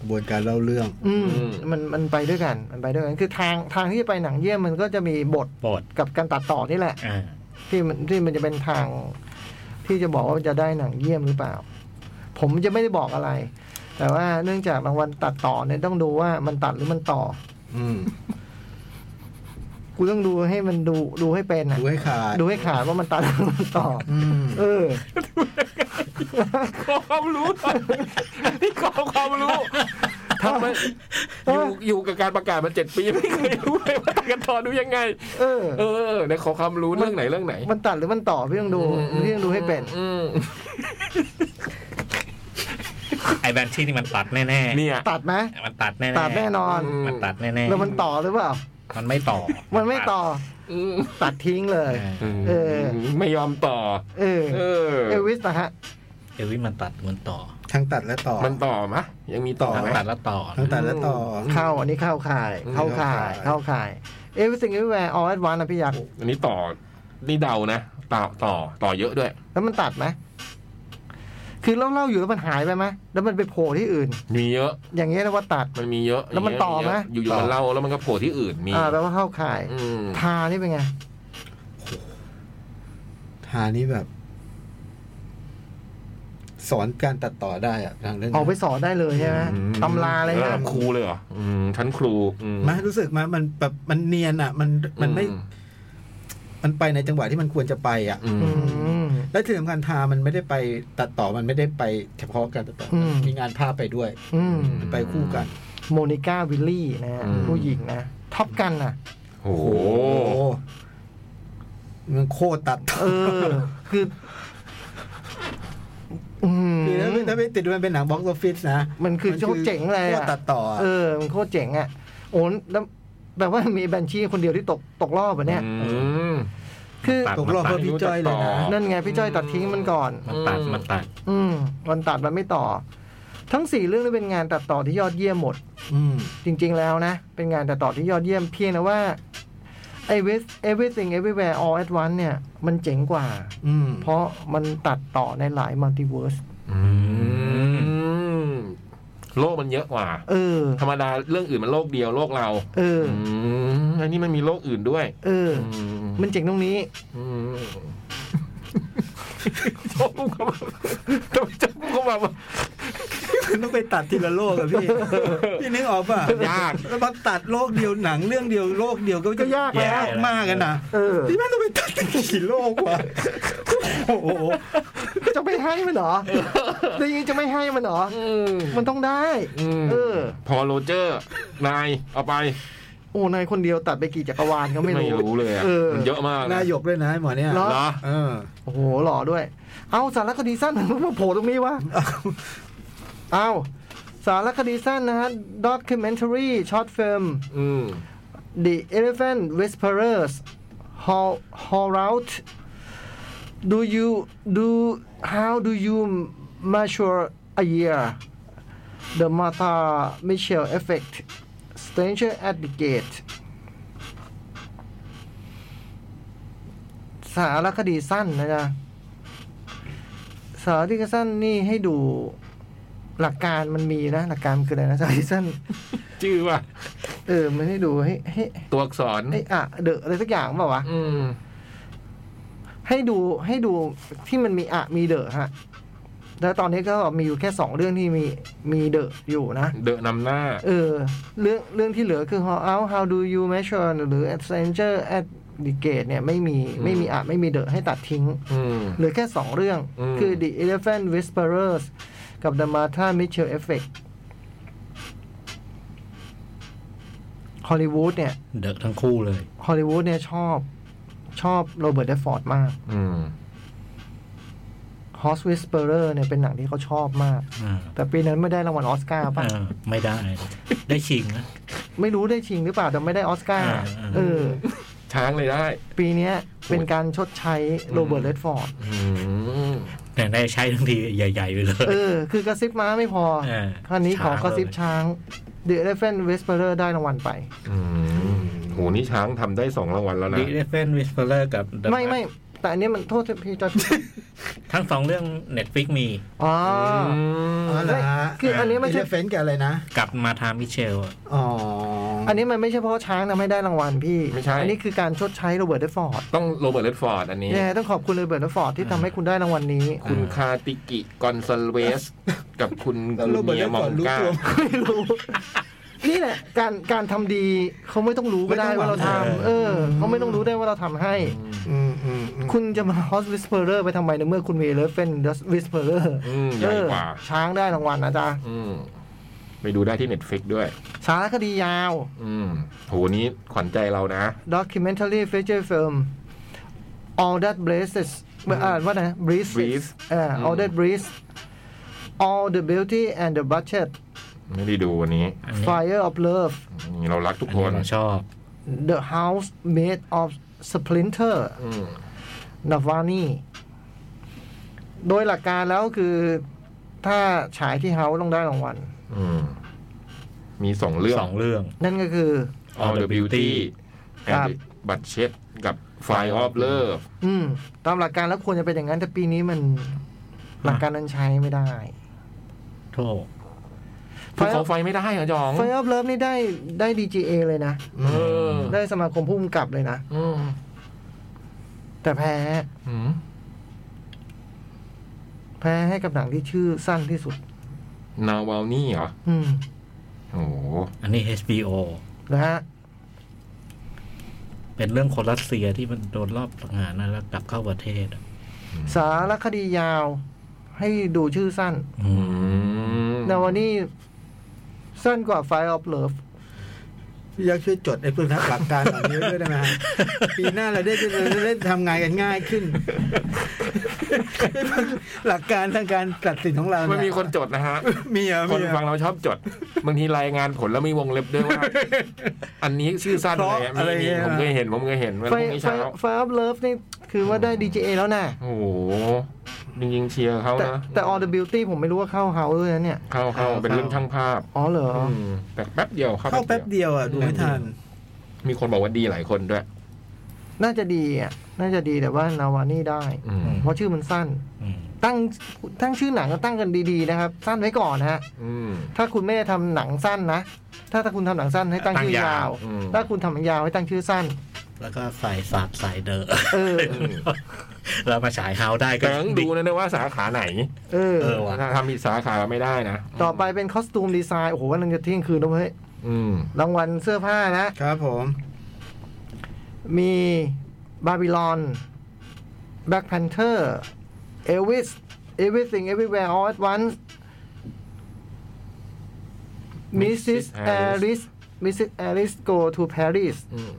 S3: กระบวนการเล่าเรื่อง
S2: อืม
S1: อืม
S2: มันมันไปด้วยกัน มันไปด้วยกัน คือทางทางที่จะไปหนังเยี่ยมมันก็จะมีบท
S4: บท
S2: กับการตัดต่อนี่แหละ
S4: อ่า
S2: ที่มันที่มันจะเป็นทาง ที่จะบอกว่าจะได้หนังเยี่ยมหรือเปล่า ผมจะไม่ได้บอกอะไร แต่ว่าเนื่องจากรางวัลตัดต่อเนี่ยต้องดูว่ามันตัดหรือมันต่อ
S3: อืม
S2: กูต้องดูให้มันดูดูให้เป็นอะ
S3: ดูให้ขาด
S2: ดูให้ขาดว่ามันตัดหรือมันต่ออ
S3: อืม
S2: เออ
S1: ขอความรู้หน่อยนี่ขอความรู้ ถ้ามันอยู่อยู่กับการประกาศมาเจ็ดปีไม่เคยรู้เลยว่าตะกันทอดูยังไง
S2: เออ
S1: เออในขอความรู้เรื่องไหนเรื่องไหน
S2: มันตัดหรือมันต่อพี่ต้องดูพี่ต้องดูให้เป็น
S1: อืม
S4: ไอแบนชี่นี่มันตัดแน่ๆ
S1: เนี่ย
S2: ตัดไหม
S4: มันตัดแน่ๆ
S2: ตัดแน่นอน
S4: มันตัดแน่ๆ
S2: แล้วมันต่อหรือเปล่า
S4: มันไม่ต่อ
S2: มันไม่ต่อ
S1: อืม
S2: ตัดทิ้งเลย เออ
S1: ไม่ยอมต่อ
S2: เออ
S1: เออ
S2: เอลวิสนะฮะ
S4: เอวิสมันตัดมันต่อ
S3: ทั้งตัดและต่อ
S1: มันต่อมะยังมีต่อ
S4: มัน
S1: ไหม
S4: ตัดแล้วต่อ
S3: ทั้งตัดและต่อ
S2: เข้าอันนี้เข้าข่าย เข้าข่าย เข้าข่าย เอลวิส e ิงเอลแวร์ออ l แ t ดวานนะพี่ยักษ์
S1: อันนี้ต่อนี่เดานะต่อต่อต่อเยอะด้วย
S2: แล้วมันตัดไหม คือเล่าเล่าๆอยู่แล้วมันหายไปไหมแล้วมันไปโผล่ที่อื่น
S1: มีเยอะ
S2: อย่างเงี้ยนะว่าตัด
S1: มันมีเยอะ
S2: แล้วมันต่อไหม
S1: อยู่อยู่ๆมันเล่าแล้วมันก็โผล่ที่อื่นมี
S2: อ่าแปลว่าเข้าข่าย
S1: อืม
S2: ทานี่เป็นไง
S3: หานี่แบบ สอนการตัดต่อได้อะทางเรื่อง
S2: ออกไปสอนได้เลยใช่ไหมตำราอะไร
S1: ระ
S2: นะ
S1: ดับครูเลยเหรออืมชั้นครูอืม
S3: มารู้สึกมามันแบบมันเนียนอ่ะ มันมันไม่มันไปในจังหวะที่มันควรจะไปอ่ะ
S1: อืม
S2: อืม
S3: และที่สำคัญทามันไม่ได้ไปตัดต่อมันไม่ได้ไปเฉพาะการตัดต่ออ
S2: ม
S3: มีงานภาพไปด้วย
S2: อืม
S3: ไปคู่กัน
S2: โมนิก้าวิลลี่นะฮะผู้หญิงนะท็อปกันอ่ะ
S1: โอ้โห
S3: มันโคตรตัด
S2: เออ คืออืม
S3: คือถ้าไม่ถ้าไม่ติดมันเป็นหนังบ็อกซ์ออฟฟิศนะ
S2: มันคือโคตรเจ๋งเลย
S3: โคต
S2: อ่ะ
S3: รตัดต่ออะ
S2: เออ มันโคตรเจ๋งอ่ะโอนแล้วแปลว่ามีแบนชีคนเดียวที่ตกตกรอบอ่ะเนี่ย
S1: อืม
S2: คือ
S1: ตัด
S3: ตกรอบเพื่อพี่จ้อยเลยนะ
S1: ตัด
S2: นั่นไงพี่จ้อยตัดทิ้งมันก่อน
S4: มันตัด
S1: อืม
S4: มันตัด
S2: อืมวันตัดมันไม่ต่อ ทั้งสี่เรื่องนี้เป็นงานตัดต่อที่ยอดเยี่ยมหมด
S3: อืม
S2: จริง ๆ แล้วนะ เป็นงานตัดต่อที่ยอดเยี่ยมเพียงแต่ว่าไอเวสเอเวสิ่งเอเวแวร์ออลแอดวันเนี่ย มันเจ๋งกว่า
S3: อืม
S2: เพราะมันตัดต่อในหลายมัลติเวิร์ส
S1: อืมโลกมันเยอะกว่า
S2: เออ
S1: ธรรมดาเรื่องอื่นมันโลกเดียวโลกเรา
S2: เออ
S1: มอันนี้มันมีโลกอื่นด้วย
S2: เออ มันเจ๋งตรงนี้
S1: อืมชอบพุ่งเข้ามาทำไมชอบพุ่งเข้ามา
S3: คุณต้องไปตัดทีละโลกอะพี่ พี่นึกออกป่ะ
S1: ยาก
S3: แล้วมาตัดโลกเดียวหนังเรื่องเดียวโลกเดียวก็
S2: ก็ยากแล้ว
S3: มากกันนะ
S2: เออ
S3: พี่แม่งต้องไปตัดตั้งกี่โลกวะโอ้โห
S2: จะไม่ให้มันเหรอได้ยินจะไม่ให้มันเหรอ
S1: อืม
S2: มันต้องได้
S1: อืม
S2: เออ
S1: พอโรเจอร์ นายเอาไป
S2: โอ้นายคนเดียวตัดไปกี่จักรวาลก็ไม่รู้
S1: รู้เลยอะ
S2: เออ
S1: มันเยอะมาก
S3: หนายกด้วยนะไอ้หมอเนี่ย
S2: เหรอ
S1: เหรอ
S3: เออ
S2: โอ้โหหล่อด้วย เอาสารคดีสั้น มันมาโผล่ตรงนี้วะ เอาสารคดีสั้นนะฮะ documentary short film
S1: อืม
S2: The Elephant Whisperers How How Route Do you do How do you measure a year The Martha Mitchell Effect Stranger at the Gate สารคดีสั้นนะจ๊ะสารคดีสั้นนี่ให้ดูหลักการมันมีนะ หลักการมันคืออะไรนะสารคดีสั้น
S1: ชื่อว่า
S2: เออ มันให้ดูให้ให้
S1: ตัวอักษร
S2: ไอ้อะเดอะอะไรสักอย่างเปล่าวะ
S1: อืม
S2: ให้ดูให้ดูที่มันมีอะมีเดอะฮะ แล้วตอนนี้ก็มีอยู่แค่สองเรื่องที่มีมีเดอะอยู่นะ
S1: เดอะนำหน้า
S2: เออ เรื่องเรื่องที่เหลือคือ how out how do you measure หรือ adventure at the gate เนี่ยไม่มี
S1: อืม
S2: ไม่มีอะไม่มีเดอะให้ตัดทิ้ง
S1: อืม
S2: เหลือแค่สองเรื่อง
S1: อืม
S2: คือ the elephant whisperers กับ the martha mitchell effect ฮอลลีวูดเนี่ย
S4: เดอะทั้งคู่เลย
S2: ฮอลลีวูดเนี่ยชอบชอบโรเบิร์ตเดฟฟอร์ดมาก
S1: อืม
S2: Horse Whisperer เนี่ยเป็นหนังที่เขาชอบมาก
S4: อ่า
S2: แต่ปีนั้นไม่ได้รางวัลออสการ์ป่ะ
S4: อ่าไม่ได้ ได้ชิงนะ
S2: ไม่รู้ได้ชิงหรือเปล่า แต่ไม่ได้ออสการ์
S4: อ่าอ่า
S2: เออ
S1: ช้างเลยได้
S2: ปีเนี้ยเป็นการชดใช้โรเบิร์ตเดฟฟอร์ด
S1: อืม
S4: แต่ได้ใช้ทั้งทีใหญ่ ๆ ไปเลย
S2: เออ คือกระซิบม้าไม่พอ
S4: เออ
S2: คราวนี้ขอกระซิบช้าง The Elephant Whisperer ได้รางวัลไป
S1: อืมโหนี่ช้างทำได้สองรางวัลแล้วนะ
S4: ดิเดฟเฟนวิสเปอร์กับ The
S2: ไม่ไม่ แต่อันเนี้ยมันโทษพี่จอย
S4: ทั้งสองเรื่อง Netflix มี
S2: อ๋อ
S3: อ๋อเหรอฮะ
S2: คืออันนี้ไม่ใช่
S3: เฟนกับอะไรนะ
S4: กับมาทามิเชลอะ
S3: อ๋อ
S2: อั
S3: อั
S2: นนี้มันไม่ใช่เพราะช้างทำให้ได้รางวัลพี่
S1: ไม่ใช่
S2: อันี้คือการชดใช้โรเบิร์ตเดฟฟอร์ด
S1: ต้องโรเบิร์ตเลดฟอร์ดอันนี้
S2: ยังไงต้องขอบคุณเลยเบิร์ตฟอร์ดที่ทำให้คุณได้รางวัลนี้
S1: คุณคาติกิกอนซาเวส กับคุณ
S3: แล้ว
S1: กู
S3: โรเบิร์ต
S1: เนีย
S3: เล่น
S1: มอ
S3: ก่อน
S1: ง
S3: รู้
S1: กา
S3: ตัว
S2: ไม่รู้ นี่แหละ การการทำดีเขาไม่ต้องรู้ก็ได้
S3: ไม่ต้องห
S2: ว่า
S3: วั
S2: ง เราทำเออเขาไม่ต้องรู้ได้ว่าเราทำให้
S3: อืมอืมอืม
S2: คุณจะมาฮอสวิสเปอร์เรอร์ไปทำไมในเมื่อคุณมีเลฟเฟนวิสเปอร์เรอร์
S1: อืมใหญ่กว่า
S2: ช้างได้รางวัลนะจ๊ะ
S1: อืม ไปดูได้ที่เน็ตฟิกด้วย
S2: สารคดียาว
S1: อืมโหนี้ขวัญใจเรานะ
S2: documentary feature film all that breezes อ่านว่าไง breezes
S1: Breeze
S2: เอ่อ all that breeze all the beauty and the budget
S1: ไม่ได้ดูวันนี้
S4: อันนี้
S2: fire of love
S1: นี่เรารักทุก
S4: อั
S1: ค
S4: น
S1: น
S4: นี้เราชอบ
S2: the house made of splinter
S1: อืม
S2: n a v a n i โดยหลักการแล้วคือ ถ้าฉายที่เฮาต้องได้รางวัล
S1: อืม มีสองเรื่อง
S4: สองเรื่อง
S2: นั่นก็คือ
S1: All the Beauty
S2: ครับ
S1: บัตเช็ดกับ Fire of Love
S2: อืม ตามหลักการแล้วควรจะเป็นอย่างนั้น แต่ปีนี้มันหลักการนั้นใช้ไม่ได้
S4: โทษ
S1: ภูเขาไฟไม่ได้เหรอจอง
S2: f i r e of Love นี่ได้ได้ DGA เลยนะ
S1: เออ
S2: ได้สมาคมผู้กำกับเลยนะ
S1: อืม
S2: แต่แพ้
S1: อืม
S2: แพ้ให้กับหนังที่ชื่อสั้นที่สุด
S1: นาวานี่เหรอ
S2: อืม
S1: โอ้โห
S4: อันนี้ HBO
S2: นะฮะ
S4: เป็นเรื่องคนรัสเซียที่มันโดนรอบสังหารนะแล้วกลับเข้าประเทศอะ
S2: สารคดียาว ให้ดูชื่อสั้น
S4: อื
S1: อื
S4: ม
S1: ม
S2: นาวานี่สั้นกว่า Fire of Love
S3: พี่ยักษ์ช่วยจดไอ้พวกนักหลักการเหล่านี้ไว้ด้วยได้ไหมฮะ ปีหน้าเราได้เราจะได้ทำงานกันง่ายขึ้น หลักการทางการตัดสินของเรา
S1: มันมี
S3: เนี่ย
S1: คนจดนะฮะ
S3: มีเหรอ่ะ
S1: ค
S3: มี
S1: น
S3: เหร
S1: ฟัง
S3: อ่ะ
S1: เราชอบจด บางทีรายงานผลแล้วมีวงเล็บด้วยว่า อันนี้ชื่อสั้นอะไรมีมีผมเคยเห็น ผมเคยเห็นเมื่อพรุ่งนี้เช้า
S2: Fire of Love นี่คือว่าได้ DGA แล้วนะ
S1: โอ้โหจริงๆเชียร์เขา
S2: แต่
S1: นะ
S2: แต่ All the Beauty ผมไม่รู้ว่าเข้าเฮาด้วยนะเนี่ย
S1: เข้าเข้าเป็นเรื่องช่างภาพ
S2: อ๋อเหรอ
S1: มแต่แป๊บเดียว
S3: เข้า
S1: เข้า
S3: แป๊บเดียวอ่ะดูไม่ทัน
S1: มีคนบอกว่าดีหลายคนด้วย
S2: น่าจะดีอ่ะ น่าจะดีแต่ว่านาวานี่ได้
S1: อืม
S2: เพราะชื่อมันสั้น
S4: อืม
S2: ตั้งตั้งชื่อหนังก็ตั้งกันดีๆนะครับ สั้นไว้ก่อนนะฮะ
S1: อืม
S2: ถ้าคุณไม่ได้ทำหนังสั้นนะ ถ้าถ้าคุณทำหนังสั้นให้ตั้งชื่อยาว
S1: อืม
S2: ถ้าคุณทำหนังยาวให้ตั้งชื่อสั้น
S4: แล้วก็ใส่สาดใส่เดอร์
S2: เออ
S4: แล้วมาฉายเฮาได้ก็
S1: แต่ต้องดูนะเนี่ยว่าสาขาไหน
S2: เออ
S4: เออว่ะ
S1: ถ้าทำอีกสาขาไม่ได้นะ
S2: ต่อไปเป็นคอสตูมดีไซน์โอ้โหวันนึงจะเที่ยงคืนแล้วเฮ้ย
S1: อืม
S2: รางวัลเสื้อผ้านะ
S3: ครับผม
S2: มีบาบิลอนแบ็กแพนเทอร์เอวิสเอวิส i n g Everywhere All at Once มิส
S1: Mrs.
S2: ซิสแอ
S1: Harris
S2: ริสมิสซิสแอริส go to Paris
S1: อืม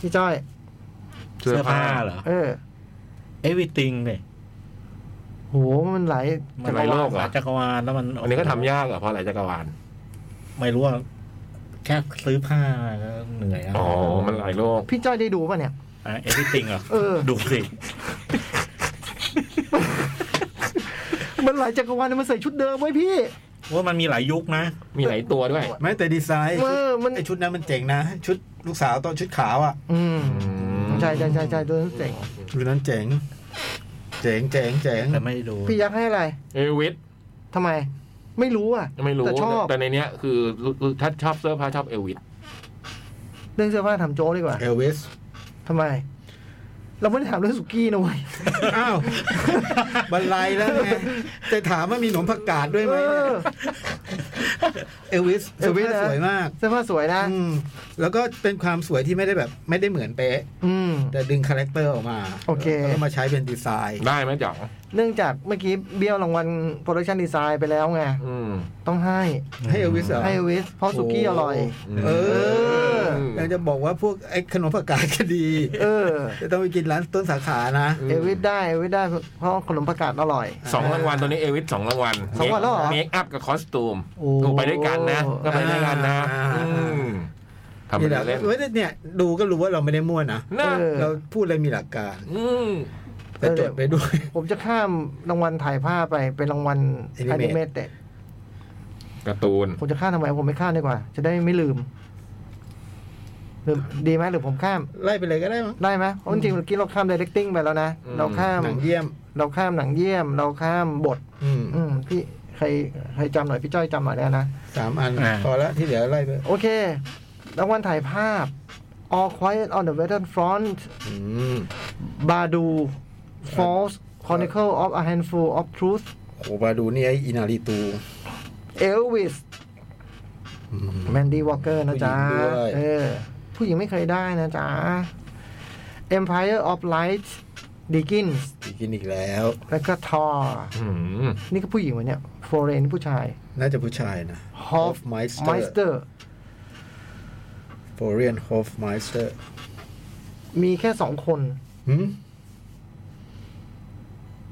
S2: พี่จ้อย
S4: เสื้อผ้าเหรอ
S2: เออ
S4: เอวิติงเนี่ย
S2: โห มันหลาย
S1: มันหลายโลกเหรอ
S4: จักรวาลแล้วมัน
S1: อันนี้ก็ทำยากอะเพราะหลายจักรวาล
S4: ไม่รู้ว่าแค่ซื้อผ้าก็เหนื่อยะ
S1: อ๋อ มันหลายโลก
S2: พี่จ้อยได้ดูป่ะเนี่ย
S4: เอวิติงเหรอ
S2: เออ
S4: ดูสิ
S2: มันหลายจักรวาลเนี่ยมันใส่ชุดเดิมไว้ยพี่
S4: ว่ามันมีหลายยุคนะ
S1: มีหลายตัวด้วย
S3: ไม่แต่ดีไซน์
S2: เออมัน
S3: ไอชุดนั้นมันเจ๋งนะ ชุดลูกสาวตอนชุดขาวอ่ะ
S2: อืม
S1: ม
S2: ใช่ใช่ใช่ใช่ตัวนั้นเจ๋ง
S3: ชุดนั้นเจ๋ง เจ๋งเจ๋งเจ๋ง
S4: แต่ไม่ได้ดู
S2: พี่ยักษ์ให้อะไร
S1: เอวิส
S2: ทำไม ไม่รู้อ่ะ
S1: ไม่รู้
S2: แต่ชอบ
S1: แต่ในเนี้ยคือคือถ้าชอบเสื้อผ้าชอบเอวิส
S2: เรื่องเสื้อผ้าถามโจ้ดีกว่า
S3: เอลวิส
S2: ทำไม เราไม่ได้ถามเรื่องสุกี้นะเว้ย
S3: อ้าวบรรลัยแล้วไงจะถามว่ามีหนมผักกาดด้วยไหมเนี่ย เอลวิสเอลวิส
S2: Elvis นะ
S3: สวยมาก
S2: เสื้อผ้าสวยนะ
S3: อืม แล้วก็เป็นความสวยที่ไม่ได้แบบไม่ได้เหมือนเป๊ะ
S2: อืม
S3: แต่ดึงคาแรคเตอร์ออกมา
S2: โอเค
S3: แล้วก็มาใช้เป็นดีไซน์
S1: ได้ไหมจ๋อง
S2: เนื่องจากเมื่อกี้เบี้ยวรางวัลโปรดักชันดีไซน์ไปแล้วไง
S1: อืม
S2: ต้องให้
S3: ให้เอลวิสเหรอ
S2: ให้เวสเพราะสุกี้อร่อย
S3: เออ
S1: อืม
S3: ยังจะบอกว่าพวกไอ้ขนมผักกาดก็ดี
S2: เออ
S3: จะต้องไปกินร้านต้นสาขานะ
S2: เอวิสได้เอวิสได้เพราะขนมประกาศอร่อย
S1: สองรางวัลตัวนี้เอวิสสองรางวัล
S2: สองรางวัลแล้วเหรอ
S1: เมคอัพกับคอสตูม
S2: โอ้
S1: ถูกไปด้วยกันนะก็ไปด้วยกันนะ
S3: อ่า
S1: อืมทำ
S3: นี่
S1: เป็น
S3: แหละ
S1: เล่น
S3: เว้ยเนี่ย ดูก็รู้ว่าเราไม่ได้มั่วนะ
S1: นะ
S2: เออ
S3: เราพูดอะไรมีหลักการ
S1: อืม
S3: แต่จดไปด้วย
S2: ผมจะข้ามรางวัลถ่ายภาพไปเป็นรางวัล
S3: Animate
S2: อนิเมเต็ด
S1: การ์ตูน
S2: ผมจะข้ามทำไมผมไม่ข้ามดีกว่า จะได้ไม่ลืมหรือดีไหมหรือผมข้าม
S3: ไล่ไปเลยก็ได้มั้ง
S2: ได้ไหมเพราะจริงๆเมื่อกี้เราข้าม directing ไปแล้วนะ
S1: อืม
S2: เราข้าม
S3: หนังเยี่ยม
S2: เราข้ามหนังเยี่ยม เราข้ามบท
S3: อืม
S2: อืมพี่ใครใครจำหน่อยพี่จ้อยจำหน่อยได้นะ
S3: สามอัน
S4: อ่า
S3: พอแล้วที่เหลือไล่ไป
S2: โอเค รางวัลถ่ายภาพ All Quiet on the Western Front
S3: อืม
S2: Badu False Chronicle of a Handful of Truth
S3: โอ้บาดูนี่ไออินาริตู
S2: Elvis Mandy Walker นะจ๊ะ
S3: ผู้หญิงด้วย
S2: เออ ผู้หญิงไม่เคยได้นะจ๊ะ Empire of Light ดีกิน
S3: อีกกินอีกแล้ว
S2: แล้วก็ทอ
S1: อืม
S2: นี่ก็ผู้หญิงวะเนี่ยโฟเรนผู้ชาย
S3: น่าจะผู้ชายนะ
S2: ฮอฟ
S3: Hofmeister
S2: ไมสเตอร์
S3: f o r e i g n Hofmeister
S2: มีแค่สองคน
S3: หืม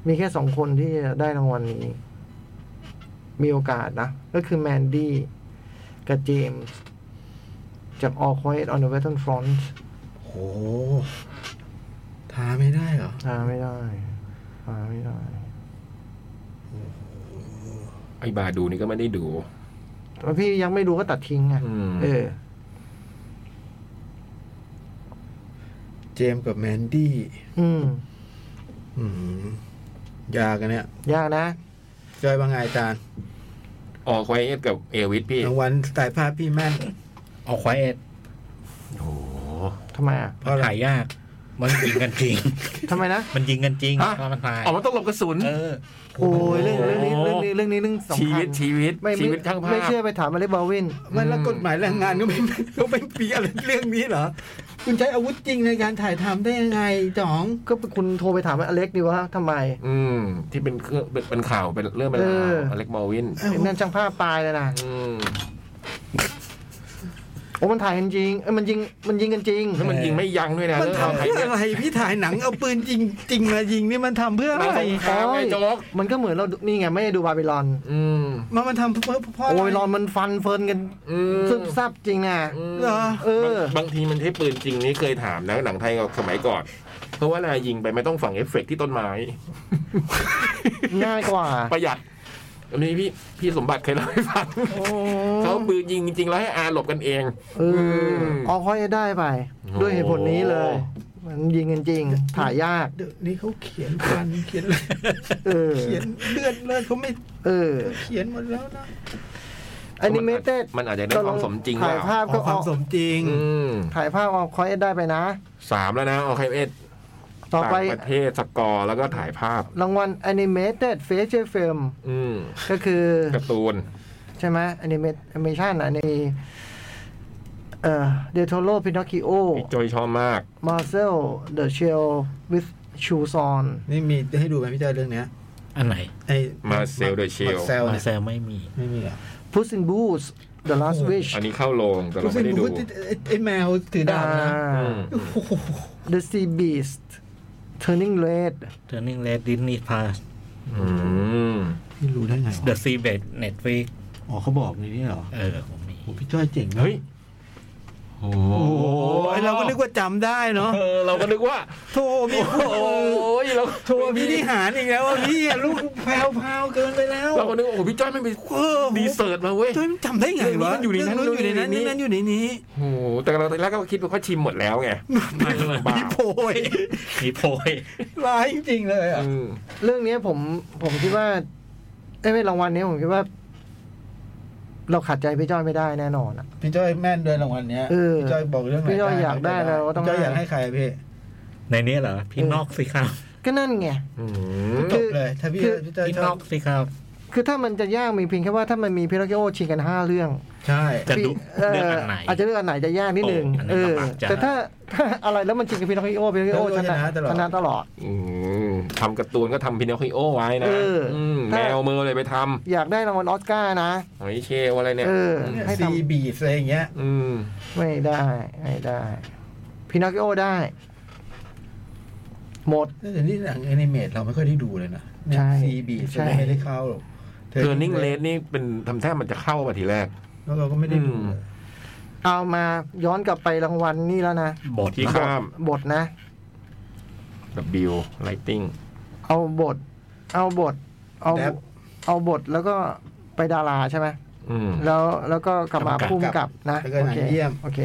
S2: มีแค่สองคนที่จะได้รางวัลนี้ มีโอกาสนะ ก็คือแมนดี้กับเจมส์จาก All Quiet on the Western Front
S3: โหทาไม่ได้เหรอ
S2: หาไม่ได้หาไม่ได้
S1: ไอ้บาดูนี่ก็ไม่ได้ดู
S2: แต่พี่ยังไม่ดูก็ตัดทิ้งอ่ะ
S1: อืม
S2: เออ
S3: เจมส์กับแมนดี้
S2: อืม
S3: หืมยากอันเนี่ย
S2: ยากนะ
S3: จอยบางไงอาจารย์
S1: ออกไวเอสกับเอวิสพี่
S3: รางวัลถ่ายภาพพี่แม่น
S4: ออกควายเอ็ด
S1: โอ้
S2: ทำไมอ่ะ
S3: เพราะอะไร
S4: ถ่ายยาก มันยิงกันจริง
S2: ทำไมนะ
S4: มันยิงกันจริง
S1: ฮะ
S4: ตอนมันตาย
S1: อ๋อมันต้องหลบกระสุน
S4: เออ
S2: โอ้ยเรื่องเรื่องนี้เรื่องนี้เรื่องนี้เรื่องสำคัญ
S1: ชีวิตชีวิต
S2: ไม่
S1: ชี
S2: ไม่
S1: วิตข้างภา
S2: ไม่
S1: พ
S2: เชื่อไปถามอเล็กบาวิน
S3: ไมันแล้วกฎหมายแรงงานก็ไม่ ก็ไม่ปีอะไรเรื่องนี้เหรอ คุณใช้อาวุธจริงในการถ่ายทำได้ยังไงจ๋อง
S2: ก็คุณโทรไปถามอเล็กดีว่าทำไม
S1: อืม ที่เป็นเครื่องเป็นเป็นข่าวเป็นเรื่องเป็น
S2: เอ
S1: รา
S2: อ
S1: วอเล็กบอลวิน
S3: เอ้า
S2: ไอ้นั่นช่างภาพตายเลยนะ
S1: อืม
S2: โอ้มันถ่ายกันจริงเอ้ยมันยิงมันยิงกันจริง
S1: แล้วมันยิงไม่ยั้งด้วยนะ
S3: มัน
S1: เรื่องราว
S3: ทำ
S1: ไทย
S3: เพื่อ
S1: เนี่ย
S3: อะไรพี่ถ่ายหนังเอาปืนจริงจริงมายิงนี่มันทำเพื่อ
S1: หนั
S3: อะ
S1: ง
S3: ไร
S1: สงครามไง
S2: โอ้ย
S1: โจ๊ก
S2: มันก็เหมือนเราดูนี่ไงไม่ได้ดูบาบิลอน
S1: อืม
S3: มันมันทำเพื่อเพ่อ
S2: โอ้ยลอนมันฟันเฟินกัน
S1: อืม
S2: ซึบซับจริงนะ
S1: อืม
S3: เหรอ
S2: เออ
S1: บางบางทีมันใช้ปืนจริงนี่เคยถามนะหนังไทยสมัยก่อน เพราะว่านายิงไปไม่ต้องฝังเอฟเฟกต์ที่ต้นไม้
S2: ง่ายกว่า
S1: ประหยัดอันนี้พี่พี่สมบัติเคยเล่าให้ฟัง
S2: โอ้
S1: เขาปืนยิงจริงๆแล้วให้อาหลบกันเอง
S2: เออออกค่อยได้ไป
S1: โอ้
S2: ด้วยเหตุผลนี้เลย มันยิงกันจริง ถ่ายยาก
S3: เดี๋ยวนี้เขาเขียนฟันเขียนอะไร
S2: เออ
S3: เขียนเลือดเลือดเขาไม่
S2: เออ
S3: เขียนหมดแล้วนะ
S2: แอนิเมเต็ด
S1: มันอาจจะได้ความสมจริง
S2: ถ่ายภาพ
S3: ข
S2: ก็
S3: อความ
S2: เอา
S3: สมจริง
S1: อืม
S2: ถ่ายภาพออกคอยได้ไปนะ
S1: สามแล้วนะออคเอส
S2: ต่อ
S1: ต่าง
S2: ไป
S1: ประเทศสกอร์แล้วก็ถ่ายภาพ
S2: รางวัล Animated Feature Film
S1: อืม
S2: ก็คือ
S1: การ์ตูน
S2: ใช่ไหมแอนิเมชันอ่ะในเอ่อเดโทโรพินอคคิโอ
S1: พี่โจยชอบมาก
S2: มาเซลเดอะเชลวิสชูซอน
S3: นี่มีให้ดูไหมพี่จ้อยเรื่องเนี้ย
S4: อันไหน
S3: ไอ้
S1: มาเซลเดอะเชล
S3: มาเซล
S4: มา
S3: เนี่ย
S4: แซลไม่มี
S3: ไม่มีเหรอ
S2: พุส i นบูสเดอะลาสวิช
S1: อันนี้เข้าโรงแต่เราไม่ได้ดู
S3: ไอ้ไอ้แมวถือดาบนะ
S1: อืม
S3: โอ้โห
S2: เดอะซีบีสเทอร์นิงเรด
S4: Turning Red Disney Plus
S1: อืม
S3: พี่รู้ได้ไงวะ
S4: The Sea Bed Netflix
S3: อ๋อเขาบอกในนี้เหรอ
S4: เออผมมี
S3: โหพี่จ้อยเจ๋งนะ
S1: เฮ้ยโอ้
S3: โอ้โหเราก็นึกว่าจำได้เนาะ
S1: เออเราก็นึกว่า
S3: โทมีคู่มื
S1: โอ้
S3: อย
S1: เรา
S3: โทมีที่หารอีกแล้วอะพี่อะลูกแพรวพาวๆเกินไปแล้ว
S1: เราก็นึกว่าโอ้โหพี่จ้อยไม่ไป
S3: เออ
S1: ดีเซิร์ตมาเว้ย
S3: จ้อยมันจำได้ไงวะ
S1: เรื่องนู้นอยู่ในนั้น
S3: เรื่องอยู่ในนั้น
S1: เรื่องงนี้
S3: เรื่อนั้นอยู่ในนี้
S1: โอ้โหแต่เราตอนแรกก็คิดว่าเขาชิมหมดแล้วไง
S4: ไม่ไม่
S1: บ้า
S3: พี่โพย
S4: มีโพย
S3: ร้ายจริงๆเลยอะ
S1: อืม
S2: เรื่องนี้ผมผมคิดว่าไอ้ยไม่รางวัลนี้ผมคิดว่า เราขาดใจพี่จ้อยไม่ได้แน่นอนอะ
S3: พี่จ้อยแม่นด้วยรางวัลเนี้ย
S2: เออ
S3: พี่จ้อยบอกเรื่องไหน
S2: พี่จ้อยอยากได้เราก็ต้อง
S3: พี่จ้อยอยาก
S2: ให้
S3: ให้ใครอะพี่
S4: ในนี้เหรอ พี่นอกสิครับ
S2: ก็นั่นไง
S1: อืม
S3: จบเลยถ้าพี่
S2: คือ
S3: พี่จ้อย
S4: พี่
S3: ช
S4: น
S3: อ
S4: อบ กสิครับ
S2: คือถ้ามันจะยากมีเพียงแค่ว่าถ้ามันมีพิโกโอชิงกันห้าเรื่อง
S3: ใช่
S4: จะดู
S2: เอ่อ
S4: เลือกอันไหน
S2: อาจจะเลือกอันไหนจะยากนิดนึงเอ
S4: โอ้อันนี้
S2: อ
S4: ลำบากใจ
S2: แต่ถ้าถ้าอะไรแล้วมันจริงกับพินอคคิโอพินอคคิโอชนะชนะตลอด
S1: อืมทำการ์ตูนก็ทำพินอคคิโอไว้นะ
S2: เอออื
S1: ม
S2: ถ้า
S1: แมวเมออะไรไปท
S2: อยากได้รางวัลออสการ์นะ
S1: ำหอยเชลอะไรเนี่ย
S2: เออ ให้ทำ
S3: ซีบีสอะไรอย่างเงี้ย
S1: อืม
S2: ไม่ได้ไม่ได้พินอคคิโอได้ หมด
S3: แต่นี่หนังแอนิเมตเราไม่ค่อยได้ดูเลยนะ
S2: ใช่
S3: ซีบี
S2: ใช่
S3: ไม่ได้เข้าหรอก
S1: เทอร์นิ่งเลสนี่เป็นทำแท้มันจะเข้ามาทีแรก
S3: แล้วเราก็ไม่ได้ดู
S1: อืม
S2: เอามาย้อนกลับไปรางวัลนี่แล้วนะ
S4: บท
S1: ที่
S4: ละ
S1: ข้าม
S2: บทนะ
S1: W Lighting
S2: เอาบท เอาบท เอา
S3: แดบ
S2: เอาบทแล้วก็ไปดาราใช่ไหม
S1: อืม
S2: แล้วแล้วก็กลับมาก
S1: ำกับ
S2: พุ่มกับนะ
S3: แล้วก็หนังเยี่ยม
S2: โอเค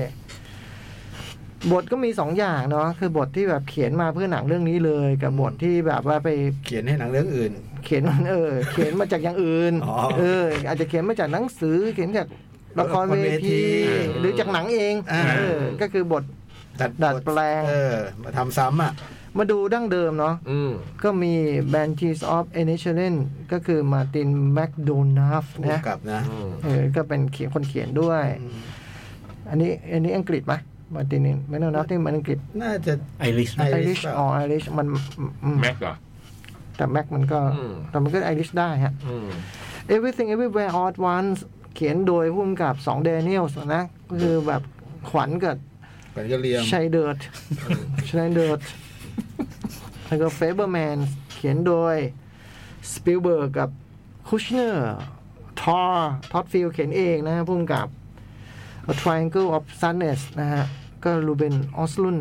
S2: บทก็มีสองอย่างเนาะคือบทที่แบบเขียนมาเพื่อหนังเรื่องนี้เลย กับบทที่แบบว่าไป
S3: เขียนให้หนังเรื่องอื่น
S2: เขียนมันเออ เขียนมาจากอย่างอื่น
S3: อ๋อ
S2: เออ อาจจะเขียนมาจากหนังสือ เขียนจากละครเว
S3: ละครเวที
S2: ทีหรือจากหนังเอง
S3: อ่า
S2: เออ ก็คือบท
S3: ดัด
S2: ดัดแปลง
S3: เออ มาทำซ้ำอ่ะ
S2: มาดูดั้งเดิมเนาะ
S1: อืม
S2: ก็มี Banshees of a n i s h e l i n ก็คือมาตินแมคโดนัฟ
S3: ผู้
S2: นะ
S3: กำกับนะ
S1: อืม
S2: เออ ก็เป็นเขียนคนเขียนด้วย อันนี้ อันนี้อังกฤษไหม มาตินินแมคโดนัลด์นี่มันอังกฤษ
S3: น่าจะ
S4: ไอริช
S2: ไอริช
S3: เปล่า
S2: อ๋อไอริชมันอืม
S1: แม็กเหรอ
S2: แต่แม็กมันก็
S1: อืม
S2: แต่มันก็ไอริชได้ฮะ
S1: อืม
S2: Everything Everywhere All at Once เขียนโดยผู้กำกับสองเดนิเอลนะ ก็คือแบบขวัญกับ
S3: กันก็เรียม
S2: ชัยเดิร์ดชัยเดิร์ดแล้วก็เฟเบอร์แมนเขียนโดยสปิลเบิร์กกับคุชเนอร์ทอร์ท็อดฟิลเขียนเองนะฮะผู้กำกับ A Triangle of Sadness นะฮะ ก็รูเบนออสลุน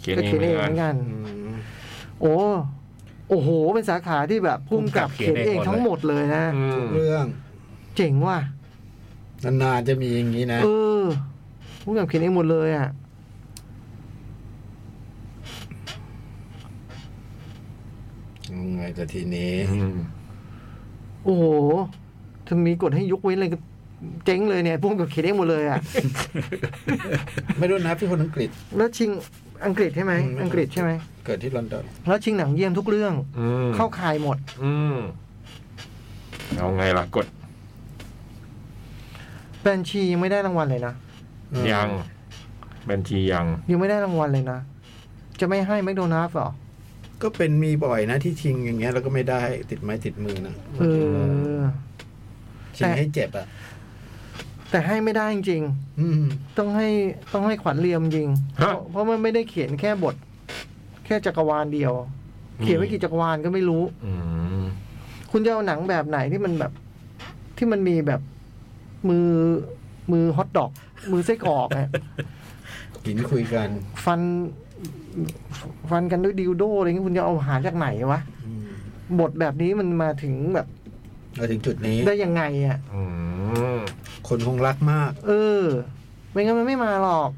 S1: เขียน
S2: ก็
S1: เอ
S2: เขียนเอ
S1: ง
S2: งเห
S1: เหมือ
S2: มือน น
S1: กัน
S2: กัน โอ้โอ้โห เป็นสาขาที่แบบผู้กำกับเขียนเองทั้งหมดเลยนะ
S1: อืม
S3: เรื่อง
S2: เจ๋งว่ะ
S3: นานๆจะมีอย่างนี้นะ
S2: เออผู้กำกับเขียนเองหมดเลยอ่ะ
S3: ไงแต่ทีนี้
S1: อืม
S2: โอ้โหถ้ามีกฎให้ยกเว้นอะไรก็เจ๊งเลยเนี่ยผู้กำกับเขียนเองหมดเลยอ่ะ
S3: ไม่รู้นะพี่คนอังกฤษ
S2: แล้วชิงอังกฤษใช่ไหม อังกฤษใช่ไหม
S3: เกิดที่ลอนดอน
S2: แล้วชิงหนังเยี่ยมทุกเรื่อง
S1: อืม
S2: เข้าข่ายหมด
S1: อืมเอาไงล่ะกด
S2: แบนชียังไม่ได้รางวัลเลยนะ
S1: ยังบัญชียัง
S2: ยังไม่ได้รางวัลเลยนะ จะไม่ให้แมคโดนัลด์เหรอ
S3: ก็เป็นมีบ่อยนะที่ชิงอย่างเงี้ยแล้วก็ไม่ได้ติดไม้ติดมือนะ
S2: เออ
S3: ชิงให้เจ็บอ่ะ
S2: แต่ให้ไม่ได้จริง
S3: อืม
S2: ๆต้องให้ต้องให้ขวัญเรียมจริง
S1: ฮะ
S2: เพราะมันไม่ได้เขียนแค่บท แค่จักรวาลเดียว เขียนไม่กี่จักรวาลก็ไม่รู้
S1: อืม
S2: คุณจะเอาหนังแบบไหนที่มันแบบ ที่มันมีแบบมือมือฮอตดอก มือไส้กรอกอะ
S3: หินคุยกัน
S2: ฟัน ฟันกันด้วยดิวโดอะไรเงี้ยคุณจะเอาหาจากไหนวะ บทแบบนี้มันมาถึงแบบ
S3: มาถึงจุดนี้
S2: ได้ยังไงอ่ะ
S1: อืม
S3: คนคงรักมาก
S2: เออ ไม่งั้นมันไม่มาหรอก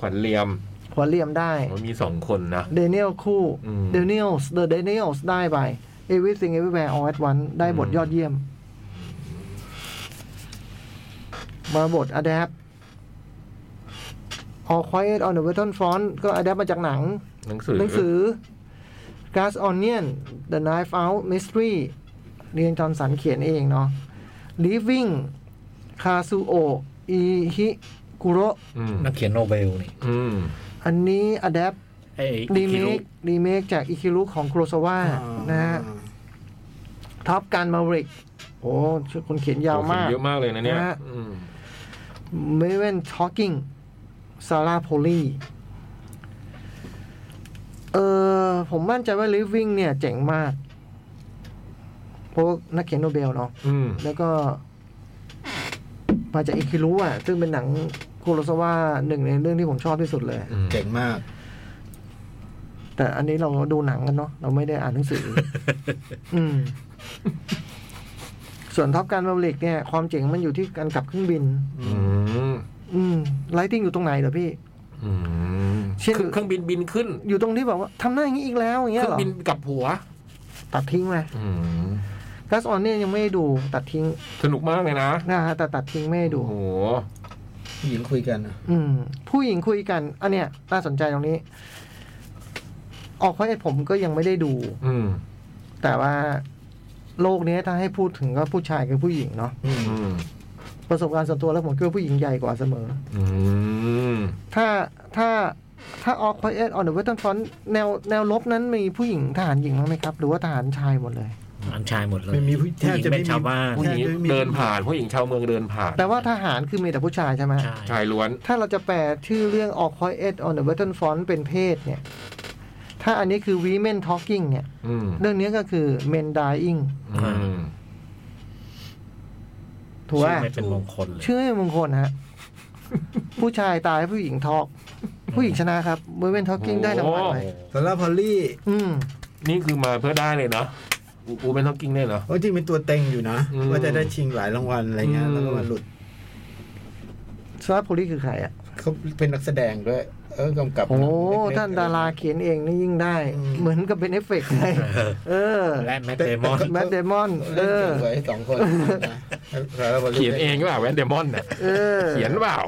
S1: ขวัญเหลียม
S2: หัวเหลี่ยมได้
S1: มันมีสองคนนะ
S2: เดนิเอลคู่
S1: อืม
S2: เดนิเอลส์เดอะเดนิเอลส์ได้ไป Everything Everywhere All at Once ได้บทยอดเยี่ยม มาบท Adapt All Quiet on the Western Front ก็ Adapt มาจากหนัง
S1: หนังสือ
S2: หนังสือ Glass Onion The Knife Out Mystery เรียนจอห์นสันเขียนเองเนาะ Living Kazuo Ihiguro
S1: ม
S4: นักเขียนโนเบลนี่
S1: อืม
S2: อันนี้ Adapt
S4: ไอ้
S2: รีเม
S4: คิรุ
S2: ครีเมคจากอิคิรุของคุโรซาวะนะฮะท็อปการมาริกโอ้ชื่อคนเขียนยาวมาก
S1: โอ้เขีนเยอะมากเลยนะเนี่ย
S2: นะฮะ
S1: อืม
S2: เมเวนทอ l กิ้งซาร่าโพลีเออผมมั่นใจว่า Living เนี่ยเจ๋งมาก เพราะนักเขียนโนเบลเนาะ
S1: อืม
S2: แล้วก็มาจากอิคิรุอ่ะ ซึ่งเป็นหนังคุโรซาวะหนึ่งในเรื่องที่ผมชอบที่สุดเลย
S1: อืม
S3: เจ๋งมาก
S2: แต่อันนี้เราดูหนังกันเนาะเราไม่ได้อ่านหนังสือ อืม ส่วนท็อปการบัมลิกเนี่ย ความเจ๋งมันอยู่ที่การขับเครื่องบิน
S1: อืม
S2: อืมไลติงอยู่ตรงไหนเหรอพี่
S1: อืม
S2: เช่
S1: เช่
S2: น
S1: นเครื่องบินบินขึ้น
S2: อยู่ตรงที่แบบว่าทำหน้าอย่างนี้อีกแล้วอย่าง
S1: เค
S2: เงี้ย
S1: รื่อง
S2: เหรอ
S1: บินกลับหัว
S2: ตัดทิ้งไหม
S1: อืม
S2: กัสออนเนี่ยยังไม่ได้ดูตัดทิ้ง
S1: สนุกมากเลยนะ
S2: นะฮะแต่ตัดทิ้งไม่ได้ดู
S1: โอ้โห
S3: หญิงคุยกันอะ
S2: อืม ผู้หญิงคุยกัน อันเนี้ยน่าสนใจตรงนี้ ออกควายผมก็ยังไม่ได้ดู
S1: อืม
S2: แต่ว่าโลกเนี้ยถ้าให้พูดถึงก็ผู้ชายกับผู้หญิงเนาะ
S1: อืม
S2: ประสบการณ์ส่วนตัวแล้วผมคิดว่าผู้หญิงใหญ่กว่าเสมอ
S1: อืม
S2: ถ้าถ้าถ้า All Quiet on the Western Front แนวแนวลบนั้นมีผู้หญิงทหารหญิงบ้างไหมครับ หรือว่าทหารชายหมดเลย
S4: อันชายหมดเลย
S3: ไม่มีผู้
S4: ผู้หญิง
S3: จะไม่
S4: เป็น
S3: มี
S4: ชาวบ้าน
S1: ผู้หญิง
S3: ใช่มี
S1: เดินผ่านผู้หญิงชาวเมืองเดินผ่าน
S2: แต่ว่าทหารคือมีแต่ผู้ชายใช่ไหม
S4: ใช่
S1: ชายล้วน
S2: ถ้าเราจะแปลชื่อเรื่อง All Quiet on the Western Front เป็นเพศเนี่ย ถ้าอันนี้คือ Women Talking เนี่ย
S1: อืม
S2: เรื่องนี้ก็คือ Men Dying
S1: อืม
S2: ถูกไหม
S4: ชื่อไม่เป็นมงคลเลย
S2: ชื่อให้มงคลฮะ ผู้ชายตายผู้หญิงทอก ผู้หญิงชนะครับ Women Talking ได้รางวัลไป
S1: โอ้
S3: ซาร่าพอลลี่
S2: อืม
S1: นี่คือมาเพื่อได้เลยเนาะอูอูเป็นท็อกกิ้งได้เหรอ
S3: โอ้จริงเป็นตัวเต็งอยู่นะ
S1: อืม
S3: ว่าจะได้ชิงหลายรางวัลอะไรเงี้ยแล้วก็มาหลุด
S2: ซาร์โพลีคือใครอ่ะ
S3: เขาเป็นนักแสดงด้วย เออกำกับ
S2: โอ้
S3: หนังเล็กๆ
S2: ท่านดาราเขียนเองนี่ยิ่งได้
S3: อืม
S2: เหมือนกับเป็นเอฟเฟกต์เลยเออ
S4: และแมตเดมอน
S2: แมดเดมอน
S3: เอ
S2: เออ
S3: อสวยสองคนนะซาร่าพอลลี่
S1: เขียนเองหรือเปล่าแวนเดมอนเนี่ย
S2: เออ
S1: เขียนเปล่า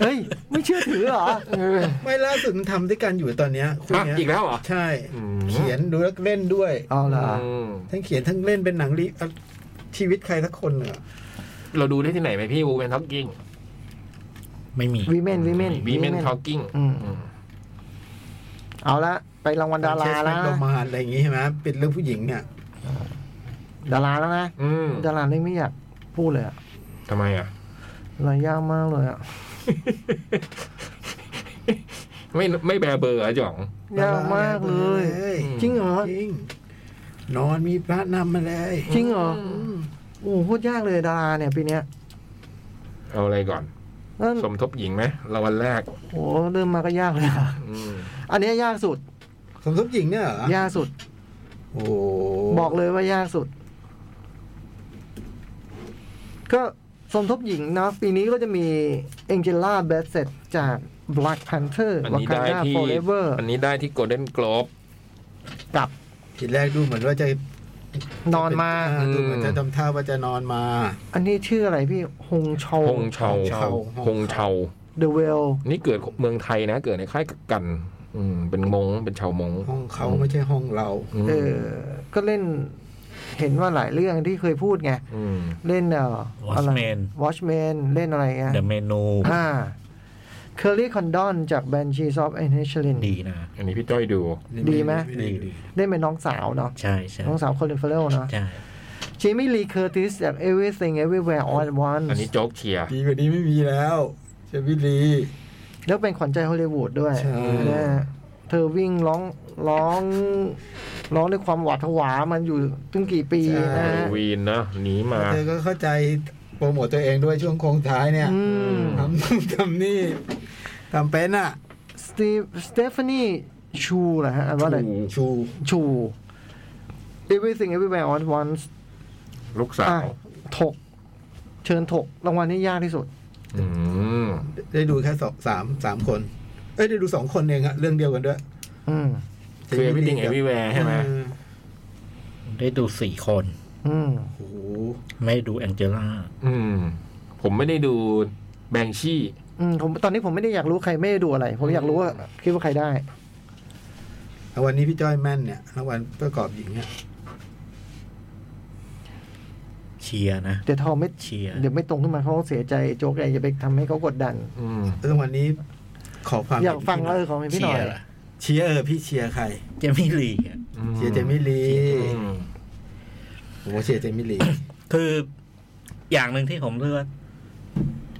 S2: เฮ้ย ไม่เชื่อถือเหรอเออ
S3: ไม่ล่าสุดมันทำด้วยกันอยู่ตอนเนี้ยคู่
S1: ฮะ
S3: เนี้ย
S1: อีกแล้วเหรอ
S3: ใช่
S1: อืม
S3: เขียนดูแล้วเล่นด้วย
S2: เอาล่ะ
S1: อืม
S3: ทั้งเขียนทั้งเล่นเป็นหนังรีเอาชีวิตใครสักคนเนอะ
S1: เราดูได้ที่ไหนไหมพี่อูเป็นท็อกกิ้ง
S4: ไม่มี
S2: วีเมนวีเมน
S1: วีเมนทอลกิ้ง
S2: อืม เอาละไปรางวัลดาราแล้ว
S3: โด
S2: นะ
S3: มานอะไรอย่างงี้ใช่ไหมเป็นเรื่องผู้หญิงเนี่ย
S2: ดาราแล้วนะ
S1: อืม
S2: ดารานี่ไม่อยากพูดเลยอะ
S1: ทำไมอ่ะ
S2: รายยากมากเลยอะ
S1: ไม่ไม่แบร์เบอร์อะจ่อง
S2: ยากมากเลย
S1: อืม
S2: จริงเหรอ
S3: จริง นอนมีพระนำมาเลย
S2: จริงเหรอโอ้โหโคตรยากเลยดาราเนี่ยปีเนี้ย
S1: เอาอะไรก่อน
S2: แล้ว
S1: สมทบหญิงไหมรางวัลแรก
S2: โอ้โหเริ่มมาก็ยากเลยอะ
S1: อืม
S2: อันเนี้ยยากสุด
S3: สมทบหญิงเนี่ยเหรอย
S2: ากสุด
S3: โอ้
S2: บอกเลยว่ายากสุด ก็สมทบหญิงเนาะปีนี้ก็จะมีเอ็งเจล่าแบสเซตจาก Black Panther
S1: อันนี้ได้
S2: Wakanda
S1: ที่
S2: Forever
S1: อันนี้ได้ที่โกลเด้นกลบ
S2: กับ
S3: ทีแรกดูเหมือนว่าจะ
S2: นอนมา
S3: เออดูเหมือนจะทำท่าว่าจะนอนมา
S2: อันนี้ชื่ออะไรพี่ ฮงโช
S1: ฮงเชา
S3: ฮงเชา
S1: ฮงเชา
S2: เดอะเวล
S1: นี่เกิดเมืองไทยนะ เกิดในค่ายกักกัน อืม เป็นมงเป็นชาวมง
S3: ห้องเขาไม่ใช่ห้องเรา
S1: อืม
S2: เออ ก็เล่น เห็นว่าหลายเรื่องที่เคยพูดไง
S1: ม
S2: เล่นเอ่ออะไร
S4: Watchmen
S2: Watchmen เล่นอะไรเงี้ย
S4: เดอะเมนู
S2: อ่าเคอรี่คอนดอนจาก Banshees of a n i s h l i n
S4: ดีนะ
S1: อันนี้พี่จ้อยดู
S2: ดีไหม
S4: ดีดี
S2: ได้เป็นน้องสาวเนาะ
S4: ใช่ใช่
S2: น้องสาวคอลินเฟลเนาะ
S4: ใช่
S2: เจมี่ลีเคอร์ติสจาก Everything Everywhere All at Once
S1: อันนี้โจ๊กเชียร์
S3: ดีกว่านี้ไม่มีแล้วเชฟวิลี
S2: แล้วเป็นขวัญใจฮอลลีวูดด้วย
S3: ใช่
S2: นะฮะเธอวิ่งร้องร้องร้องด้วยความหวาดผวามันอยู่ตั้งกี่ปีนะฮะ
S1: วีนนะหนีมา
S3: เธอก็เข้าใจโปรโมทตัวเองด้วยช่วงโค้งท้ายเนี่ย
S2: อืม
S3: ทำนู่นทำนี่ทำเป็นอ่ะ
S2: สตีฟสเตฟานีชูเหรอฮะอ่านว่าอะไร
S3: ชู
S2: ชู Everything Everywhere All at Once
S1: ลูกสา
S2: อ่ะ
S1: ว
S2: ถก เชิญถกรางวัลนี้ยากที่สุด
S1: อืม
S3: ได้ดูแค่สองสามสามคน เอ้ยได้ดูสองคนเองอะเรื่องเดียวกันด้วย
S2: อืม
S1: คือ Everything Everywhere ใช่ไหม
S3: เออ
S4: ได้ดูสี่คน
S2: อืม
S3: โอ้โห
S4: ไม่ดูแองเจล่า
S1: อืม ผมไม่ได้ดูแบงชี่
S2: อืมผมตอนนี้ผมไม่ได้อยากรู้ใครไม่ได้ดูอะไร ผมอยากรู้ว่าคิดว่าใครได้
S3: แล้ววันนี้พี่จ้อยแม่นเนี่ยแล้ววันประกอบหญิงเนี่ย
S4: เชียร์นะ
S2: เดี๋ยวทอไม่
S4: เชียร์
S2: เดี๋ยวไม่ตรงขึ้นมาเขาเสียใจโจ๊กไงอย่าไปทำให้เขากดดัน
S1: อืม
S3: แล้ววันนี้ขอความ
S2: อยากฟัง
S3: เห็น
S2: เอ
S3: พี่
S2: อของพี่ห
S3: หน่อย
S4: เชี
S2: น่อย
S4: ร์ล่ะ
S3: เชียร์เออพี่เชียร์ใคร
S4: เจมี่ลีอ่ะ
S1: อื
S3: เชียร์เจมิลี
S1: อืม
S3: โอ้โหเชียร์เจมิลี
S4: คืออย่างหนึ่งที่ผมเลือก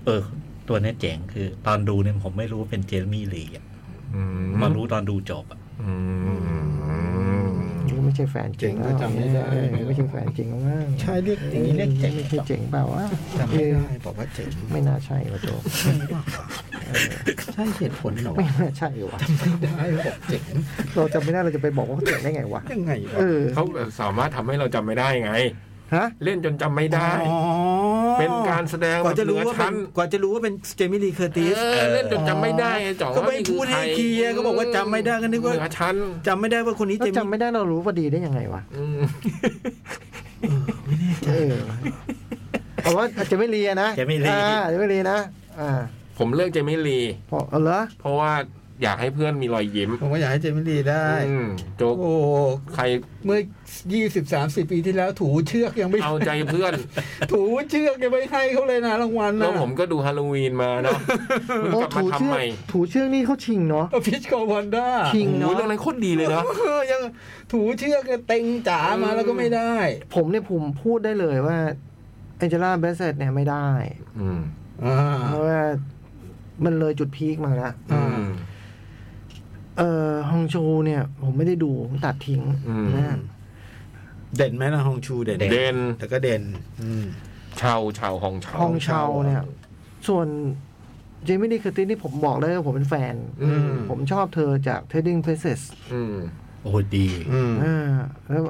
S4: เออ ตัวเนี้ยเจ๋งคือ ตอนดูเนี่ยผมไม่รู้ว่าเป็นเจมี่ลีอ่ะ
S1: อื
S4: มารู้ตอนดูจบอะ
S1: อืม
S2: ไม่ใช่แฟนจริง
S3: เจ๋งก็จำไม่ได้
S2: เออไม่ใช่แฟนจริงมาก
S3: ใช่เรียกอย่างนี้เรียกเจ๋ง
S2: ไม่ใช่เจ๋งเปล่าวะ
S3: จำไม่ได้บอกว่าเจ๋ง
S2: ไม่น่าใช่วะโจ๊ก
S3: ใช่เหตุผลเหรอ
S2: ไม่น่าใช่วะ
S3: ไม่ได้บอกเจ๋ง
S2: เราจำไม่ได้เราจะไปบอกว่าเขาเจ๋งได้ไงวะ
S3: ยังไงวะ
S2: เออ
S1: เขาสามารถทำให้เราจำไม่ได้ไง
S2: ฮะ
S1: เล่นจนจำไม่ได้
S3: อ๋อ
S1: เป็นการแสดง
S3: กว่าจะรู้ว่า
S1: เหลือ
S3: เป็น
S1: น
S3: กว่าจะรู้ว่าเป็นเจมิลีเคอร์ติส
S1: เออเล่นจนจำไม่ได้ไอ้จ่อง
S3: ก็ไม่พูดให้เคลียร์ก็บอกว่าจำไม่ได้ก็นึกว่า
S1: เหลือชั้น
S3: จำไม่ได้ว่าคนนี้
S2: เรา
S3: เจมิ
S2: จำไม่ได้เรารู้ว่าดีได้ยังไงวะ
S1: อืม
S2: เออแต่ว่าอาจจะไม่เรียนะ
S4: เจมี่ลี
S2: อ่าอาจจะไม่เรียนะอ่า
S1: ผมเลือกเจมี่ลี
S2: พอเอาเหรอ
S1: เพราะว่าอยากให้เพื่อนมีรอยยิ้ม
S3: ผมก็อยากให้เจมิลีได้
S1: อืมโจ๊ก
S3: โอ้
S1: ใคร
S3: เมื่อยี่สิบสามสิบปีที่แล้วถูเชือกยังไม่
S1: เอาใจเพื่อน
S3: ถูเชือกยังไม่ให้เขาเลยนะรางวัล
S1: แล้
S3: นะ
S1: วผมก็ดูฮาโลวีนมาเนาะเพิ่ง
S2: โอ้
S1: กลับมา
S2: ถู
S1: ทำ
S2: เชือ
S1: ให
S2: ก
S1: ม่
S2: ถูเชือกนี่เขาชิงเนาะ
S3: พิชคอวันด้า
S2: จริ
S1: โอ้
S2: งเนอะ
S1: โหเรื่องนั้นโคตรดีเลยเนาะ
S3: เออยังถูเชือกเนี่ยเต็งจ๋ามาแล้วก็ไม่ได้
S2: ผมเนี่ยผมพูดได้เลยว่าแองเจล่าเบสเซตเนี่ยไม่ได้
S1: อืม
S3: อ่า
S2: เพราะว่ามันเลยจุดพีคมาแล้ว
S3: อื
S1: อืม
S3: ม
S2: เออฮองชูเนี่ย ผมไม่ได้ดูผมตัดทิ้ง
S1: อืม
S2: นะ
S3: เด่นไหมนะฮองชูเด่น
S1: เดน
S3: แต่ก็เด่น อืม
S1: ชาวชาวฮองชา
S2: ฮ
S1: ว
S2: องเชาเนี่ย ส่วนเจมี่ดีคอร์ติสนี่ผมบอกเลยว่าผมเป็นแฟน
S1: อืม
S2: ผมชอบเธอจาก Trading Places
S1: อืม
S4: โอ้ดี
S3: อืม
S2: อ่าแล้ว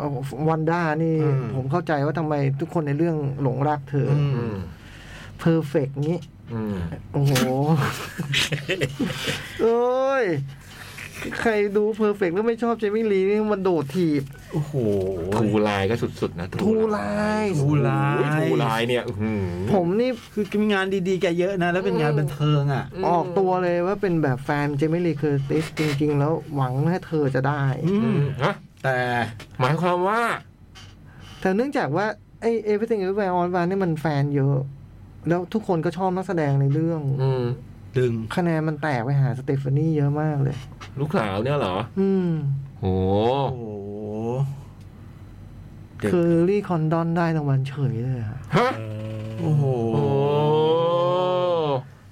S2: วันด้านี่
S3: อืม
S2: ผมเข้าใจว่าทำไมทุกคนในเรื่องหลงรักเธอ
S3: อื
S2: อ
S1: อื
S3: ม
S1: ม
S2: Perfect นี้
S1: อืม
S2: โอ้โห เอ้ย ใครดูเพอร์เฟกต์แล้วไม่ชอบเจมี่ลีนี่มันโดดถีบ
S3: โอ้โห
S1: ทูลายก็สุดๆนะ
S2: ทูลาย
S3: ทูลาย
S1: โอ้ทูลายเนี่ย อื้อหือ
S2: ผมนี่
S3: คือมีงานดีๆแกเยอะนะ แล้วเป็นงานบันเทิงอ่ะ
S2: ออกตัวเลยว่าเป็นแบบแฟนเจมี่ลีคือติสจริง ๆ แล้วหวังให้เธอจะได้
S3: อื
S1: อื
S3: ม
S1: มฮะ
S3: แต่
S1: หมายความว่า
S2: แต่เนื่องจากว่าไอ้เอฟเฟกต์เอฟเฟกต์ออนวานนี่มันแฟนเยอะ แล้วทุกคนก็ชอบนักแสดงในเรื่อง
S1: อืม
S3: ดึง
S2: คะแนนมันแตกไปหาสเตฟานี่เยอะมากเลย
S1: ลูกสาวเนี่ยเหรอ
S2: อืม
S1: โห
S3: โอ้โห
S1: เด็ก
S2: คือรีคอนดอนได้รางวัลเฉยเลยอะ
S1: ฮะ
S3: โอ้โห
S1: โอ้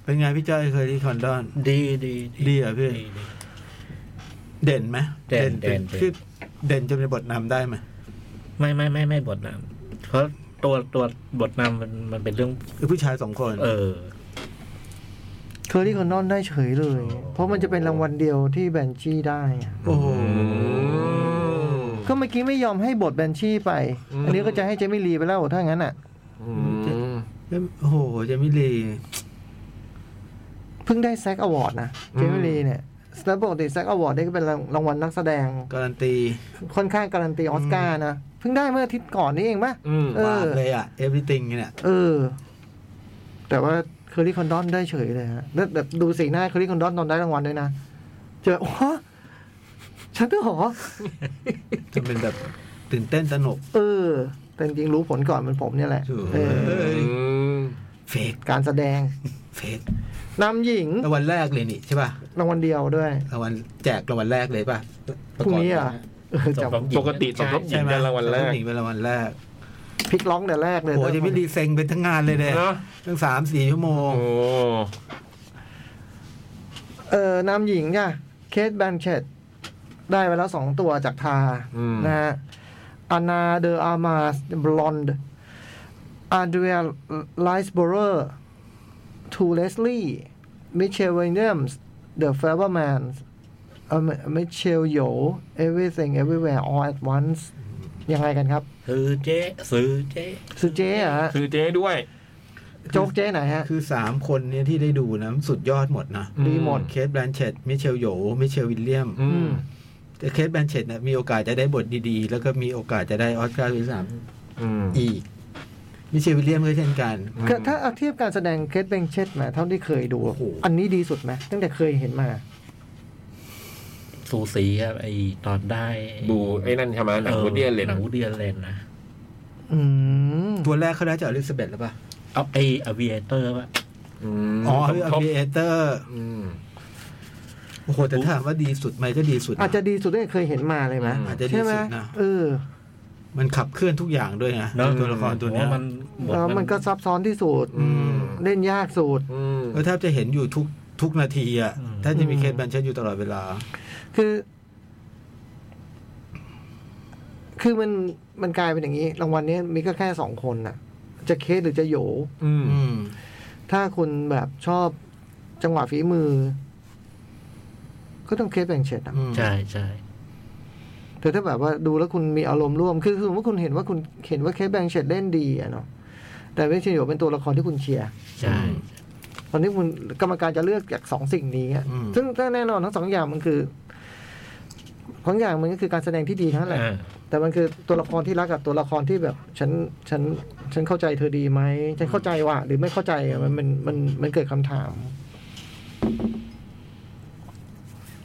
S3: เป็นไงพี่จ้อยเคยที่คอนดอน
S4: ดีดี
S3: ดีเหรอ่ะพี่
S4: ดีดี
S3: เด่นไหม
S4: เด่นเด่น
S3: คือเด่นจนเป็นบทนำได้ไหม
S4: ไม่ไม่ไม่ไม่บทนำเพราะตัวตัวบทนำมันมันเป็นเรื่อง
S3: คือผู้ชายสองคน
S4: เออ
S2: เคอรี่คอนดอนได้เฉยเลย เพราะมันจะเป็นรางวัลเดียวที่แบนชี่ได้อะ
S3: โอ้โห
S2: ก็เมื่อกี้ไม่ยอมให้บทแบนชี่ไป อันนี้ก็จะให้เจมี่ลีไปแล้วถ้างั้นอ่ะ
S1: อืม
S3: แล้วโอ้โหเจมิลี
S2: เพิ่งได้แซกอวอร์ดนะ เจมี่ลีเนี่ยแล้วปกติแซกอวอร์ดได้ก็เป็นรางวัลนักแสดง
S3: การันตี
S2: ค่อนข้างการันตีออสการ์นะ เพิ่งได้เมื่ออาทิตย์ก่อนนี่เองปะ
S1: อืม
S2: เออ
S3: ปากเลยอ่ะ everything เนี่ย
S2: เออ แต่ว่าเคอรี่คอนดอนได้เฉยเลยฮะแล้วแบบดูสีหน้าเคอรี่คอนดอนตอนได้รางวัลด้วยนะเจอโอ้โหฉันด้วยเหรอ
S3: จะเป็นแบบตื่นเต้นสนุก
S2: เออ แต่จริงๆรู้ผลก่อนมันผมเนี่ยแหละ
S3: ถูก
S2: เออ
S1: อืม
S3: เฟก
S2: การแสดง
S3: เฟก
S2: นำหญิง
S3: รางวัลแรกเลยนี่ใช่ป่ะ
S2: รางวัลเดียวด้วย
S3: รางวัลแจกรางวัลแรกเลยป่ะ
S2: พรุ่งนี้เหรอ่ะ
S4: สม
S2: จับ
S4: ทบหญิง
S1: ปกติสมทบหญิ
S3: ใช่
S1: ง
S3: ไหม
S1: ได้รางวัลแรก
S3: หญิงเป็นรางวัลแรก
S2: พลิกล็อกแต่แรกเลย
S3: โอ้โหเจมิลีเซ็งไปทั้งงานเลยเนี่ย
S1: เนาะ
S3: ตั้งสามสี่ชั่วโมง
S1: โอ้
S2: เออนำหญิงจ้ะเคทแบนเชตได้ไปแล้วสองตัวจากทา
S1: อืม
S2: นะฮะอานาเดออามาสบลอนด์อาเดรียไลส์บอร์เรอร์ทูเลสลีมิเชลวิลเลียมส์เดอะเฟเวอร์แมนมิเชลโย everything everywhere all at once ยังไงกันครับ
S4: ซื้อเจ๊ซื้อเจ๊
S2: สุเจ๊เหรอะฮะ
S1: คือเจ๊ด้วย
S2: โจ๊กเจ๊ไหนฮะ
S3: คือสามคนเนี้ที่ได้ดูนะสุดยอดหมดนะ
S2: ดีหมด
S3: เคสแบรนเชตมิเชลโยมิเชลวิลเลียม
S1: อื
S2: อื
S1: ม
S2: ม
S3: แต่เคสแบรนเชตเนี่ยมีโอกาสจะได้บทดีๆ แล้วก็มีโอกาสจะได้ออสการ์วิสาม
S1: อืม
S3: อีก มิเชลวิลเลียมก็เช่นกัน
S2: ก็ถ้าเอาเทียบการแสดงเคสเบงเชตมาเท่าที่เคยดู
S3: โอ้โห
S2: อันนี้ดีสุดไหมตั้งแต่เคยเห็นมา
S4: สูสีครับไอตอนได้
S1: บูไอ้นั่นใช่ไหมหนังวูดดี้เลน
S4: หนังวูดดี้เลนนะ
S2: อืม
S3: ตัวแรกเขาได้จากอลิซาเบธหรือเปล่า
S4: เอาไออวีเอเตอร์ป่ะ
S3: อ๋อ
S1: ส
S3: อ
S1: มทบ
S3: เอเตอร์
S1: อืม
S3: โอ้โหแต่ถามว่าดีสุดไหมก็ดีสุดน
S2: อาจจะดีสุดที่เคยเห็นมาเลยไหม
S1: อืม
S3: อาจจะดี
S2: ใช่ไหม
S3: สุดนะ
S2: เออ
S3: มันขับเคลื่อนทุกอย่างด้วยไง
S4: เนอะ
S3: ตัวละครตัวเนี้ย
S4: ผมมันบท
S2: แล้วมันก็ซับซ้อนที่สุด
S1: อืม
S2: เล่นยากสุด
S1: อืม
S3: ก็แทบจะเห็นอยู่ทุกทุกนาทีอ่ะถ้าจะมีเคสแบรนเชตอยู่ตลอดเวลา
S2: คือ คือมันมันกลายเป็นอย่างนี้ รางวัลเนี้ยมีก็แค่สองคนน่ะ จะเคสหรือจะโหย
S1: อืม
S3: อืม
S2: ถ้าคุณแบบชอบจังหวะฝีมือ ก็ต้องเคสแบ่งเฉดอ่ะ
S3: อืม
S4: ใช่ใช่
S2: แต่ถ้าแบบว่าดูแล้วคุณมีอารมณ์ร่วม คือคือว่าคุณเห็นว่าคุณเห็นว่าเคสแบ่งเฉดเล่นดีอะเนาะแต่ไม่ใช่โหยเป็นตัวละครที่คุณเชียร์
S4: ใช่
S2: ตอนนี้คุณกรรมการจะเลือกจากสองสิ่งนี้อะ
S3: อืม
S2: ซึ่งก็แน่นอนทั้งสองอย่างมันคือทั้งอย่างมันก็คือการแสดงที่ดีทั้งนั้นแหละ
S4: อ่า
S2: แต่มันคือตัวละครที่รักกับตัวละครที่แบบ ฉันฉันฉันเข้าใจเธอดีไหมฉันเข้าใจว่ะหรือไม่เข้าใจอะมันมันมันมันเกิดคำถาม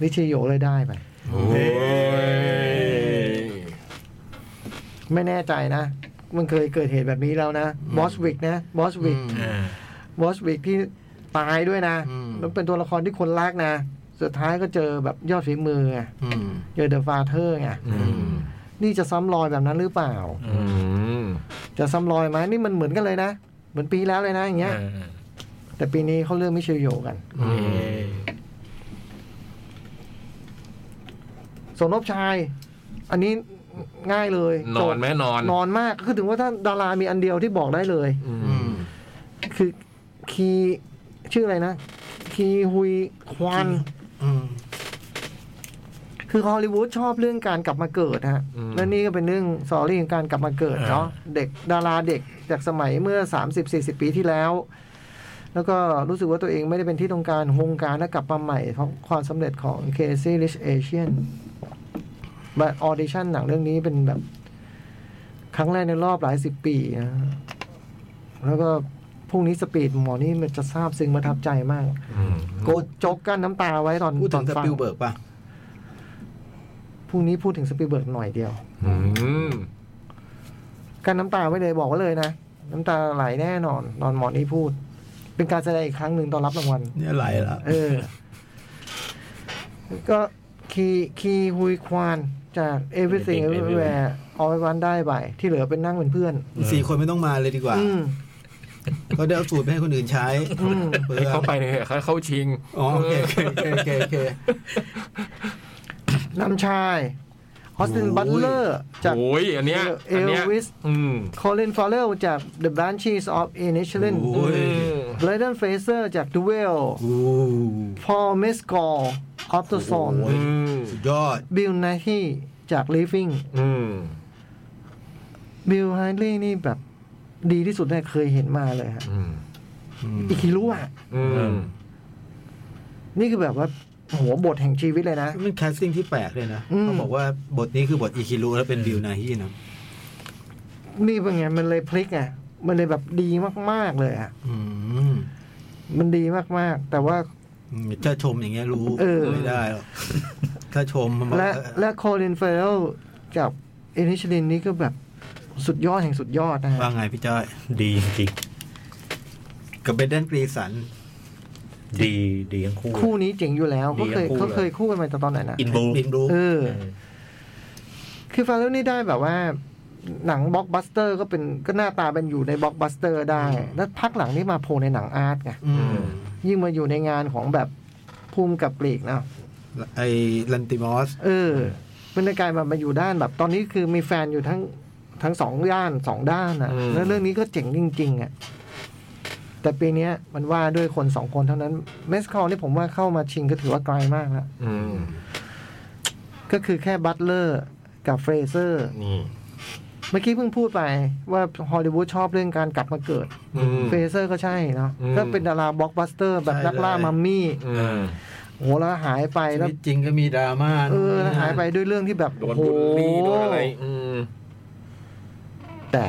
S2: นิชิโยเลยได้ไป
S1: โอ้ย
S2: ไม่แน่ใจนะ มันเคยเกิดเหตุแบบนี้แล้วนะบอสวิกนะบอสวิก
S4: อ่า
S2: วอชวิกที่ตายด้วยนะ
S3: อืม
S2: แล้วเป็นตัวละครที่คนรักนะ สุดท้ายก็เจอแบบยอดฝีมือไง
S3: อืม
S2: เจอเดอะฟาเธอร์ไง
S1: อืม
S2: นี่จะซ้ำรอยแบบนั้นหรือเปล่า
S1: อืม
S2: จะซ้ำรอยไหมนี่มันเหมือนกันเลยนะ เหมือนปีแล้วเลยนะอย่างเงี้ย แต่ปีนี้เขาเลือกมิเชลโยกัน
S1: อืม
S2: สมนบชาย อันนี้ง่ายเลย
S1: นอนไหมนอน
S2: นอนมากคือถึงว่าถ้าดารามีอันเดียวที่บอกได้เลย
S1: อื
S3: อื
S1: ม
S3: ม
S2: คือคีชื่ออะไรนะ คีฮุยควัน
S3: อืม
S2: คือฮอลลีวูดชอบเรื่องการกลับมาเกิดฮะ
S1: อืม
S2: และนี่ก็เป็นเรื่องสอรี่ของการกลับมาเกิดเนาะ เด็กดาราเด็กจากสมัยเมื่อ 30 40 ปีที่แล้ว แล้วก็รู้สึกว่าตัวเองไม่ได้เป็นที่ต้องการวงการและกลับมาใหม่ เพราะความสำเร็จของ c a s e y Rich Asian บัตออเดชั่นหนังเรื่องนี้เป็นแบบ ครั้งแรกในรอบหลายสิบปีนะแล้วก็พรุ่งนี้สปีดหมอนี่มันจะทราบซึ้งประทับใจมาก
S1: อืม
S2: กดจกกั้นน้ำตาไว้ตอน
S3: พู
S2: ต
S3: ดถึ
S2: อน
S3: งส
S2: ฟัง
S3: ปิลเบิร์กป่ะ
S2: พรุ่งนี้พูดถึงสปีเบิร์กหน่อยเดียว
S1: อืม
S2: กันน้ำตาไว้เลยบอกไว้เลยนะ น้ำตาไหลแน่นอน นอนหมอนี่พูด ไป เป็นการแสดงอีกครั้งหนึ่งตอนรับรางวัล
S3: เนี่ยไหลละ
S2: เออ ก็คีคีฮุยควานจาก Everything
S4: Everything
S2: Everywhere All at Once ได้ไปที่เหลือเป็นนั่งเป็นเพื่อน
S3: สี่คนไม่ต้องมาเลยดีกว่า
S2: อืม
S3: เขาได้เอาสูตรไปให้คนอื่นใช้
S2: อืม
S3: เปลื
S1: ให้
S3: อง
S1: เขาไปเลยเขาเข้าชิง
S3: อ๋อโอเคโอเคโอเคโอเค
S2: นำชายฮอสติน
S3: โอ้ย
S2: บัตเลอร์จาก
S1: โอ้ยอันเนี้ย
S2: เอล
S1: นนี้ย
S2: วิส
S1: อืม
S2: Colin Farrell จาก The Banshees of i n i s h l i n
S3: โอ้ย
S2: b r a d e n Fraser จาก Duel
S3: โอ้โ
S2: Paul Mescal of the Sun
S3: โอ้
S1: อื
S3: ย
S1: ม
S3: หสุดยอด
S2: Bill Nighy จาก Living
S1: อืม
S2: Bill Nighy นี่แบบดีที่สุดที่เคยเห็นมาเลยฮะ
S1: อืม
S2: อิคิรุอ่ะ
S1: อืม
S2: นี่คือแบบว่าหัวบทแห่งชีวิตเลยนะ
S3: มันแคสติ้งที่แปลกเลยนะ
S2: อืม
S3: เขาบอกว่าบทนี้คือบทอีคิรุแล้วเป็นบิวนาฮีนะ
S2: นี่เป็นไงมันเลยพลิกอ่ะ มันเลยแบบดีมาก ๆ เลยอ่ะ
S3: อืม
S2: มันดีมาก ๆ แต่ว่า
S3: ถ้าชมอย่างเงี้ยรู้
S2: เออ
S3: ไม่ได้หรอกถ้าชมมันบอก
S2: และ
S3: เออ
S2: และโคลินเฟลกับเอนิชลินนี่ก็แบบสุดยอดแห่งสุดยอดนะฮะ
S3: ว่าไงพี่จ้อย
S4: ดีจริง
S3: กับเบเดนกรีสัน
S4: ๆดีดีทั้งคู่
S2: คู่นี้เจ๋งอยู่แล้ว
S4: ดี
S2: เขาเคย
S4: ทั้งคู่
S2: เขาเคยคู่กันมาแต่ตอนไหนนะ
S4: อินบู
S3: บินรู้
S2: เออ คือฟาเรลนี่ได้แบบว่า หนังบล็อกบัสเตอร์ก็เป็นก็หน้าตาเป็นอยู่ในบล็อกบัสเตอร์ได้ แล้วพักหลังนี่มาโผล่ในหนังอาร์ตไง
S3: อืม
S2: ยิ่งมาอยู่ในงานของแบบภูมิกับกรีกนะ
S3: ไอ้ลันติมอส
S2: เออมันจะกลายมามาอยู่ด้านแบบตอนนี้คือมีแฟนอยู่ทั้งทั้งสองด้านสองด้านอ่ะ แล้วเรื่องนี้ก็เจ๋งจริง ๆ อ่ะ แต่ปีเนี้ยมันว่าด้วยคนสองคนเท่านั้นเมสคอลนี่ผมว่าเข้ามาชิงก็ถือว่าไกลมากแล้ว
S1: อืม
S2: ก็คือแค่บัตเลอร์กับเฟรเซอร์
S1: นี่
S2: เมื่อกี้เพิ่งพูดไปว่าฮอลลีวูดชอบเรื่องการกลับมาเกิด
S1: อืม
S2: เฟรเซอร์ก็ใช่เนาะ
S1: อืม
S2: ก็เป็นดาราบล็อกบัสเตอร์ แบบ
S3: ใช่
S2: นักล่า
S3: เลย
S2: มัมมี่
S1: อืม
S2: โหแล้วหายไป
S3: ชี
S2: แล้ว
S3: วิตจริงก็มีดราม่า
S2: เออแล้วหายไปด้วยเรื่องที่แบบ
S1: โดนบูลลี่โดนอะไร
S2: โอ้โ
S1: อืม
S2: หแต่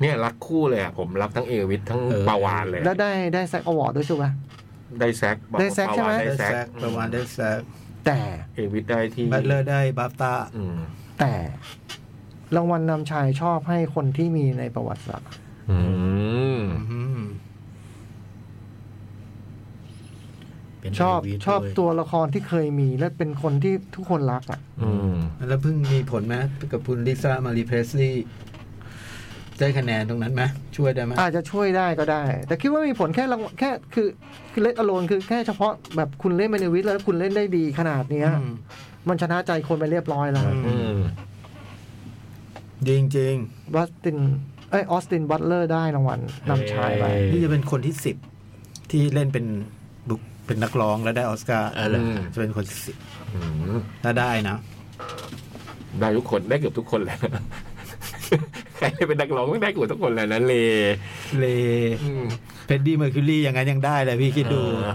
S1: เนี่ยรักคู่เลยอะผมรักทั้งเอวิททั้งปาวานเลย
S2: แล้วได้ได้แซกอวอร์ดด้วยใช่ปะ
S1: ได้แซก
S2: ได้แซกใช่ไหม
S1: ปาวาน
S3: ได้
S1: ได้
S3: แซ
S1: แซก
S3: กประวันได้แซก
S2: แต่
S1: เอวิทได้ที่
S3: บัตเลอร์ได้บัฟตา
S1: อืม
S2: แต่รางวัลนำชายชอบให้คนที่มีในประวัติศาสตร์
S1: อืม
S3: อืม
S4: เป็น
S2: ชอบ
S4: เดวิด
S2: ชอบ
S4: ด้วย
S2: ตัวละครที่เคยมีและเป็นคนที่ทุกคนรักอ่ะ
S1: อืม
S3: แล้วเพิ่งมีผลไหมกับคุณลิซ่ามารีเพรสลีย์ได้คะแนนตรงนั้นไหมช่วยได้ไหม
S2: อาจจะช่วยได้ก็ได้ แต่คิดว่ามีผลแค่รางวัลแค่คือคือเล่นอโลนคือแค่เฉพาะแบบคุณเล่นเมนวิทแล้วคุณเล่นได้ดีขนาดเนี้ย
S3: อืม
S2: มันชนะใจคนไปเรียบร้อยแล้ว
S3: อื
S1: อืม
S3: จริงจริง
S2: บัสตินเอยออสตินบัตเลอร์ได้รางวัลนำชายไป
S3: ๆ
S4: เอ้ย
S3: นี่จะเป็นคนที่สิบที่เล่นเป็นบุคเป็นนักร้องแล้วได้ออสการ์
S4: เออเหรอ
S3: จะเป็นคนที่สิบ
S1: อืม
S3: ถ้าได้นะ
S1: ได้ทุกคนได้เกือบทุกคนแหละใครเป็นนักร้องก็ได้เกือบทุกคนแหละนะเล
S3: เล
S1: อืม
S3: เพดดี้เมอร์คิวรี่อย่างนั้นยังได้เลยพี่คิดดู
S1: เออ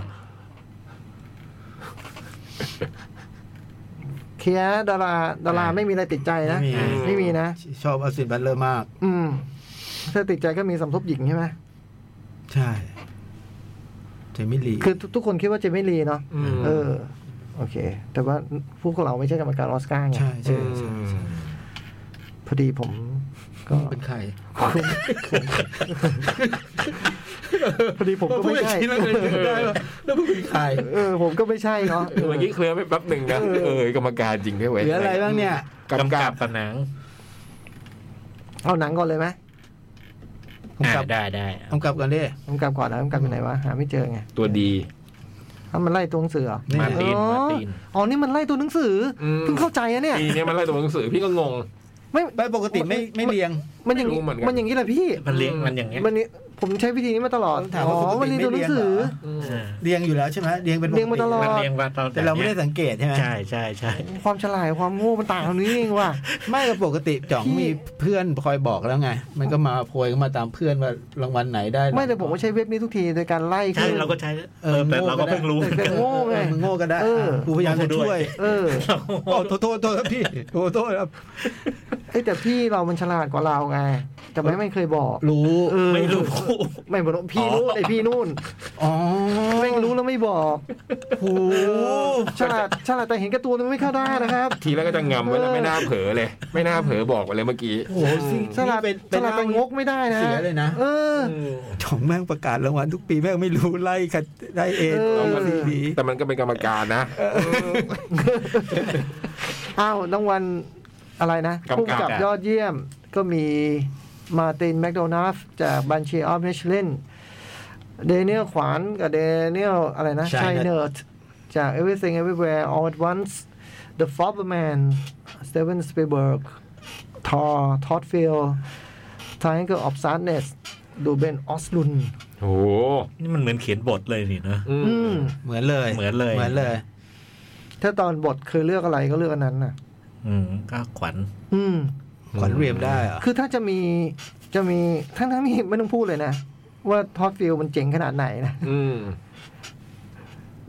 S2: เคลียร์ดาราดาราไม่มีอะไรติดใจนะ
S3: ไม่มี
S2: ไม่มีนะ
S3: ชอบออสตินบัตเลอร์มาก
S2: อืม ถ้าติดใจก็มีสำทบหญิงใช่ไหม
S3: ใช่เจมี่ลี
S2: คือทุกทุกคนคิดว่าเจมี่ลีเนาะ
S1: อืม
S2: เออ โอเค แต่ว่าพวกเราไม่ใช่กรรมการออสการ์ไง
S3: ใช่ใช่
S1: อื
S3: ใช่
S1: ม
S3: ใช่
S2: พอดีผม ก็
S3: เป็นใคร
S2: พอดีผมก็ไม่ใช่
S3: ได้หรอแล้วพูดเป็นใคร
S2: เออ ผมก็ไม่ใช่เนาะ
S1: เมื่อกี้เคลียร์ไปแป๊บหนึ่งนะเออกรรมการจริงด้วยเว้ย
S3: เหลืออะไรบ้างเนี่ย
S1: กำ
S4: กำ
S1: กั
S4: กั
S1: บบ
S4: กับหนัง
S2: เอาหนังก่อนเลยไหม
S3: กำกับ
S4: อ่าได้ได้
S3: กำกับกันดิ
S2: ผมกลับก่อนนะผมกลับไปไหนวะ หาไม่เจอไง
S1: ตัวดี
S2: ถ้ามันไล่ตัวหนังสือเหรอ
S3: นี่
S4: มาร์ติน
S2: อ๋อ
S4: มาร์ติน
S2: อ๋อ นี่มันไล่ตัวหนังสืออ
S1: ม
S2: เพิ่งเข้าใจอะเนี่ย
S1: ปีเนี้ยมันไล่ตัวหนังสือพี่ก็งง
S2: ไม่
S3: ไปปกติไม่ไม่เรียง
S2: มันอย่างนี้
S1: ไม่รู้เหมือนกัน
S2: มันอย่างนี้แหละพี่
S4: มันเลี้ยงมันอย่างเงี้ย
S2: มันนี่ผมใช้วิธีนี้มาตลอด
S3: ถาม
S2: อ๋
S3: ว่า
S2: อ
S3: ปก
S2: มัน
S3: ติ
S2: เรียนตัว
S3: ไม่
S2: ห
S3: เรี
S2: นัง
S3: ยง
S2: สื
S3: เห
S2: อ
S3: รอ
S1: อืม
S4: เออ
S3: เรียงอยู่แล้วใช่ไหมเรียงเป็นปก
S2: เรียงมาตลอ
S4: มันเลี้ยงมาตอน
S3: แต่เราไม่ได้สังเกตใช่ไหม
S4: ใช่ใช่ใช่
S2: ความฉลาดความโง่มันต่างกันนี้เองว่ะ
S3: ไม่กับปกติจ่องมีเพื่อนคอยบอกแล้วไง มันก็มาโพยก็มาตามเพื่อนว่ารางวัลไหนได้
S2: ไม่แต่ผมก็ใช้เว็บนี้ทุกทีโดยการไล่
S4: ใช่
S2: ขึ้น
S4: เราก็ใช้เออแต่เราก็เพิ่งรู้
S2: แต่โง่ไง
S3: เออมึงโง่ก็ได้
S2: เออ
S3: กูพยายามจะช่วย
S2: เออ
S3: โอ้โทษโทษโทษครับพี่โอ้โทษครับ
S2: เอ้ยแต่พี่เรามันฉลาดกว่าเราไงแต่ไม่ไม่เคยบอก
S3: รู้
S2: เออ
S4: ไม่รู้
S2: ไม่บอกพี่นู่นไอพี่นู่น
S3: อ๋อ
S2: แม่งรู้แล้วไม่บอก
S3: โอ้โห
S2: ฉลาดฉลาดแต่เห็นแก่ตัวมันไม่เข้าได้นะครับ
S1: ทีแรกก็จะงำไว้แล้วไม่น่าเผลอเลย ไม่น่าเผลอบอกไปเลยเมื่อกี้
S3: โอ้โหสิ่ง
S2: ฉลาด
S3: เป็น
S2: ฉ
S3: เป็น
S2: ลาดแต่งกไม่ได้นะ
S3: เสียเลยนะ
S2: เออ
S3: ของแม่งประกาศรางวัลทุกปีแม่งไม่รู้ไล่คัดได้เอ
S2: เออ
S3: รางวัลที่ดี
S1: แต่มันก็เป็นกรรมการนะ
S2: อ้าวรางวัลอะไรนะ
S1: กำกับ
S2: ผู้กำกับยอดเยี่ยมก็มีมาตินแมคโดนัฟจากบัญชีออฟเนชเลนเดเนียลขวานกับเดเนียลอะไรนะชายเนิร์ดจาก Everything Everywhere All at Once The Fableman Steven Spielberg ทอทอดฟิลทายเกอร์ออฟซาร์เนสดูเบนออสลุน
S1: โอ้โห
S4: นี่มันเหมือนเขียนบทเลยนี่นะ
S1: อืม
S2: อืม
S3: เหมือนเลย
S4: เหมือนเลย
S3: เหมือนเลย
S2: ถ้าตอนบทเคยเลือกอะไรก็เลือกอันนั้นน่ะ
S4: อืมก็ขวัญ
S2: อืม
S3: ขวัญเรียมได้เหรอะ
S2: คือถ้าจะมีจะมีทั้งทั้งนี้ไม่ ต้องพูดเลยนะ ว่าท็อตฟิลมันเจ๋งขนาดไหนนะ
S1: อืม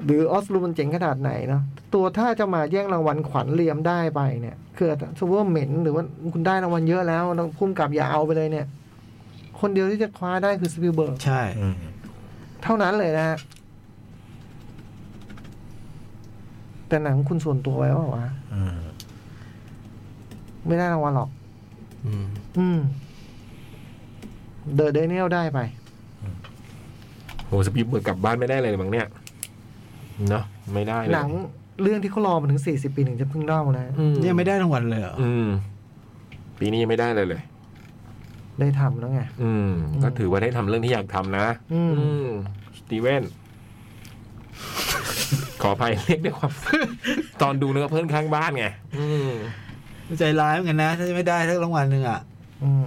S2: หรือออสลูมันเจ๋งขนาดไหนเนาะตัวถ้าจะมาแย่งรางวัลขวัญเหลียมได้ไปเนี่ย คือสมมติว่าเหม็นหรือว่าคุณได้รางวัลเยอะแล้วต้องพุ่มกับอย่าเอาไปเลยเนี่ย คนเดียวที่จะคว้าได้คือสปิลเบิร์ก
S3: ใช่
S4: อืม
S2: เท่านั้นเลยนะฮะแต่หนังคุณส่วนตัวไว้ว่าวะ
S4: อืม
S2: ไม่ได้รางวัลหรอก
S3: อืม
S2: อืมเดอะเดนเนลได้ไป
S1: โหสปีดเบิร์กกลับบ้านไม่ได้เลยมั้งเนี่ยเนาะไม่ได้เลย
S2: หนังเรื่องที่เขารอมาถึง 40 ปีถึงจะเพิ่งเล่านะ
S1: อื
S3: เนี่ยไม่ได้รางวัลเลยเหรอ
S1: อืม ปีนี้ยังไม่ได้เลยเลย
S2: ได้ทำแล้วไง
S1: อืม ก็ถือว่าได้ทำเรื่องที่อยากทำนะ
S2: อืม
S1: อืมสตีเวน ขออภัยเรียกด้วยความ ตอนดูเนื้อเพื่อนข้างบ้านไง อืม
S3: ใจร้ายเหมือนกันนะ ถ้าจะไม่ได้สักรางวัลหนึ่งอ่ะ
S2: อืม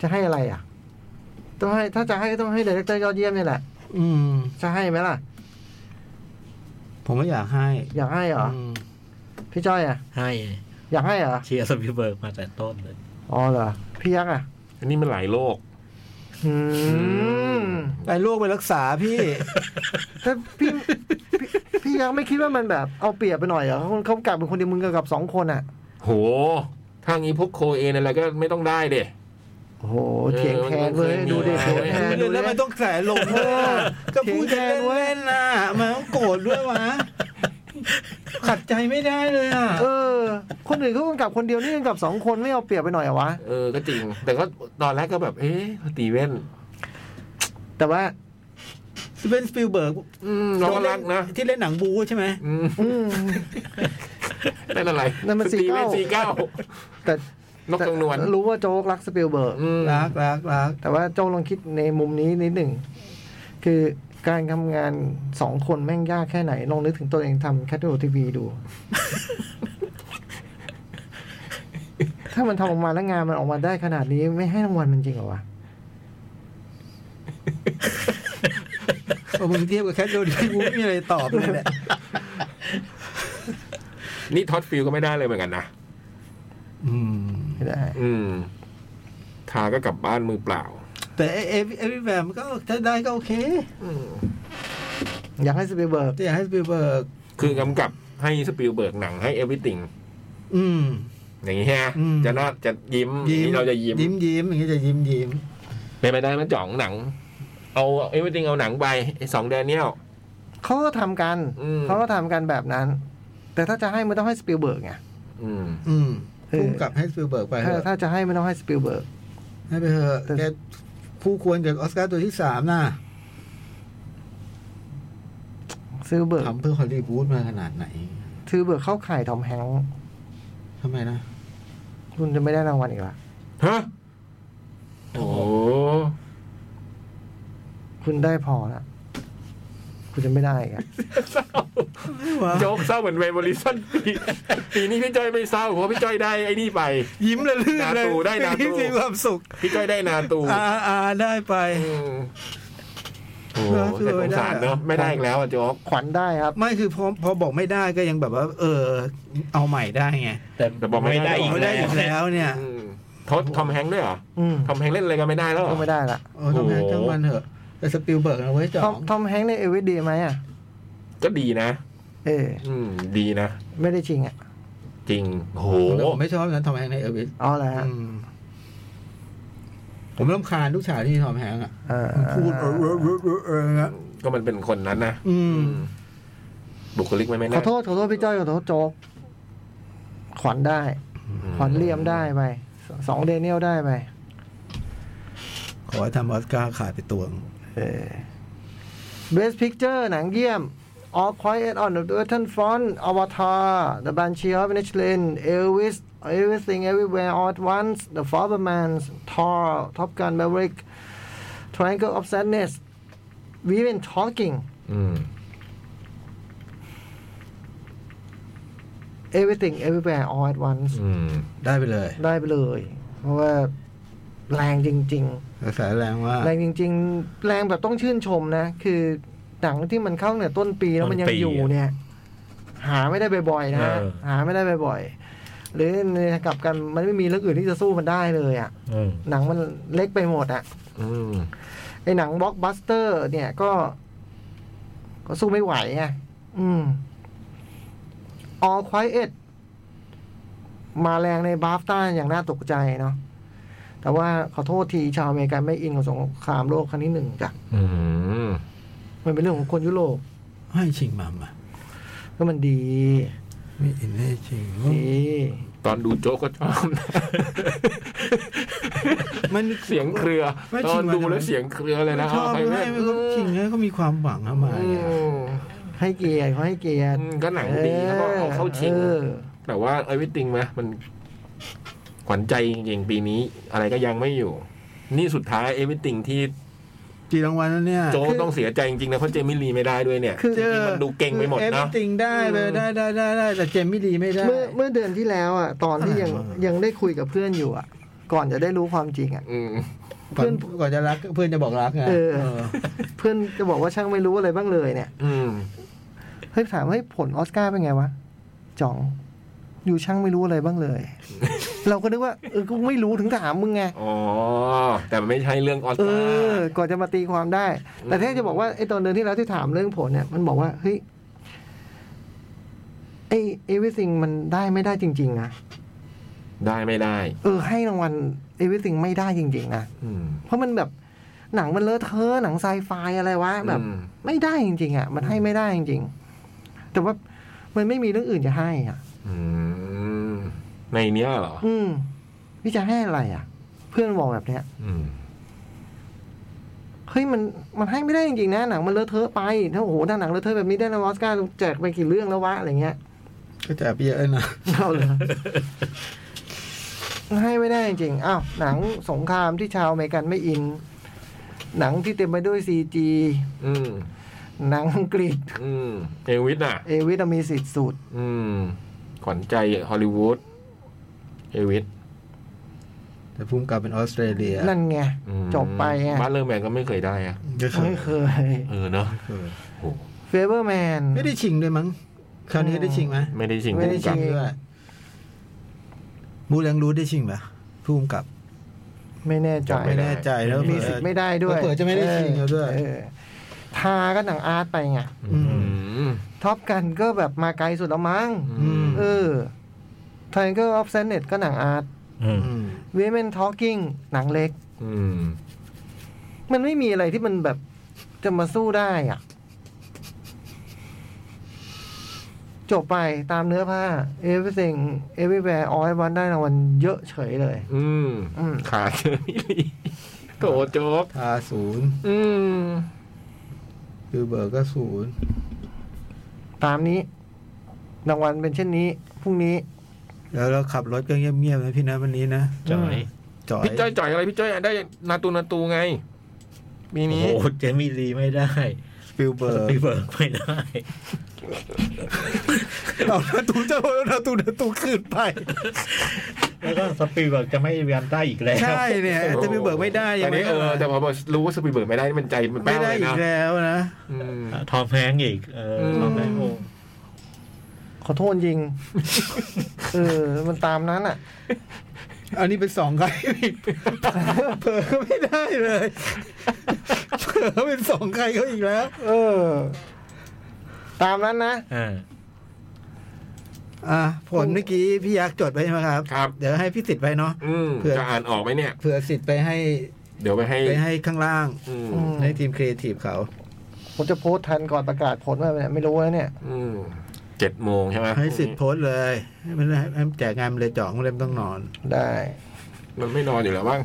S2: จะให้อะไรอ่ะ ต้องให้ ถ้าจะให้ก็ต้องให้ดีเรคเตอร์ยอดเยี่ยมนี่แหละ
S3: อืม
S2: จะให้ไหมล่ะ
S3: ผมก็อยากให้
S2: อยากให้เหรอ
S3: อืม
S2: พี่จ้อยอ่ะ
S4: ให้
S2: อยากให้เหรอ
S4: เชียร์สปีลเบิร์กมาแต่ต้นเลย
S2: อ๋อเหรอ พี่ยักษ์อ่ะ
S1: อันนี้มันหลายโลก
S2: อืม
S3: ไปโรคไปรักษาพี่
S2: แต่พี่พี่พี่ยักษ์ไม่คิดว่ามันแบบเอาเปรียบไปหน่อยเหรอเขาเขากลับเป็นคนเดียวมึงกับสองคนอ่ะ
S1: โห ถ้างี้พวกโคเอนอะไรก็ไม่ต้องได้เด็
S2: โอ้โหเถียงแค้นเลยดูเด็ก
S1: เอ
S2: ดู
S1: อ
S2: แค้น
S3: แล้วมันต้องแสลงด้วยอะก็พูดจะเล่นๆน่ะมันต้องโกรธด้วยวะขัดใจไม่ได้เลยอ่ะ
S2: เออ คนอื่นเขากำกับคนเดียวนี่กำกับสองคนไม่เอาเปรียบไปหน่อยเหรอวะ
S1: เออ ก็จริง แต่ก็ตอนแรกก็แบบ เอ๊ะสตีเวน
S2: แต่ว่า
S3: สเปนสปิลเบิร์ก
S1: อืมเราก็รักนะ
S3: ที่เล่นหนังบูใช่ไหม
S1: อืม
S2: อืม
S1: ได้อะไร
S2: นั่นมัน
S1: สตีเวนสี่เก้า
S2: 49 แต่
S1: นกจำนวน
S2: รู้ว่าโจ๊กรักสปิลเบิร์ก
S1: อืม
S3: รักรักรัก
S2: แต่ว่าโจ๊กลองคิดในมุมนี้นิดหนึ่ง คือการทำงานสองคนแม่งยากแค่ไหน ลองนึกถึงตัวเองทำแคทโอทีวี ดู ถ้ามันทำออกมาแล้วงานมันออกมาได้ขนาดนี้ไม่ให้รางวัลมันจริงเหรอวะ
S3: เอามึงเทียบกับแคทโดดีบูไม่มีอะไรตอบเลยแหละ
S1: นี่ท็อตฟิลก็ไม่ได้เลยเหมือนกันนะ
S3: อืม
S2: ไม่ได้
S1: อืม ทาก็กลับบ้านมือเปล่า
S3: แต่เอเอเอวิแวมนก็ถ้าได้ก็โอเค
S2: อยากให้สปิลเบิร์ก
S3: แต่อยากให้สปิลเบิร์ก
S1: คือกำกับให้สปิลเบิร์กหนังให้เอ r y t h i n g
S3: อืม
S1: อย่างนี้ฮะ
S3: อืม
S1: จะน่าจะยิ้มนี่เราจะยิ้ม
S3: ยิ้มยิ้มอย่างนี้จะยิ้มยิ้ม
S1: เป็นไปได้ไหมจ่องหนัง เอาเอ r y t h i n g เอาหนังไปไอ้สองแดเนียล
S2: เขาก็ทำกัน
S1: อืม
S2: เขาก็ทำกันแบบนั้น แต่ถ้าจะให้มันต้องให้สปิลเบิร์กไง
S1: อืม
S3: อืม
S2: เออ
S3: พุ่มกลับให้สปิลเบิร์กไปเถ
S2: ถ้า
S3: อะ
S2: ถ้าจะให้มันต้องให้สปิลเบิร์ก
S3: ให้ไปเถอะ
S2: แต่
S3: แกผู้ควรกับออสการ์ตัวที่สามน่ะ
S2: สปิลเบิร์ก
S3: ทำเพื่อฮอลลีวูดมาขนาดไหน
S2: สปิลเบิร์กเข้าข่ายทอมแฮงค์
S3: ทำไมนะ
S2: คุณจะไม่ได้รางวัลอีกละ
S1: ฮะ โอ้โห
S2: คุณได้พอละคุณจะไม่ได้อีกัน
S1: เศร้าโจ๊กเศร้าเหมือนเวมบริสัน ปีปีนี้พี่จ้อยไม่เศร้าเพราะพี่จ้อยได้ไอ้นี่ไป
S3: ยิ้มละลื่น
S1: นา
S3: เลย
S1: ตูได้นาตู
S3: มีความสุข
S1: พี่จ้อยได้นาตู
S3: อาอาได้ไป
S1: อืมโอ้โหแต่สงสารเนอะไม่ได้อีกแล้วอะโจ๊ก
S2: ขวัญได้ครับ
S3: ไม่คือพอพอบอกไม่ได้ก็ยังแบบว่า เออ เอาใหม่ได้ไง
S1: แต่บอกไม่ได้
S3: เอาได้อีกแล้วเนี่ย
S1: อืมทอดทอมแฮงค์ด้วยเหรอ
S2: อืม
S1: ทอมแฮงค์เล่นอะไรกันไม่ได้แล้วเหรอ
S2: ก็ไม่ได้ละ
S3: โอ้ทำแฮง
S1: โอ้โห
S3: ทั้งมันเถอะ แต่สปิลเบิร์กนะเว้ยจ๋
S2: ท
S3: อ
S2: อม
S3: ง
S2: ทอมแฮงค์ในเอวิดีไหมอ่ะ
S1: ก็ดีนะ
S2: เออ
S1: อืม ดีนะ
S2: ไม่ได้จริงอ่ะ
S1: จริงโห
S3: แต่ผมไม่ชอบนะทอมแฮงค์ในเอลวิส
S2: เอาละฮะ
S3: อืมผมรำคาญทุกฉากที่มีทอมแฮงค์อ่ะ
S2: เออ
S3: พูดเออเออเออเออเออเงี้ย
S1: ก็มันเป็นคนนั้นนะ
S3: อืม
S1: บุคลิกมันไม่
S2: ข
S1: น่า
S2: อโทษขอโทษพี่จ้อยขอโทษโจ๊กขวัญได้ ขวัญเลี่ยมได้ไปสสองเดเนียลได้ไป
S3: ขอให้ทำออสการ์ขาดไปตัวหนึ่ง
S2: เบสพิกเจอร์หนังเยี่ยม All Quiet on the Western Front Avatar The Banshee of Inisherin Elvis Everything Everywhere All at Once The Fabelman Thor Top Gun Maverick Triangle of Sadness We Been Talking
S1: อืม
S2: Everything Everywhere All at Once
S1: อืม
S3: ได้ไปเลย
S2: ได้ไปเลย เพราะว่าแรงจริง ๆ
S3: กระแสแรงว่า
S2: แรงจริง ๆ แรงแบบต้องชื่นชมนะ คือหนังที่มันเข้าเนี่ยต้นปีแล้วมันยัง
S4: ต้นปี
S2: อยู่เนี่ย หาไม่ได้บ่อยๆนะ
S4: เออ
S2: หาไม่ได้บ่อยๆหรือในทางกลับกันมันไม่มีเรื่องอื่นที่จะสู้มันได้เลยอะ่ะ
S4: อืม
S2: หนังมันเล็กไปหมดอะ่ะ
S1: อืม
S2: ไอหนังบล็อกบัสเตอร์ เนี่ยก็ ก็สู้ไม่ไหวไงอืม All Quiet มาแรงในบาฟต้าอย่างน่าตกใจเนาะแต่ว่าขอโทษทีชาวอเมริกันไม่อินกับสงครามโลกครั้งที่หนึ่งจ้ะ
S1: อืม
S2: มันเป็นเรื่องของคนยุโรป
S3: ให้ชิงมามา
S2: ก็มันดี
S3: ไม่อินให้ชิง
S2: ดี
S1: ตอนดูโจ๊กก็ชอบนะ
S3: มัน
S1: เสียงเครือ
S3: ไม่
S1: ต
S3: จริ
S1: อง น
S3: มัน
S1: ดูแล้วเสียงเครือเลยนะ
S3: ชอบ
S1: ไป
S3: ให้มันก็ชิงให้เขามีความหวังเข้ามา
S1: อื
S3: เนี่ย
S1: ม
S2: ให้เกียรติเขาให้เกียรติ
S1: อืมก็หนังดี
S2: ออ
S1: แล้วก็เอาเข้าชิง
S2: ออ
S1: แต่ว่าไอ้วิติงไหมมันขวัญใจจริงๆปีนี้ อะไรก็ยังไม่อยู่ นี่สุดท้ายเอวิติงที่
S3: จีรางวัลแล้วเนี่ย
S1: โจกต้องเสียใจจริงๆนะเพราะเจมิลีไม่ได้ด้วยเนี่ย
S3: คือ
S1: จริงๆมันดูเก่งไปหมดเนาะ
S3: ติงได้ไปได้ได้ได้ได้แต่เจมไม่ดีไม่ได้
S2: เมื่อเมื่อเดือนที่แล้วอ่ะ ตอนที่ยัง
S3: อะไรวะ
S2: ยังได้คุยกับเพื่อนอยู่อ่ะ ก่อนจะได้รู้ความจริงอ่ะ
S1: อืม
S3: เพื่อนก่อนจะรักเพื่อนจะบอกรักไง
S2: เออ
S3: เออ
S2: เพื่อนจะบอกว่าช่างไม่รู้อะไรบ้างเลยเนี่ย
S1: อืม
S2: เฮ้ยถามเฮ้ยผลออสการ์เป็นไงวะจ๋องอยู่ช่างไม่รู้อะไรบ้างเลย เราก็นึกว่าเออกูไม่รู้ถึงถามมึงไง
S1: อ๋อ แต่มันไม่ใช่เรื่องออส
S2: เอ
S1: การ
S2: อ
S1: ์
S2: กว่อนจะมาตีความได้ แต่ถ้าจะบอกว่าไอ้ตอนเดือนที่แล้วที่ถามเรื่องผลเนี่ย มันบอกว่า เฮ้ย ไอ้เอวิสิงมันได้ไม่ได้จริง ๆ นะ
S1: ได้ไม่ได้
S2: เออ ให้รางวัลเอวิสิงไม่ได้จริง ๆ นะ
S1: อืม
S2: เพราะมันแบบหนังมันเลอะเทอะหนังไซไฟอะไรวะ แบบ
S1: อืม
S2: ไม่ได้จริง ๆ อ่ะ มันให้ไม่ได้จริง ๆ แต่ว่ามันไม่มีเรื่องอื่นจะให้อ่ะ
S1: อืม ในเนี้ยเหรอ
S2: อืมพี่จะให้อะไรอ่ะ เพื่อนบอกแบบเนี้ย
S1: อืม
S2: เฮ้ยมันมันให้ไม่ได้จริงๆนะหนังมันเลอะเทอะไปถ้าโอ้โหถ้าหนังเลอะเทอะแบบนี้ได้นะออสการ์แจกไปกี่เรื่องแล้ววะอะไรเงี้ย
S3: ก็จะเยอะนะ
S2: เอาเลยให้ไม่ได้จริงๆอ้าวหนังสงครามที่ชาวอเมริกันไม่อิน หนังที่เต็มไปด้วยซีจี
S1: อืม
S2: หนังอังกฤษ
S1: อืม เอวิสน่ะ
S2: เอวิทมีสิทธิ์สุด
S1: อืม ขวัญใจฮอลลีวูด เอวิส
S3: แต่ภูมิกับเป็นออสเตรเลีย
S2: นั่นไง
S1: อืม
S2: จบไปไง
S1: บ้านเลอร์แมนก็ไม่เคยได้อะ
S3: ก็คือ
S2: ไม่เคย
S1: เออเนาะ
S3: เออ
S1: โอ้โห
S2: เฟเบอร์แมน
S3: ไม่ได้ชิงด้วยมั้งคราวนี้ได้ชิงไหม
S1: ไม่ได้ชิง
S2: ไม่ได้ชิ
S1: กับ
S2: ง
S3: ด้วยมูแรงรู้ได้ชิงปะภูมิกับ
S2: ไม่แน่ใจ
S1: ไม่
S3: ไม่
S1: ได้
S3: แน่ใจแล้ว
S2: มีสิทธิ์ไม่ได้ด้วย
S3: เผื่อจะไม่ได้ชิงแล้วด้วย
S2: เออทาก็หนังอาร์ตไปไง
S1: อืม
S2: ท็อปกันก็แบบมาไกลสุดแล้วมั้ง
S1: อืม
S2: เออ Tiger of s a n e t ก็หนังอาร์ต
S4: อืม
S3: ม
S2: Women Talking หนังเล็ก
S1: อืม
S2: มันไม่มีอะไรที่มันแบบจะมาสู้ได้อ่ะ จบไปตามเนื้อผ้า Everything Everywhere All at Once ได้รางวัลเยอะเฉยเลย
S1: อืม
S2: อืม
S1: ขาดเจอมิลี โถโจ๊ก
S3: ทาศูนย์
S1: อืม
S3: คือเบิร์กก็ศูนย์
S2: ตามนี้ รางวัลเป็นเช่นนี้ พรุ่งนี้
S3: แล้วเราขับรถก็เงียบๆนะพี่นะวันนี้นะ
S4: จอย
S3: จอย
S1: พี่จ้อยจ่อยอะไรพี่จ้อยได้นาตูนาตูไง ปี
S4: โอ้
S1: นี้
S4: โหเจมี่ลีไม่ได้
S3: สปิลเบิ
S4: ส
S3: ร์ก
S4: ปีเบิร์กไม่ได้
S3: เอาหน้าตูเจ้าเอาหน้าตูหน้าตูขึ้นไป
S4: แล้วก็สปีเบิร์กจะไม่เวียนได้อีกแล้ว
S3: ใช่เนี่ยสปิลเบิร์กไม่ได้
S1: แต่
S3: ยัง
S1: นี่เออแต่พอบอกรู้ว่าสปีดเบิร์กไม่ได้นี่มันใจมันแป้
S3: ไม่
S1: ว
S3: ได้
S1: เลย
S3: อี
S1: นะ
S3: กแล้วนะ
S1: อืม
S4: ทอมแฮงก์อีกเออทอมแฮงก์โอ้
S2: ขอโทษจริ ง เออ มันตามนั้นอ่ะ
S3: อันนี้เป็นสองครั้งอีกเผลอก็ไม่ได้เลยเผลอเป็นสองใครเขาอีกแล้ว
S2: เออ ตามนั้นนะ
S4: อ่า
S3: อ่ะผลเมื่อกี้พี่ยักษ์จดไว้ใช่ไหมครับ
S1: ครับ
S3: เดี๋ยวให้พี่สิทธิ์ไปเนาะ
S1: อืม
S3: เผื่อ
S1: จะอ่านออกไหมเนี่ย
S3: เผื่อสิทธิ์ไปให้
S1: เดี๋ยวไปให้
S3: ไปให้ข้างล่าง
S1: อืม
S2: อืม
S3: ให้ทีมครีเอทีฟเขา
S2: ผมจะโพสต์ทันก่อนประกาศผลว่าไม่รู้แล้วเนี่ย
S1: อืมเจ็ดโมงใช่ไหม
S3: ให้สิทธิ์โพสต์เลยให้มันให้ให้แจกงานมันเลยจ่องมันเลยไม่ต้องนอน
S2: ได้
S1: มันไม่นอนอยู่แล้วบ้าง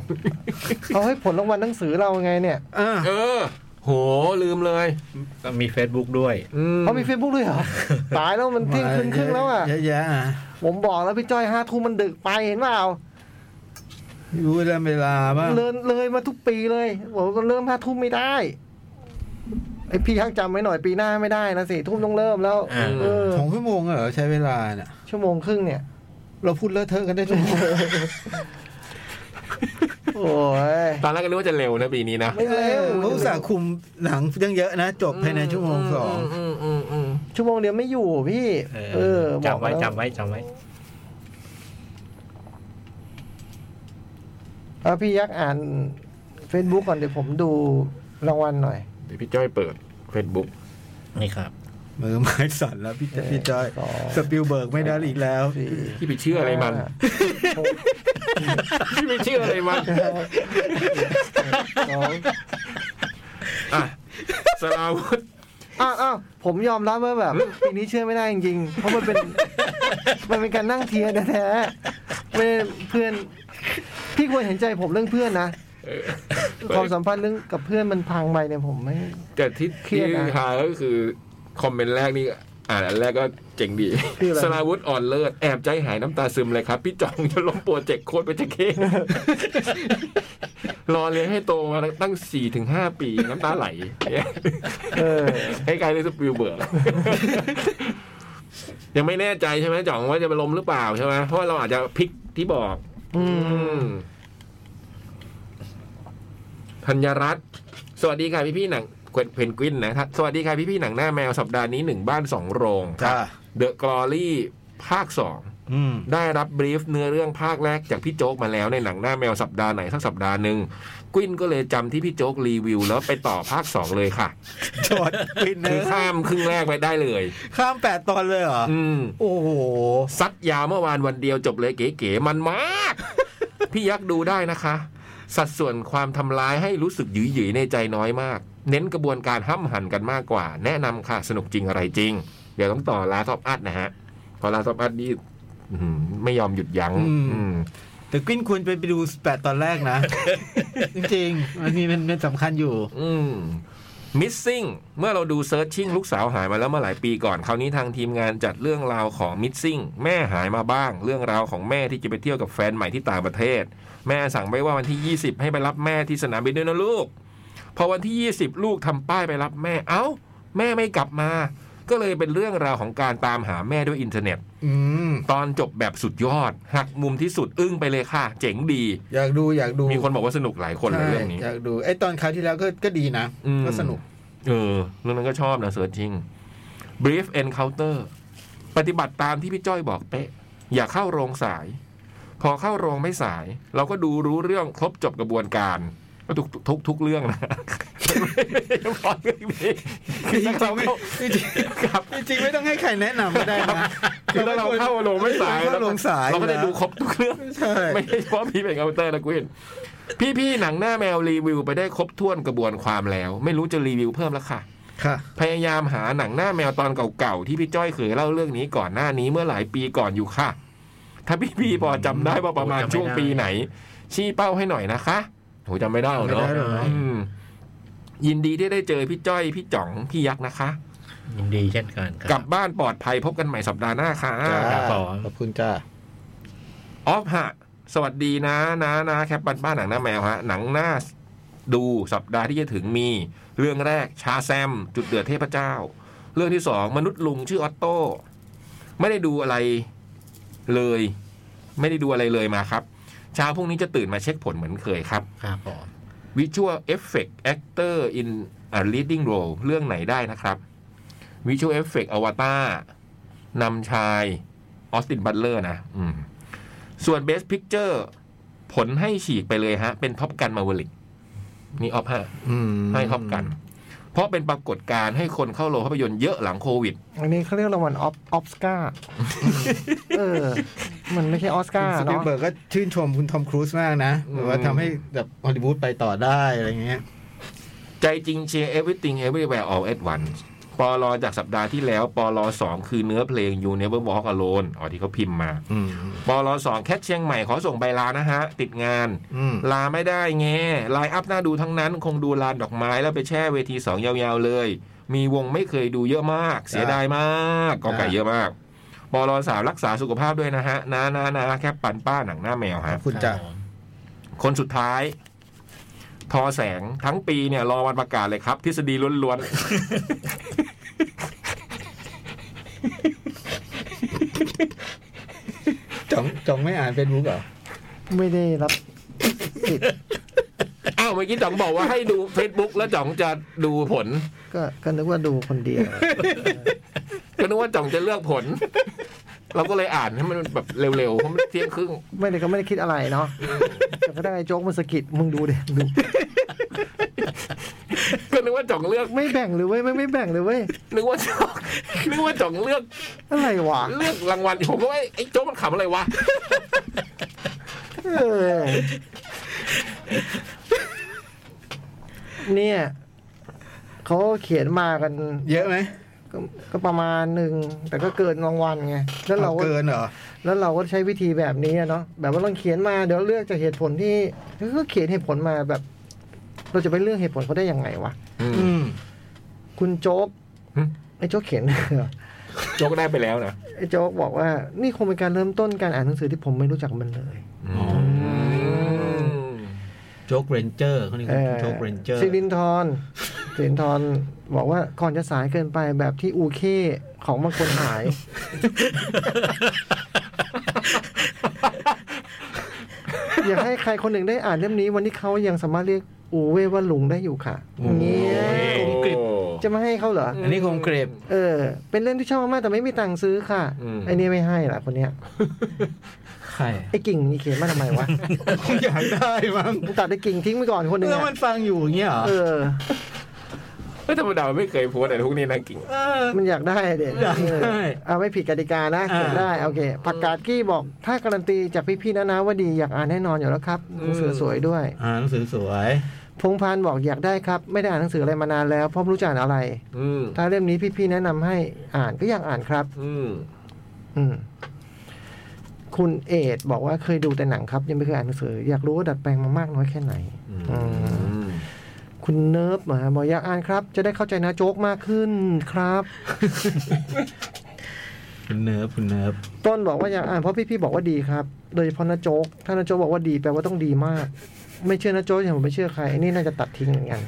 S2: เอาให้ผลรางวัลหนังสือเราไง เนี่ย
S3: อ่ะ
S1: เออ โหลืมเลย
S4: มี Facebook ด้วย
S1: อืม
S2: เขามีเฟซบุ๊กด้วยเหรอ ตายแล้วมันเที่ยงคืนครึ่งแล้วอ่ะ
S3: เยอะแยะอ่ะ
S2: ผมบอกแล้วพี่จ้อยห้าทุ่มมันดึกไปเห็นเปล่า
S3: รู้เวลาเวลาบ้าง
S2: เลยเลยมาทุกปีเลยผมก็เริ่มห้าทุ่มไม่ได้ไอพี่ยักษ์จำไว้หน่อยปีหน้าไม่ได้นะสี่ทุ่มต้องเริ่มแล้ว
S4: อ่า
S2: เออ
S3: สองชั่วโมงเหรอใช้เวลาเนี่ย
S2: ชั่วโมงครึ่งเนี่ย
S3: เราพูดเลอะเทอะกันได้ทุกคน
S2: โอ้ย
S1: ตอนแรกก็นึกว่าจะเร็วนะปีนี้นะ
S2: ไม่เร็ว
S3: เขาอุตส่าห์คุมหนังยังเยอะนะ จบภายในชั่วโมงสอง
S1: อืมอืมอืม
S2: ชั่วโมงเดียวไม่อยู่พี่
S4: เออ
S2: เออบอก
S4: จำไว้
S2: แล้
S4: จำไว้จำไว้
S2: เอาพี่ยักษ์อ่าน Facebook ก่อนเดี๋ยวผมดูรางวัลหน่อย
S1: เดี๋ยวพี่จ้อยเปิด Facebook
S4: นี่ครับ
S3: มือไม้สั่นแล้วพี่พี่จอย
S2: สอง
S3: สปิลเบิร์กไม่ได้อีกแล้ว
S2: สี่
S1: พี่ไปเชื่ออะไรมัน
S2: ห้าหก
S1: พี่ไปเชื่ออะไรมัน
S2: สอง
S1: อ่ะสราวุธ
S2: อ้าวอ้าวผมยอมรับว่าแบบปีนี้เชื่อไม่ได้จริงๆ เพราะมัน เป็น มันเป็นการนั่งเทียร์แท้ๆไม่ได้เพื่อน พี่ควรเห็นใจผมเรื่องเพื่อนนะ
S1: เออ
S2: ความสัมพันธ์เรื่องกับเพื่อนมันพังไปเนี่ยผมไม่
S1: แต่ที่
S2: เครี
S1: ที่
S2: ยดนะ
S1: ฮาก็คือ คอมเมนต์แรกนี่อ่านอันแรกก็เจ๋งดี
S2: คืออะไร
S1: สราวุธอ่อนเลิศแอบใจหายน้ำตาซึมเลยครับ พี่จองจะลงโปรเจกต์โคตรไปจะเค้กรอเลี้ยงให้โตมาตั้งสี่ถึงห้าปีน้ำตาไหลเนี่ย
S2: เออ
S1: ให้กลายเป็นสปิลเบิร์กยังไม่แน่ใจใช่ไหมจ่องว่าจะไปลมหรือเปล่าใช่ไหมเพราะว่าเราอาจจะพลิกที่บอก
S2: อื
S1: อืม
S2: ม
S1: ธัญรัตน์สวัสดีค่ะพี่พี่ๆหนังเพนกวินนะครับสวัสดีค่ะพี่พี่ๆหนังหน้าแมวสัปดาห์นี้หนึ่งบ้านสองโรง
S3: จ้า
S1: เดอะกรอรี่ภาคสอง
S3: อืม
S1: ได้รับบรีฟเนื้อเรื่องภาคแรกจากพี่โจ๊กมาแล้วในหนังหน้าแมวสัปดาห์ไหนสักสัปดาห์หนึ่งกวินก็เลยจำที่พี่โจ๊กรีวิว แล้วไปต่อภาคสองเลยค่ะ
S3: จอดปินเน
S1: คือ
S3: อะ
S1: ข้ามครึ่งแรกไปได้เลย
S3: ข้ามแปดตอนเลยเหรอ
S1: อืม
S3: โอ้โห
S1: ซัดยาวเมื่อวานวันเดียวจบเลยเก๋ๆมันมาก พี่ยักษ์ดูได้นะคะ สัดส่วนความทำร้ายให้รู้สึกหยืยๆในใจน้อยมาก เน้นกระบวนการห้ำหั่นกันมากกว่า แนะนำค่ะ สนุกจริงอะไรจริง เดี๋ยวต้องต่อลาท็อปอัดนะฮะเพอลาท็อปอัดนี่อื้อหือไม่ยอมหยุดยัง้ง
S3: อืม
S1: อืม
S3: แต่กวินควรไปไปดูแปดตอนแรกนะ จริงๆ มันมีมันมันสำคัญอยู่
S1: อืม missing เมื่อเราดู searching ลูกสาวหายมาแล้วเมื่อหลายปีก่อน คราวนี้ทางทีมงานจัดเรื่องราวของ missing แม่หายมาบ้าง เรื่องราวของแม่ที่จะไปเที่ยวกับแฟนใหม่ที่ต่างประเทศ แม่สั่งไว้ว่าวันที่ 20 ให้ไปรับแม่ที่สนามบินด้วยนะลูก พอวันที่ 20 ลูกทำป้ายไปรับแม่ เอ้า แม่ไม่กลับมา ก็เลยเป็นเรื่องราวของการตามหาแม่ด้วยอินเทอร์เน็ต
S3: อืม
S1: ตอนจบแบบสุดยอด หักมุมที่สุดอึ้งไปเลยค่ะ เจ๋งดี
S3: อยากดูอยากดู
S1: มีคนบอกว่าสนุกหลายคนเลยเรื่องนี้
S3: ใช่อยากดู ไอ้ตอนคราวที่แล้วก็ก็ดีนะ
S1: อืม
S3: ก็สนุก
S1: เออเรื่องนั้นก็ชอบนะเสือจริง brief encounter ปฏิบัติตามที่พี่จ้อยบอกเป๊ะ อย่าเข้าโรงสาย พอเข้าโรงไม่สาย เราก็ดูรู้เรื่องครบจบกระบวนการก็ทุกทุกทุกเรื่องนะเฉพาะเรื่องนี้คือถ้าเราเข้าครับ
S3: จริงๆ ไม่ต้องให้ใครแนะนำก็ได้นะ
S1: คือถ้าเราเข้าโรงไม่สาย
S3: เรเข้าโรงสาย
S1: เราก็จะดูครบทุกเรื่อง
S3: ใช่
S1: ไม่ใช่เฉพาะพี่เป็นเคาน์เตอร์นะกวินพี่ๆหนังหน้าแมวรีวิวไปได้ครบถ้วนกระบวนความแล้ว ไม่รู้จะรีวิวเพิ่มแล้วค่ะ
S3: ค่ะ
S1: พยายามหาหนังหน้าแมวตอนเก่าๆ ที่พี่จ้อยเคยเล่าเรื่องนี้ก่อนหน้านี้เมื่อหลายปีก่อนอยู่ค่ะ ถ้าพี่พีพอจำได้ว่าประมาณ
S4: โอ้จำไม่ได้
S1: ช่วงปีไหน ชี้เป้าให้หน่อยนะคะโหจำไม่ได้หรอกเนาะ
S3: จำไม่ได้หรอกนะ
S1: อืมยินดีที่ได้เจอพี่จ้อยพี่จ่องพี่ยักษ์นะคะ
S4: ยินดีเช่นกันครั
S1: กลับบ้านปลอดภัยพบกันใหม่สัปดาห์หน้าค่ะ
S3: จ้าขอบคุณจ้า
S1: ออฟฮะ สวัสดีนะนะนะแคปบ้านบ้านหนังหน้าแมวฮะ หนังหน้าดูสัปดาห์ที่จะถึงมี เรื่องแรกชาแซม จุดเดือดเทพเจ้า เรื่องที่สองมนุษย์ลุงชื่อออตโต้ ไม่ได้ดูอะไรเลย ไม่ได้ดูอะไรเลยมาครับ เช้าพรุ่งนี้จะตื่นมาเช็คผลเหมือนเคยครับ
S4: ครับผม
S1: วิชวลเอฟเฟกต์แอคเตอร์อินอ a ลีดดิ้งโรเรื่องไหนได้นะครับวิชวลเอฟเฟกต์อวตารนำชายออสตินบัตเลอร์นะอืมส่วนเบสพิกเจอร์ผลให้ฉีกไปเลยฮะ เป็นท็อปกันมาวลิกนี่ออฟฮะ
S3: อืม
S1: ให้ท็อปกัน เพราะเป็นปรากฏการณ์ให้คนเข้าโรงภาพยนตร์เยอะหลังโควิด
S2: อันนี้เขาเรียกรางวัลออฟออฟสการ์เออ มันไม่ใช่ออสการ์
S3: คุณสปิล
S2: เนาะ
S3: เบิร์กก็ชื่นชมคุณทอมครูซมากนะแบบว่าทำให้แบบฮอลลีวูดไปต่อได้อะไรเงี้ย
S1: ใจจริงเชียร์ everything everywhere all at once ปอลอจากสัปดาห์ที่แล้วปอลอสองคือเนื้อเพลง you never walk alone อ๋อที่เขาพิมพ์มา
S3: อืม
S1: ปอลอสองแคทเชียงใหม่ขอส่งใบลานะฮะ ติดงาน
S3: อืม
S1: ลาไม่ได้ไงไลน์อัพหน้าดูทั้งนั้น คงดูลานดอกไม้แล้วไปแช่เวทีสองยาวๆเลย มีวงไม่เคยดูเยอะมาก เสียดายมากกอไก่เยอะมากปอลอสามรักษาสุขภาพด้วยนะฮะนะนะนะแค่ปันป้าหนังหน้าแมว
S3: ขอ
S1: ฮะ
S3: บคุณจ้ะ
S1: คนสุดท้าย ทอแสงทั้งปีเนี่ยรอวันประกาศเลยครับ ทฤษฎีล้วน
S3: จ่องจ่องไม่อ่านเฟซบุ๊กเหรอ
S2: ไม่ได้รับสิทธิ์
S1: ๆ อ้าวเมื่อกี้จ๋องบอกว่าให้ดู Facebook แล้วจ๋องจะดูผล
S2: ก็ก็นึกว่าดูคนเดียว
S1: ก็นึกว่าจ๋องจะเลือกผล เราก็เลยอ่านให้มันแบบเร็วๆเพราะมันเที่ยงครึ่ง
S2: ไม่ได้ก็ไม่ได้คิดอะไรเนาะแต่ก็ได้งไอ้โจ๊กมันสะกิดมึงดูเด็ดู
S1: ก็นึกว่าจ๋องเลือก
S2: ไม่แบ่งเลยเว้ยไม่ไม่แบ่งเลยเว้ย
S1: นึกว่าจ๋องนึกว่าจ๋องเลือก
S2: อะไรวะ
S1: เลือกรางวัลผมก็ว่าไอ้โจ๊กมันขำอะไรวะ
S2: เออเนี่ยเขาเขียนมากัน
S3: เยอะไหม
S2: ก็ก็ประมาณหนึ่งแต่ก็เกินรางวัลไงแล้วเราก็
S3: เกินเหรอ
S2: แล้วเราก็ใช้วิธีแบบนี้อะเนาะแบบว่าต้องเขียนมาเดี๋ยวเลือกจากเหตุผลที่ก็เขียนเหตุผลมาแบบ เราจะไปเลือกเหตุผลเขาได้ยังไงวะ
S1: อืม
S3: อืม
S2: คุณโจ๊ก
S1: หึ
S2: ไอ้โจ๊กเขียนเหรอ
S1: โจ๊กได้ไปแล้วนะ
S2: ไอ้โจ๊กบอกว่านี่คงเป็นการเริ่มต้นการอ่านหนังสือที่ผมไม่รู้จักมันเลย
S3: โจ๊กเรนเจอร์เขาเรียก
S2: เออ
S3: โจ๊กเรนเจอร์
S2: สิรินทรสิรินทรบอกว่าก่อนจะสายเกินไปแบบที่อูเคของบางคนหาย อยากให้ใครคนหนึ่งได้อ่านเล่มนี้ วันนี้เขายังสามารถเรียกอูเว่ว่าลุงได้อยู่ค่ะเนี่ยจะไม่ให้เขาเหรอ
S3: อันนี้คงเกรบ
S2: เออ เป็นเล่มที่ชอบมากแต่ไม่มีตังค์ซื้อค่ะไอเนี่ยไม่ให้ล่ะคนเนี้ย
S3: ใคร
S2: ไอกิ่งนี่เขียนมาทำไมวะ
S3: คงอยากได้มั้ง
S2: มึงตัดไอกิ่งทิ้งไปก่อนคนหนึ่ง
S3: แล้ว
S2: อะ
S3: มันฟังอยู่อย่างเงี้ยเหรอ
S2: เออ
S1: ไม่ธรรมดามันไม่เคยโพสต์อะไรพวกนี้นะกิ่ง
S3: เออ
S2: มันอยากได้เด็ก
S3: อยากได้
S2: เอาไม่ผิดกติกานะ
S3: อ่า
S2: เขียนได้โอเคผักกาดกี้บอกถ้าการันตีจากพี่ๆนะนะว่าดีอยากอ่านแน่นอนอยู่แล้วครับหนังสือสวยด้วย
S3: อ่านหนังสือสวย
S2: พงพานบอกอยากได้ครับ ไม่ได้อ่านหนังสืออะไรมานานแล้วเพราะไม่รู้จะอ่านอะไร
S1: อืม
S2: ถ้าเล่มนี้พี่ๆแนะนำให้อ่านก็อยากอ่านครับ
S1: อืม
S2: อืม คุณเอดบอกว่าเคยดูแต่หนังครับ ยังไม่เคยอ่านหนังสือ อยากรู้ว่าดัดแปลงมามากน้อยแค่ไหน อืม คุณเนิร์ฟมาบอกอยากอ่านครับ จะได้เข้าใจนะโจ๊กมากขึ้นครับ
S3: คุณเนิร์ฟคุณเนิร์ฟ
S2: ต้นบอกว่าอยากอ่านเพราะพี่ๆบอกว่าดีครับโดยเฉพาะนาโจ๊กถ้านาโจ๊กบอกว่าดีแปลว่าต้องดีมาก ไม่เชื่อนาโจ๊กอย่างผมไม่เชื่อใครอันนี้น่าจะตัดทิ้งเหมือนกัน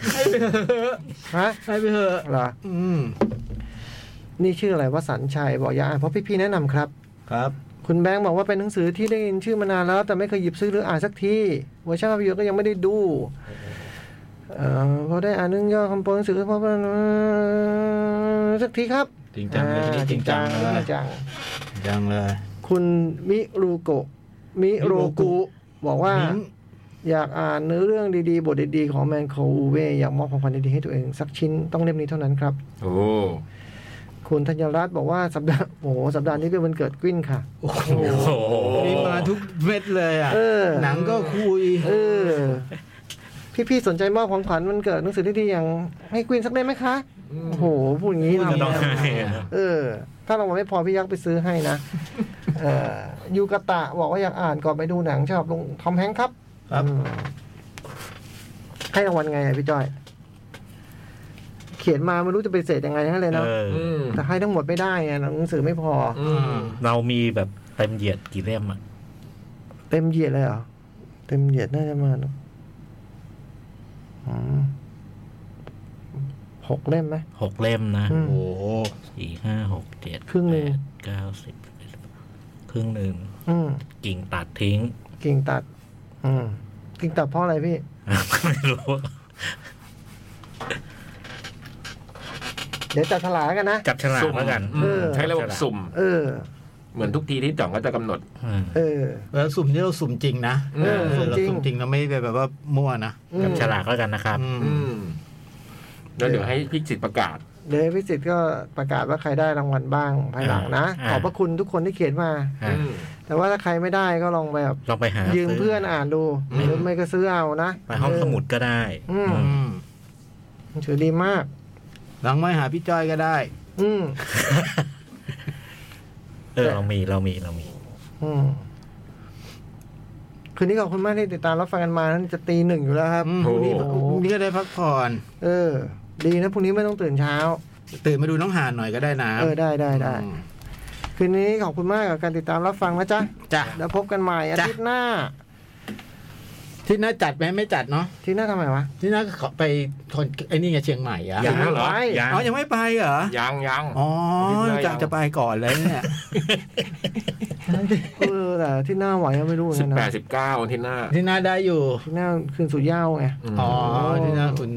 S2: ฮะ
S3: ให้ไปเถอะ
S2: เหรอ
S3: อืม
S2: นี่ชื่ออะไรวสันต์ชัยบอกอยากอ่านเพราะพี่ๆแนะนำครับ
S3: ครับ
S2: คุณแบงค์บอกว่าเป็นหนังสือที่ได้ยินชื่อมานานแล้ว แต่ไม่เคยหยิบซื้อหรืออ่านสักทีเวอร์ชันภาพยนตร์ก็ยังไม่ได้ดูเออพอได้อ่านเรื่องย่อคำโปรหนังสือเพราะว่าสักทีครับ
S3: จริงจังเลย
S2: อ่า
S3: นี่จริงจัง
S2: จ
S3: เล
S2: ริ
S3: ย
S2: งจัง
S3: จริงจังเลย
S2: คุณมิรูโกะมิโรกุ บอกว่า
S3: มิ้ง
S2: อยากอ่านเนื้อเรื่องดีๆ บทดีๆ ของแมนโคอูเวอยากมอบของขวัญดีๆ ให้ตัวเอง สักชิ้นต้องเล่มนี้เท่านั้นครับ
S1: โอ้
S2: คุณธัญรัตน์บอกว่าสัปดาห์โอ้โหสัปดาห์นี้เป็นวันเกิดกวินค่ะ
S3: โอ้โห
S1: โอ้โห
S3: นี่มาทุกเม็ดเลยอ่ะ
S2: เออ
S3: หนังก็คุย
S2: เออ พี่ๆ สนใจมอบของขวัญวันเกิดหนังสือดีๆอย่างให้กวินสักเล่มไหมคะ โอ้โห พูดอย่างนี้ทำ
S4: จะต้อง
S2: ไง
S4: ให้
S2: เออ ถ้ารางวัลไม่พอพี่ยักษ์ไปซื้อให้นะเออยูกะตะบอกว่าอยากอ่านก่อนไปดูหนังชอบลุงทอมแฮงค์ครับอืมให้รางวัลไงอะพี่จ้อย เขียนมาไม่รู้จะไปเสร็จยังไงให้เลยเนาะ
S4: เออ
S1: อืม
S2: แต่ให้ทั้งหมดไม่ได้ไงหนังสือไม่พอ
S1: อืม
S4: เรามีแบบเต็มเหยียดกี่เล่มอ่ะ
S2: เต็มเหยียดเลยเหรอ เต็มเหยียดน่าจะมาณอืมหกเล่มไหม
S4: หกเล่มนะ
S2: อื
S3: โอ้
S2: ม
S3: โห
S4: สี่ห้าหกเจ็ด
S2: ครึ่งหนึ่ง
S4: แปดเก้าสิบครึ่งหนึ่ง
S2: อืม
S4: กิ่งตัด ทิ้ง
S2: กิ่งตัด อืมกิ่งตัดเพราะอะไรพี่
S4: ไม่รู้
S2: เดี๋ยวจัดฉลากกันนะ
S4: จับฉลาก
S1: สุ่ม
S4: แล้วกัน
S1: อืม
S2: เออ
S1: ใช้ระบบสุ่ม
S2: เออ
S1: เหมือนทุกทีที่จ่องก็จะกำหนด
S4: อืม
S2: เออ
S3: แล้วสุ่มที่เราสุ่มจริงนะ
S1: เออ
S3: เออเรา
S2: สุ่มจริง
S3: สุ่มจริงเราไม่ได้แบบว่ามั่วนะ
S2: อืม
S4: จับฉลากแล้วกันนะครับ
S3: อืม
S1: อืมแล้วเดี๋ยวให้พิจิตรประกาศ
S2: เดี๋ยวพิสิทธิ์ก็ประกาศว่าใครได้รางวัลบ้างภายหลังนะ
S4: อ่า
S2: ขอบพระคุณทุกคนที่เขียนมา
S4: อ่ะ
S1: อืม
S2: แต่ว่าถ้าใครไม่ได้ก็ลองไปแบบ
S4: ลองไปหา
S2: ยืม
S4: ซื้
S2: เพื่อนอ่านดู หรือไม่ก็ซื้อเอานะ
S4: ไปห้องสมุดก็ได้
S2: อืม
S4: อืม
S3: อืม
S2: หนังสือดีมาก
S3: หลังไม่หาพี่จ้อยก็ได้
S2: อืม
S4: เออเรามีเรามีเรามี
S2: อืม คืนนี้ขอบคุณมากที่ติดตามรับฟังกันมานั่นจะตีหนึ่งอยู่แล้วครับ
S3: อืม
S1: โอ้
S3: พรุ่งนี้พรุ่งนี้ก็ได้พักผ่อน
S2: เออ ดีนะพรุ่งนี้ไม่ต้องตื่นเช้า
S3: ตื่นมาดูน้องหานหน่อยก็ได้นะ
S2: เออได้ได้ได้
S3: อืม
S2: คืนนี้ขอบคุณมากกับการติดตามรับฟังนะจ๊ะ
S3: จ้ะ
S2: แล้วพบกันใหม่อาทิตย์หน้า
S3: ที่น่าจัดไหมไม่จัดเนาะ
S2: ที่หน้าทำไมวะ
S3: ที่น่าขอไปทนไอ้นี่ไงเชียงใหม่อะ
S1: ยังเหรอ
S2: ไม่
S1: ยัง
S3: อ๋อยังไม่ไปเหรอ
S1: ยังยัง
S3: อ๋อ
S1: ยัง
S3: จะจะไปก่อนเลยเนี่ย
S2: เออแต่ที่หน้าไหวอะไม่รู้เหมือน
S1: สิ
S2: กับ น
S1: แป
S2: นะ
S1: ดสิบเก้าที่หน้า
S3: ที่น่าได้อยู่
S2: ที่หน้าคืนสุดยาวไง
S1: ม
S3: อ๋อที่น่าคุณ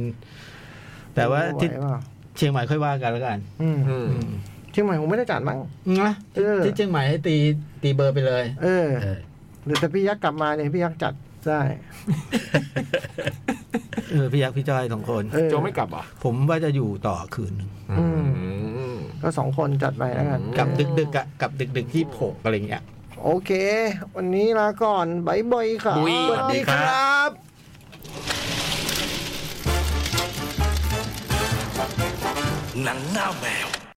S3: แต่ว่าที่
S2: ไหเปล่า
S3: เชียงใหม่ค่อยว่ากันแล้วกัน
S2: อืม
S1: อืม
S2: เชียงใหม่คงไม่ได้จัดมั้ง
S3: นะที่
S2: เออ
S3: ที่เชียงใหม่ให้ตีตีเบอร์ไปเลย
S2: เออ
S4: เออ
S2: หรือแต่พี่ยักษ์กลับมาเนี่ยพี่ยักษ์จัดได้
S3: เออพี่ยักษ์พี่จ้อยสองคน
S2: เออ
S1: โจไม่กลับเหรอ่ะ
S3: ผมว่าจะอยู่ต่อคืนหนึ่ง
S2: อืม ก็สองคนจัดไปแล้วกัน
S3: กลับดึกดึกๆอะกลับดึกดึกที่หกอะไรเงี้ย
S2: โอเค วันนี้ลาก่อนบายบายค่ะ
S1: บุย
S4: สวัสดีครับ
S1: บ
S5: nắng nao mèo